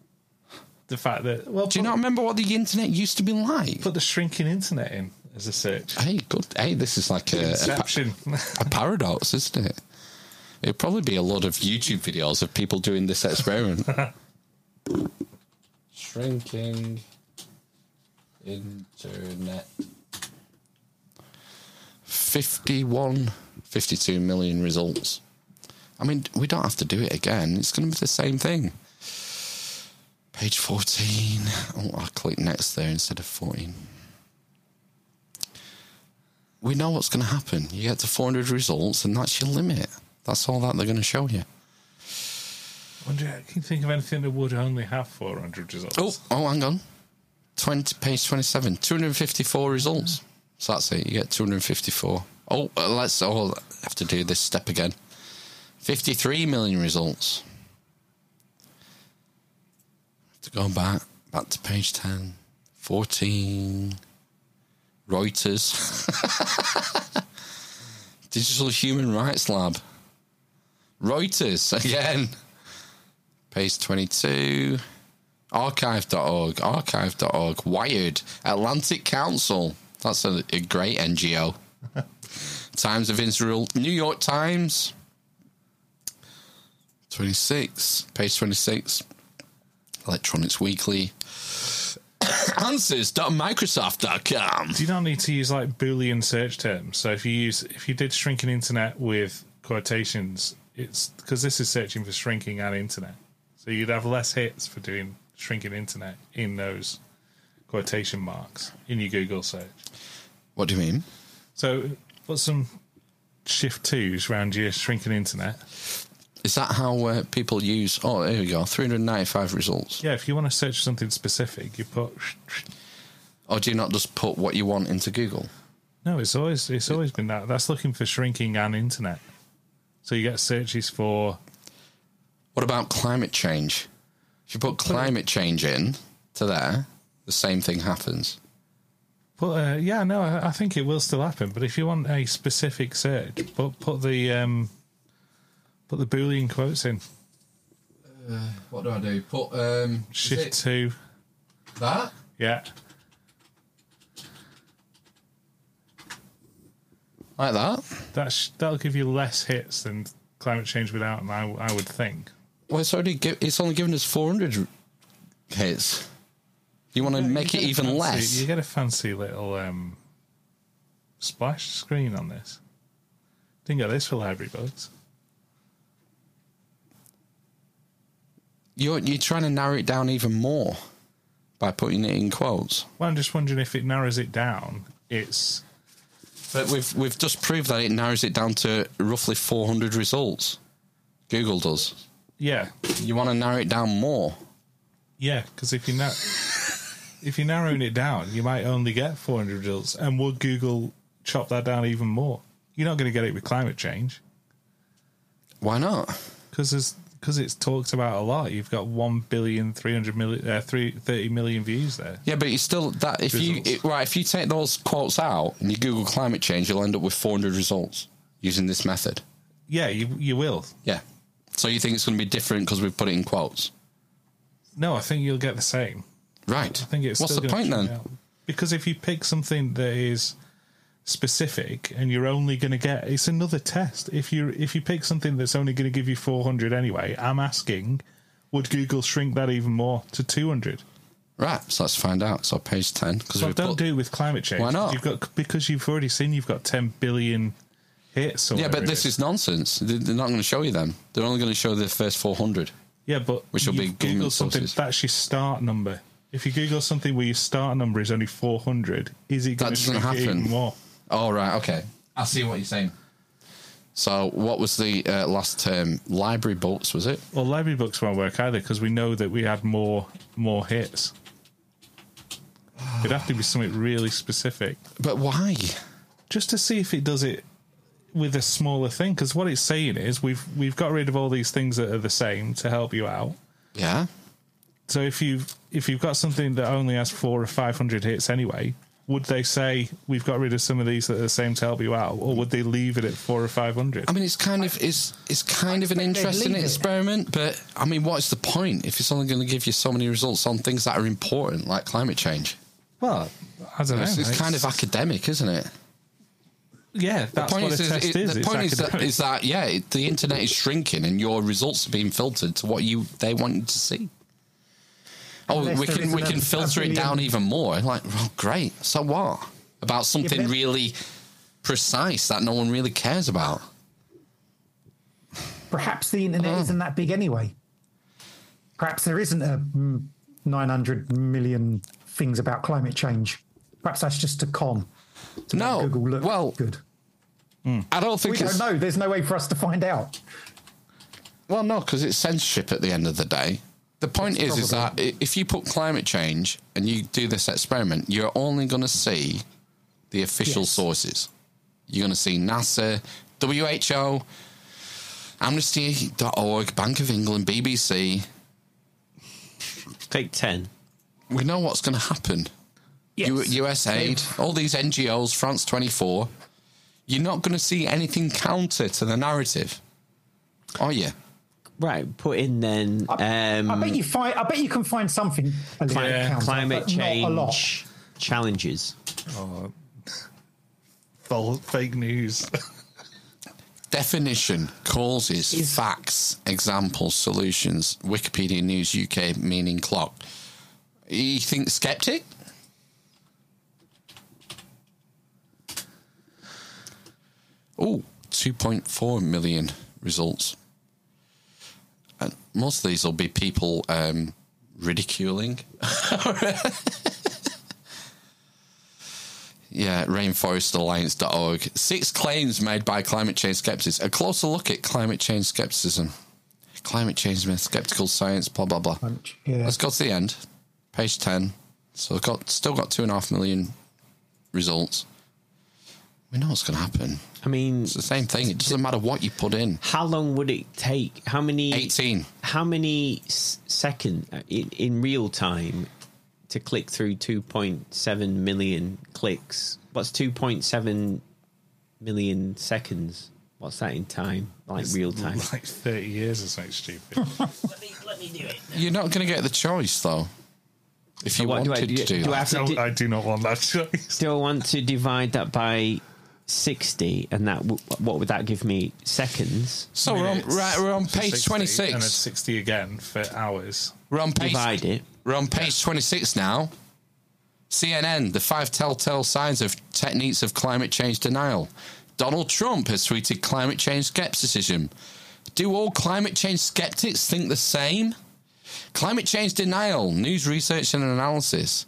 Speaker 5: The fact that well,
Speaker 2: Do you not remember what the internet used to be like?
Speaker 5: put the shrinking internet in as a search.
Speaker 2: Hey, good. Hey, this is like a, a, pa-
Speaker 5: Inception.
Speaker 2: a paradox, isn't it? It'd probably be a lot of YouTube videos of people doing this experiment. Shrinking internet. 51, 52 million results. I mean, we don't have to do it again. It's going to be the same thing. Page 14. Oh, I'll click next there instead of 14. we know what's going to happen. You get to 400 results, and that's your limit. That's all that they're going to show you.
Speaker 5: Wonder, can you think of anything that would only have 400 results?
Speaker 2: Oh, oh, hang on. 20, page 27, 254 results. So that's it. You get 254. Oh, uh, let's oh, I have to do this step again. 53 million results. Have to go back, back to page 10, 14. Reuters. Digital Human Rights Lab. Reuters again. Page 22. Archive.org. Archive.org. Wired. Atlantic Council. That's a, a great NGO. Times of Israel. New York Times. 26. Page 26. Electronics Weekly. Answers.microsoft.com.
Speaker 5: Do you not need to use like Boolean search terms? So if you use if you did shrinking internet with quotations, it's because this is searching for shrinking and internet. So you'd have less hits for doing shrinking internet in those quotation marks in your Google search.
Speaker 2: What do you mean?
Speaker 5: So put some shift twos around your shrinking internet.
Speaker 2: Is that how uh, people use? Oh, there we go. 395 results.
Speaker 5: Yeah, if you want to search something specific, you put.
Speaker 2: Or do you not just put what you want into Google?
Speaker 5: No, it's always it's always been that. That's looking for shrinking and internet. So you get searches for
Speaker 2: What about climate change? If you put climate change in to there, the same thing happens.
Speaker 5: Well, uh, yeah, no, I, I think it will still happen. But if you want a specific search, put put the um, put the boolean quotes in.
Speaker 2: Uh, what do I do? Put um,
Speaker 5: Shift two.
Speaker 2: That?
Speaker 5: Yeah,
Speaker 2: like that.
Speaker 5: That sh- that'll give you less hits than climate change without them. I, I would think.
Speaker 2: Well, it's already gi- it's only given us 400 hits. You want to make it
Speaker 5: get a
Speaker 2: even
Speaker 5: fancy-
Speaker 2: less?
Speaker 5: You get a fancy little um, splash screen on this. Didn't get this for library books.
Speaker 2: You're you're trying to narrow it down even more by putting it in quotes.
Speaker 5: Well, I'm just wondering if it narrows it down. It's
Speaker 2: But we've we've just proved that it narrows it down to roughly 400 results. Google does.
Speaker 5: yeah,
Speaker 2: You want to narrow it down more.
Speaker 5: yeah. Because if you na- if you're narrowing it down, you might only get 400 results. And would Google chop that down even more? You're not going to get it with climate change.
Speaker 2: Why not?
Speaker 5: Because because it's talked about a lot. You've got one billion three hundred million, uh, three thirty million views there.
Speaker 2: Yeah, but it's still that if you
Speaker 5: Results.
Speaker 2: it, right if you take those quotes out and you Google climate change, you'll end up with 400 results using this method.
Speaker 5: Yeah, you you will.
Speaker 2: Yeah. So you think it's going to be different because we've put it in quotes?
Speaker 5: No, I think you'll get the same.
Speaker 2: Right.
Speaker 5: I think it's
Speaker 2: What's
Speaker 5: still
Speaker 2: the
Speaker 5: gonna
Speaker 2: point
Speaker 5: churn
Speaker 2: then?
Speaker 5: out. Because if you pick something that is specific and you're only going to get it's another test. If you if you pick something that's only going to give you 400 anyway, I'm asking would Google shrink that even more to 200?
Speaker 2: Right. So let's find out. So page 10 because
Speaker 5: Well,
Speaker 2: we've
Speaker 5: don't
Speaker 2: put,
Speaker 5: do it with climate change.
Speaker 2: Why not?
Speaker 5: You've got because you've already seen you've got 10 billion hits. Or
Speaker 2: Yeah,
Speaker 5: whatever
Speaker 2: but
Speaker 5: it
Speaker 2: this is nonsense. They- They're not going to show you them. They're only going to show the first 400.
Speaker 5: Yeah, but
Speaker 2: Which will be
Speaker 5: you've
Speaker 2: government
Speaker 5: Googled something
Speaker 2: sources.
Speaker 5: that's your start number. If you Google something where your start number is only 400, is it
Speaker 2: That
Speaker 5: going to
Speaker 2: doesn't
Speaker 5: shrink it even
Speaker 2: happen.
Speaker 5: more?
Speaker 2: Oh, right. Okay. I see what you're saying. So what was the uh, last term? Library books, was it?
Speaker 5: Well, library books won't work either because we know that we had more more hits. It'd have to be something really specific.
Speaker 2: But why?
Speaker 5: Just to see if it does it with a smaller thing. Because what it's saying is we've we've got rid of all these things that are the same to help you out.
Speaker 2: Yeah.
Speaker 5: So if you've if you've got something that only has four or five hundred hits anyway, would they say we've got rid of some of these that are the same to help you out, or would they leave it at four or five hundred?
Speaker 2: I mean, it's kind of it's it's kind of an
Speaker 5: expect they'd
Speaker 2: interesting
Speaker 5: leave it.
Speaker 2: experiment, but I mean, what's the point if it's only going to give you so many results on things that are important, like climate change?
Speaker 5: Well, I don't know.
Speaker 2: It's, it's kind of academic, isn't it?
Speaker 5: yeah. That's
Speaker 2: the point is,
Speaker 5: what a test
Speaker 2: it-
Speaker 5: is.
Speaker 2: the
Speaker 5: it's
Speaker 2: point is that,
Speaker 5: academic.
Speaker 2: is that yeah, it, the internet is shrinking, and your results are being filtered to what you they want you to see. Oh,
Speaker 7: Unless
Speaker 2: we
Speaker 7: there
Speaker 2: can we
Speaker 7: isn't
Speaker 2: can
Speaker 7: a- a
Speaker 2: filter it down
Speaker 7: billion-
Speaker 2: even more. Like, well, great. So what about something really precise that no one really cares about?
Speaker 7: Perhaps the internet
Speaker 3: Hmm.
Speaker 7: isn't that big anyway. Perhaps there isn't a mm, 900 million things about climate change. Perhaps that's just a con.
Speaker 3: Oh,
Speaker 2: no. well,
Speaker 7: good.
Speaker 2: I don't think
Speaker 7: we
Speaker 2: it's-
Speaker 7: don't know. There's no way for us to find out.
Speaker 2: Well, no, because it's censorship at the end of the day. The point
Speaker 7: It's
Speaker 2: is, is that i- if you put climate change and you do this experiment, you're only going to see the official sources. You're going to see NASA, WHO, Amnesty.org, Bank of England, BBC.
Speaker 3: Take 10.
Speaker 2: We know what's going to happen. U- USAID, all these NGOs, France 24. You're not going to see anything counter to the narrative, are you?
Speaker 3: Right, put in then. Um,
Speaker 7: I bet you find. I bet you can find something. a little
Speaker 3: climate,
Speaker 7: counter,
Speaker 3: climate
Speaker 7: but not a lot.
Speaker 3: change challenges.
Speaker 5: Oh, fal- fake news.
Speaker 2: Definition, causes, facts, examples, solutions. Wikipedia News UK meaning clock. You think skeptic? Oh, 2.4 million results. And most of these will be people um, ridiculing. Yeah, rainforestalliance.org. Six claims made by climate change skeptics. A closer look at climate change skepticism. Climate change myth, skeptical science, blah, blah, blah. Let's go to the end. Page 10. So I've got still got two and a half million results. We know what's going to happen.
Speaker 3: I mean,
Speaker 2: it's the same thing. It doesn't matter what you put in.
Speaker 3: How long would it take? How many?
Speaker 2: Eighteen.
Speaker 3: How many s- second uh, in, in real time to click through two point seven million clicks? What's two point seven million seconds? What's that in time? Like
Speaker 5: It's
Speaker 3: real time?
Speaker 5: Like 30 years or something stupid.
Speaker 2: You're not going to get the choice, though. If you
Speaker 3: What
Speaker 2: wanted
Speaker 3: do I do?
Speaker 2: to do
Speaker 3: Do I
Speaker 2: that.
Speaker 3: have to?
Speaker 5: I do not want that choice.
Speaker 3: Do I want to divide that by sixty? And that w- what would that give me? Seconds.
Speaker 2: So we're on- right, we're on
Speaker 5: For
Speaker 2: page 26.
Speaker 5: And then 60 again for hours.
Speaker 2: We're on page.
Speaker 3: Divide it.
Speaker 2: We're on page 26 now. CNN, the five telltale signs of techniques of climate change denial. Donald Trump has tweeted climate change skepticism. Do all climate change skeptics think the same? Climate change denial, news research and analysis.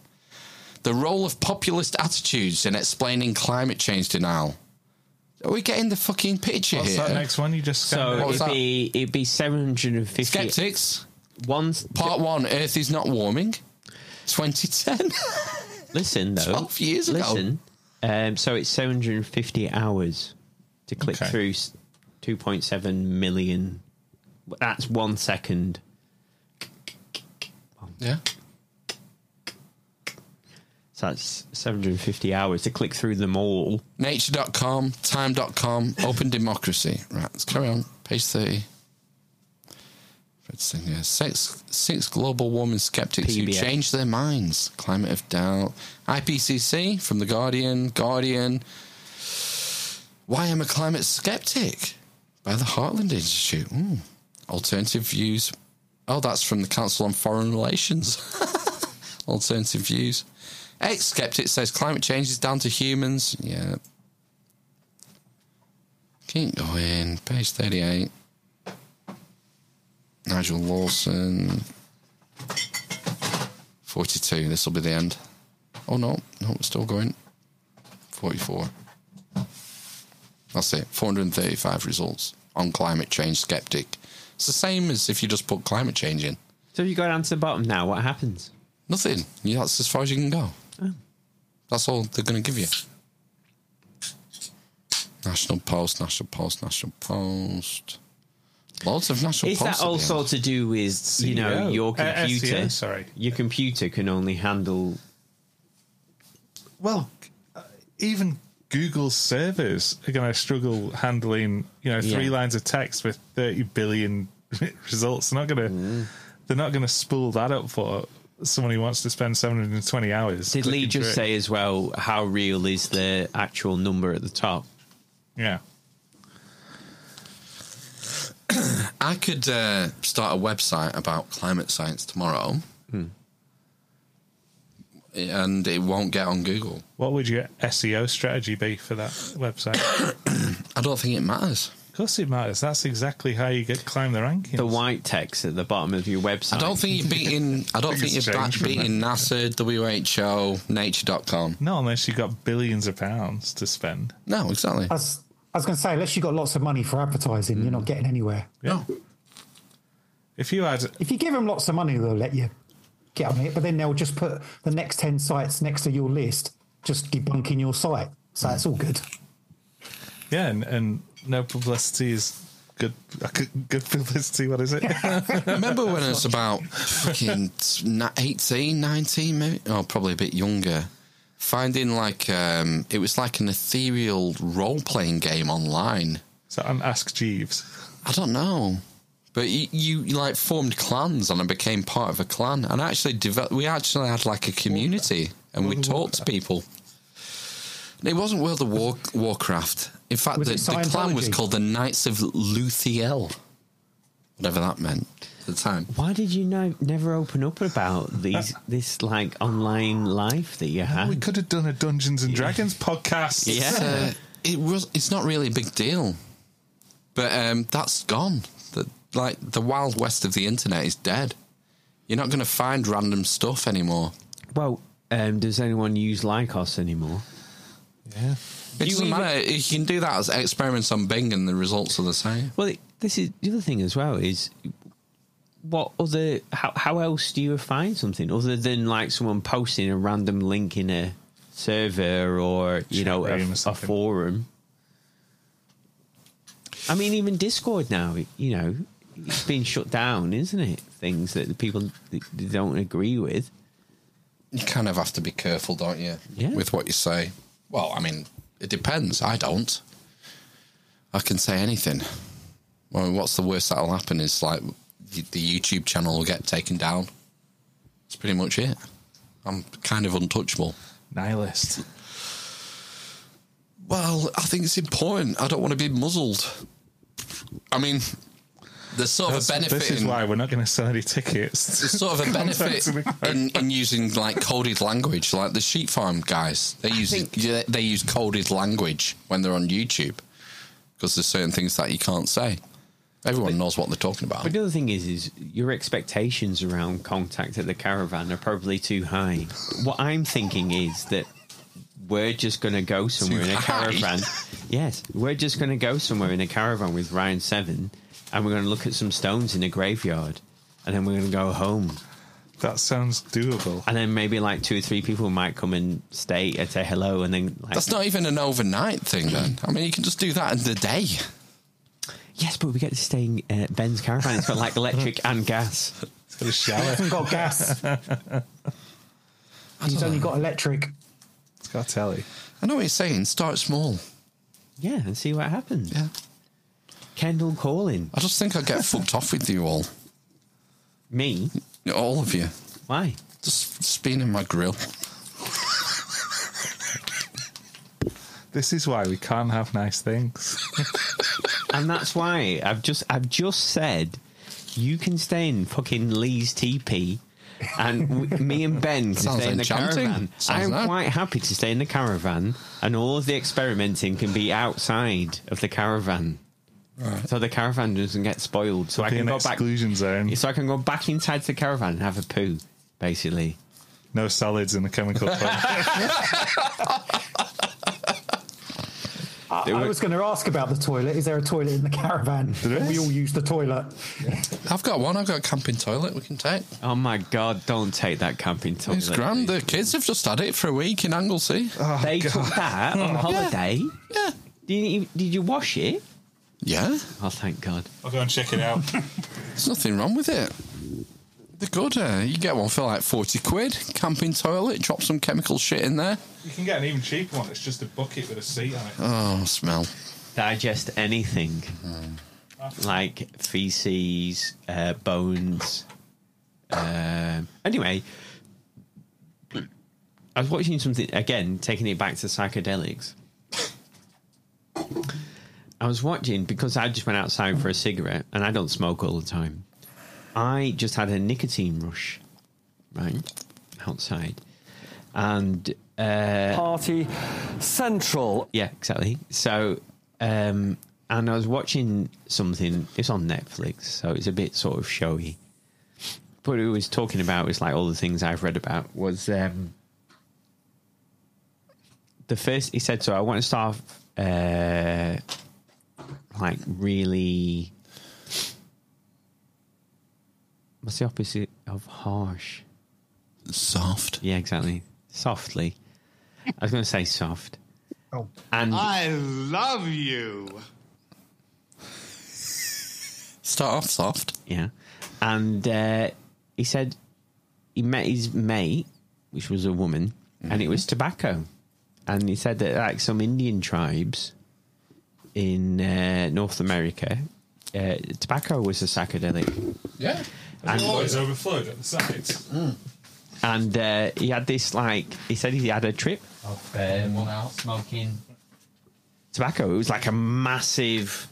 Speaker 2: The role of populist attitudes in explaining climate change denial. Are we getting the fucking picture
Speaker 5: What's
Speaker 2: here?
Speaker 5: that next one you just
Speaker 3: So
Speaker 5: scanned?
Speaker 3: it'd be it'd be seven hundred and fifty.
Speaker 2: Skeptics.
Speaker 3: One
Speaker 2: part one. Earth is not warming. 2010.
Speaker 3: Listen though.
Speaker 2: 12 years ago.
Speaker 3: Listen. Um, so it's 750 hours to click
Speaker 5: Okay.
Speaker 3: through s- 2.7 million. That's one second.
Speaker 2: Yeah.
Speaker 3: So that's 750 hours to click through them all.
Speaker 2: Nature.com, time.com, open democracy. Right, let's carry on. Page 30. Fred's thing here. Six, six global warming skeptics who
Speaker 3: PBS.
Speaker 2: changed their minds. Climate of doubt. IPCC from The Guardian. Guardian. Why am a climate skeptic? By the Heartland Institute. Ooh. Alternative views. Oh, that's from the Council on Foreign Relations. Alternative views. Ex skeptic says climate change is down to humans. Yeah. Keep going. Page 38. Nigel Lawson. 42. This will be the end. Oh, no. No, it's still going. 44. That's it. 435 results on climate change skeptic. It's the same as if you just put climate change in.
Speaker 3: So if you go down to the bottom now, what happens?
Speaker 2: Nothing. Yeah, that's as far as you can go. That's all they're going to give you. National Post, National Post, National Post. Lots of National
Speaker 3: Is
Speaker 2: Post.
Speaker 3: that also to do with you know
Speaker 5: CEO.
Speaker 3: your
Speaker 5: Uh, SEO,
Speaker 3: computer?
Speaker 5: sorry.
Speaker 3: your computer can only handle
Speaker 5: well, uh, even Google servers are going to struggle handling, you know, three
Speaker 3: Yeah.
Speaker 5: lines of text with 30 billion results. They're not going to,
Speaker 3: Mm.
Speaker 5: they're not going to spool that up for someone who wants to spend 720 hours.
Speaker 3: Did Lee
Speaker 5: clicking
Speaker 3: just
Speaker 5: through it.
Speaker 3: say as well how real is the actual number at the top?
Speaker 5: Yeah.
Speaker 2: I could uh, start a website about climate science tomorrow, and it won't get on Google.
Speaker 5: E What would your SEO strategy be for that website?
Speaker 2: I don't think it matters.
Speaker 5: Of course it matters. That's exactly how you get climb the rankings.
Speaker 3: The white text at the bottom of your website.
Speaker 2: I don't think you're beating. I don't think
Speaker 5: Things
Speaker 2: you're ba-
Speaker 5: change from
Speaker 2: beating NASA, WHO, Nature.com.
Speaker 5: No, unless you got billions of pounds to spend.
Speaker 2: No, exactly.
Speaker 7: I was, I was going to say, unless you got lots of money for advertising, you're
Speaker 3: Hmm.
Speaker 7: not getting anywhere.
Speaker 5: Yeah. If you had,
Speaker 7: If you give them lots of money, they'll let you get on it. But then they'll just put the next ten sites next to your list, just debunking your site. So that's all good.
Speaker 5: yeah, and, and no publicity is good. Good good publicity. What is it?
Speaker 2: Remember when I was about fucking na- 18, 19, maybe? Oh, probably a bit younger. Finding like, um, it was like an ethereal role playing game online.
Speaker 5: So I'm Ask Jeeves.
Speaker 2: I don't know. But you, you, you like formed clans and I became part of a clan. And I actually developed, we actually had like a community and we talked to people. And It wasn't World of War, Warcraft. In fact,
Speaker 7: Was
Speaker 2: the,
Speaker 7: it
Speaker 2: the clan was
Speaker 7: Scientology?
Speaker 2: called the Knights of Luthiel, whatever that meant at the time.
Speaker 3: Why did you no, never open up about these this like online life that you had?
Speaker 5: We could have done a Dungeons and Dragons podcast.
Speaker 2: It's, uh, it was. It's not really a big deal, but um, that's gone. The, like the wild west of the internet is dead. You're not going to find random stuff anymore.
Speaker 3: Well, um, does anyone use Lycos anymore?
Speaker 5: Yeah.
Speaker 2: It
Speaker 3: You
Speaker 2: doesn't
Speaker 3: even-
Speaker 2: matter. You can do that as experiments on Bing, and the results are the same.
Speaker 3: Well, it- this is the other thing as well is what other how how else do you find something other than like someone posting a random link in a server or you know a,
Speaker 5: room or
Speaker 3: a forum. I mean, even Discord now, you know, it's been shut down, isn't it? Things that the people th- they don't agree with.
Speaker 2: You kind of have to be careful, don't you?
Speaker 3: Yeah.
Speaker 2: With what you say. Well, I mean, it depends. I don't. I can say anything. Well, what's the worst that'll happen is like the the YouTube channel will get taken down. That's pretty much it. I'm kind of untouchable.
Speaker 5: Nihilist.
Speaker 2: Well, I think it's important. I don't want to be muzzled. I mean, there's sort
Speaker 5: That's-
Speaker 2: of a benefit.
Speaker 5: This is
Speaker 2: in-
Speaker 5: why we're not going to sell any tickets.
Speaker 2: There's sort of a benefit in, in using like coded language, like the sheep farm guys. They use yeah, they use coded language when they're on YouTube because there's certain things that you can't say. Everyone knows what they're talking about.
Speaker 3: But the other thing is, is your expectations around contact at the caravan are probably too high. What I'm thinking is that we're just going to go somewhere
Speaker 2: Too
Speaker 3: in a
Speaker 2: high?
Speaker 3: caravan. yes, we're just going to go somewhere in a caravan with Ryan Seven, and we're going to look at some stones in a graveyard, and then we're going to go home.
Speaker 5: That sounds doable.
Speaker 3: And then maybe like two or three people might come and stay and say hello, and then like,
Speaker 2: That's not even an overnight thing. Then I mean, you can just do that in the day.
Speaker 3: yes, but we get to stay in uh, Ben's caravan. It's got like electric and gas.
Speaker 5: It's got a
Speaker 7: You
Speaker 5: shower.
Speaker 7: haven't got gas. You've only got electric.
Speaker 5: It's got a telly.
Speaker 2: I know what you're saying. Start small.
Speaker 3: Yeah, and see what happens.
Speaker 2: Yeah.
Speaker 3: Kendall calling
Speaker 2: I just think I get fucked off with you all,
Speaker 3: me.
Speaker 2: all of you.
Speaker 3: Why?
Speaker 2: Just spinning my grill.
Speaker 5: This is why we can't have nice things.
Speaker 3: and that's why I've just I've just said you can stay in fucking Lee's teepee, and w- me and Ben can
Speaker 2: Sounds
Speaker 3: stay in the
Speaker 2: enchanting.
Speaker 3: caravan.
Speaker 2: Sounds
Speaker 3: I'm
Speaker 2: nice.
Speaker 3: quite happy to stay in the caravan, and all of the experimenting can be outside of the caravan. So the caravan doesn't get spoiled. So I
Speaker 5: Be
Speaker 3: can
Speaker 5: an
Speaker 3: go back.
Speaker 5: exclusion zone.
Speaker 3: So I can go back inside the caravan and have a poo, basically.
Speaker 5: No solids in the chemical plant.
Speaker 7: I,
Speaker 3: They
Speaker 7: I
Speaker 3: were-
Speaker 7: was going to ask about the toilet. Is there a toilet in the caravan? We all use the toilet.
Speaker 2: I've got one. I've got a camping toilet we can take.
Speaker 3: Oh my god! Don't take that camping toilet.
Speaker 2: It's grand. eh? Oh, The kids have just had it for a week in Anglesey.
Speaker 3: They took that on holiday.
Speaker 2: Yeah.
Speaker 3: Did you, did you wash it?
Speaker 2: Yeah.
Speaker 3: Oh, thank God.
Speaker 5: I'll go and check it out.
Speaker 2: There's nothing wrong with it. They're good. Uh, you get one for like 40 quid, camping toilet, drop some chemical shit in there.
Speaker 5: You can get an even cheaper one. It's just a bucket with a seat on it.
Speaker 2: Oh, smell.
Speaker 3: digest anything like feces, uh, bones. Um anyway, I was watching something again, taking it back to psychedelics. I was watching because I just went outside for a cigarette and I don't smoke all the time. I just had a nicotine rush, right? Outside. And uh,
Speaker 4: Party Central.
Speaker 3: yeah, exactly. So um, and I was watching something. It's on Netflix, so it's a bit sort of showy. But it was talking about it's like all the things I've read about was um, the first. He said, "So I want to start uh, like really." What's the opposite of harsh?
Speaker 2: Soft.
Speaker 3: Yeah, exactly. Softly. I was going to say soft.
Speaker 7: Oh.
Speaker 3: And
Speaker 17: I love you.
Speaker 2: Start off soft.
Speaker 3: Yeah. And uh, he said he met his mate, which was a woman, and it was tobacco. And he said that, like, some Indian tribes in uh, North America, uh, tobacco was a psychedelic.
Speaker 5: Yeah. And
Speaker 3: And-
Speaker 5: always overflowed at the sides.
Speaker 3: And uh, he had this, like, he said he had a trip of um, smoking tobacco. It was like a massive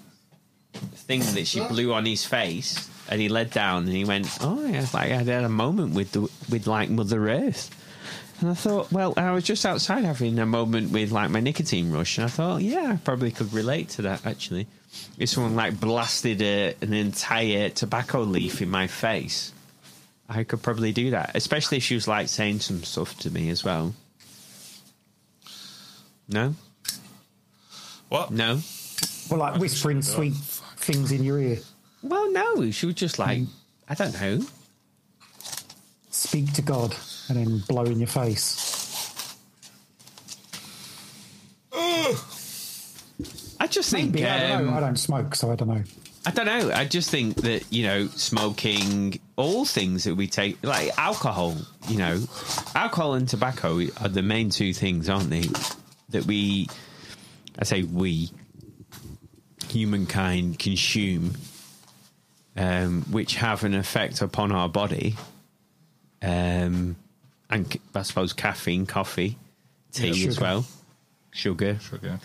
Speaker 3: thing that she blew on his face, and he led down and he went, "Oh, yeah, it's like I had a moment with the, with like Mother Earth." And I thought, well, I was just outside having a moment with like my nicotine rush, and I thought, yeah, I probably could relate to that actually. If someone like blasted a, an entire tobacco leaf in my face, I could probably do that, especially if she was like saying some stuff to me as well. No.
Speaker 5: What?
Speaker 3: No.
Speaker 7: Well, like whispering sweet things in your ear.
Speaker 3: Well, no, she was just
Speaker 7: Mm.
Speaker 3: like, I don't know.
Speaker 7: Speak to God and then blow in your face.
Speaker 3: I just think
Speaker 7: Maybe, I, don't know.
Speaker 3: um,
Speaker 7: I don't smoke, so I don't know.
Speaker 3: I don't know. I just think that you know, smoking, all things that we take, like alcohol. You know, alcohol and tobacco are the main two things, aren't they? That we, I say we, humankind consume, um, which have an effect upon our body, um, and c- I suppose caffeine, coffee, tea
Speaker 5: Yeah,
Speaker 3: as
Speaker 5: sugar.
Speaker 3: well, sugar,
Speaker 5: Sugar.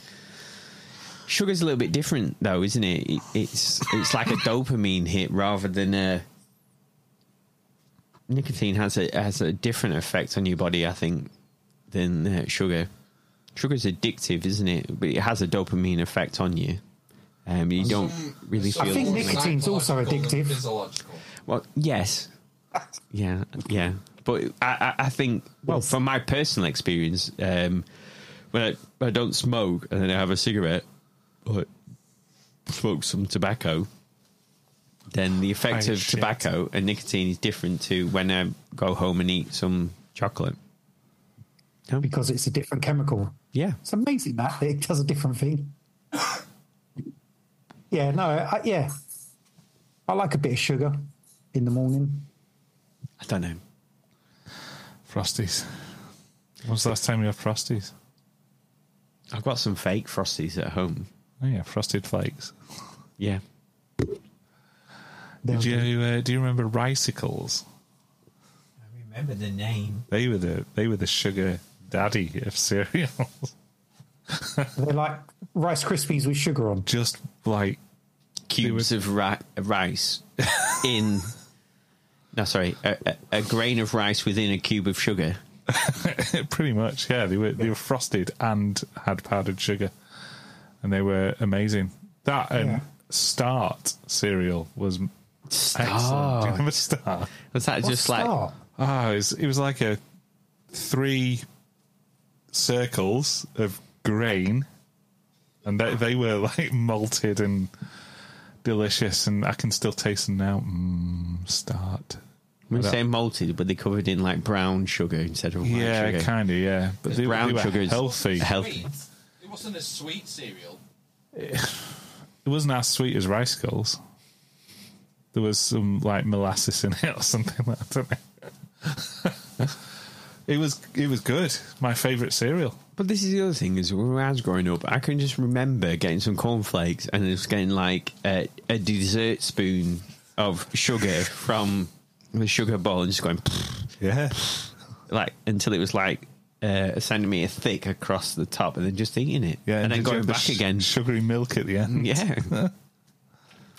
Speaker 3: Sugar's a little bit different, though, isn't it? It- It's it's like a dopamine hit rather than a nicotine has a has a different effect on your body, I think, than uh, sugar. Sugar's addictive, isn't it? But it has a dopamine effect on you. Um, you don't really feel.
Speaker 7: I think nicotine's also addictive.
Speaker 3: Well, yes, yeah, yeah. But I, I, I think, well, from my personal experience, um, when I, when I don't smoke and then I have a cigarette or smoke some tobacco, then the effect
Speaker 5: Oh,
Speaker 3: of
Speaker 5: shit.
Speaker 3: tobacco and nicotine is different to when I go home and eat some chocolate.
Speaker 7: Because it's a different chemical.
Speaker 3: Yeah.
Speaker 7: It's amazing that it does a different thing. yeah, no, I, yeah. I like a bit of sugar in the morning.
Speaker 3: I don't know.
Speaker 5: Frosties. When's the last time you had Frosties?
Speaker 3: I've got some fake Frosties at home.
Speaker 5: Oh yeah, Frosted Flakes.
Speaker 3: Yeah.
Speaker 5: Did you uh, do you remember Ricicles?
Speaker 3: Remember the name.
Speaker 5: They were the they were the sugar daddy of cereals.
Speaker 7: They're like Rice Krispies with sugar on.
Speaker 5: Just like
Speaker 3: Cubes of ri- rice in. No, sorry, a, a, a grain of rice within a cube of sugar.
Speaker 5: Pretty much, yeah. They were they were frosted and had powdered sugar, and they were amazing. That and
Speaker 7: Yeah.
Speaker 5: Start cereal was excellent.
Speaker 3: Start.
Speaker 5: Do you remember Start?
Speaker 3: Was that
Speaker 7: What's just like- Start?
Speaker 5: Ah, it was, it was like a three circles of grain, and they they were like malted and delicious, and I can still taste them now. Mm, start.
Speaker 3: When you
Speaker 5: That-
Speaker 3: say malted, were they covered in like brown sugar instead of white
Speaker 5: yeah,
Speaker 3: sugar?
Speaker 5: kind of, yeah. But
Speaker 3: Because
Speaker 5: they,
Speaker 3: brown
Speaker 5: they were
Speaker 3: sugar is
Speaker 5: healthy.
Speaker 3: healthy.
Speaker 15: It wasn't a sweet cereal.
Speaker 5: It wasn't as sweet as rice Ricicles. There was some like molasses in it or something like that. I don't know. it was it was good. My favourite cereal.
Speaker 3: But this is the other thing is when I was growing up, I can just remember getting some cornflakes and just getting like a, a dessert spoon of sugar from the sugar bowl and just going,
Speaker 5: yeah,
Speaker 3: like until it was like uh, a centimeter thick across the top, and then just eating it,
Speaker 5: Yeah,
Speaker 3: and
Speaker 5: did
Speaker 3: then
Speaker 5: you
Speaker 3: going
Speaker 5: have the
Speaker 3: back
Speaker 5: sh-
Speaker 3: again,
Speaker 5: Sugary milk at the end.
Speaker 3: Yeah.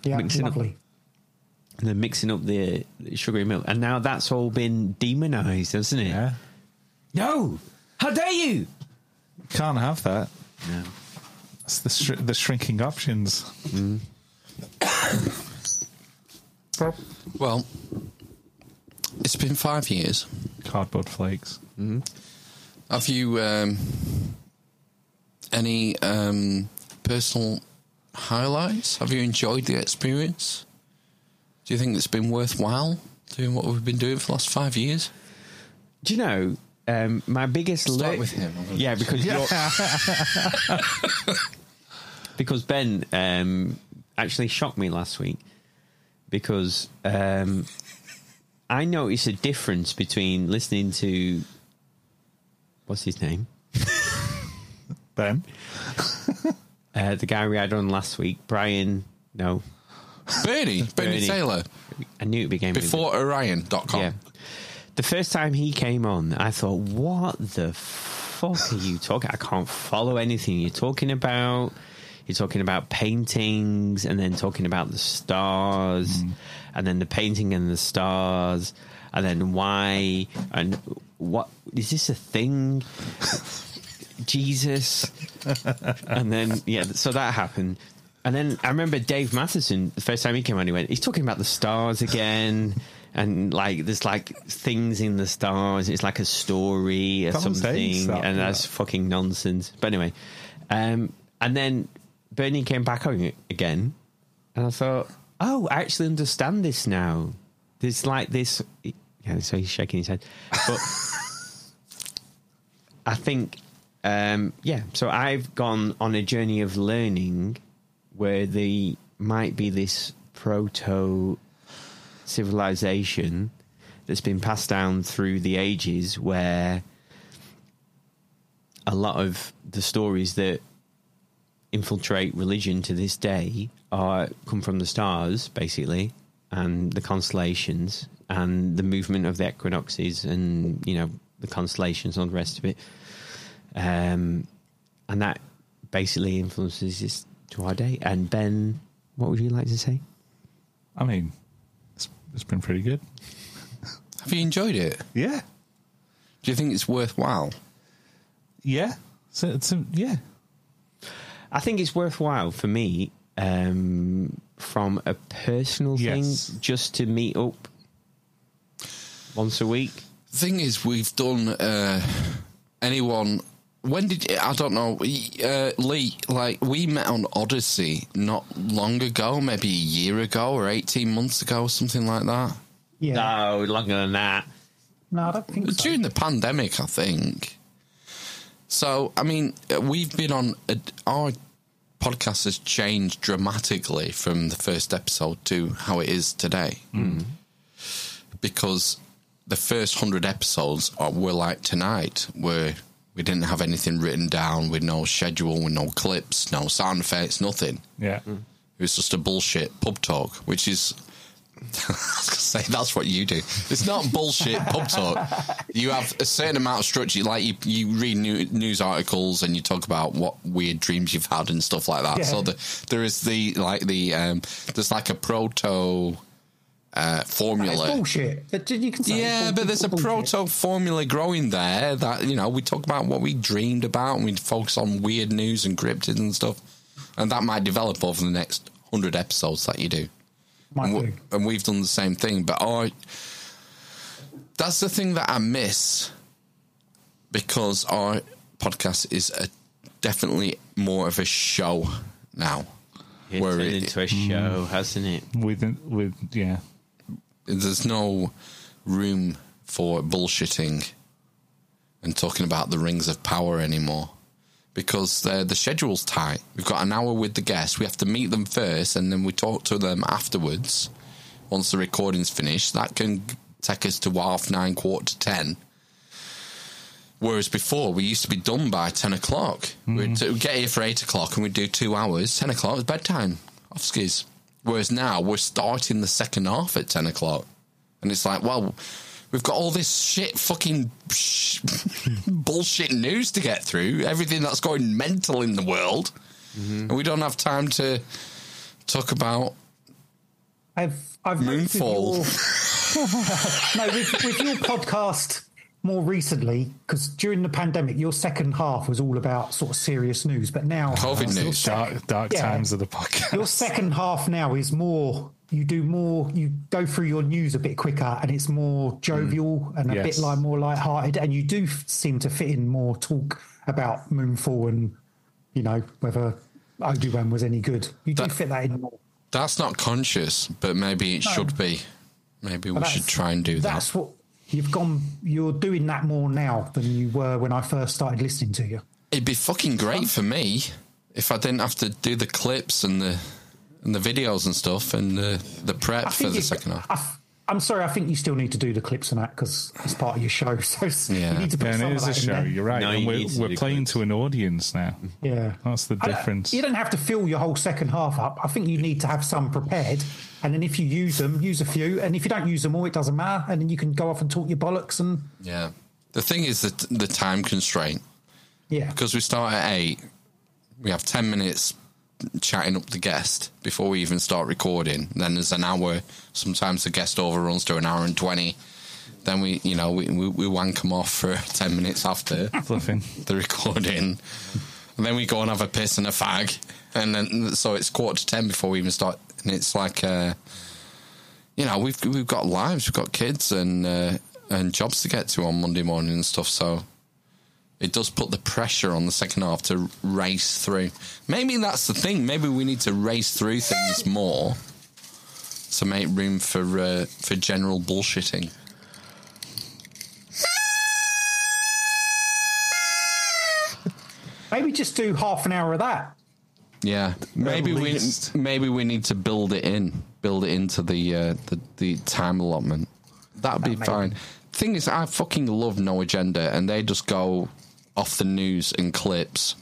Speaker 7: Yeah,
Speaker 3: Mixing up.
Speaker 7: lovely.
Speaker 3: and then mixing up the, the sugary milk, and now that's all been demonized, hasn't it? Yeah. No, how dare you?
Speaker 5: Can't have that.
Speaker 3: No.
Speaker 5: It's the, shr- the shrinking options.
Speaker 2: well, it's been five years.
Speaker 5: Cardboard flakes.
Speaker 2: Have you um, any um, personal highlights? Have you enjoyed the experience? Do you think it's been worthwhile doing what we've been doing for the last five years?
Speaker 3: Do you know um, my biggest
Speaker 2: Start
Speaker 3: lear-
Speaker 2: with him. I'm gonna-
Speaker 3: Yeah, because you're- because Ben um, actually shocked me last week because um, I noticed a difference between listening to what's his name
Speaker 5: Ben,
Speaker 3: uh, the guy we had on last week, Brian. No,
Speaker 2: Bernie, Bernie Taylor.
Speaker 3: I knew it became
Speaker 2: Before Orion.com.
Speaker 3: Yeah. The first time he came on, I thought, what the fuck are you talking? I can't follow anything you're talking about. You're talking about paintings and then talking about the stars and then the painting and the stars and then why and what is this a thing? Jesus. and then, yeah, so that happened. And then I remember Dave Matheson, the first time he came on, he went, he's talking about the stars again. And like, there's like things in the stars. It's like a story or
Speaker 5: Don't say
Speaker 3: something.
Speaker 5: stuff
Speaker 3: And
Speaker 5: like
Speaker 3: that's
Speaker 5: that.
Speaker 3: fucking nonsense. But anyway, um, and then Bernie came back on it again. And I thought, oh, I actually understand this now. There's like this. Yeah, so he's shaking his head. But I think, um, yeah. So I've gone on a journey of learning where the might be this proto civilization that's been passed down through the ages where a lot of the stories that infiltrate religion to this day are come from the stars basically and the constellations and the movement of the equinoxes and you know the constellations and all the rest of it um and that basically influences us to our day and ben what would you like to say
Speaker 5: I mean, it's, it's been pretty good.
Speaker 2: Have you enjoyed it?
Speaker 5: Yeah.
Speaker 2: Do you think it's worthwhile?
Speaker 5: Yeah. So it's a, yeah.
Speaker 3: I think it's worthwhile for me um, from a personal thing just to meet up once a week.
Speaker 2: The thing is, we've done uh, anyone. When did I don't know uh, Lee? Like we met on Odyssey not long ago, maybe a year ago or eighteen months ago, or something like that.
Speaker 7: Yeah.
Speaker 3: No, longer than that.
Speaker 7: No, I don't think so.
Speaker 2: during the pandemic, I think. So, I mean, uh, we've been on a, our podcast has changed dramatically from the first episode to how it is today.
Speaker 7: Hmm.
Speaker 2: Because the first 100 episodes are, were like tonight, where we didn't have anything written down with no schedule, with no clips, no sound effects, nothing.
Speaker 5: Yeah.
Speaker 2: It was just a bullshit pub talk, which is. I was gonna say that's what you do. It's not bullshit pub talk. You have a certain amount of structure, like you, you read new, news articles and you talk about what weird dreams you've had and stuff like that.
Speaker 1: Yeah.
Speaker 2: So the, there is the like the um, there's like a proto uh, formula.
Speaker 7: Bullshit. But You can say
Speaker 2: Yeah, but there's a proto formula growing there that, you know, we talk about what we dreamed about and we focus on weird news and cryptids and stuff. And that might develop over the next 100 episodes that you do. and, we, and we've done the same thing. But our, that's the thing that I miss because our podcast is a, definitely more of a show now.
Speaker 3: It's turned into a show, hasn't it?
Speaker 5: With with yeah.
Speaker 2: There's no room for bullshitting and talking about the rings of power anymore because uh, the schedule's tight. We've got an hour with the guests. We have to meet them first and then we talk to them afterwards once the recording's finished. That can take us to half nine, quarter to ten. Whereas before, we used to be done by 10 o'clock.
Speaker 7: Hmm.
Speaker 2: We'd, we'd get here for 8 o'clock and we'd do two hours. 10 o'clock was bedtime. Off skis. Whereas now, we're starting the second half at 10 o'clock. And it's like, well, we've got all this shit, fucking sh- bullshit news to get through. Everything that's going mental in the world.
Speaker 7: Mm-hmm.
Speaker 2: And we don't have time to talk about
Speaker 7: I've I've noted
Speaker 2: Moonfall.
Speaker 7: your- no, with, with your podcast, more recently, because during the pandemic, your second half was all about sort of serious news, but now
Speaker 2: COVID news.
Speaker 5: Dark, dark
Speaker 7: Yeah.
Speaker 5: times of the podcast.
Speaker 7: your second half now is more. You do more. You go through your news a bit quicker, and it's
Speaker 2: Mm.
Speaker 7: more jovial and a
Speaker 5: Yes.
Speaker 7: bit like more light-hearted. And you do f- seem to fit in more talk about Moonfall and you know whether Obi Wan was any good. You do fit that in more.
Speaker 2: That's not conscious, but maybe it
Speaker 7: No.
Speaker 2: should be. Maybe we
Speaker 7: But
Speaker 2: should
Speaker 7: that's-
Speaker 2: try and do that.
Speaker 7: That's what you've gone. You're doing that more now than you were when I first started listening to you.
Speaker 2: It'd be fucking great for me if I didn't have to do the clips and the and the videos and stuff and the the prep for
Speaker 7: think
Speaker 2: the
Speaker 7: you-
Speaker 2: second half.
Speaker 7: I f- I'm sorry. I think you still need to do the clips and that because it's part of your show. So it's- you need to put
Speaker 5: Yeah, and it
Speaker 7: some of
Speaker 5: is
Speaker 7: that
Speaker 5: a
Speaker 7: in
Speaker 5: show.
Speaker 7: there.
Speaker 5: You're right.
Speaker 3: No,
Speaker 5: and
Speaker 3: you
Speaker 5: we're,
Speaker 3: need to
Speaker 5: we're
Speaker 3: do
Speaker 5: playing to an audience now.
Speaker 7: Yeah,
Speaker 5: That's the
Speaker 7: I don't-
Speaker 5: difference.
Speaker 7: You don't have to fill your whole second half up. I think you need to have some prepared, and then if you use them, use a few. And if you don't use them all, it doesn't matter. And then you can go off and talk your bollocks. And
Speaker 2: Yeah. The thing is that the time constraint.
Speaker 7: Yeah.
Speaker 2: Because we start at eight, we have ten minutes chatting up the guest before we even start recording. Then there's an hour. Sometimes the guest overruns to an hour and twenty. Then we, you know, we we, we wank them off for ten minutes after
Speaker 5: Fluffing.
Speaker 2: the recording, and then we go and have a piss and a fag, and then so it's quarter to ten before we even start, and it's like. Uh, you know, we've we've got lives, we've got kids and uh, and jobs to get to on Monday morning and stuff. So it does put the pressure on the second half to race through. Maybe that's the thing. Maybe we need to race through things more to make room for uh, for general bullshitting.
Speaker 7: maybe just do half an hour of that.
Speaker 2: Yeah, maybe we maybe we need to build it in, build it into the uh, the, the time allotment. That'd be
Speaker 7: That may-
Speaker 2: fine. Thing is, I fucking love No Agenda, and they just go off the news and clips.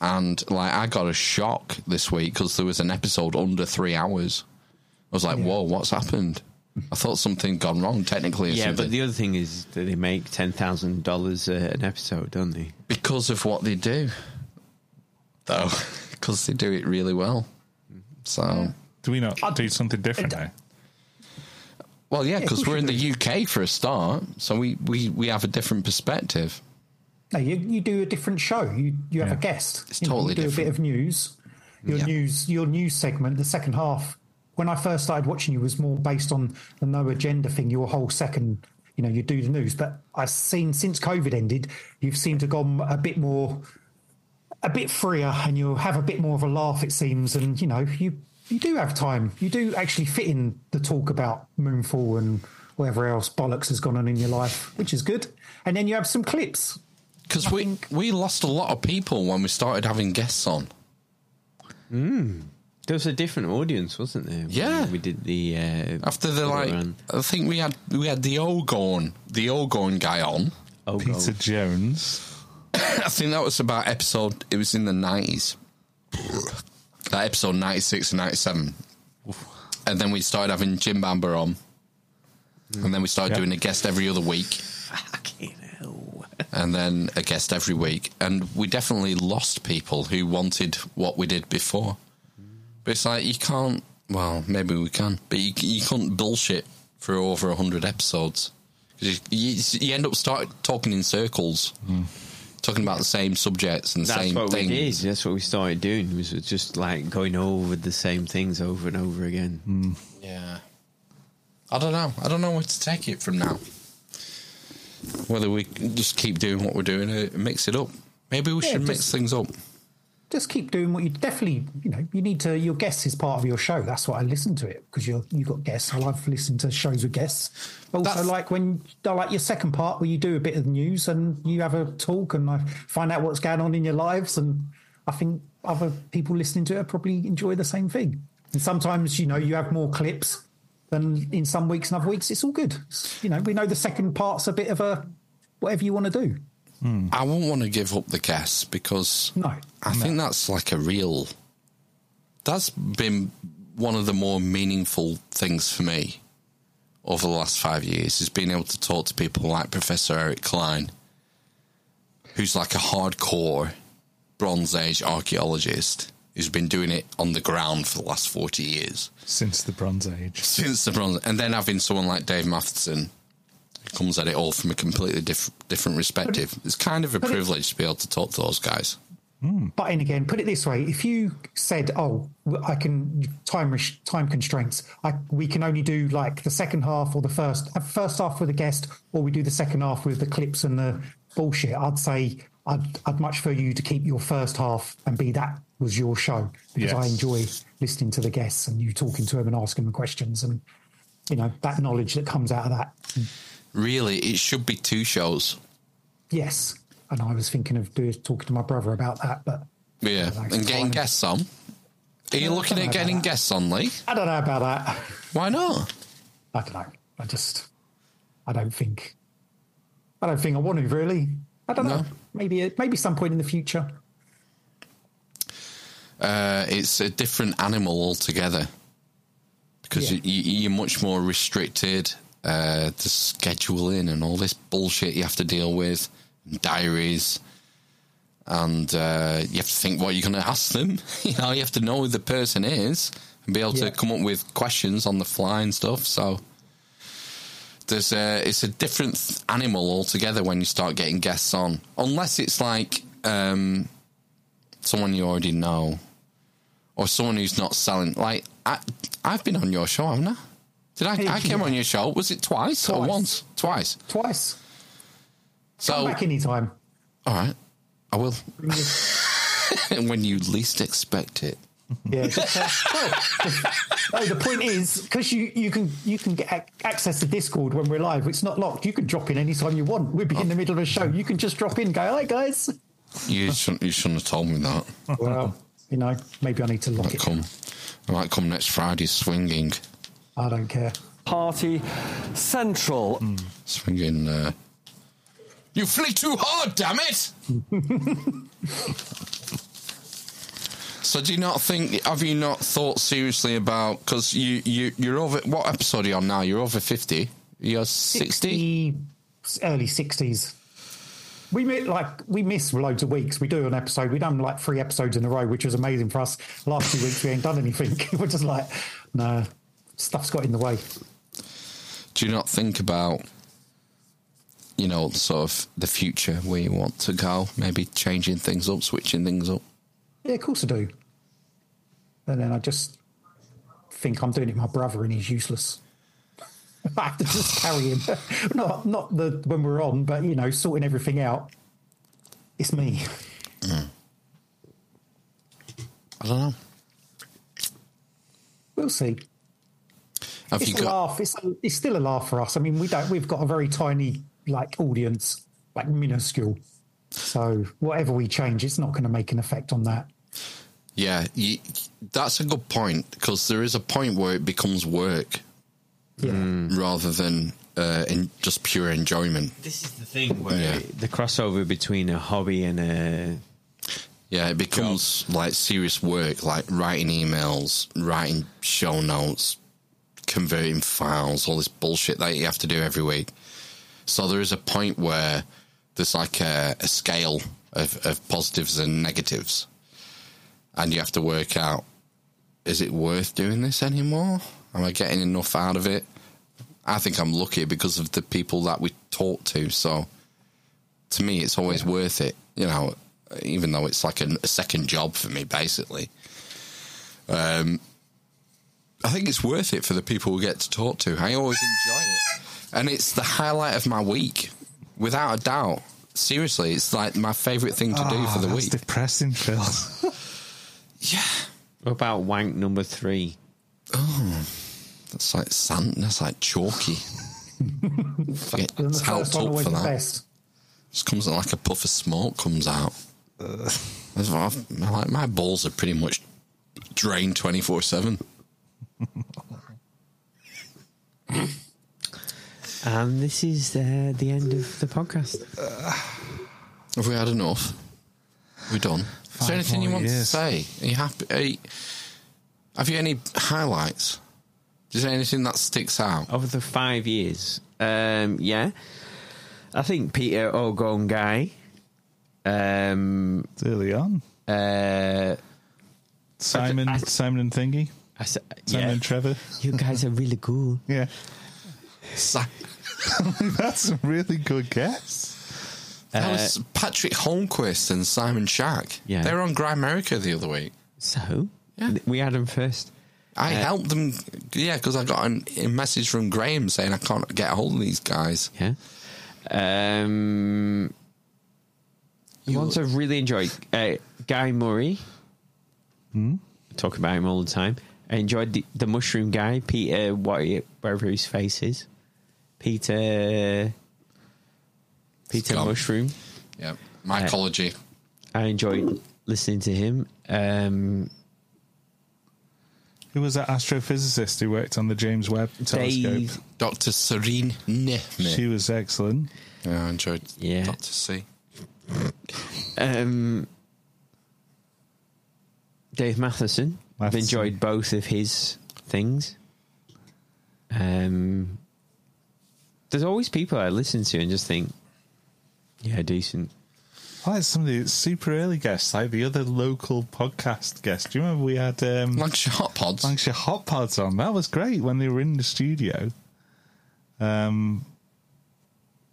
Speaker 2: And like, I got a shock this week because there was an episode under three hours. I was like, "Whoa, what's happened?" I thought something gone wrong technically. Or
Speaker 3: Yeah,
Speaker 2: something.
Speaker 3: but the other thing is that they make ten thousand dollars an episode, don't they?
Speaker 2: Because of what they do, though, because they do it really well. So,
Speaker 5: do we not do something different now?
Speaker 2: Well, yeah,
Speaker 7: Yeah,
Speaker 2: because
Speaker 7: of course
Speaker 2: we're in
Speaker 7: you
Speaker 2: the UK for a start, so we, we, we have a different perspective.
Speaker 7: No, you, you do a different show. You you have a guest. It's
Speaker 2: totally
Speaker 7: you do a bit of news. Your news your news segment, the second half. When I first started watching you was more based on the no agenda thing, your whole second you know, you do the news. But I've seen since COVID ended, you've seemed to gone a bit more a bit freer and you'll have a bit more of a laugh it seems and you know, you you do have time. You do actually fit in the talk about Moonfall and whatever else bollocks has gone on in your life, which is good. And then you have some clips.
Speaker 2: Because we we lost a lot of people when we started having guests on.
Speaker 3: Mm. There was a different audience, wasn't there? Yeah, we did the uh,
Speaker 2: After the like, I think we had we had the Ogorn, the Ogorn guy on.
Speaker 5: Peter Jones.
Speaker 2: I think that was about episode. It was in the nineties. that episode ninety six and ninety seven, and then we started having Jim Bamber on, and then we started
Speaker 3: Yeah.
Speaker 2: doing a guest every other week. And then a guest every week, and we definitely lost people who wanted what we did before. But it's like you can't. Well, maybe we can, but you you can't bullshit for over hundred episodes 'Cause you, you, you end up start talking in circles, talking about the same subjects and the
Speaker 3: that's
Speaker 2: same
Speaker 3: what
Speaker 2: things.
Speaker 3: we did. That's what we started doing. Was just like going over the same things over and over again.
Speaker 2: Yeah, I don't know. I don't know where to take it from now. Whether we can just keep doing what we're doing, uh, mix it up. Maybe we
Speaker 7: Yeah,
Speaker 2: should
Speaker 7: just-
Speaker 2: mix things up.
Speaker 7: just keep doing what you definitely you know you need to your guest is part of your show that's why i listen to it because you're you got guests i love listening to shows with guests but also like when I like your second part where you do a bit of news and you have a talk and like find out what's going on in your lives and i think other people listening to it probably enjoy the same thing and sometimes you know you have more clips than in some weeks and other weeks it's all good you know we know the second part's a bit of a whatever you want to do
Speaker 2: I won't want to give up the guests because
Speaker 7: no,
Speaker 2: I think that's like a real. That's been one of the more meaningful things for me over the last five years is being able to talk to people like Professor Eric Klein, who's like a hardcore Bronze Age archaeologist who's been doing it on the ground for the last forty years
Speaker 5: Since the Bronze Age.
Speaker 2: since the Bronze, and then having someone like Dave Matheson, comes at it all from a completely diff- different perspective. It's kind of a privilege to be able to talk to those guys.
Speaker 7: But in again, put it this way: if you said, "Oh, w- I can time res- time constraints, I, we can only do like the second half or the first uh, first half with a guest, or we do the second half with the clips and the bullshit," I'd say I'd, I'd much prefer you to keep your first half and be that was your show because I
Speaker 5: Yes.
Speaker 7: enjoy listening to the guests and you talking to them and asking them questions and you know that knowledge that comes out of that.
Speaker 2: Really, it should be two shows.
Speaker 7: Yes, and I was thinking of doing talking to my brother about that, but
Speaker 2: Yeah, and getting guests on. Are you looking at getting guests on, Lee?
Speaker 7: I don't know about that.
Speaker 2: Why not?
Speaker 7: I don't know. I just, I don't think, I don't think I want to really. I don't know. Maybe, maybe some point in the future.
Speaker 2: Uh, it's a different animal altogether because
Speaker 7: Yeah.
Speaker 2: you, you're much more restricted. Uh, the scheduling and all this bullshit you have to deal with, and diaries, and uh, you have to think what you're going to ask them. you know, you have to know who the person is and be able
Speaker 7: Yeah.
Speaker 2: to come up with questions on the fly and stuff. So there's a, it's a different th- animal altogether when you start getting guests on, unless it's like um, someone you already know or someone who's not selling. Like I, I've been on your show, haven't I? Did I? I came on your show. Was it twice, or once? Twice.
Speaker 7: Twice.
Speaker 2: So
Speaker 7: Come back anytime.
Speaker 2: all right, I will. when you least expect it.
Speaker 7: Yeah. just, uh, well, no, the point is because you you can you can get ac- access to Discord when we're live. It's not locked. You can drop in anytime you want. We'd be in the middle of a show. You can just drop in. Go, hey guys.
Speaker 2: You shouldn't. You shouldn't have told me that.
Speaker 7: Well, you know, maybe I need to lock
Speaker 2: I
Speaker 7: it.
Speaker 2: come. I might come next Friday swinging,
Speaker 7: I don't care.
Speaker 16: Party Central.
Speaker 2: swinging. Uh, you flee too hard, damn it! So do you not think? Have you not thought seriously about? Because you you you're over. What episode are you on now? You're over fifty. You're sixty.
Speaker 7: early sixties. We mi- like we miss loads of weeks. We do an episode. We done like three episodes in a row, which was amazing for us. Last two weeks we ain't done anything. We're just like, no, stuff's got in the way.
Speaker 2: Do you not think about? You know, sort of the future where you want to go. Maybe changing things up, switching things up.
Speaker 7: Yeah, of course I do. And then I just think I'm doing it to my brother and he's useless. I have to just carry him. not not the when we're on, but you know, sorting everything out. It's me.
Speaker 2: I don't know.
Speaker 7: We'll see.
Speaker 2: Have
Speaker 7: it's
Speaker 2: you
Speaker 7: a
Speaker 2: got?
Speaker 7: laugh. It's, a, it's still a laugh for us. I mean, we don't. We've got a very tiny like audience, like minuscule. So whatever we change, it's not going to make an effect on that.
Speaker 2: Yeah, you, that's a good point because there is a point where it becomes work Mm. rather than uh, in just pure enjoyment.
Speaker 3: This is the thing where the crossover between a hobby and a
Speaker 2: Yeah, it becomes like serious work, like writing emails, writing show notes, converting files, all this bullshit that you have to do every week. So there is a point where there's like a, a scale of, of positives and negatives, and you have to work out is it worth doing this anymore? Am I getting enough out of it? I think I'm lucky because of the people that we talk to. So to me, it's always worth it. You know, even though it's like an, a second job for me, basically. Um, I think it's worth it for the people we get to talk to. I always enjoy it, and it's the highlight of my week, without a doubt. Seriously, it's like my favorite thing to do
Speaker 5: Ah,
Speaker 2: for the
Speaker 5: that's
Speaker 2: week.
Speaker 5: Depressing, Phil.
Speaker 3: What about wank number three?
Speaker 2: Oh, that's like sand. That's like chalky. Get
Speaker 7: And the
Speaker 2: helped
Speaker 7: first one
Speaker 2: up
Speaker 7: always
Speaker 2: for
Speaker 7: the
Speaker 2: that.
Speaker 7: best.
Speaker 2: Just comes out like a puff of smoke comes out.
Speaker 3: Uh.
Speaker 2: That's what I've- my- like my balls are pretty much drained twenty four seven.
Speaker 3: And this is uh, the end of the podcast.
Speaker 2: Have we had enough? We're done. is
Speaker 3: Five
Speaker 2: there anything you
Speaker 3: more
Speaker 2: want to
Speaker 3: years.
Speaker 2: say? Are you happy? Are you- have you any highlights? Is there anything that sticks out
Speaker 3: over the five years? Um, yeah, I think Peter Ogon guy. Um,
Speaker 5: it's early on.
Speaker 3: Uh,
Speaker 5: Simon,
Speaker 3: I-
Speaker 5: Simon and Thingy.
Speaker 3: I, said,
Speaker 5: Simon
Speaker 3: yeah.
Speaker 5: and Trevor.
Speaker 3: You guys are really cool.
Speaker 5: Yeah.
Speaker 2: Si-
Speaker 5: That's a really good guess.
Speaker 3: uh,
Speaker 2: That was Patrick Holmquist and Simon Shack.
Speaker 3: Yeah.
Speaker 2: They were on Grimerica the other week.
Speaker 3: So? Yeah. We had them first.
Speaker 2: I
Speaker 3: Uh,
Speaker 2: helped them, yeah, because I got an, a message from Graham saying I can't get a hold of these guys.
Speaker 3: Yeah. Um, The ones I've really enjoyed uh, Guy Murray.
Speaker 5: Hmm?
Speaker 3: I talk about him all the time. I enjoyed the, the mushroom guy, Peter, what he- wherever his face is. Peter. Peter
Speaker 2: Scott.
Speaker 3: Mushroom.
Speaker 2: Yeah. Mycology.
Speaker 3: I enjoyed listening to him. Um,
Speaker 5: Who was that astrophysicist who worked on the James Webb
Speaker 2: Dave-
Speaker 5: telescope?
Speaker 2: Dr. Serene Nehme.
Speaker 5: She was excellent.
Speaker 2: Yeah, I enjoyed
Speaker 3: yeah.
Speaker 2: Dr. C.
Speaker 3: Um, Dave Matheson. I've
Speaker 5: Matheson.
Speaker 3: enjoyed both of his things. Um, there's always people I listen to and just think, yeah, decent.
Speaker 5: I had somebody that's super early guest, like the other local podcast guest. Do you remember we had um,
Speaker 2: Lancashire Hot Pods?
Speaker 5: Lancashire Hot Pods on. That was great when they were in the studio. Um,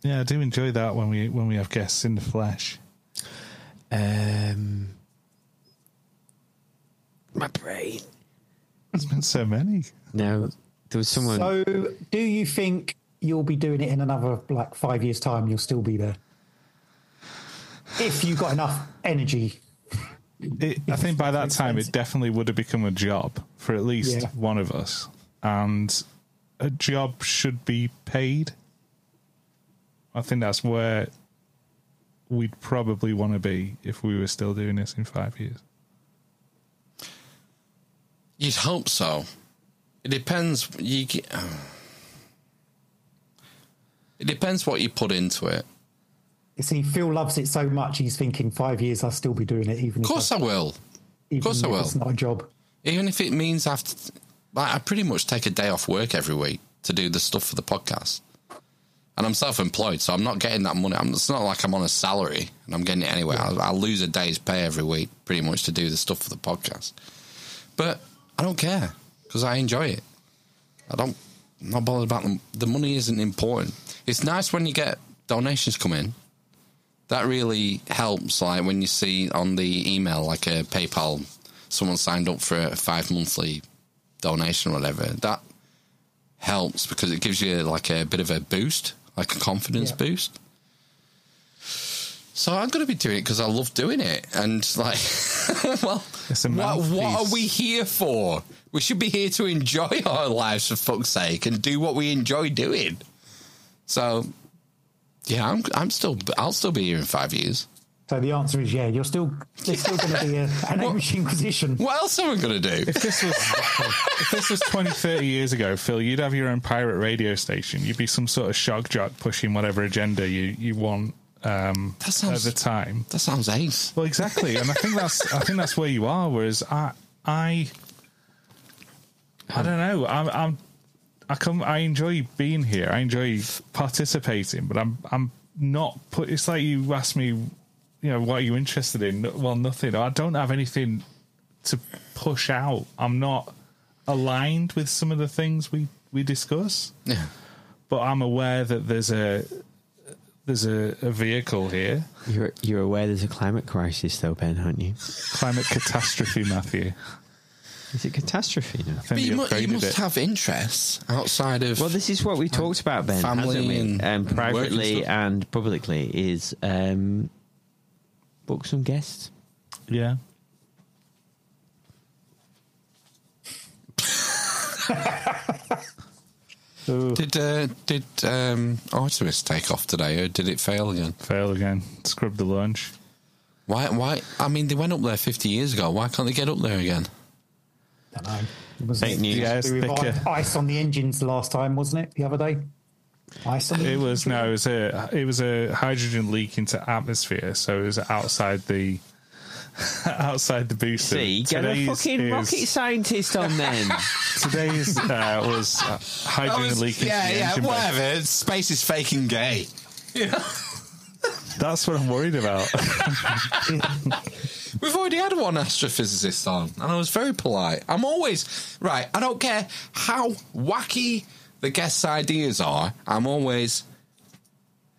Speaker 5: yeah, I do enjoy that when we when we have guests in the flesh.
Speaker 3: Um, my brain.
Speaker 5: There's been so many.
Speaker 3: No, there was someone.
Speaker 7: So, do you think you'll be doing it in another like five years' time? You'll still be there if you got enough energy.
Speaker 5: It, I think by that time, it definitely would have become a job for at least
Speaker 7: Yeah.
Speaker 5: one of us, and a job should be paid. I think that's where we'd probably want to be if we were still doing this in five years.
Speaker 2: You'd hope so. It depends. You get, it depends what you put into it.
Speaker 7: You see, Phil loves it so much he's thinking five years I'll still be doing it. Even
Speaker 2: Of course, I will.
Speaker 7: even
Speaker 2: Of course, I
Speaker 7: if
Speaker 2: will.
Speaker 7: It's not a job.
Speaker 2: Even if it means I have to, like, I pretty much take a day off work every week to do the stuff for the podcast. And I'm self employed, so I'm not getting that money. I'm, it's not like I'm on a salary and I'm getting it anyway. I, I lose a day's pay every week pretty much to do the stuff for the podcast. But I don't care because I enjoy it. I don't, I'm not bothered about them. The money isn't important. It's nice when you get donations come in. That really helps. Like when you see on the email, like a PayPal, someone signed up for a five monthly donation or whatever. That helps because it gives you like a bit of a boost, like a confidence boost. So I'm going to be doing it because I love doing it. And like, well,
Speaker 5: It's a
Speaker 2: what, what
Speaker 5: mouthpiece.
Speaker 2: are we here for? We should be here to enjoy our lives for fuck's sake and do what we enjoy doing. So, yeah, I'm I'm still I'll still be here in five years.
Speaker 7: So the answer is yeah. You're still there's still going to be a, an Amish Inquisition.
Speaker 2: What else am I going to do?
Speaker 5: If this was if this was 20, 30 years ago, Phil, you'd have your own pirate radio station. You'd be some sort of shock jock pushing whatever agenda you you want um,
Speaker 2: That sounds-
Speaker 5: at the time.
Speaker 2: That sounds ace.
Speaker 5: Well, exactly, and I think that's I think that's where you are. Whereas I I I don't know. I'm, I'm I come I enjoy being here. I enjoy participating, but I'm I'm not put. It's like you asked me, you know, what are you interested in? No- Well, nothing. I don't have anything to push out. I'm not aligned with some of the things we we discuss
Speaker 2: Yeah.
Speaker 5: but I'm aware that there's a there's a, a vehicle here.
Speaker 3: You're you're aware there's a climate crisis though, Ben, aren't you?
Speaker 5: Climate catastrophe, Matthew.
Speaker 3: Is it catastrophe now?
Speaker 5: I think
Speaker 2: But you,
Speaker 5: we
Speaker 2: mu- you
Speaker 5: upgraded
Speaker 2: must
Speaker 5: it.
Speaker 2: have interests outside of.
Speaker 3: Well, this is what we talked about, Ben.
Speaker 2: Family
Speaker 3: hasn't we?
Speaker 2: and-
Speaker 3: um,
Speaker 2: and work and
Speaker 3: privately
Speaker 2: stuff.
Speaker 3: and, publicly is um, book some guests.
Speaker 5: yeah.
Speaker 2: did uh, did um, Artemis take off today, or did it fail again?
Speaker 5: Fail again. Scrub the lunch.
Speaker 2: Why? Why? I mean, they went up there 50 years ago. Why can't they get up there again?
Speaker 7: I don't know. It was
Speaker 3: Fake news.
Speaker 5: Yeah, it's
Speaker 7: we were
Speaker 5: thicker.
Speaker 7: on ice on the engines last time, wasn't it? The other day, ice on the
Speaker 5: It
Speaker 7: engines.
Speaker 5: was no, it was a it was a hydrogen leak into atmosphere, so it was outside the outside the booster.
Speaker 3: See, get a
Speaker 5: Today's
Speaker 3: fucking
Speaker 5: is-
Speaker 3: rocket scientist on then.
Speaker 5: Today's uh, was uh, hydrogen leak into
Speaker 2: yeah,
Speaker 5: the
Speaker 2: yeah,
Speaker 5: engine bay.
Speaker 2: whatever. Space is faking gay.
Speaker 5: That's what I'm worried about.
Speaker 2: We've already had one astrophysicist on, and I was very polite. I'm always right. I don't care how wacky the guests' ideas are, I'm always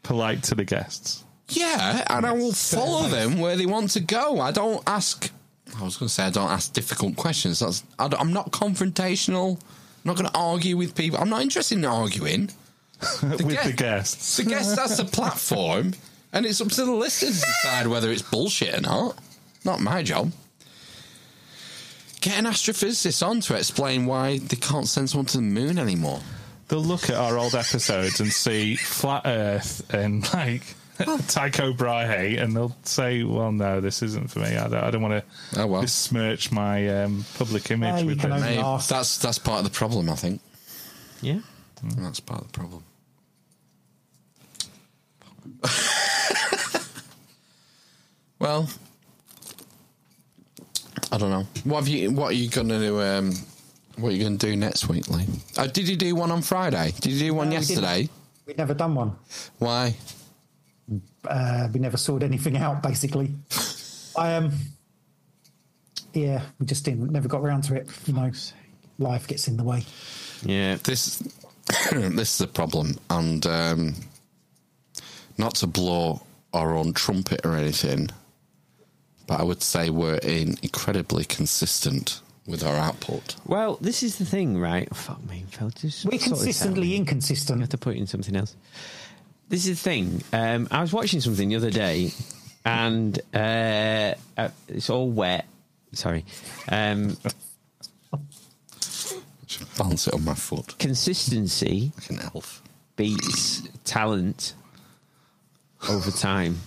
Speaker 5: polite to the guests.
Speaker 2: Yeah, and I will follow them where they want to go. I don't ask. I was going to say I don't ask difficult questions. That's, I am not confrontational. I'm not going to argue with people. I'm not interested in arguing
Speaker 5: with the guests.
Speaker 2: The guests has the platform, and it's up to the listeners to decide whether it's bullshit or not. Not my job. Get an astrophysicist on to explain why they can't send someone to the moon anymore.
Speaker 5: They'll look at our old episodes and see flat Earth and like Tycho Brahe, and they'll say, "Well, no, this isn't for me. I don't, I don't want to
Speaker 2: Oh, well.
Speaker 5: besmirch my um, public image."
Speaker 7: Well, you
Speaker 5: with
Speaker 7: can
Speaker 5: this."
Speaker 7: only
Speaker 2: Hey, that's that's part of the problem, I think.
Speaker 3: Yeah.
Speaker 2: That's part of the problem. well, I don't know. What have you? What are you gonna do? Um, what are you gonna do next week, Lee? Oh, did you do one on Friday? Did you do one
Speaker 7: No, we didn't.
Speaker 2: yesterday?
Speaker 7: We'd never done one.
Speaker 2: Why?
Speaker 7: Uh, we never sorted anything out, basically. I um, yeah, we just didn't, never got around to it. You know, life gets in the way.
Speaker 3: Yeah,
Speaker 2: this this is a problem, and um, not to blow our own trumpet or anything, but I would say we're in incredibly consistent with our output.
Speaker 3: Well, this is the thing, right? Oh, Fuck me, Phil. Just sort
Speaker 7: We're
Speaker 3: this out.
Speaker 7: consistently inconsistent.
Speaker 3: You have to put in something else. This is the thing. Um, I was watching something the other day, and uh, uh, it's all wet. Sorry. Um,
Speaker 2: Balance it on my foot.
Speaker 3: Consistency
Speaker 2: like an elf
Speaker 3: beats talent over time.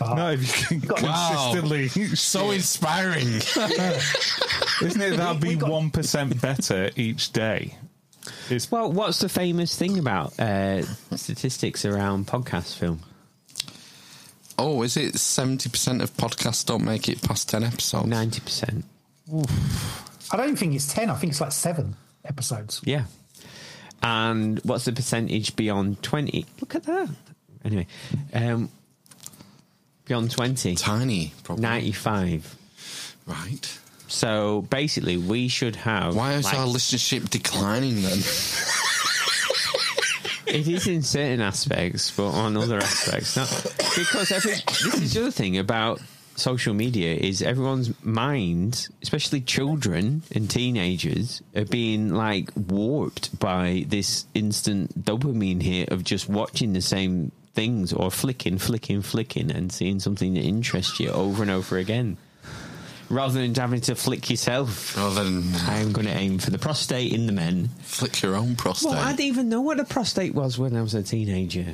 Speaker 5: No, if you can
Speaker 2: Wow.
Speaker 5: consistently.
Speaker 2: So inspiring.
Speaker 5: Isn't it? That'd be one percent better each day. It's
Speaker 3: well, what's the famous thing about uh, statistics around podcast film?
Speaker 2: Oh, is it seventy percent of podcasts don't make it past ten episodes?
Speaker 3: Ninety percent.
Speaker 7: I don't think it's ten. I think it's like seven episodes.
Speaker 3: Yeah. And what's the percentage beyond 20? Look at that. Anyway, um, beyond 20.
Speaker 2: Tiny, probably.
Speaker 3: 95.
Speaker 2: Right.
Speaker 3: So basically, we should have.
Speaker 2: Why is
Speaker 3: like-
Speaker 2: our listenership declining then?
Speaker 3: it is in certain aspects, but on other aspects, not because every. This is the other thing about social media is everyone's mind, especially children and teenagers, are being like warped by this instant dopamine hit of just watching the same things or flicking, flicking, flicking, and seeing something that interests you over and over again. Rather than having to flick yourself,
Speaker 2: rather than uh,
Speaker 3: I am going to aim for the prostate in the men.
Speaker 2: Flick your own prostate.
Speaker 3: Well, I didn't even know what a prostate was when I was a teenager.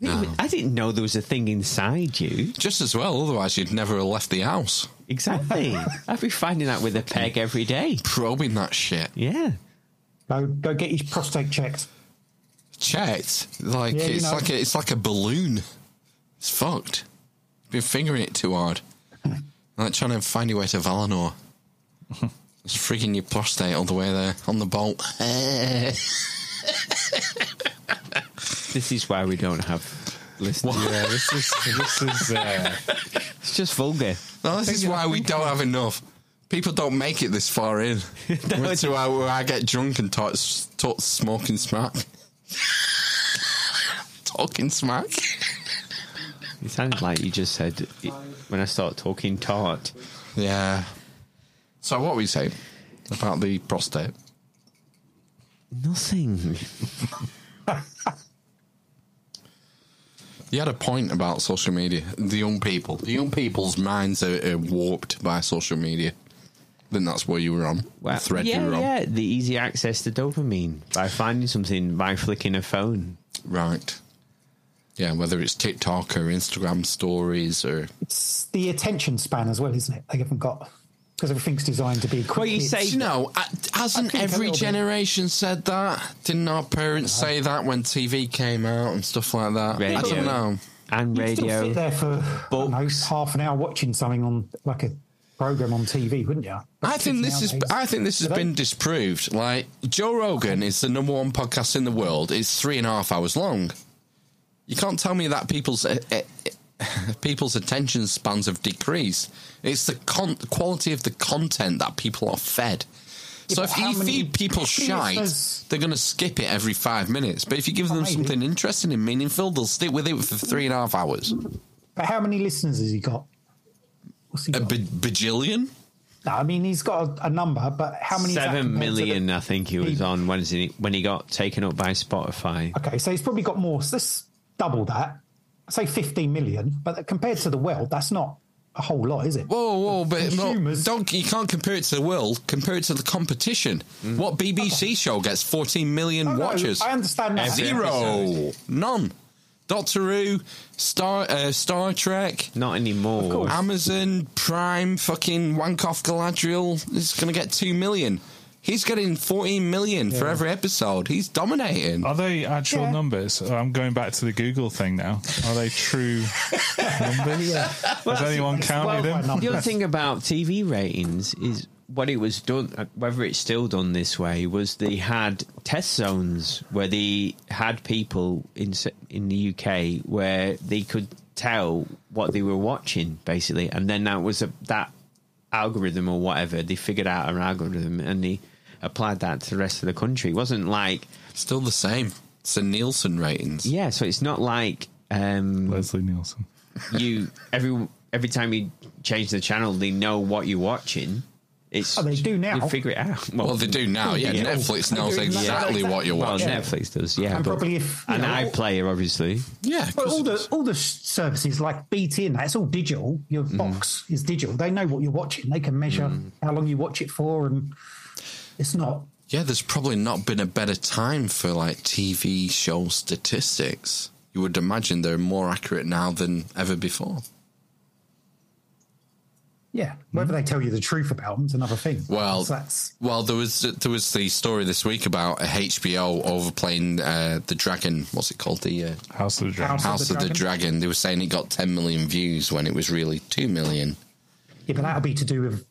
Speaker 3: I didn't,
Speaker 5: Oh.
Speaker 3: even- I didn't know there was a thing inside you.
Speaker 2: Just as well, otherwise you'd never have left the house.
Speaker 3: Exactly. I'd be finding out with a peg every day.
Speaker 2: Probing that shit.
Speaker 3: Yeah.
Speaker 7: Go go get your prostate checked.
Speaker 2: Checked. Like
Speaker 7: Yeah, you
Speaker 2: it's
Speaker 7: know.
Speaker 2: like a, it's like a balloon. It's fucked. Been fingering it too hard. Like trying to find your way to Valinor. It's freaking your prostate all the way there on the bolt.
Speaker 3: This is why we don't have listeners.
Speaker 5: yeah, this is this is uh,
Speaker 3: It's just vulgar.
Speaker 2: No, this is why we don't have enough. People don't make it this far in. Went to uh, where, where I get drunk and talk, talk smoking smack. Talking smack.
Speaker 3: It sounds like you just said it- when I start talking tart.
Speaker 2: Yeah. So what were you saying about the prostate?
Speaker 3: Nothing.
Speaker 2: You had a point about social media. The young people. The young people's minds are, are warped by social media. Then that's where you were on. the thread you
Speaker 3: yeah,
Speaker 2: were on.
Speaker 3: yeah. The easy access to dopamine by finding something by flicking a phone.
Speaker 2: Right. Yeah, whether it's TikTok or Instagram stories or
Speaker 7: It's the attention span as well, isn't it? They haven't got because everything's designed to be quick.
Speaker 3: Well, you
Speaker 7: It's-
Speaker 3: say
Speaker 2: Do you know, uh, hasn't
Speaker 7: think a
Speaker 2: every
Speaker 7: little bit.
Speaker 2: generation said that? Didn't our parents say that when TV came out and stuff like that? I
Speaker 3: Radio.
Speaker 2: don't know.
Speaker 3: and
Speaker 7: you'd still
Speaker 3: radio.
Speaker 7: sit there for I don't know, half an hour watching something on like a program on TV, wouldn't you?
Speaker 2: I think this is. I think this has been disproved. Like Joe Rogan is the number one podcast in the world. It's three and a half hours long. You can't tell me that people's uh, uh, people's attention spans have decreased. It's the con- quality of the content that people are fed. so
Speaker 7: but
Speaker 2: if
Speaker 7: how
Speaker 2: you
Speaker 7: many-
Speaker 2: feed people
Speaker 7: If
Speaker 2: shite,
Speaker 7: there's-
Speaker 2: they're going to skip it every five minutes. But if you give
Speaker 7: Oh,
Speaker 2: them
Speaker 7: maybe.
Speaker 2: something interesting and meaningful, they'll stick with it for three and a half hours.
Speaker 7: But how many listeners has he got?
Speaker 2: A b- bajillion?
Speaker 7: No, I mean he's got a, a number, but how many? is that
Speaker 3: Seven
Speaker 7: compared to the-
Speaker 3: million, I think he was on when he when he got taken up by Spotify.
Speaker 7: Okay, so he's probably got more. So let's double that. I'd say 15 million, but compared to the world, that's not a whole lot, is it?
Speaker 2: Whoa, whoa, but no, don't you can't compare it to the world. Compare it to the competition.
Speaker 7: Mm.
Speaker 2: What BBC show gets 14 million
Speaker 7: Oh. no,
Speaker 2: watchers?
Speaker 7: I understand that. Every
Speaker 2: Zero,
Speaker 7: episode.
Speaker 2: none. Doctor Who, Star uh, Star Trek,
Speaker 3: not anymore.
Speaker 2: Amazon Prime, fucking wank off Galadriel is going to get two million. He's getting 14 million for every episode. He's
Speaker 7: Uh,
Speaker 2: dominating.
Speaker 5: Are they actual numbers? Oh, I'm going back to the Google thing now. Are they true numbers? Has anyone counted them?
Speaker 3: The other thing about TV ratings is what it was done, uh, whether it's still done this way, was they had test zones where they had people in s- in the UK where they could tell what they were watching basically, and then that was a that algorithm or whatever they figured out an algorithm and they applied that to the rest of the country. It wasn't like
Speaker 2: still the same. It's the Nielsen ratings.
Speaker 3: Yeah, so it's not like um,
Speaker 5: Leslie Nielsen.
Speaker 3: you every every time you change the channel, they know what you're watching. It's
Speaker 7: Oh, they do now.
Speaker 3: They figure it out.
Speaker 2: Well, they do now, yeah. Netflix They do knows now. exactly what you're watching.
Speaker 3: Well, Netflix does, yeah.
Speaker 7: And
Speaker 3: but-
Speaker 7: probably if, you
Speaker 3: and
Speaker 7: know,
Speaker 3: iPlayer, obviously.
Speaker 2: Yeah,
Speaker 7: but all the all the s- services like BT and that it's all digital. Your
Speaker 2: Mm.
Speaker 7: box is digital. They know what you're watching. They can measure how long you watch it for, and it's not.
Speaker 2: Yeah, there's probably not been a better time for like TV show statistics. You would imagine they're more accurate now than ever before.
Speaker 7: Yeah, whether they tell you the truth about them is another thing.
Speaker 2: Mm. Well,
Speaker 7: So that's
Speaker 2: well, there was there was the story this week about uh, a HBO overplaying uh, the Dragon. What's it called? The uh,
Speaker 5: House of the Dragon.
Speaker 2: House, of, the, Dragon. They were saying it got 10 million views when it was really 2 million.
Speaker 7: yeah, but that'll be to do with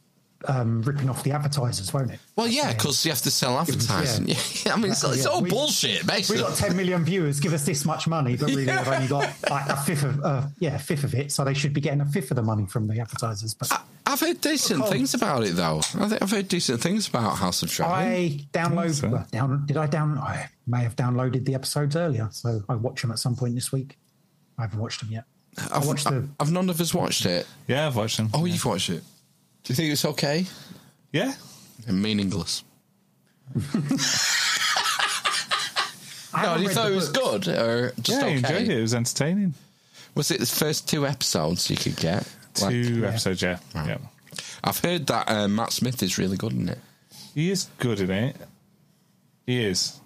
Speaker 7: um, ripping off the advertisers, won't it?
Speaker 2: Well, yeah, because you have to sell advertising.
Speaker 7: Yeah.
Speaker 2: I mean, it's, it's
Speaker 7: Yeah,
Speaker 2: all
Speaker 7: we-
Speaker 2: bullshit, basically.
Speaker 7: We got 10 million viewers. Give us this much money, but really, they've only got like a fifth of uh, yeah, a fifth of it. So they should be getting a fifth of the money from the advertisers. But
Speaker 2: I've heard decent things about it, though. I think I've heard decent things about House of Dragon.
Speaker 7: I download. well, down, did I down? I may have downloaded the episodes earlier, so I watch them at some point this week. I haven't watched them yet.
Speaker 2: I've,
Speaker 7: watched the-
Speaker 2: I've none of us watched it.
Speaker 5: Yeah, I've watched them.
Speaker 2: Oh, you've watched it. Do you think it's okay?
Speaker 5: Yeah.
Speaker 2: And meaningless.
Speaker 7: I
Speaker 2: no,
Speaker 7: haven't
Speaker 2: you
Speaker 7: read
Speaker 2: thought
Speaker 7: the
Speaker 2: it was
Speaker 7: books.
Speaker 2: good or just
Speaker 5: yeah,
Speaker 2: okay?
Speaker 5: I enjoyed it. It was entertaining.
Speaker 2: Was it the first two episodes you could get?
Speaker 5: Two episodes, yeah. yeah.
Speaker 2: I've heard that uh, Matt Smith is really good in it.
Speaker 5: He is good in it. He is.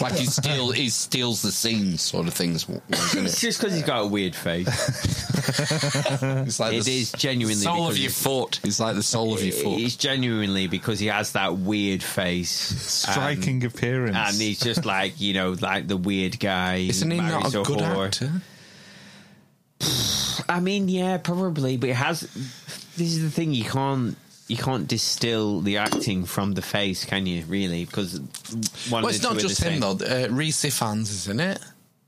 Speaker 2: Like he steal, he steals the scene, sort of things. w- was in
Speaker 3: It's
Speaker 2: it.
Speaker 3: just because he's got a weird face.
Speaker 2: it's like
Speaker 3: it
Speaker 2: the
Speaker 3: is genuinely
Speaker 2: soul of
Speaker 3: because
Speaker 2: your
Speaker 3: it's-
Speaker 2: foot. It's like the soul of your foot.
Speaker 3: It's genuinely because he has that weird face,
Speaker 5: Striking appearance,
Speaker 3: and he's just like you know, like the weird guy. who
Speaker 2: Isn't he not
Speaker 3: marries
Speaker 2: a good
Speaker 3: whore.
Speaker 2: actor?
Speaker 3: I mean, yeah, probably, but it has. This is the thing you can't you can't distill the acting from the face, can you? Really, because one.
Speaker 2: Well,
Speaker 3: of
Speaker 2: it's
Speaker 3: the two
Speaker 2: not
Speaker 3: are the
Speaker 2: just him
Speaker 3: same.
Speaker 2: though. Uh, Reese Fans, isn't it?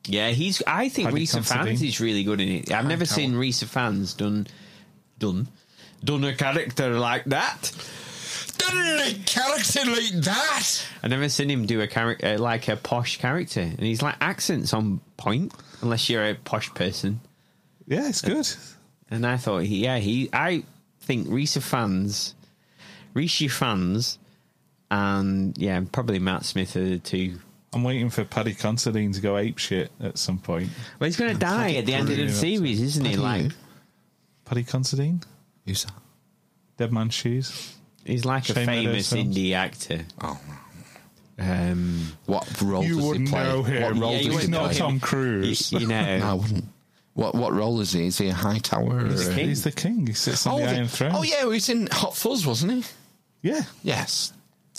Speaker 3: Yeah, he's. I think
Speaker 2: Paddy
Speaker 3: Risa Fans
Speaker 2: Considine.
Speaker 3: is really good in it. I've
Speaker 2: Paddy
Speaker 3: never
Speaker 2: Cowell.
Speaker 3: seen Risa Fans done done done a character like that.
Speaker 2: Done a character like that.
Speaker 3: I've never seen him do a character like a posh character, and he's like accents on point, unless you're a posh person.
Speaker 5: Yeah, it's good.
Speaker 3: And I thought, he, yeah, he. I think Risa fans, Rishi fans, and yeah, probably Matt Smith are the two.
Speaker 5: I'm waiting for Paddy Considine to go ape shit at some point.
Speaker 3: Well, he's going to die at the end of the series, isn't he? Like
Speaker 5: Paddy Considine?
Speaker 2: Who's that?
Speaker 5: Dead Man's Shoes.
Speaker 3: he's like a
Speaker 5: Shame I don't
Speaker 3: famous
Speaker 5: know.
Speaker 3: indie actor.
Speaker 2: Oh.
Speaker 3: Um,
Speaker 2: What role
Speaker 5: You
Speaker 2: does he
Speaker 5: wouldn't
Speaker 2: play?
Speaker 5: know him.
Speaker 2: What role
Speaker 5: Yeah, you
Speaker 2: does he
Speaker 5: wouldn't know
Speaker 2: play?
Speaker 5: Tom Cruise.
Speaker 3: You- you know.
Speaker 2: no, I wouldn't. What what role is he? Is he a high tower?
Speaker 5: He's the king. He's the king. He sits on
Speaker 2: Oh,
Speaker 5: the
Speaker 2: the-
Speaker 5: Iron Throne.
Speaker 2: oh yeah, he was in Hot Fuzz, wasn't he?
Speaker 5: Yeah.
Speaker 2: Yes.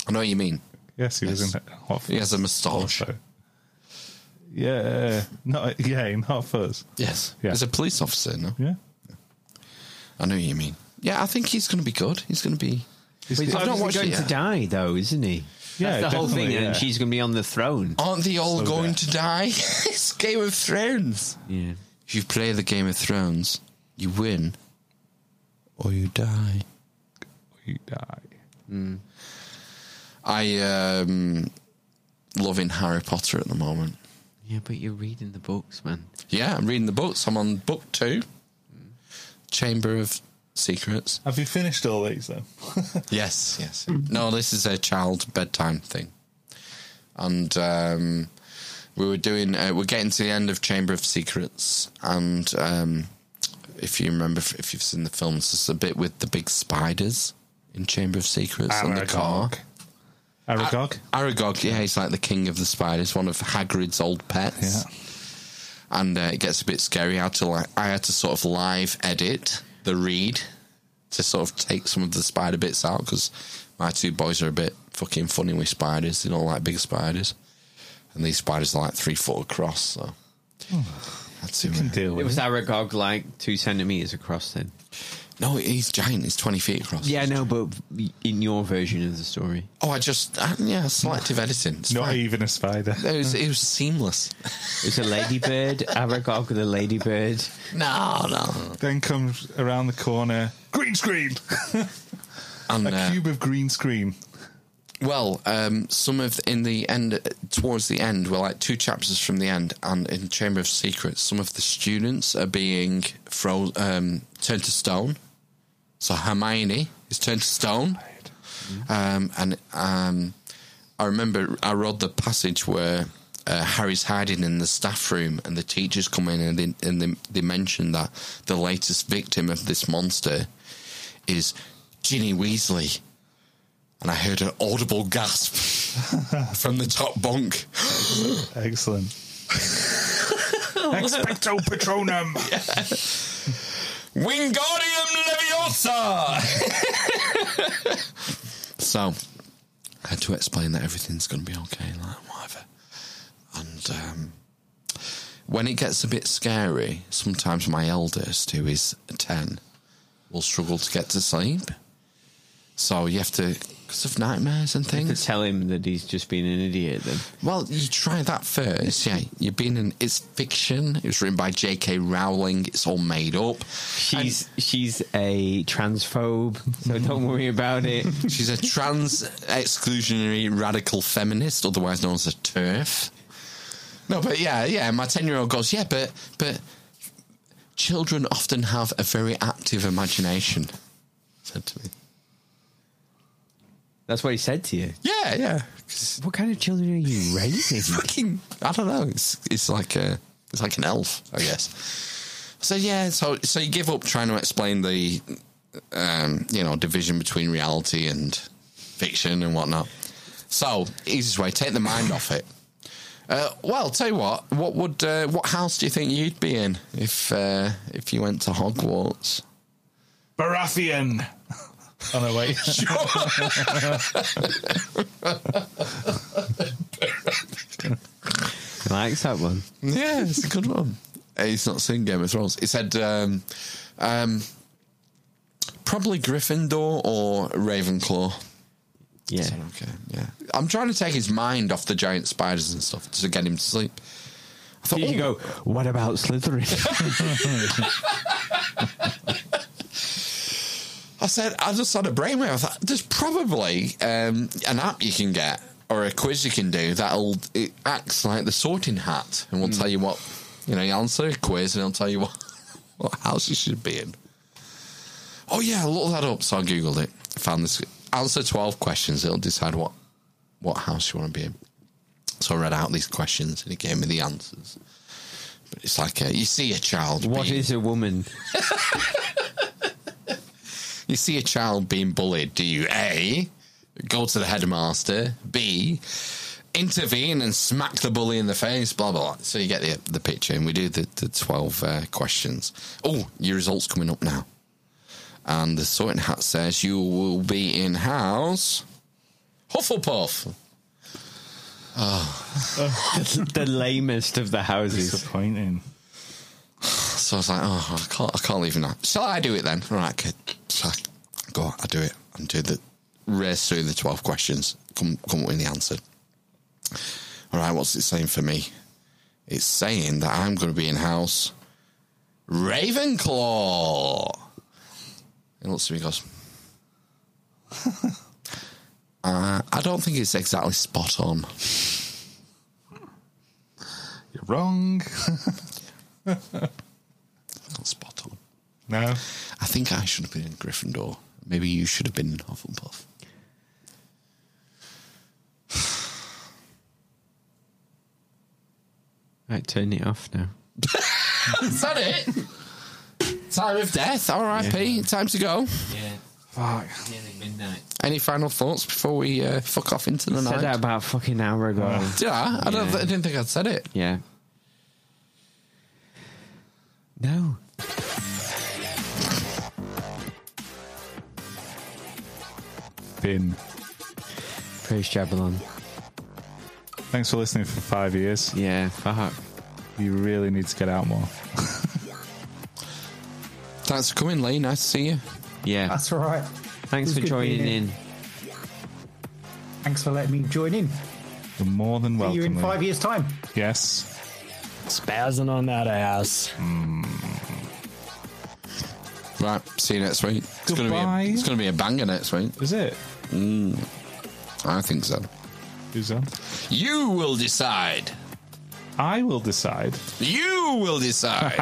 Speaker 2: I know what you mean.
Speaker 5: Yes, he was
Speaker 2: Yes.
Speaker 5: in Hot Fuzz.
Speaker 2: He has a moustache.
Speaker 5: Yeah. Not, yeah, in Hot Fuzz.
Speaker 2: Yes.
Speaker 5: Yeah.
Speaker 2: He's a police officer, no?
Speaker 5: Yeah.
Speaker 2: I know what you mean. Yeah, I think he's going to be good. He's going to be.
Speaker 3: But he's obviously going to die, though, isn't he?
Speaker 2: Yeah,
Speaker 3: That's the whole thing,
Speaker 2: definitely, yeah.
Speaker 3: and she's going to be on the throne.
Speaker 2: Aren't they all
Speaker 3: So
Speaker 2: going
Speaker 3: there.
Speaker 2: to die? it's Game of Thrones.
Speaker 3: Yeah.
Speaker 2: If you play the Game of Thrones, you win or you die.
Speaker 5: You die.
Speaker 2: I um loving Harry Potter at the moment.
Speaker 3: Yeah, but you're reading the books, man.
Speaker 2: Yeah, I'm reading the books. I'm on book two, Chamber of Secrets.
Speaker 5: Have you finished all these though?
Speaker 2: yes, yes. No, this is a child bedtime thing, and um, we were doing. Uh, we're getting to the end of Chamber of Secrets, and um, if you remember, if if you've seen the films, there's a bit with the big spiders in Chamber of Secrets and the car.
Speaker 5: Aragog.
Speaker 2: Aragog, yeah, he's like the king of the spiders, one of Hagrid's old pets. And uh, it gets a bit scary. I had to like, I had to sort of live edit the read to sort of take some of the spider bits out because my two boys are a bit fucking funny with spiders. They don't like big spiders, and these spiders are like three foot across. So
Speaker 5: Hmm.
Speaker 2: that's it.
Speaker 3: it was Aragog like two centimeters across then.
Speaker 2: No, he's giant. He's twenty feet across.
Speaker 3: Yeah, no, but in your version of the story,
Speaker 2: Oh, I just uh, yeah, selective editing. It's
Speaker 5: Not e-
Speaker 2: fine.
Speaker 5: even a spider.
Speaker 2: It was, it was seamless.
Speaker 3: it was a ladybird. Aragog the ladybird.
Speaker 2: No, no.
Speaker 5: Then comes around the corner, green screen.
Speaker 2: And,
Speaker 5: a
Speaker 2: uh,
Speaker 5: cube of green screen.
Speaker 2: Well, um, some of in the end, towards the end, we're like two chapters from the end, and in Chamber of Secrets, some of the students are being fro- um, turned to stone. So Hermione is turned to stone, um, and um, I remember I read the passage where uh, Harry's hiding in the staff room, and the teachers come in and they, and they, they mention that the latest victim of this monster is Ginny Weasley and I heard an audible gasp from the top bunk.
Speaker 5: Excellent. Expecto Patronum.
Speaker 2: Wingardium Leviosa. so I had to explain that everything's going to be okay, like whatever. And um, when it gets a bit scary, sometimes my eldest, who is ten, will struggle to get to sleep. So you have to, because of nightmares and things.
Speaker 3: To tell him that he's just been an idiot, then.
Speaker 2: Well, you try that first. Yeah, you've been in. It's fiction. It was written by J.K. Rowling. It's all made up.
Speaker 3: She's she's a transphobe, so don't worry about it.
Speaker 2: She's a trans exclusionary radical feminist, otherwise known as a turf. No, but yeah, yeah. My ten-year-old goes, yeah, but but children often have a very active imagination. Said to me.
Speaker 3: That's what he said to you.
Speaker 2: Yeah, yeah.
Speaker 3: What kind of children are you raising?
Speaker 2: Fucking, I don't know. It's it's like a it's like an elf, I guess. So yeah, so so you give up trying to explain the um, you know division between reality and fiction and whatnot. So easiest way, take the mind off it. Uh, well, tell you what, what would uh, what house do you think you'd be in if uh, if you went to Hogwarts?
Speaker 5: Baratheon. Oh no, wait.
Speaker 3: I likes that one.
Speaker 2: Yeah, it's a good one. He's not seen Game of Thrones. It said um, um, probably Gryffindor or Ravenclaw.
Speaker 3: Yeah.
Speaker 2: So, okay. Yeah. I'm trying to take his mind off the giant spiders and stuff to get him to sleep. I thought,
Speaker 3: Did you
Speaker 2: "Oh,
Speaker 3: go? What about Slytherin?
Speaker 2: I said, I just had a brainwave. I thought, there's probably um, an app you can get or a quiz you can do that'll it acts like the sorting hat and
Speaker 3: Hmm.
Speaker 2: will tell you what you know. You answer a quiz and it'll tell you what what house you should be in. Oh yeah, I looked that up. So I googled it. Found this answer twelve questions. It'll decide what what house you want to be in. So I read out these questions and it gave me the answers. But it's like uh you see a child.
Speaker 3: what
Speaker 2: being-
Speaker 3: is a woman?
Speaker 2: You see a child being bullied, do you A, go to the headmaster, B, intervene and smack the bully in the face, blah, blah, blah. So you get the, the picture, and we do the, the 12 uh, questions. Oh, your results coming up now. And the sorting hat says you will be in house Hufflepuff.
Speaker 3: the lamest of the houses.
Speaker 5: Disappointing.
Speaker 2: So I was like, oh, I can't, I can't leave him now. Shall I do it then? All right, kid. So I go, on, I do it. And do the race through the 12 questions, come, come up with the answer. All right, what's it saying for me? It's saying that I'm going to be in house Ravenclaw. He looks at me and goes, Uh, I don't think it's exactly spot on.
Speaker 5: You're wrong.
Speaker 2: Not spot on.
Speaker 5: No.
Speaker 2: I think I should have been in Gryffindor. Maybe you should have been in Hufflepuff.
Speaker 3: Right, turn it off now.
Speaker 2: Is that it? Time of death. R.I.P. Time to go.
Speaker 3: Yeah.
Speaker 2: Fuck.
Speaker 3: Nearly midnight.
Speaker 2: Any final thoughts before we uh, fuck off into the
Speaker 3: Said
Speaker 2: night?
Speaker 3: that about a fucking hour ago.
Speaker 2: Did I? I, don't, I didn't think I'd said it.
Speaker 3: Yeah. No.
Speaker 5: Bin.
Speaker 3: Praise Jabalon.
Speaker 5: Thanks for listening for five years.
Speaker 3: Yeah, fuck.
Speaker 5: You really need to get out more.
Speaker 2: Thanks for coming, Lee. Nice to see you.
Speaker 3: Yeah.
Speaker 7: That's all right.
Speaker 3: Thanks
Speaker 7: It was
Speaker 3: for
Speaker 7: good being
Speaker 3: joining
Speaker 7: here.
Speaker 3: in.
Speaker 7: Thanks for letting me join in.
Speaker 5: You're more than welcome.
Speaker 7: See you in
Speaker 5: Lee.
Speaker 7: five years' time.
Speaker 5: Yes.
Speaker 4: Spazzing on that ass.
Speaker 2: Right. See you next week. It's gonna be
Speaker 5: Goodbye.
Speaker 2: a, it's gonna be a banger next week.
Speaker 5: Is it?
Speaker 2: Mm, I think so.
Speaker 5: Who's on?
Speaker 2: You will decide.
Speaker 5: I will decide.
Speaker 2: You will decide.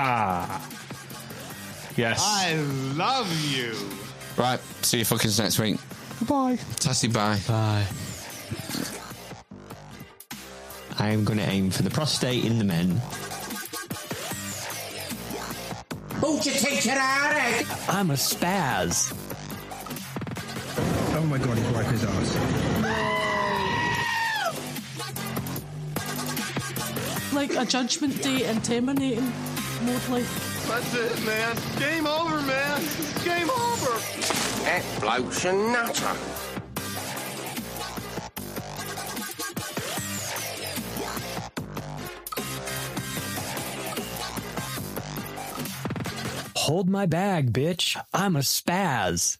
Speaker 5: yes.
Speaker 1: I love you.
Speaker 2: right. See you fuckers next week.
Speaker 5: Bye.
Speaker 2: Tassie bye.
Speaker 3: Bye. I am going to aim for the prostate in the men.
Speaker 18: Won't you take it out of
Speaker 4: I'm a spaz.
Speaker 18: Oh my god, his wife is
Speaker 8: Like a judgment day and terminating mode, like.
Speaker 1: That's it, man. Game over, man. Game over.
Speaker 18: That bloke's a nutter.
Speaker 4: Hold my bag, bitch. I'm a spaz.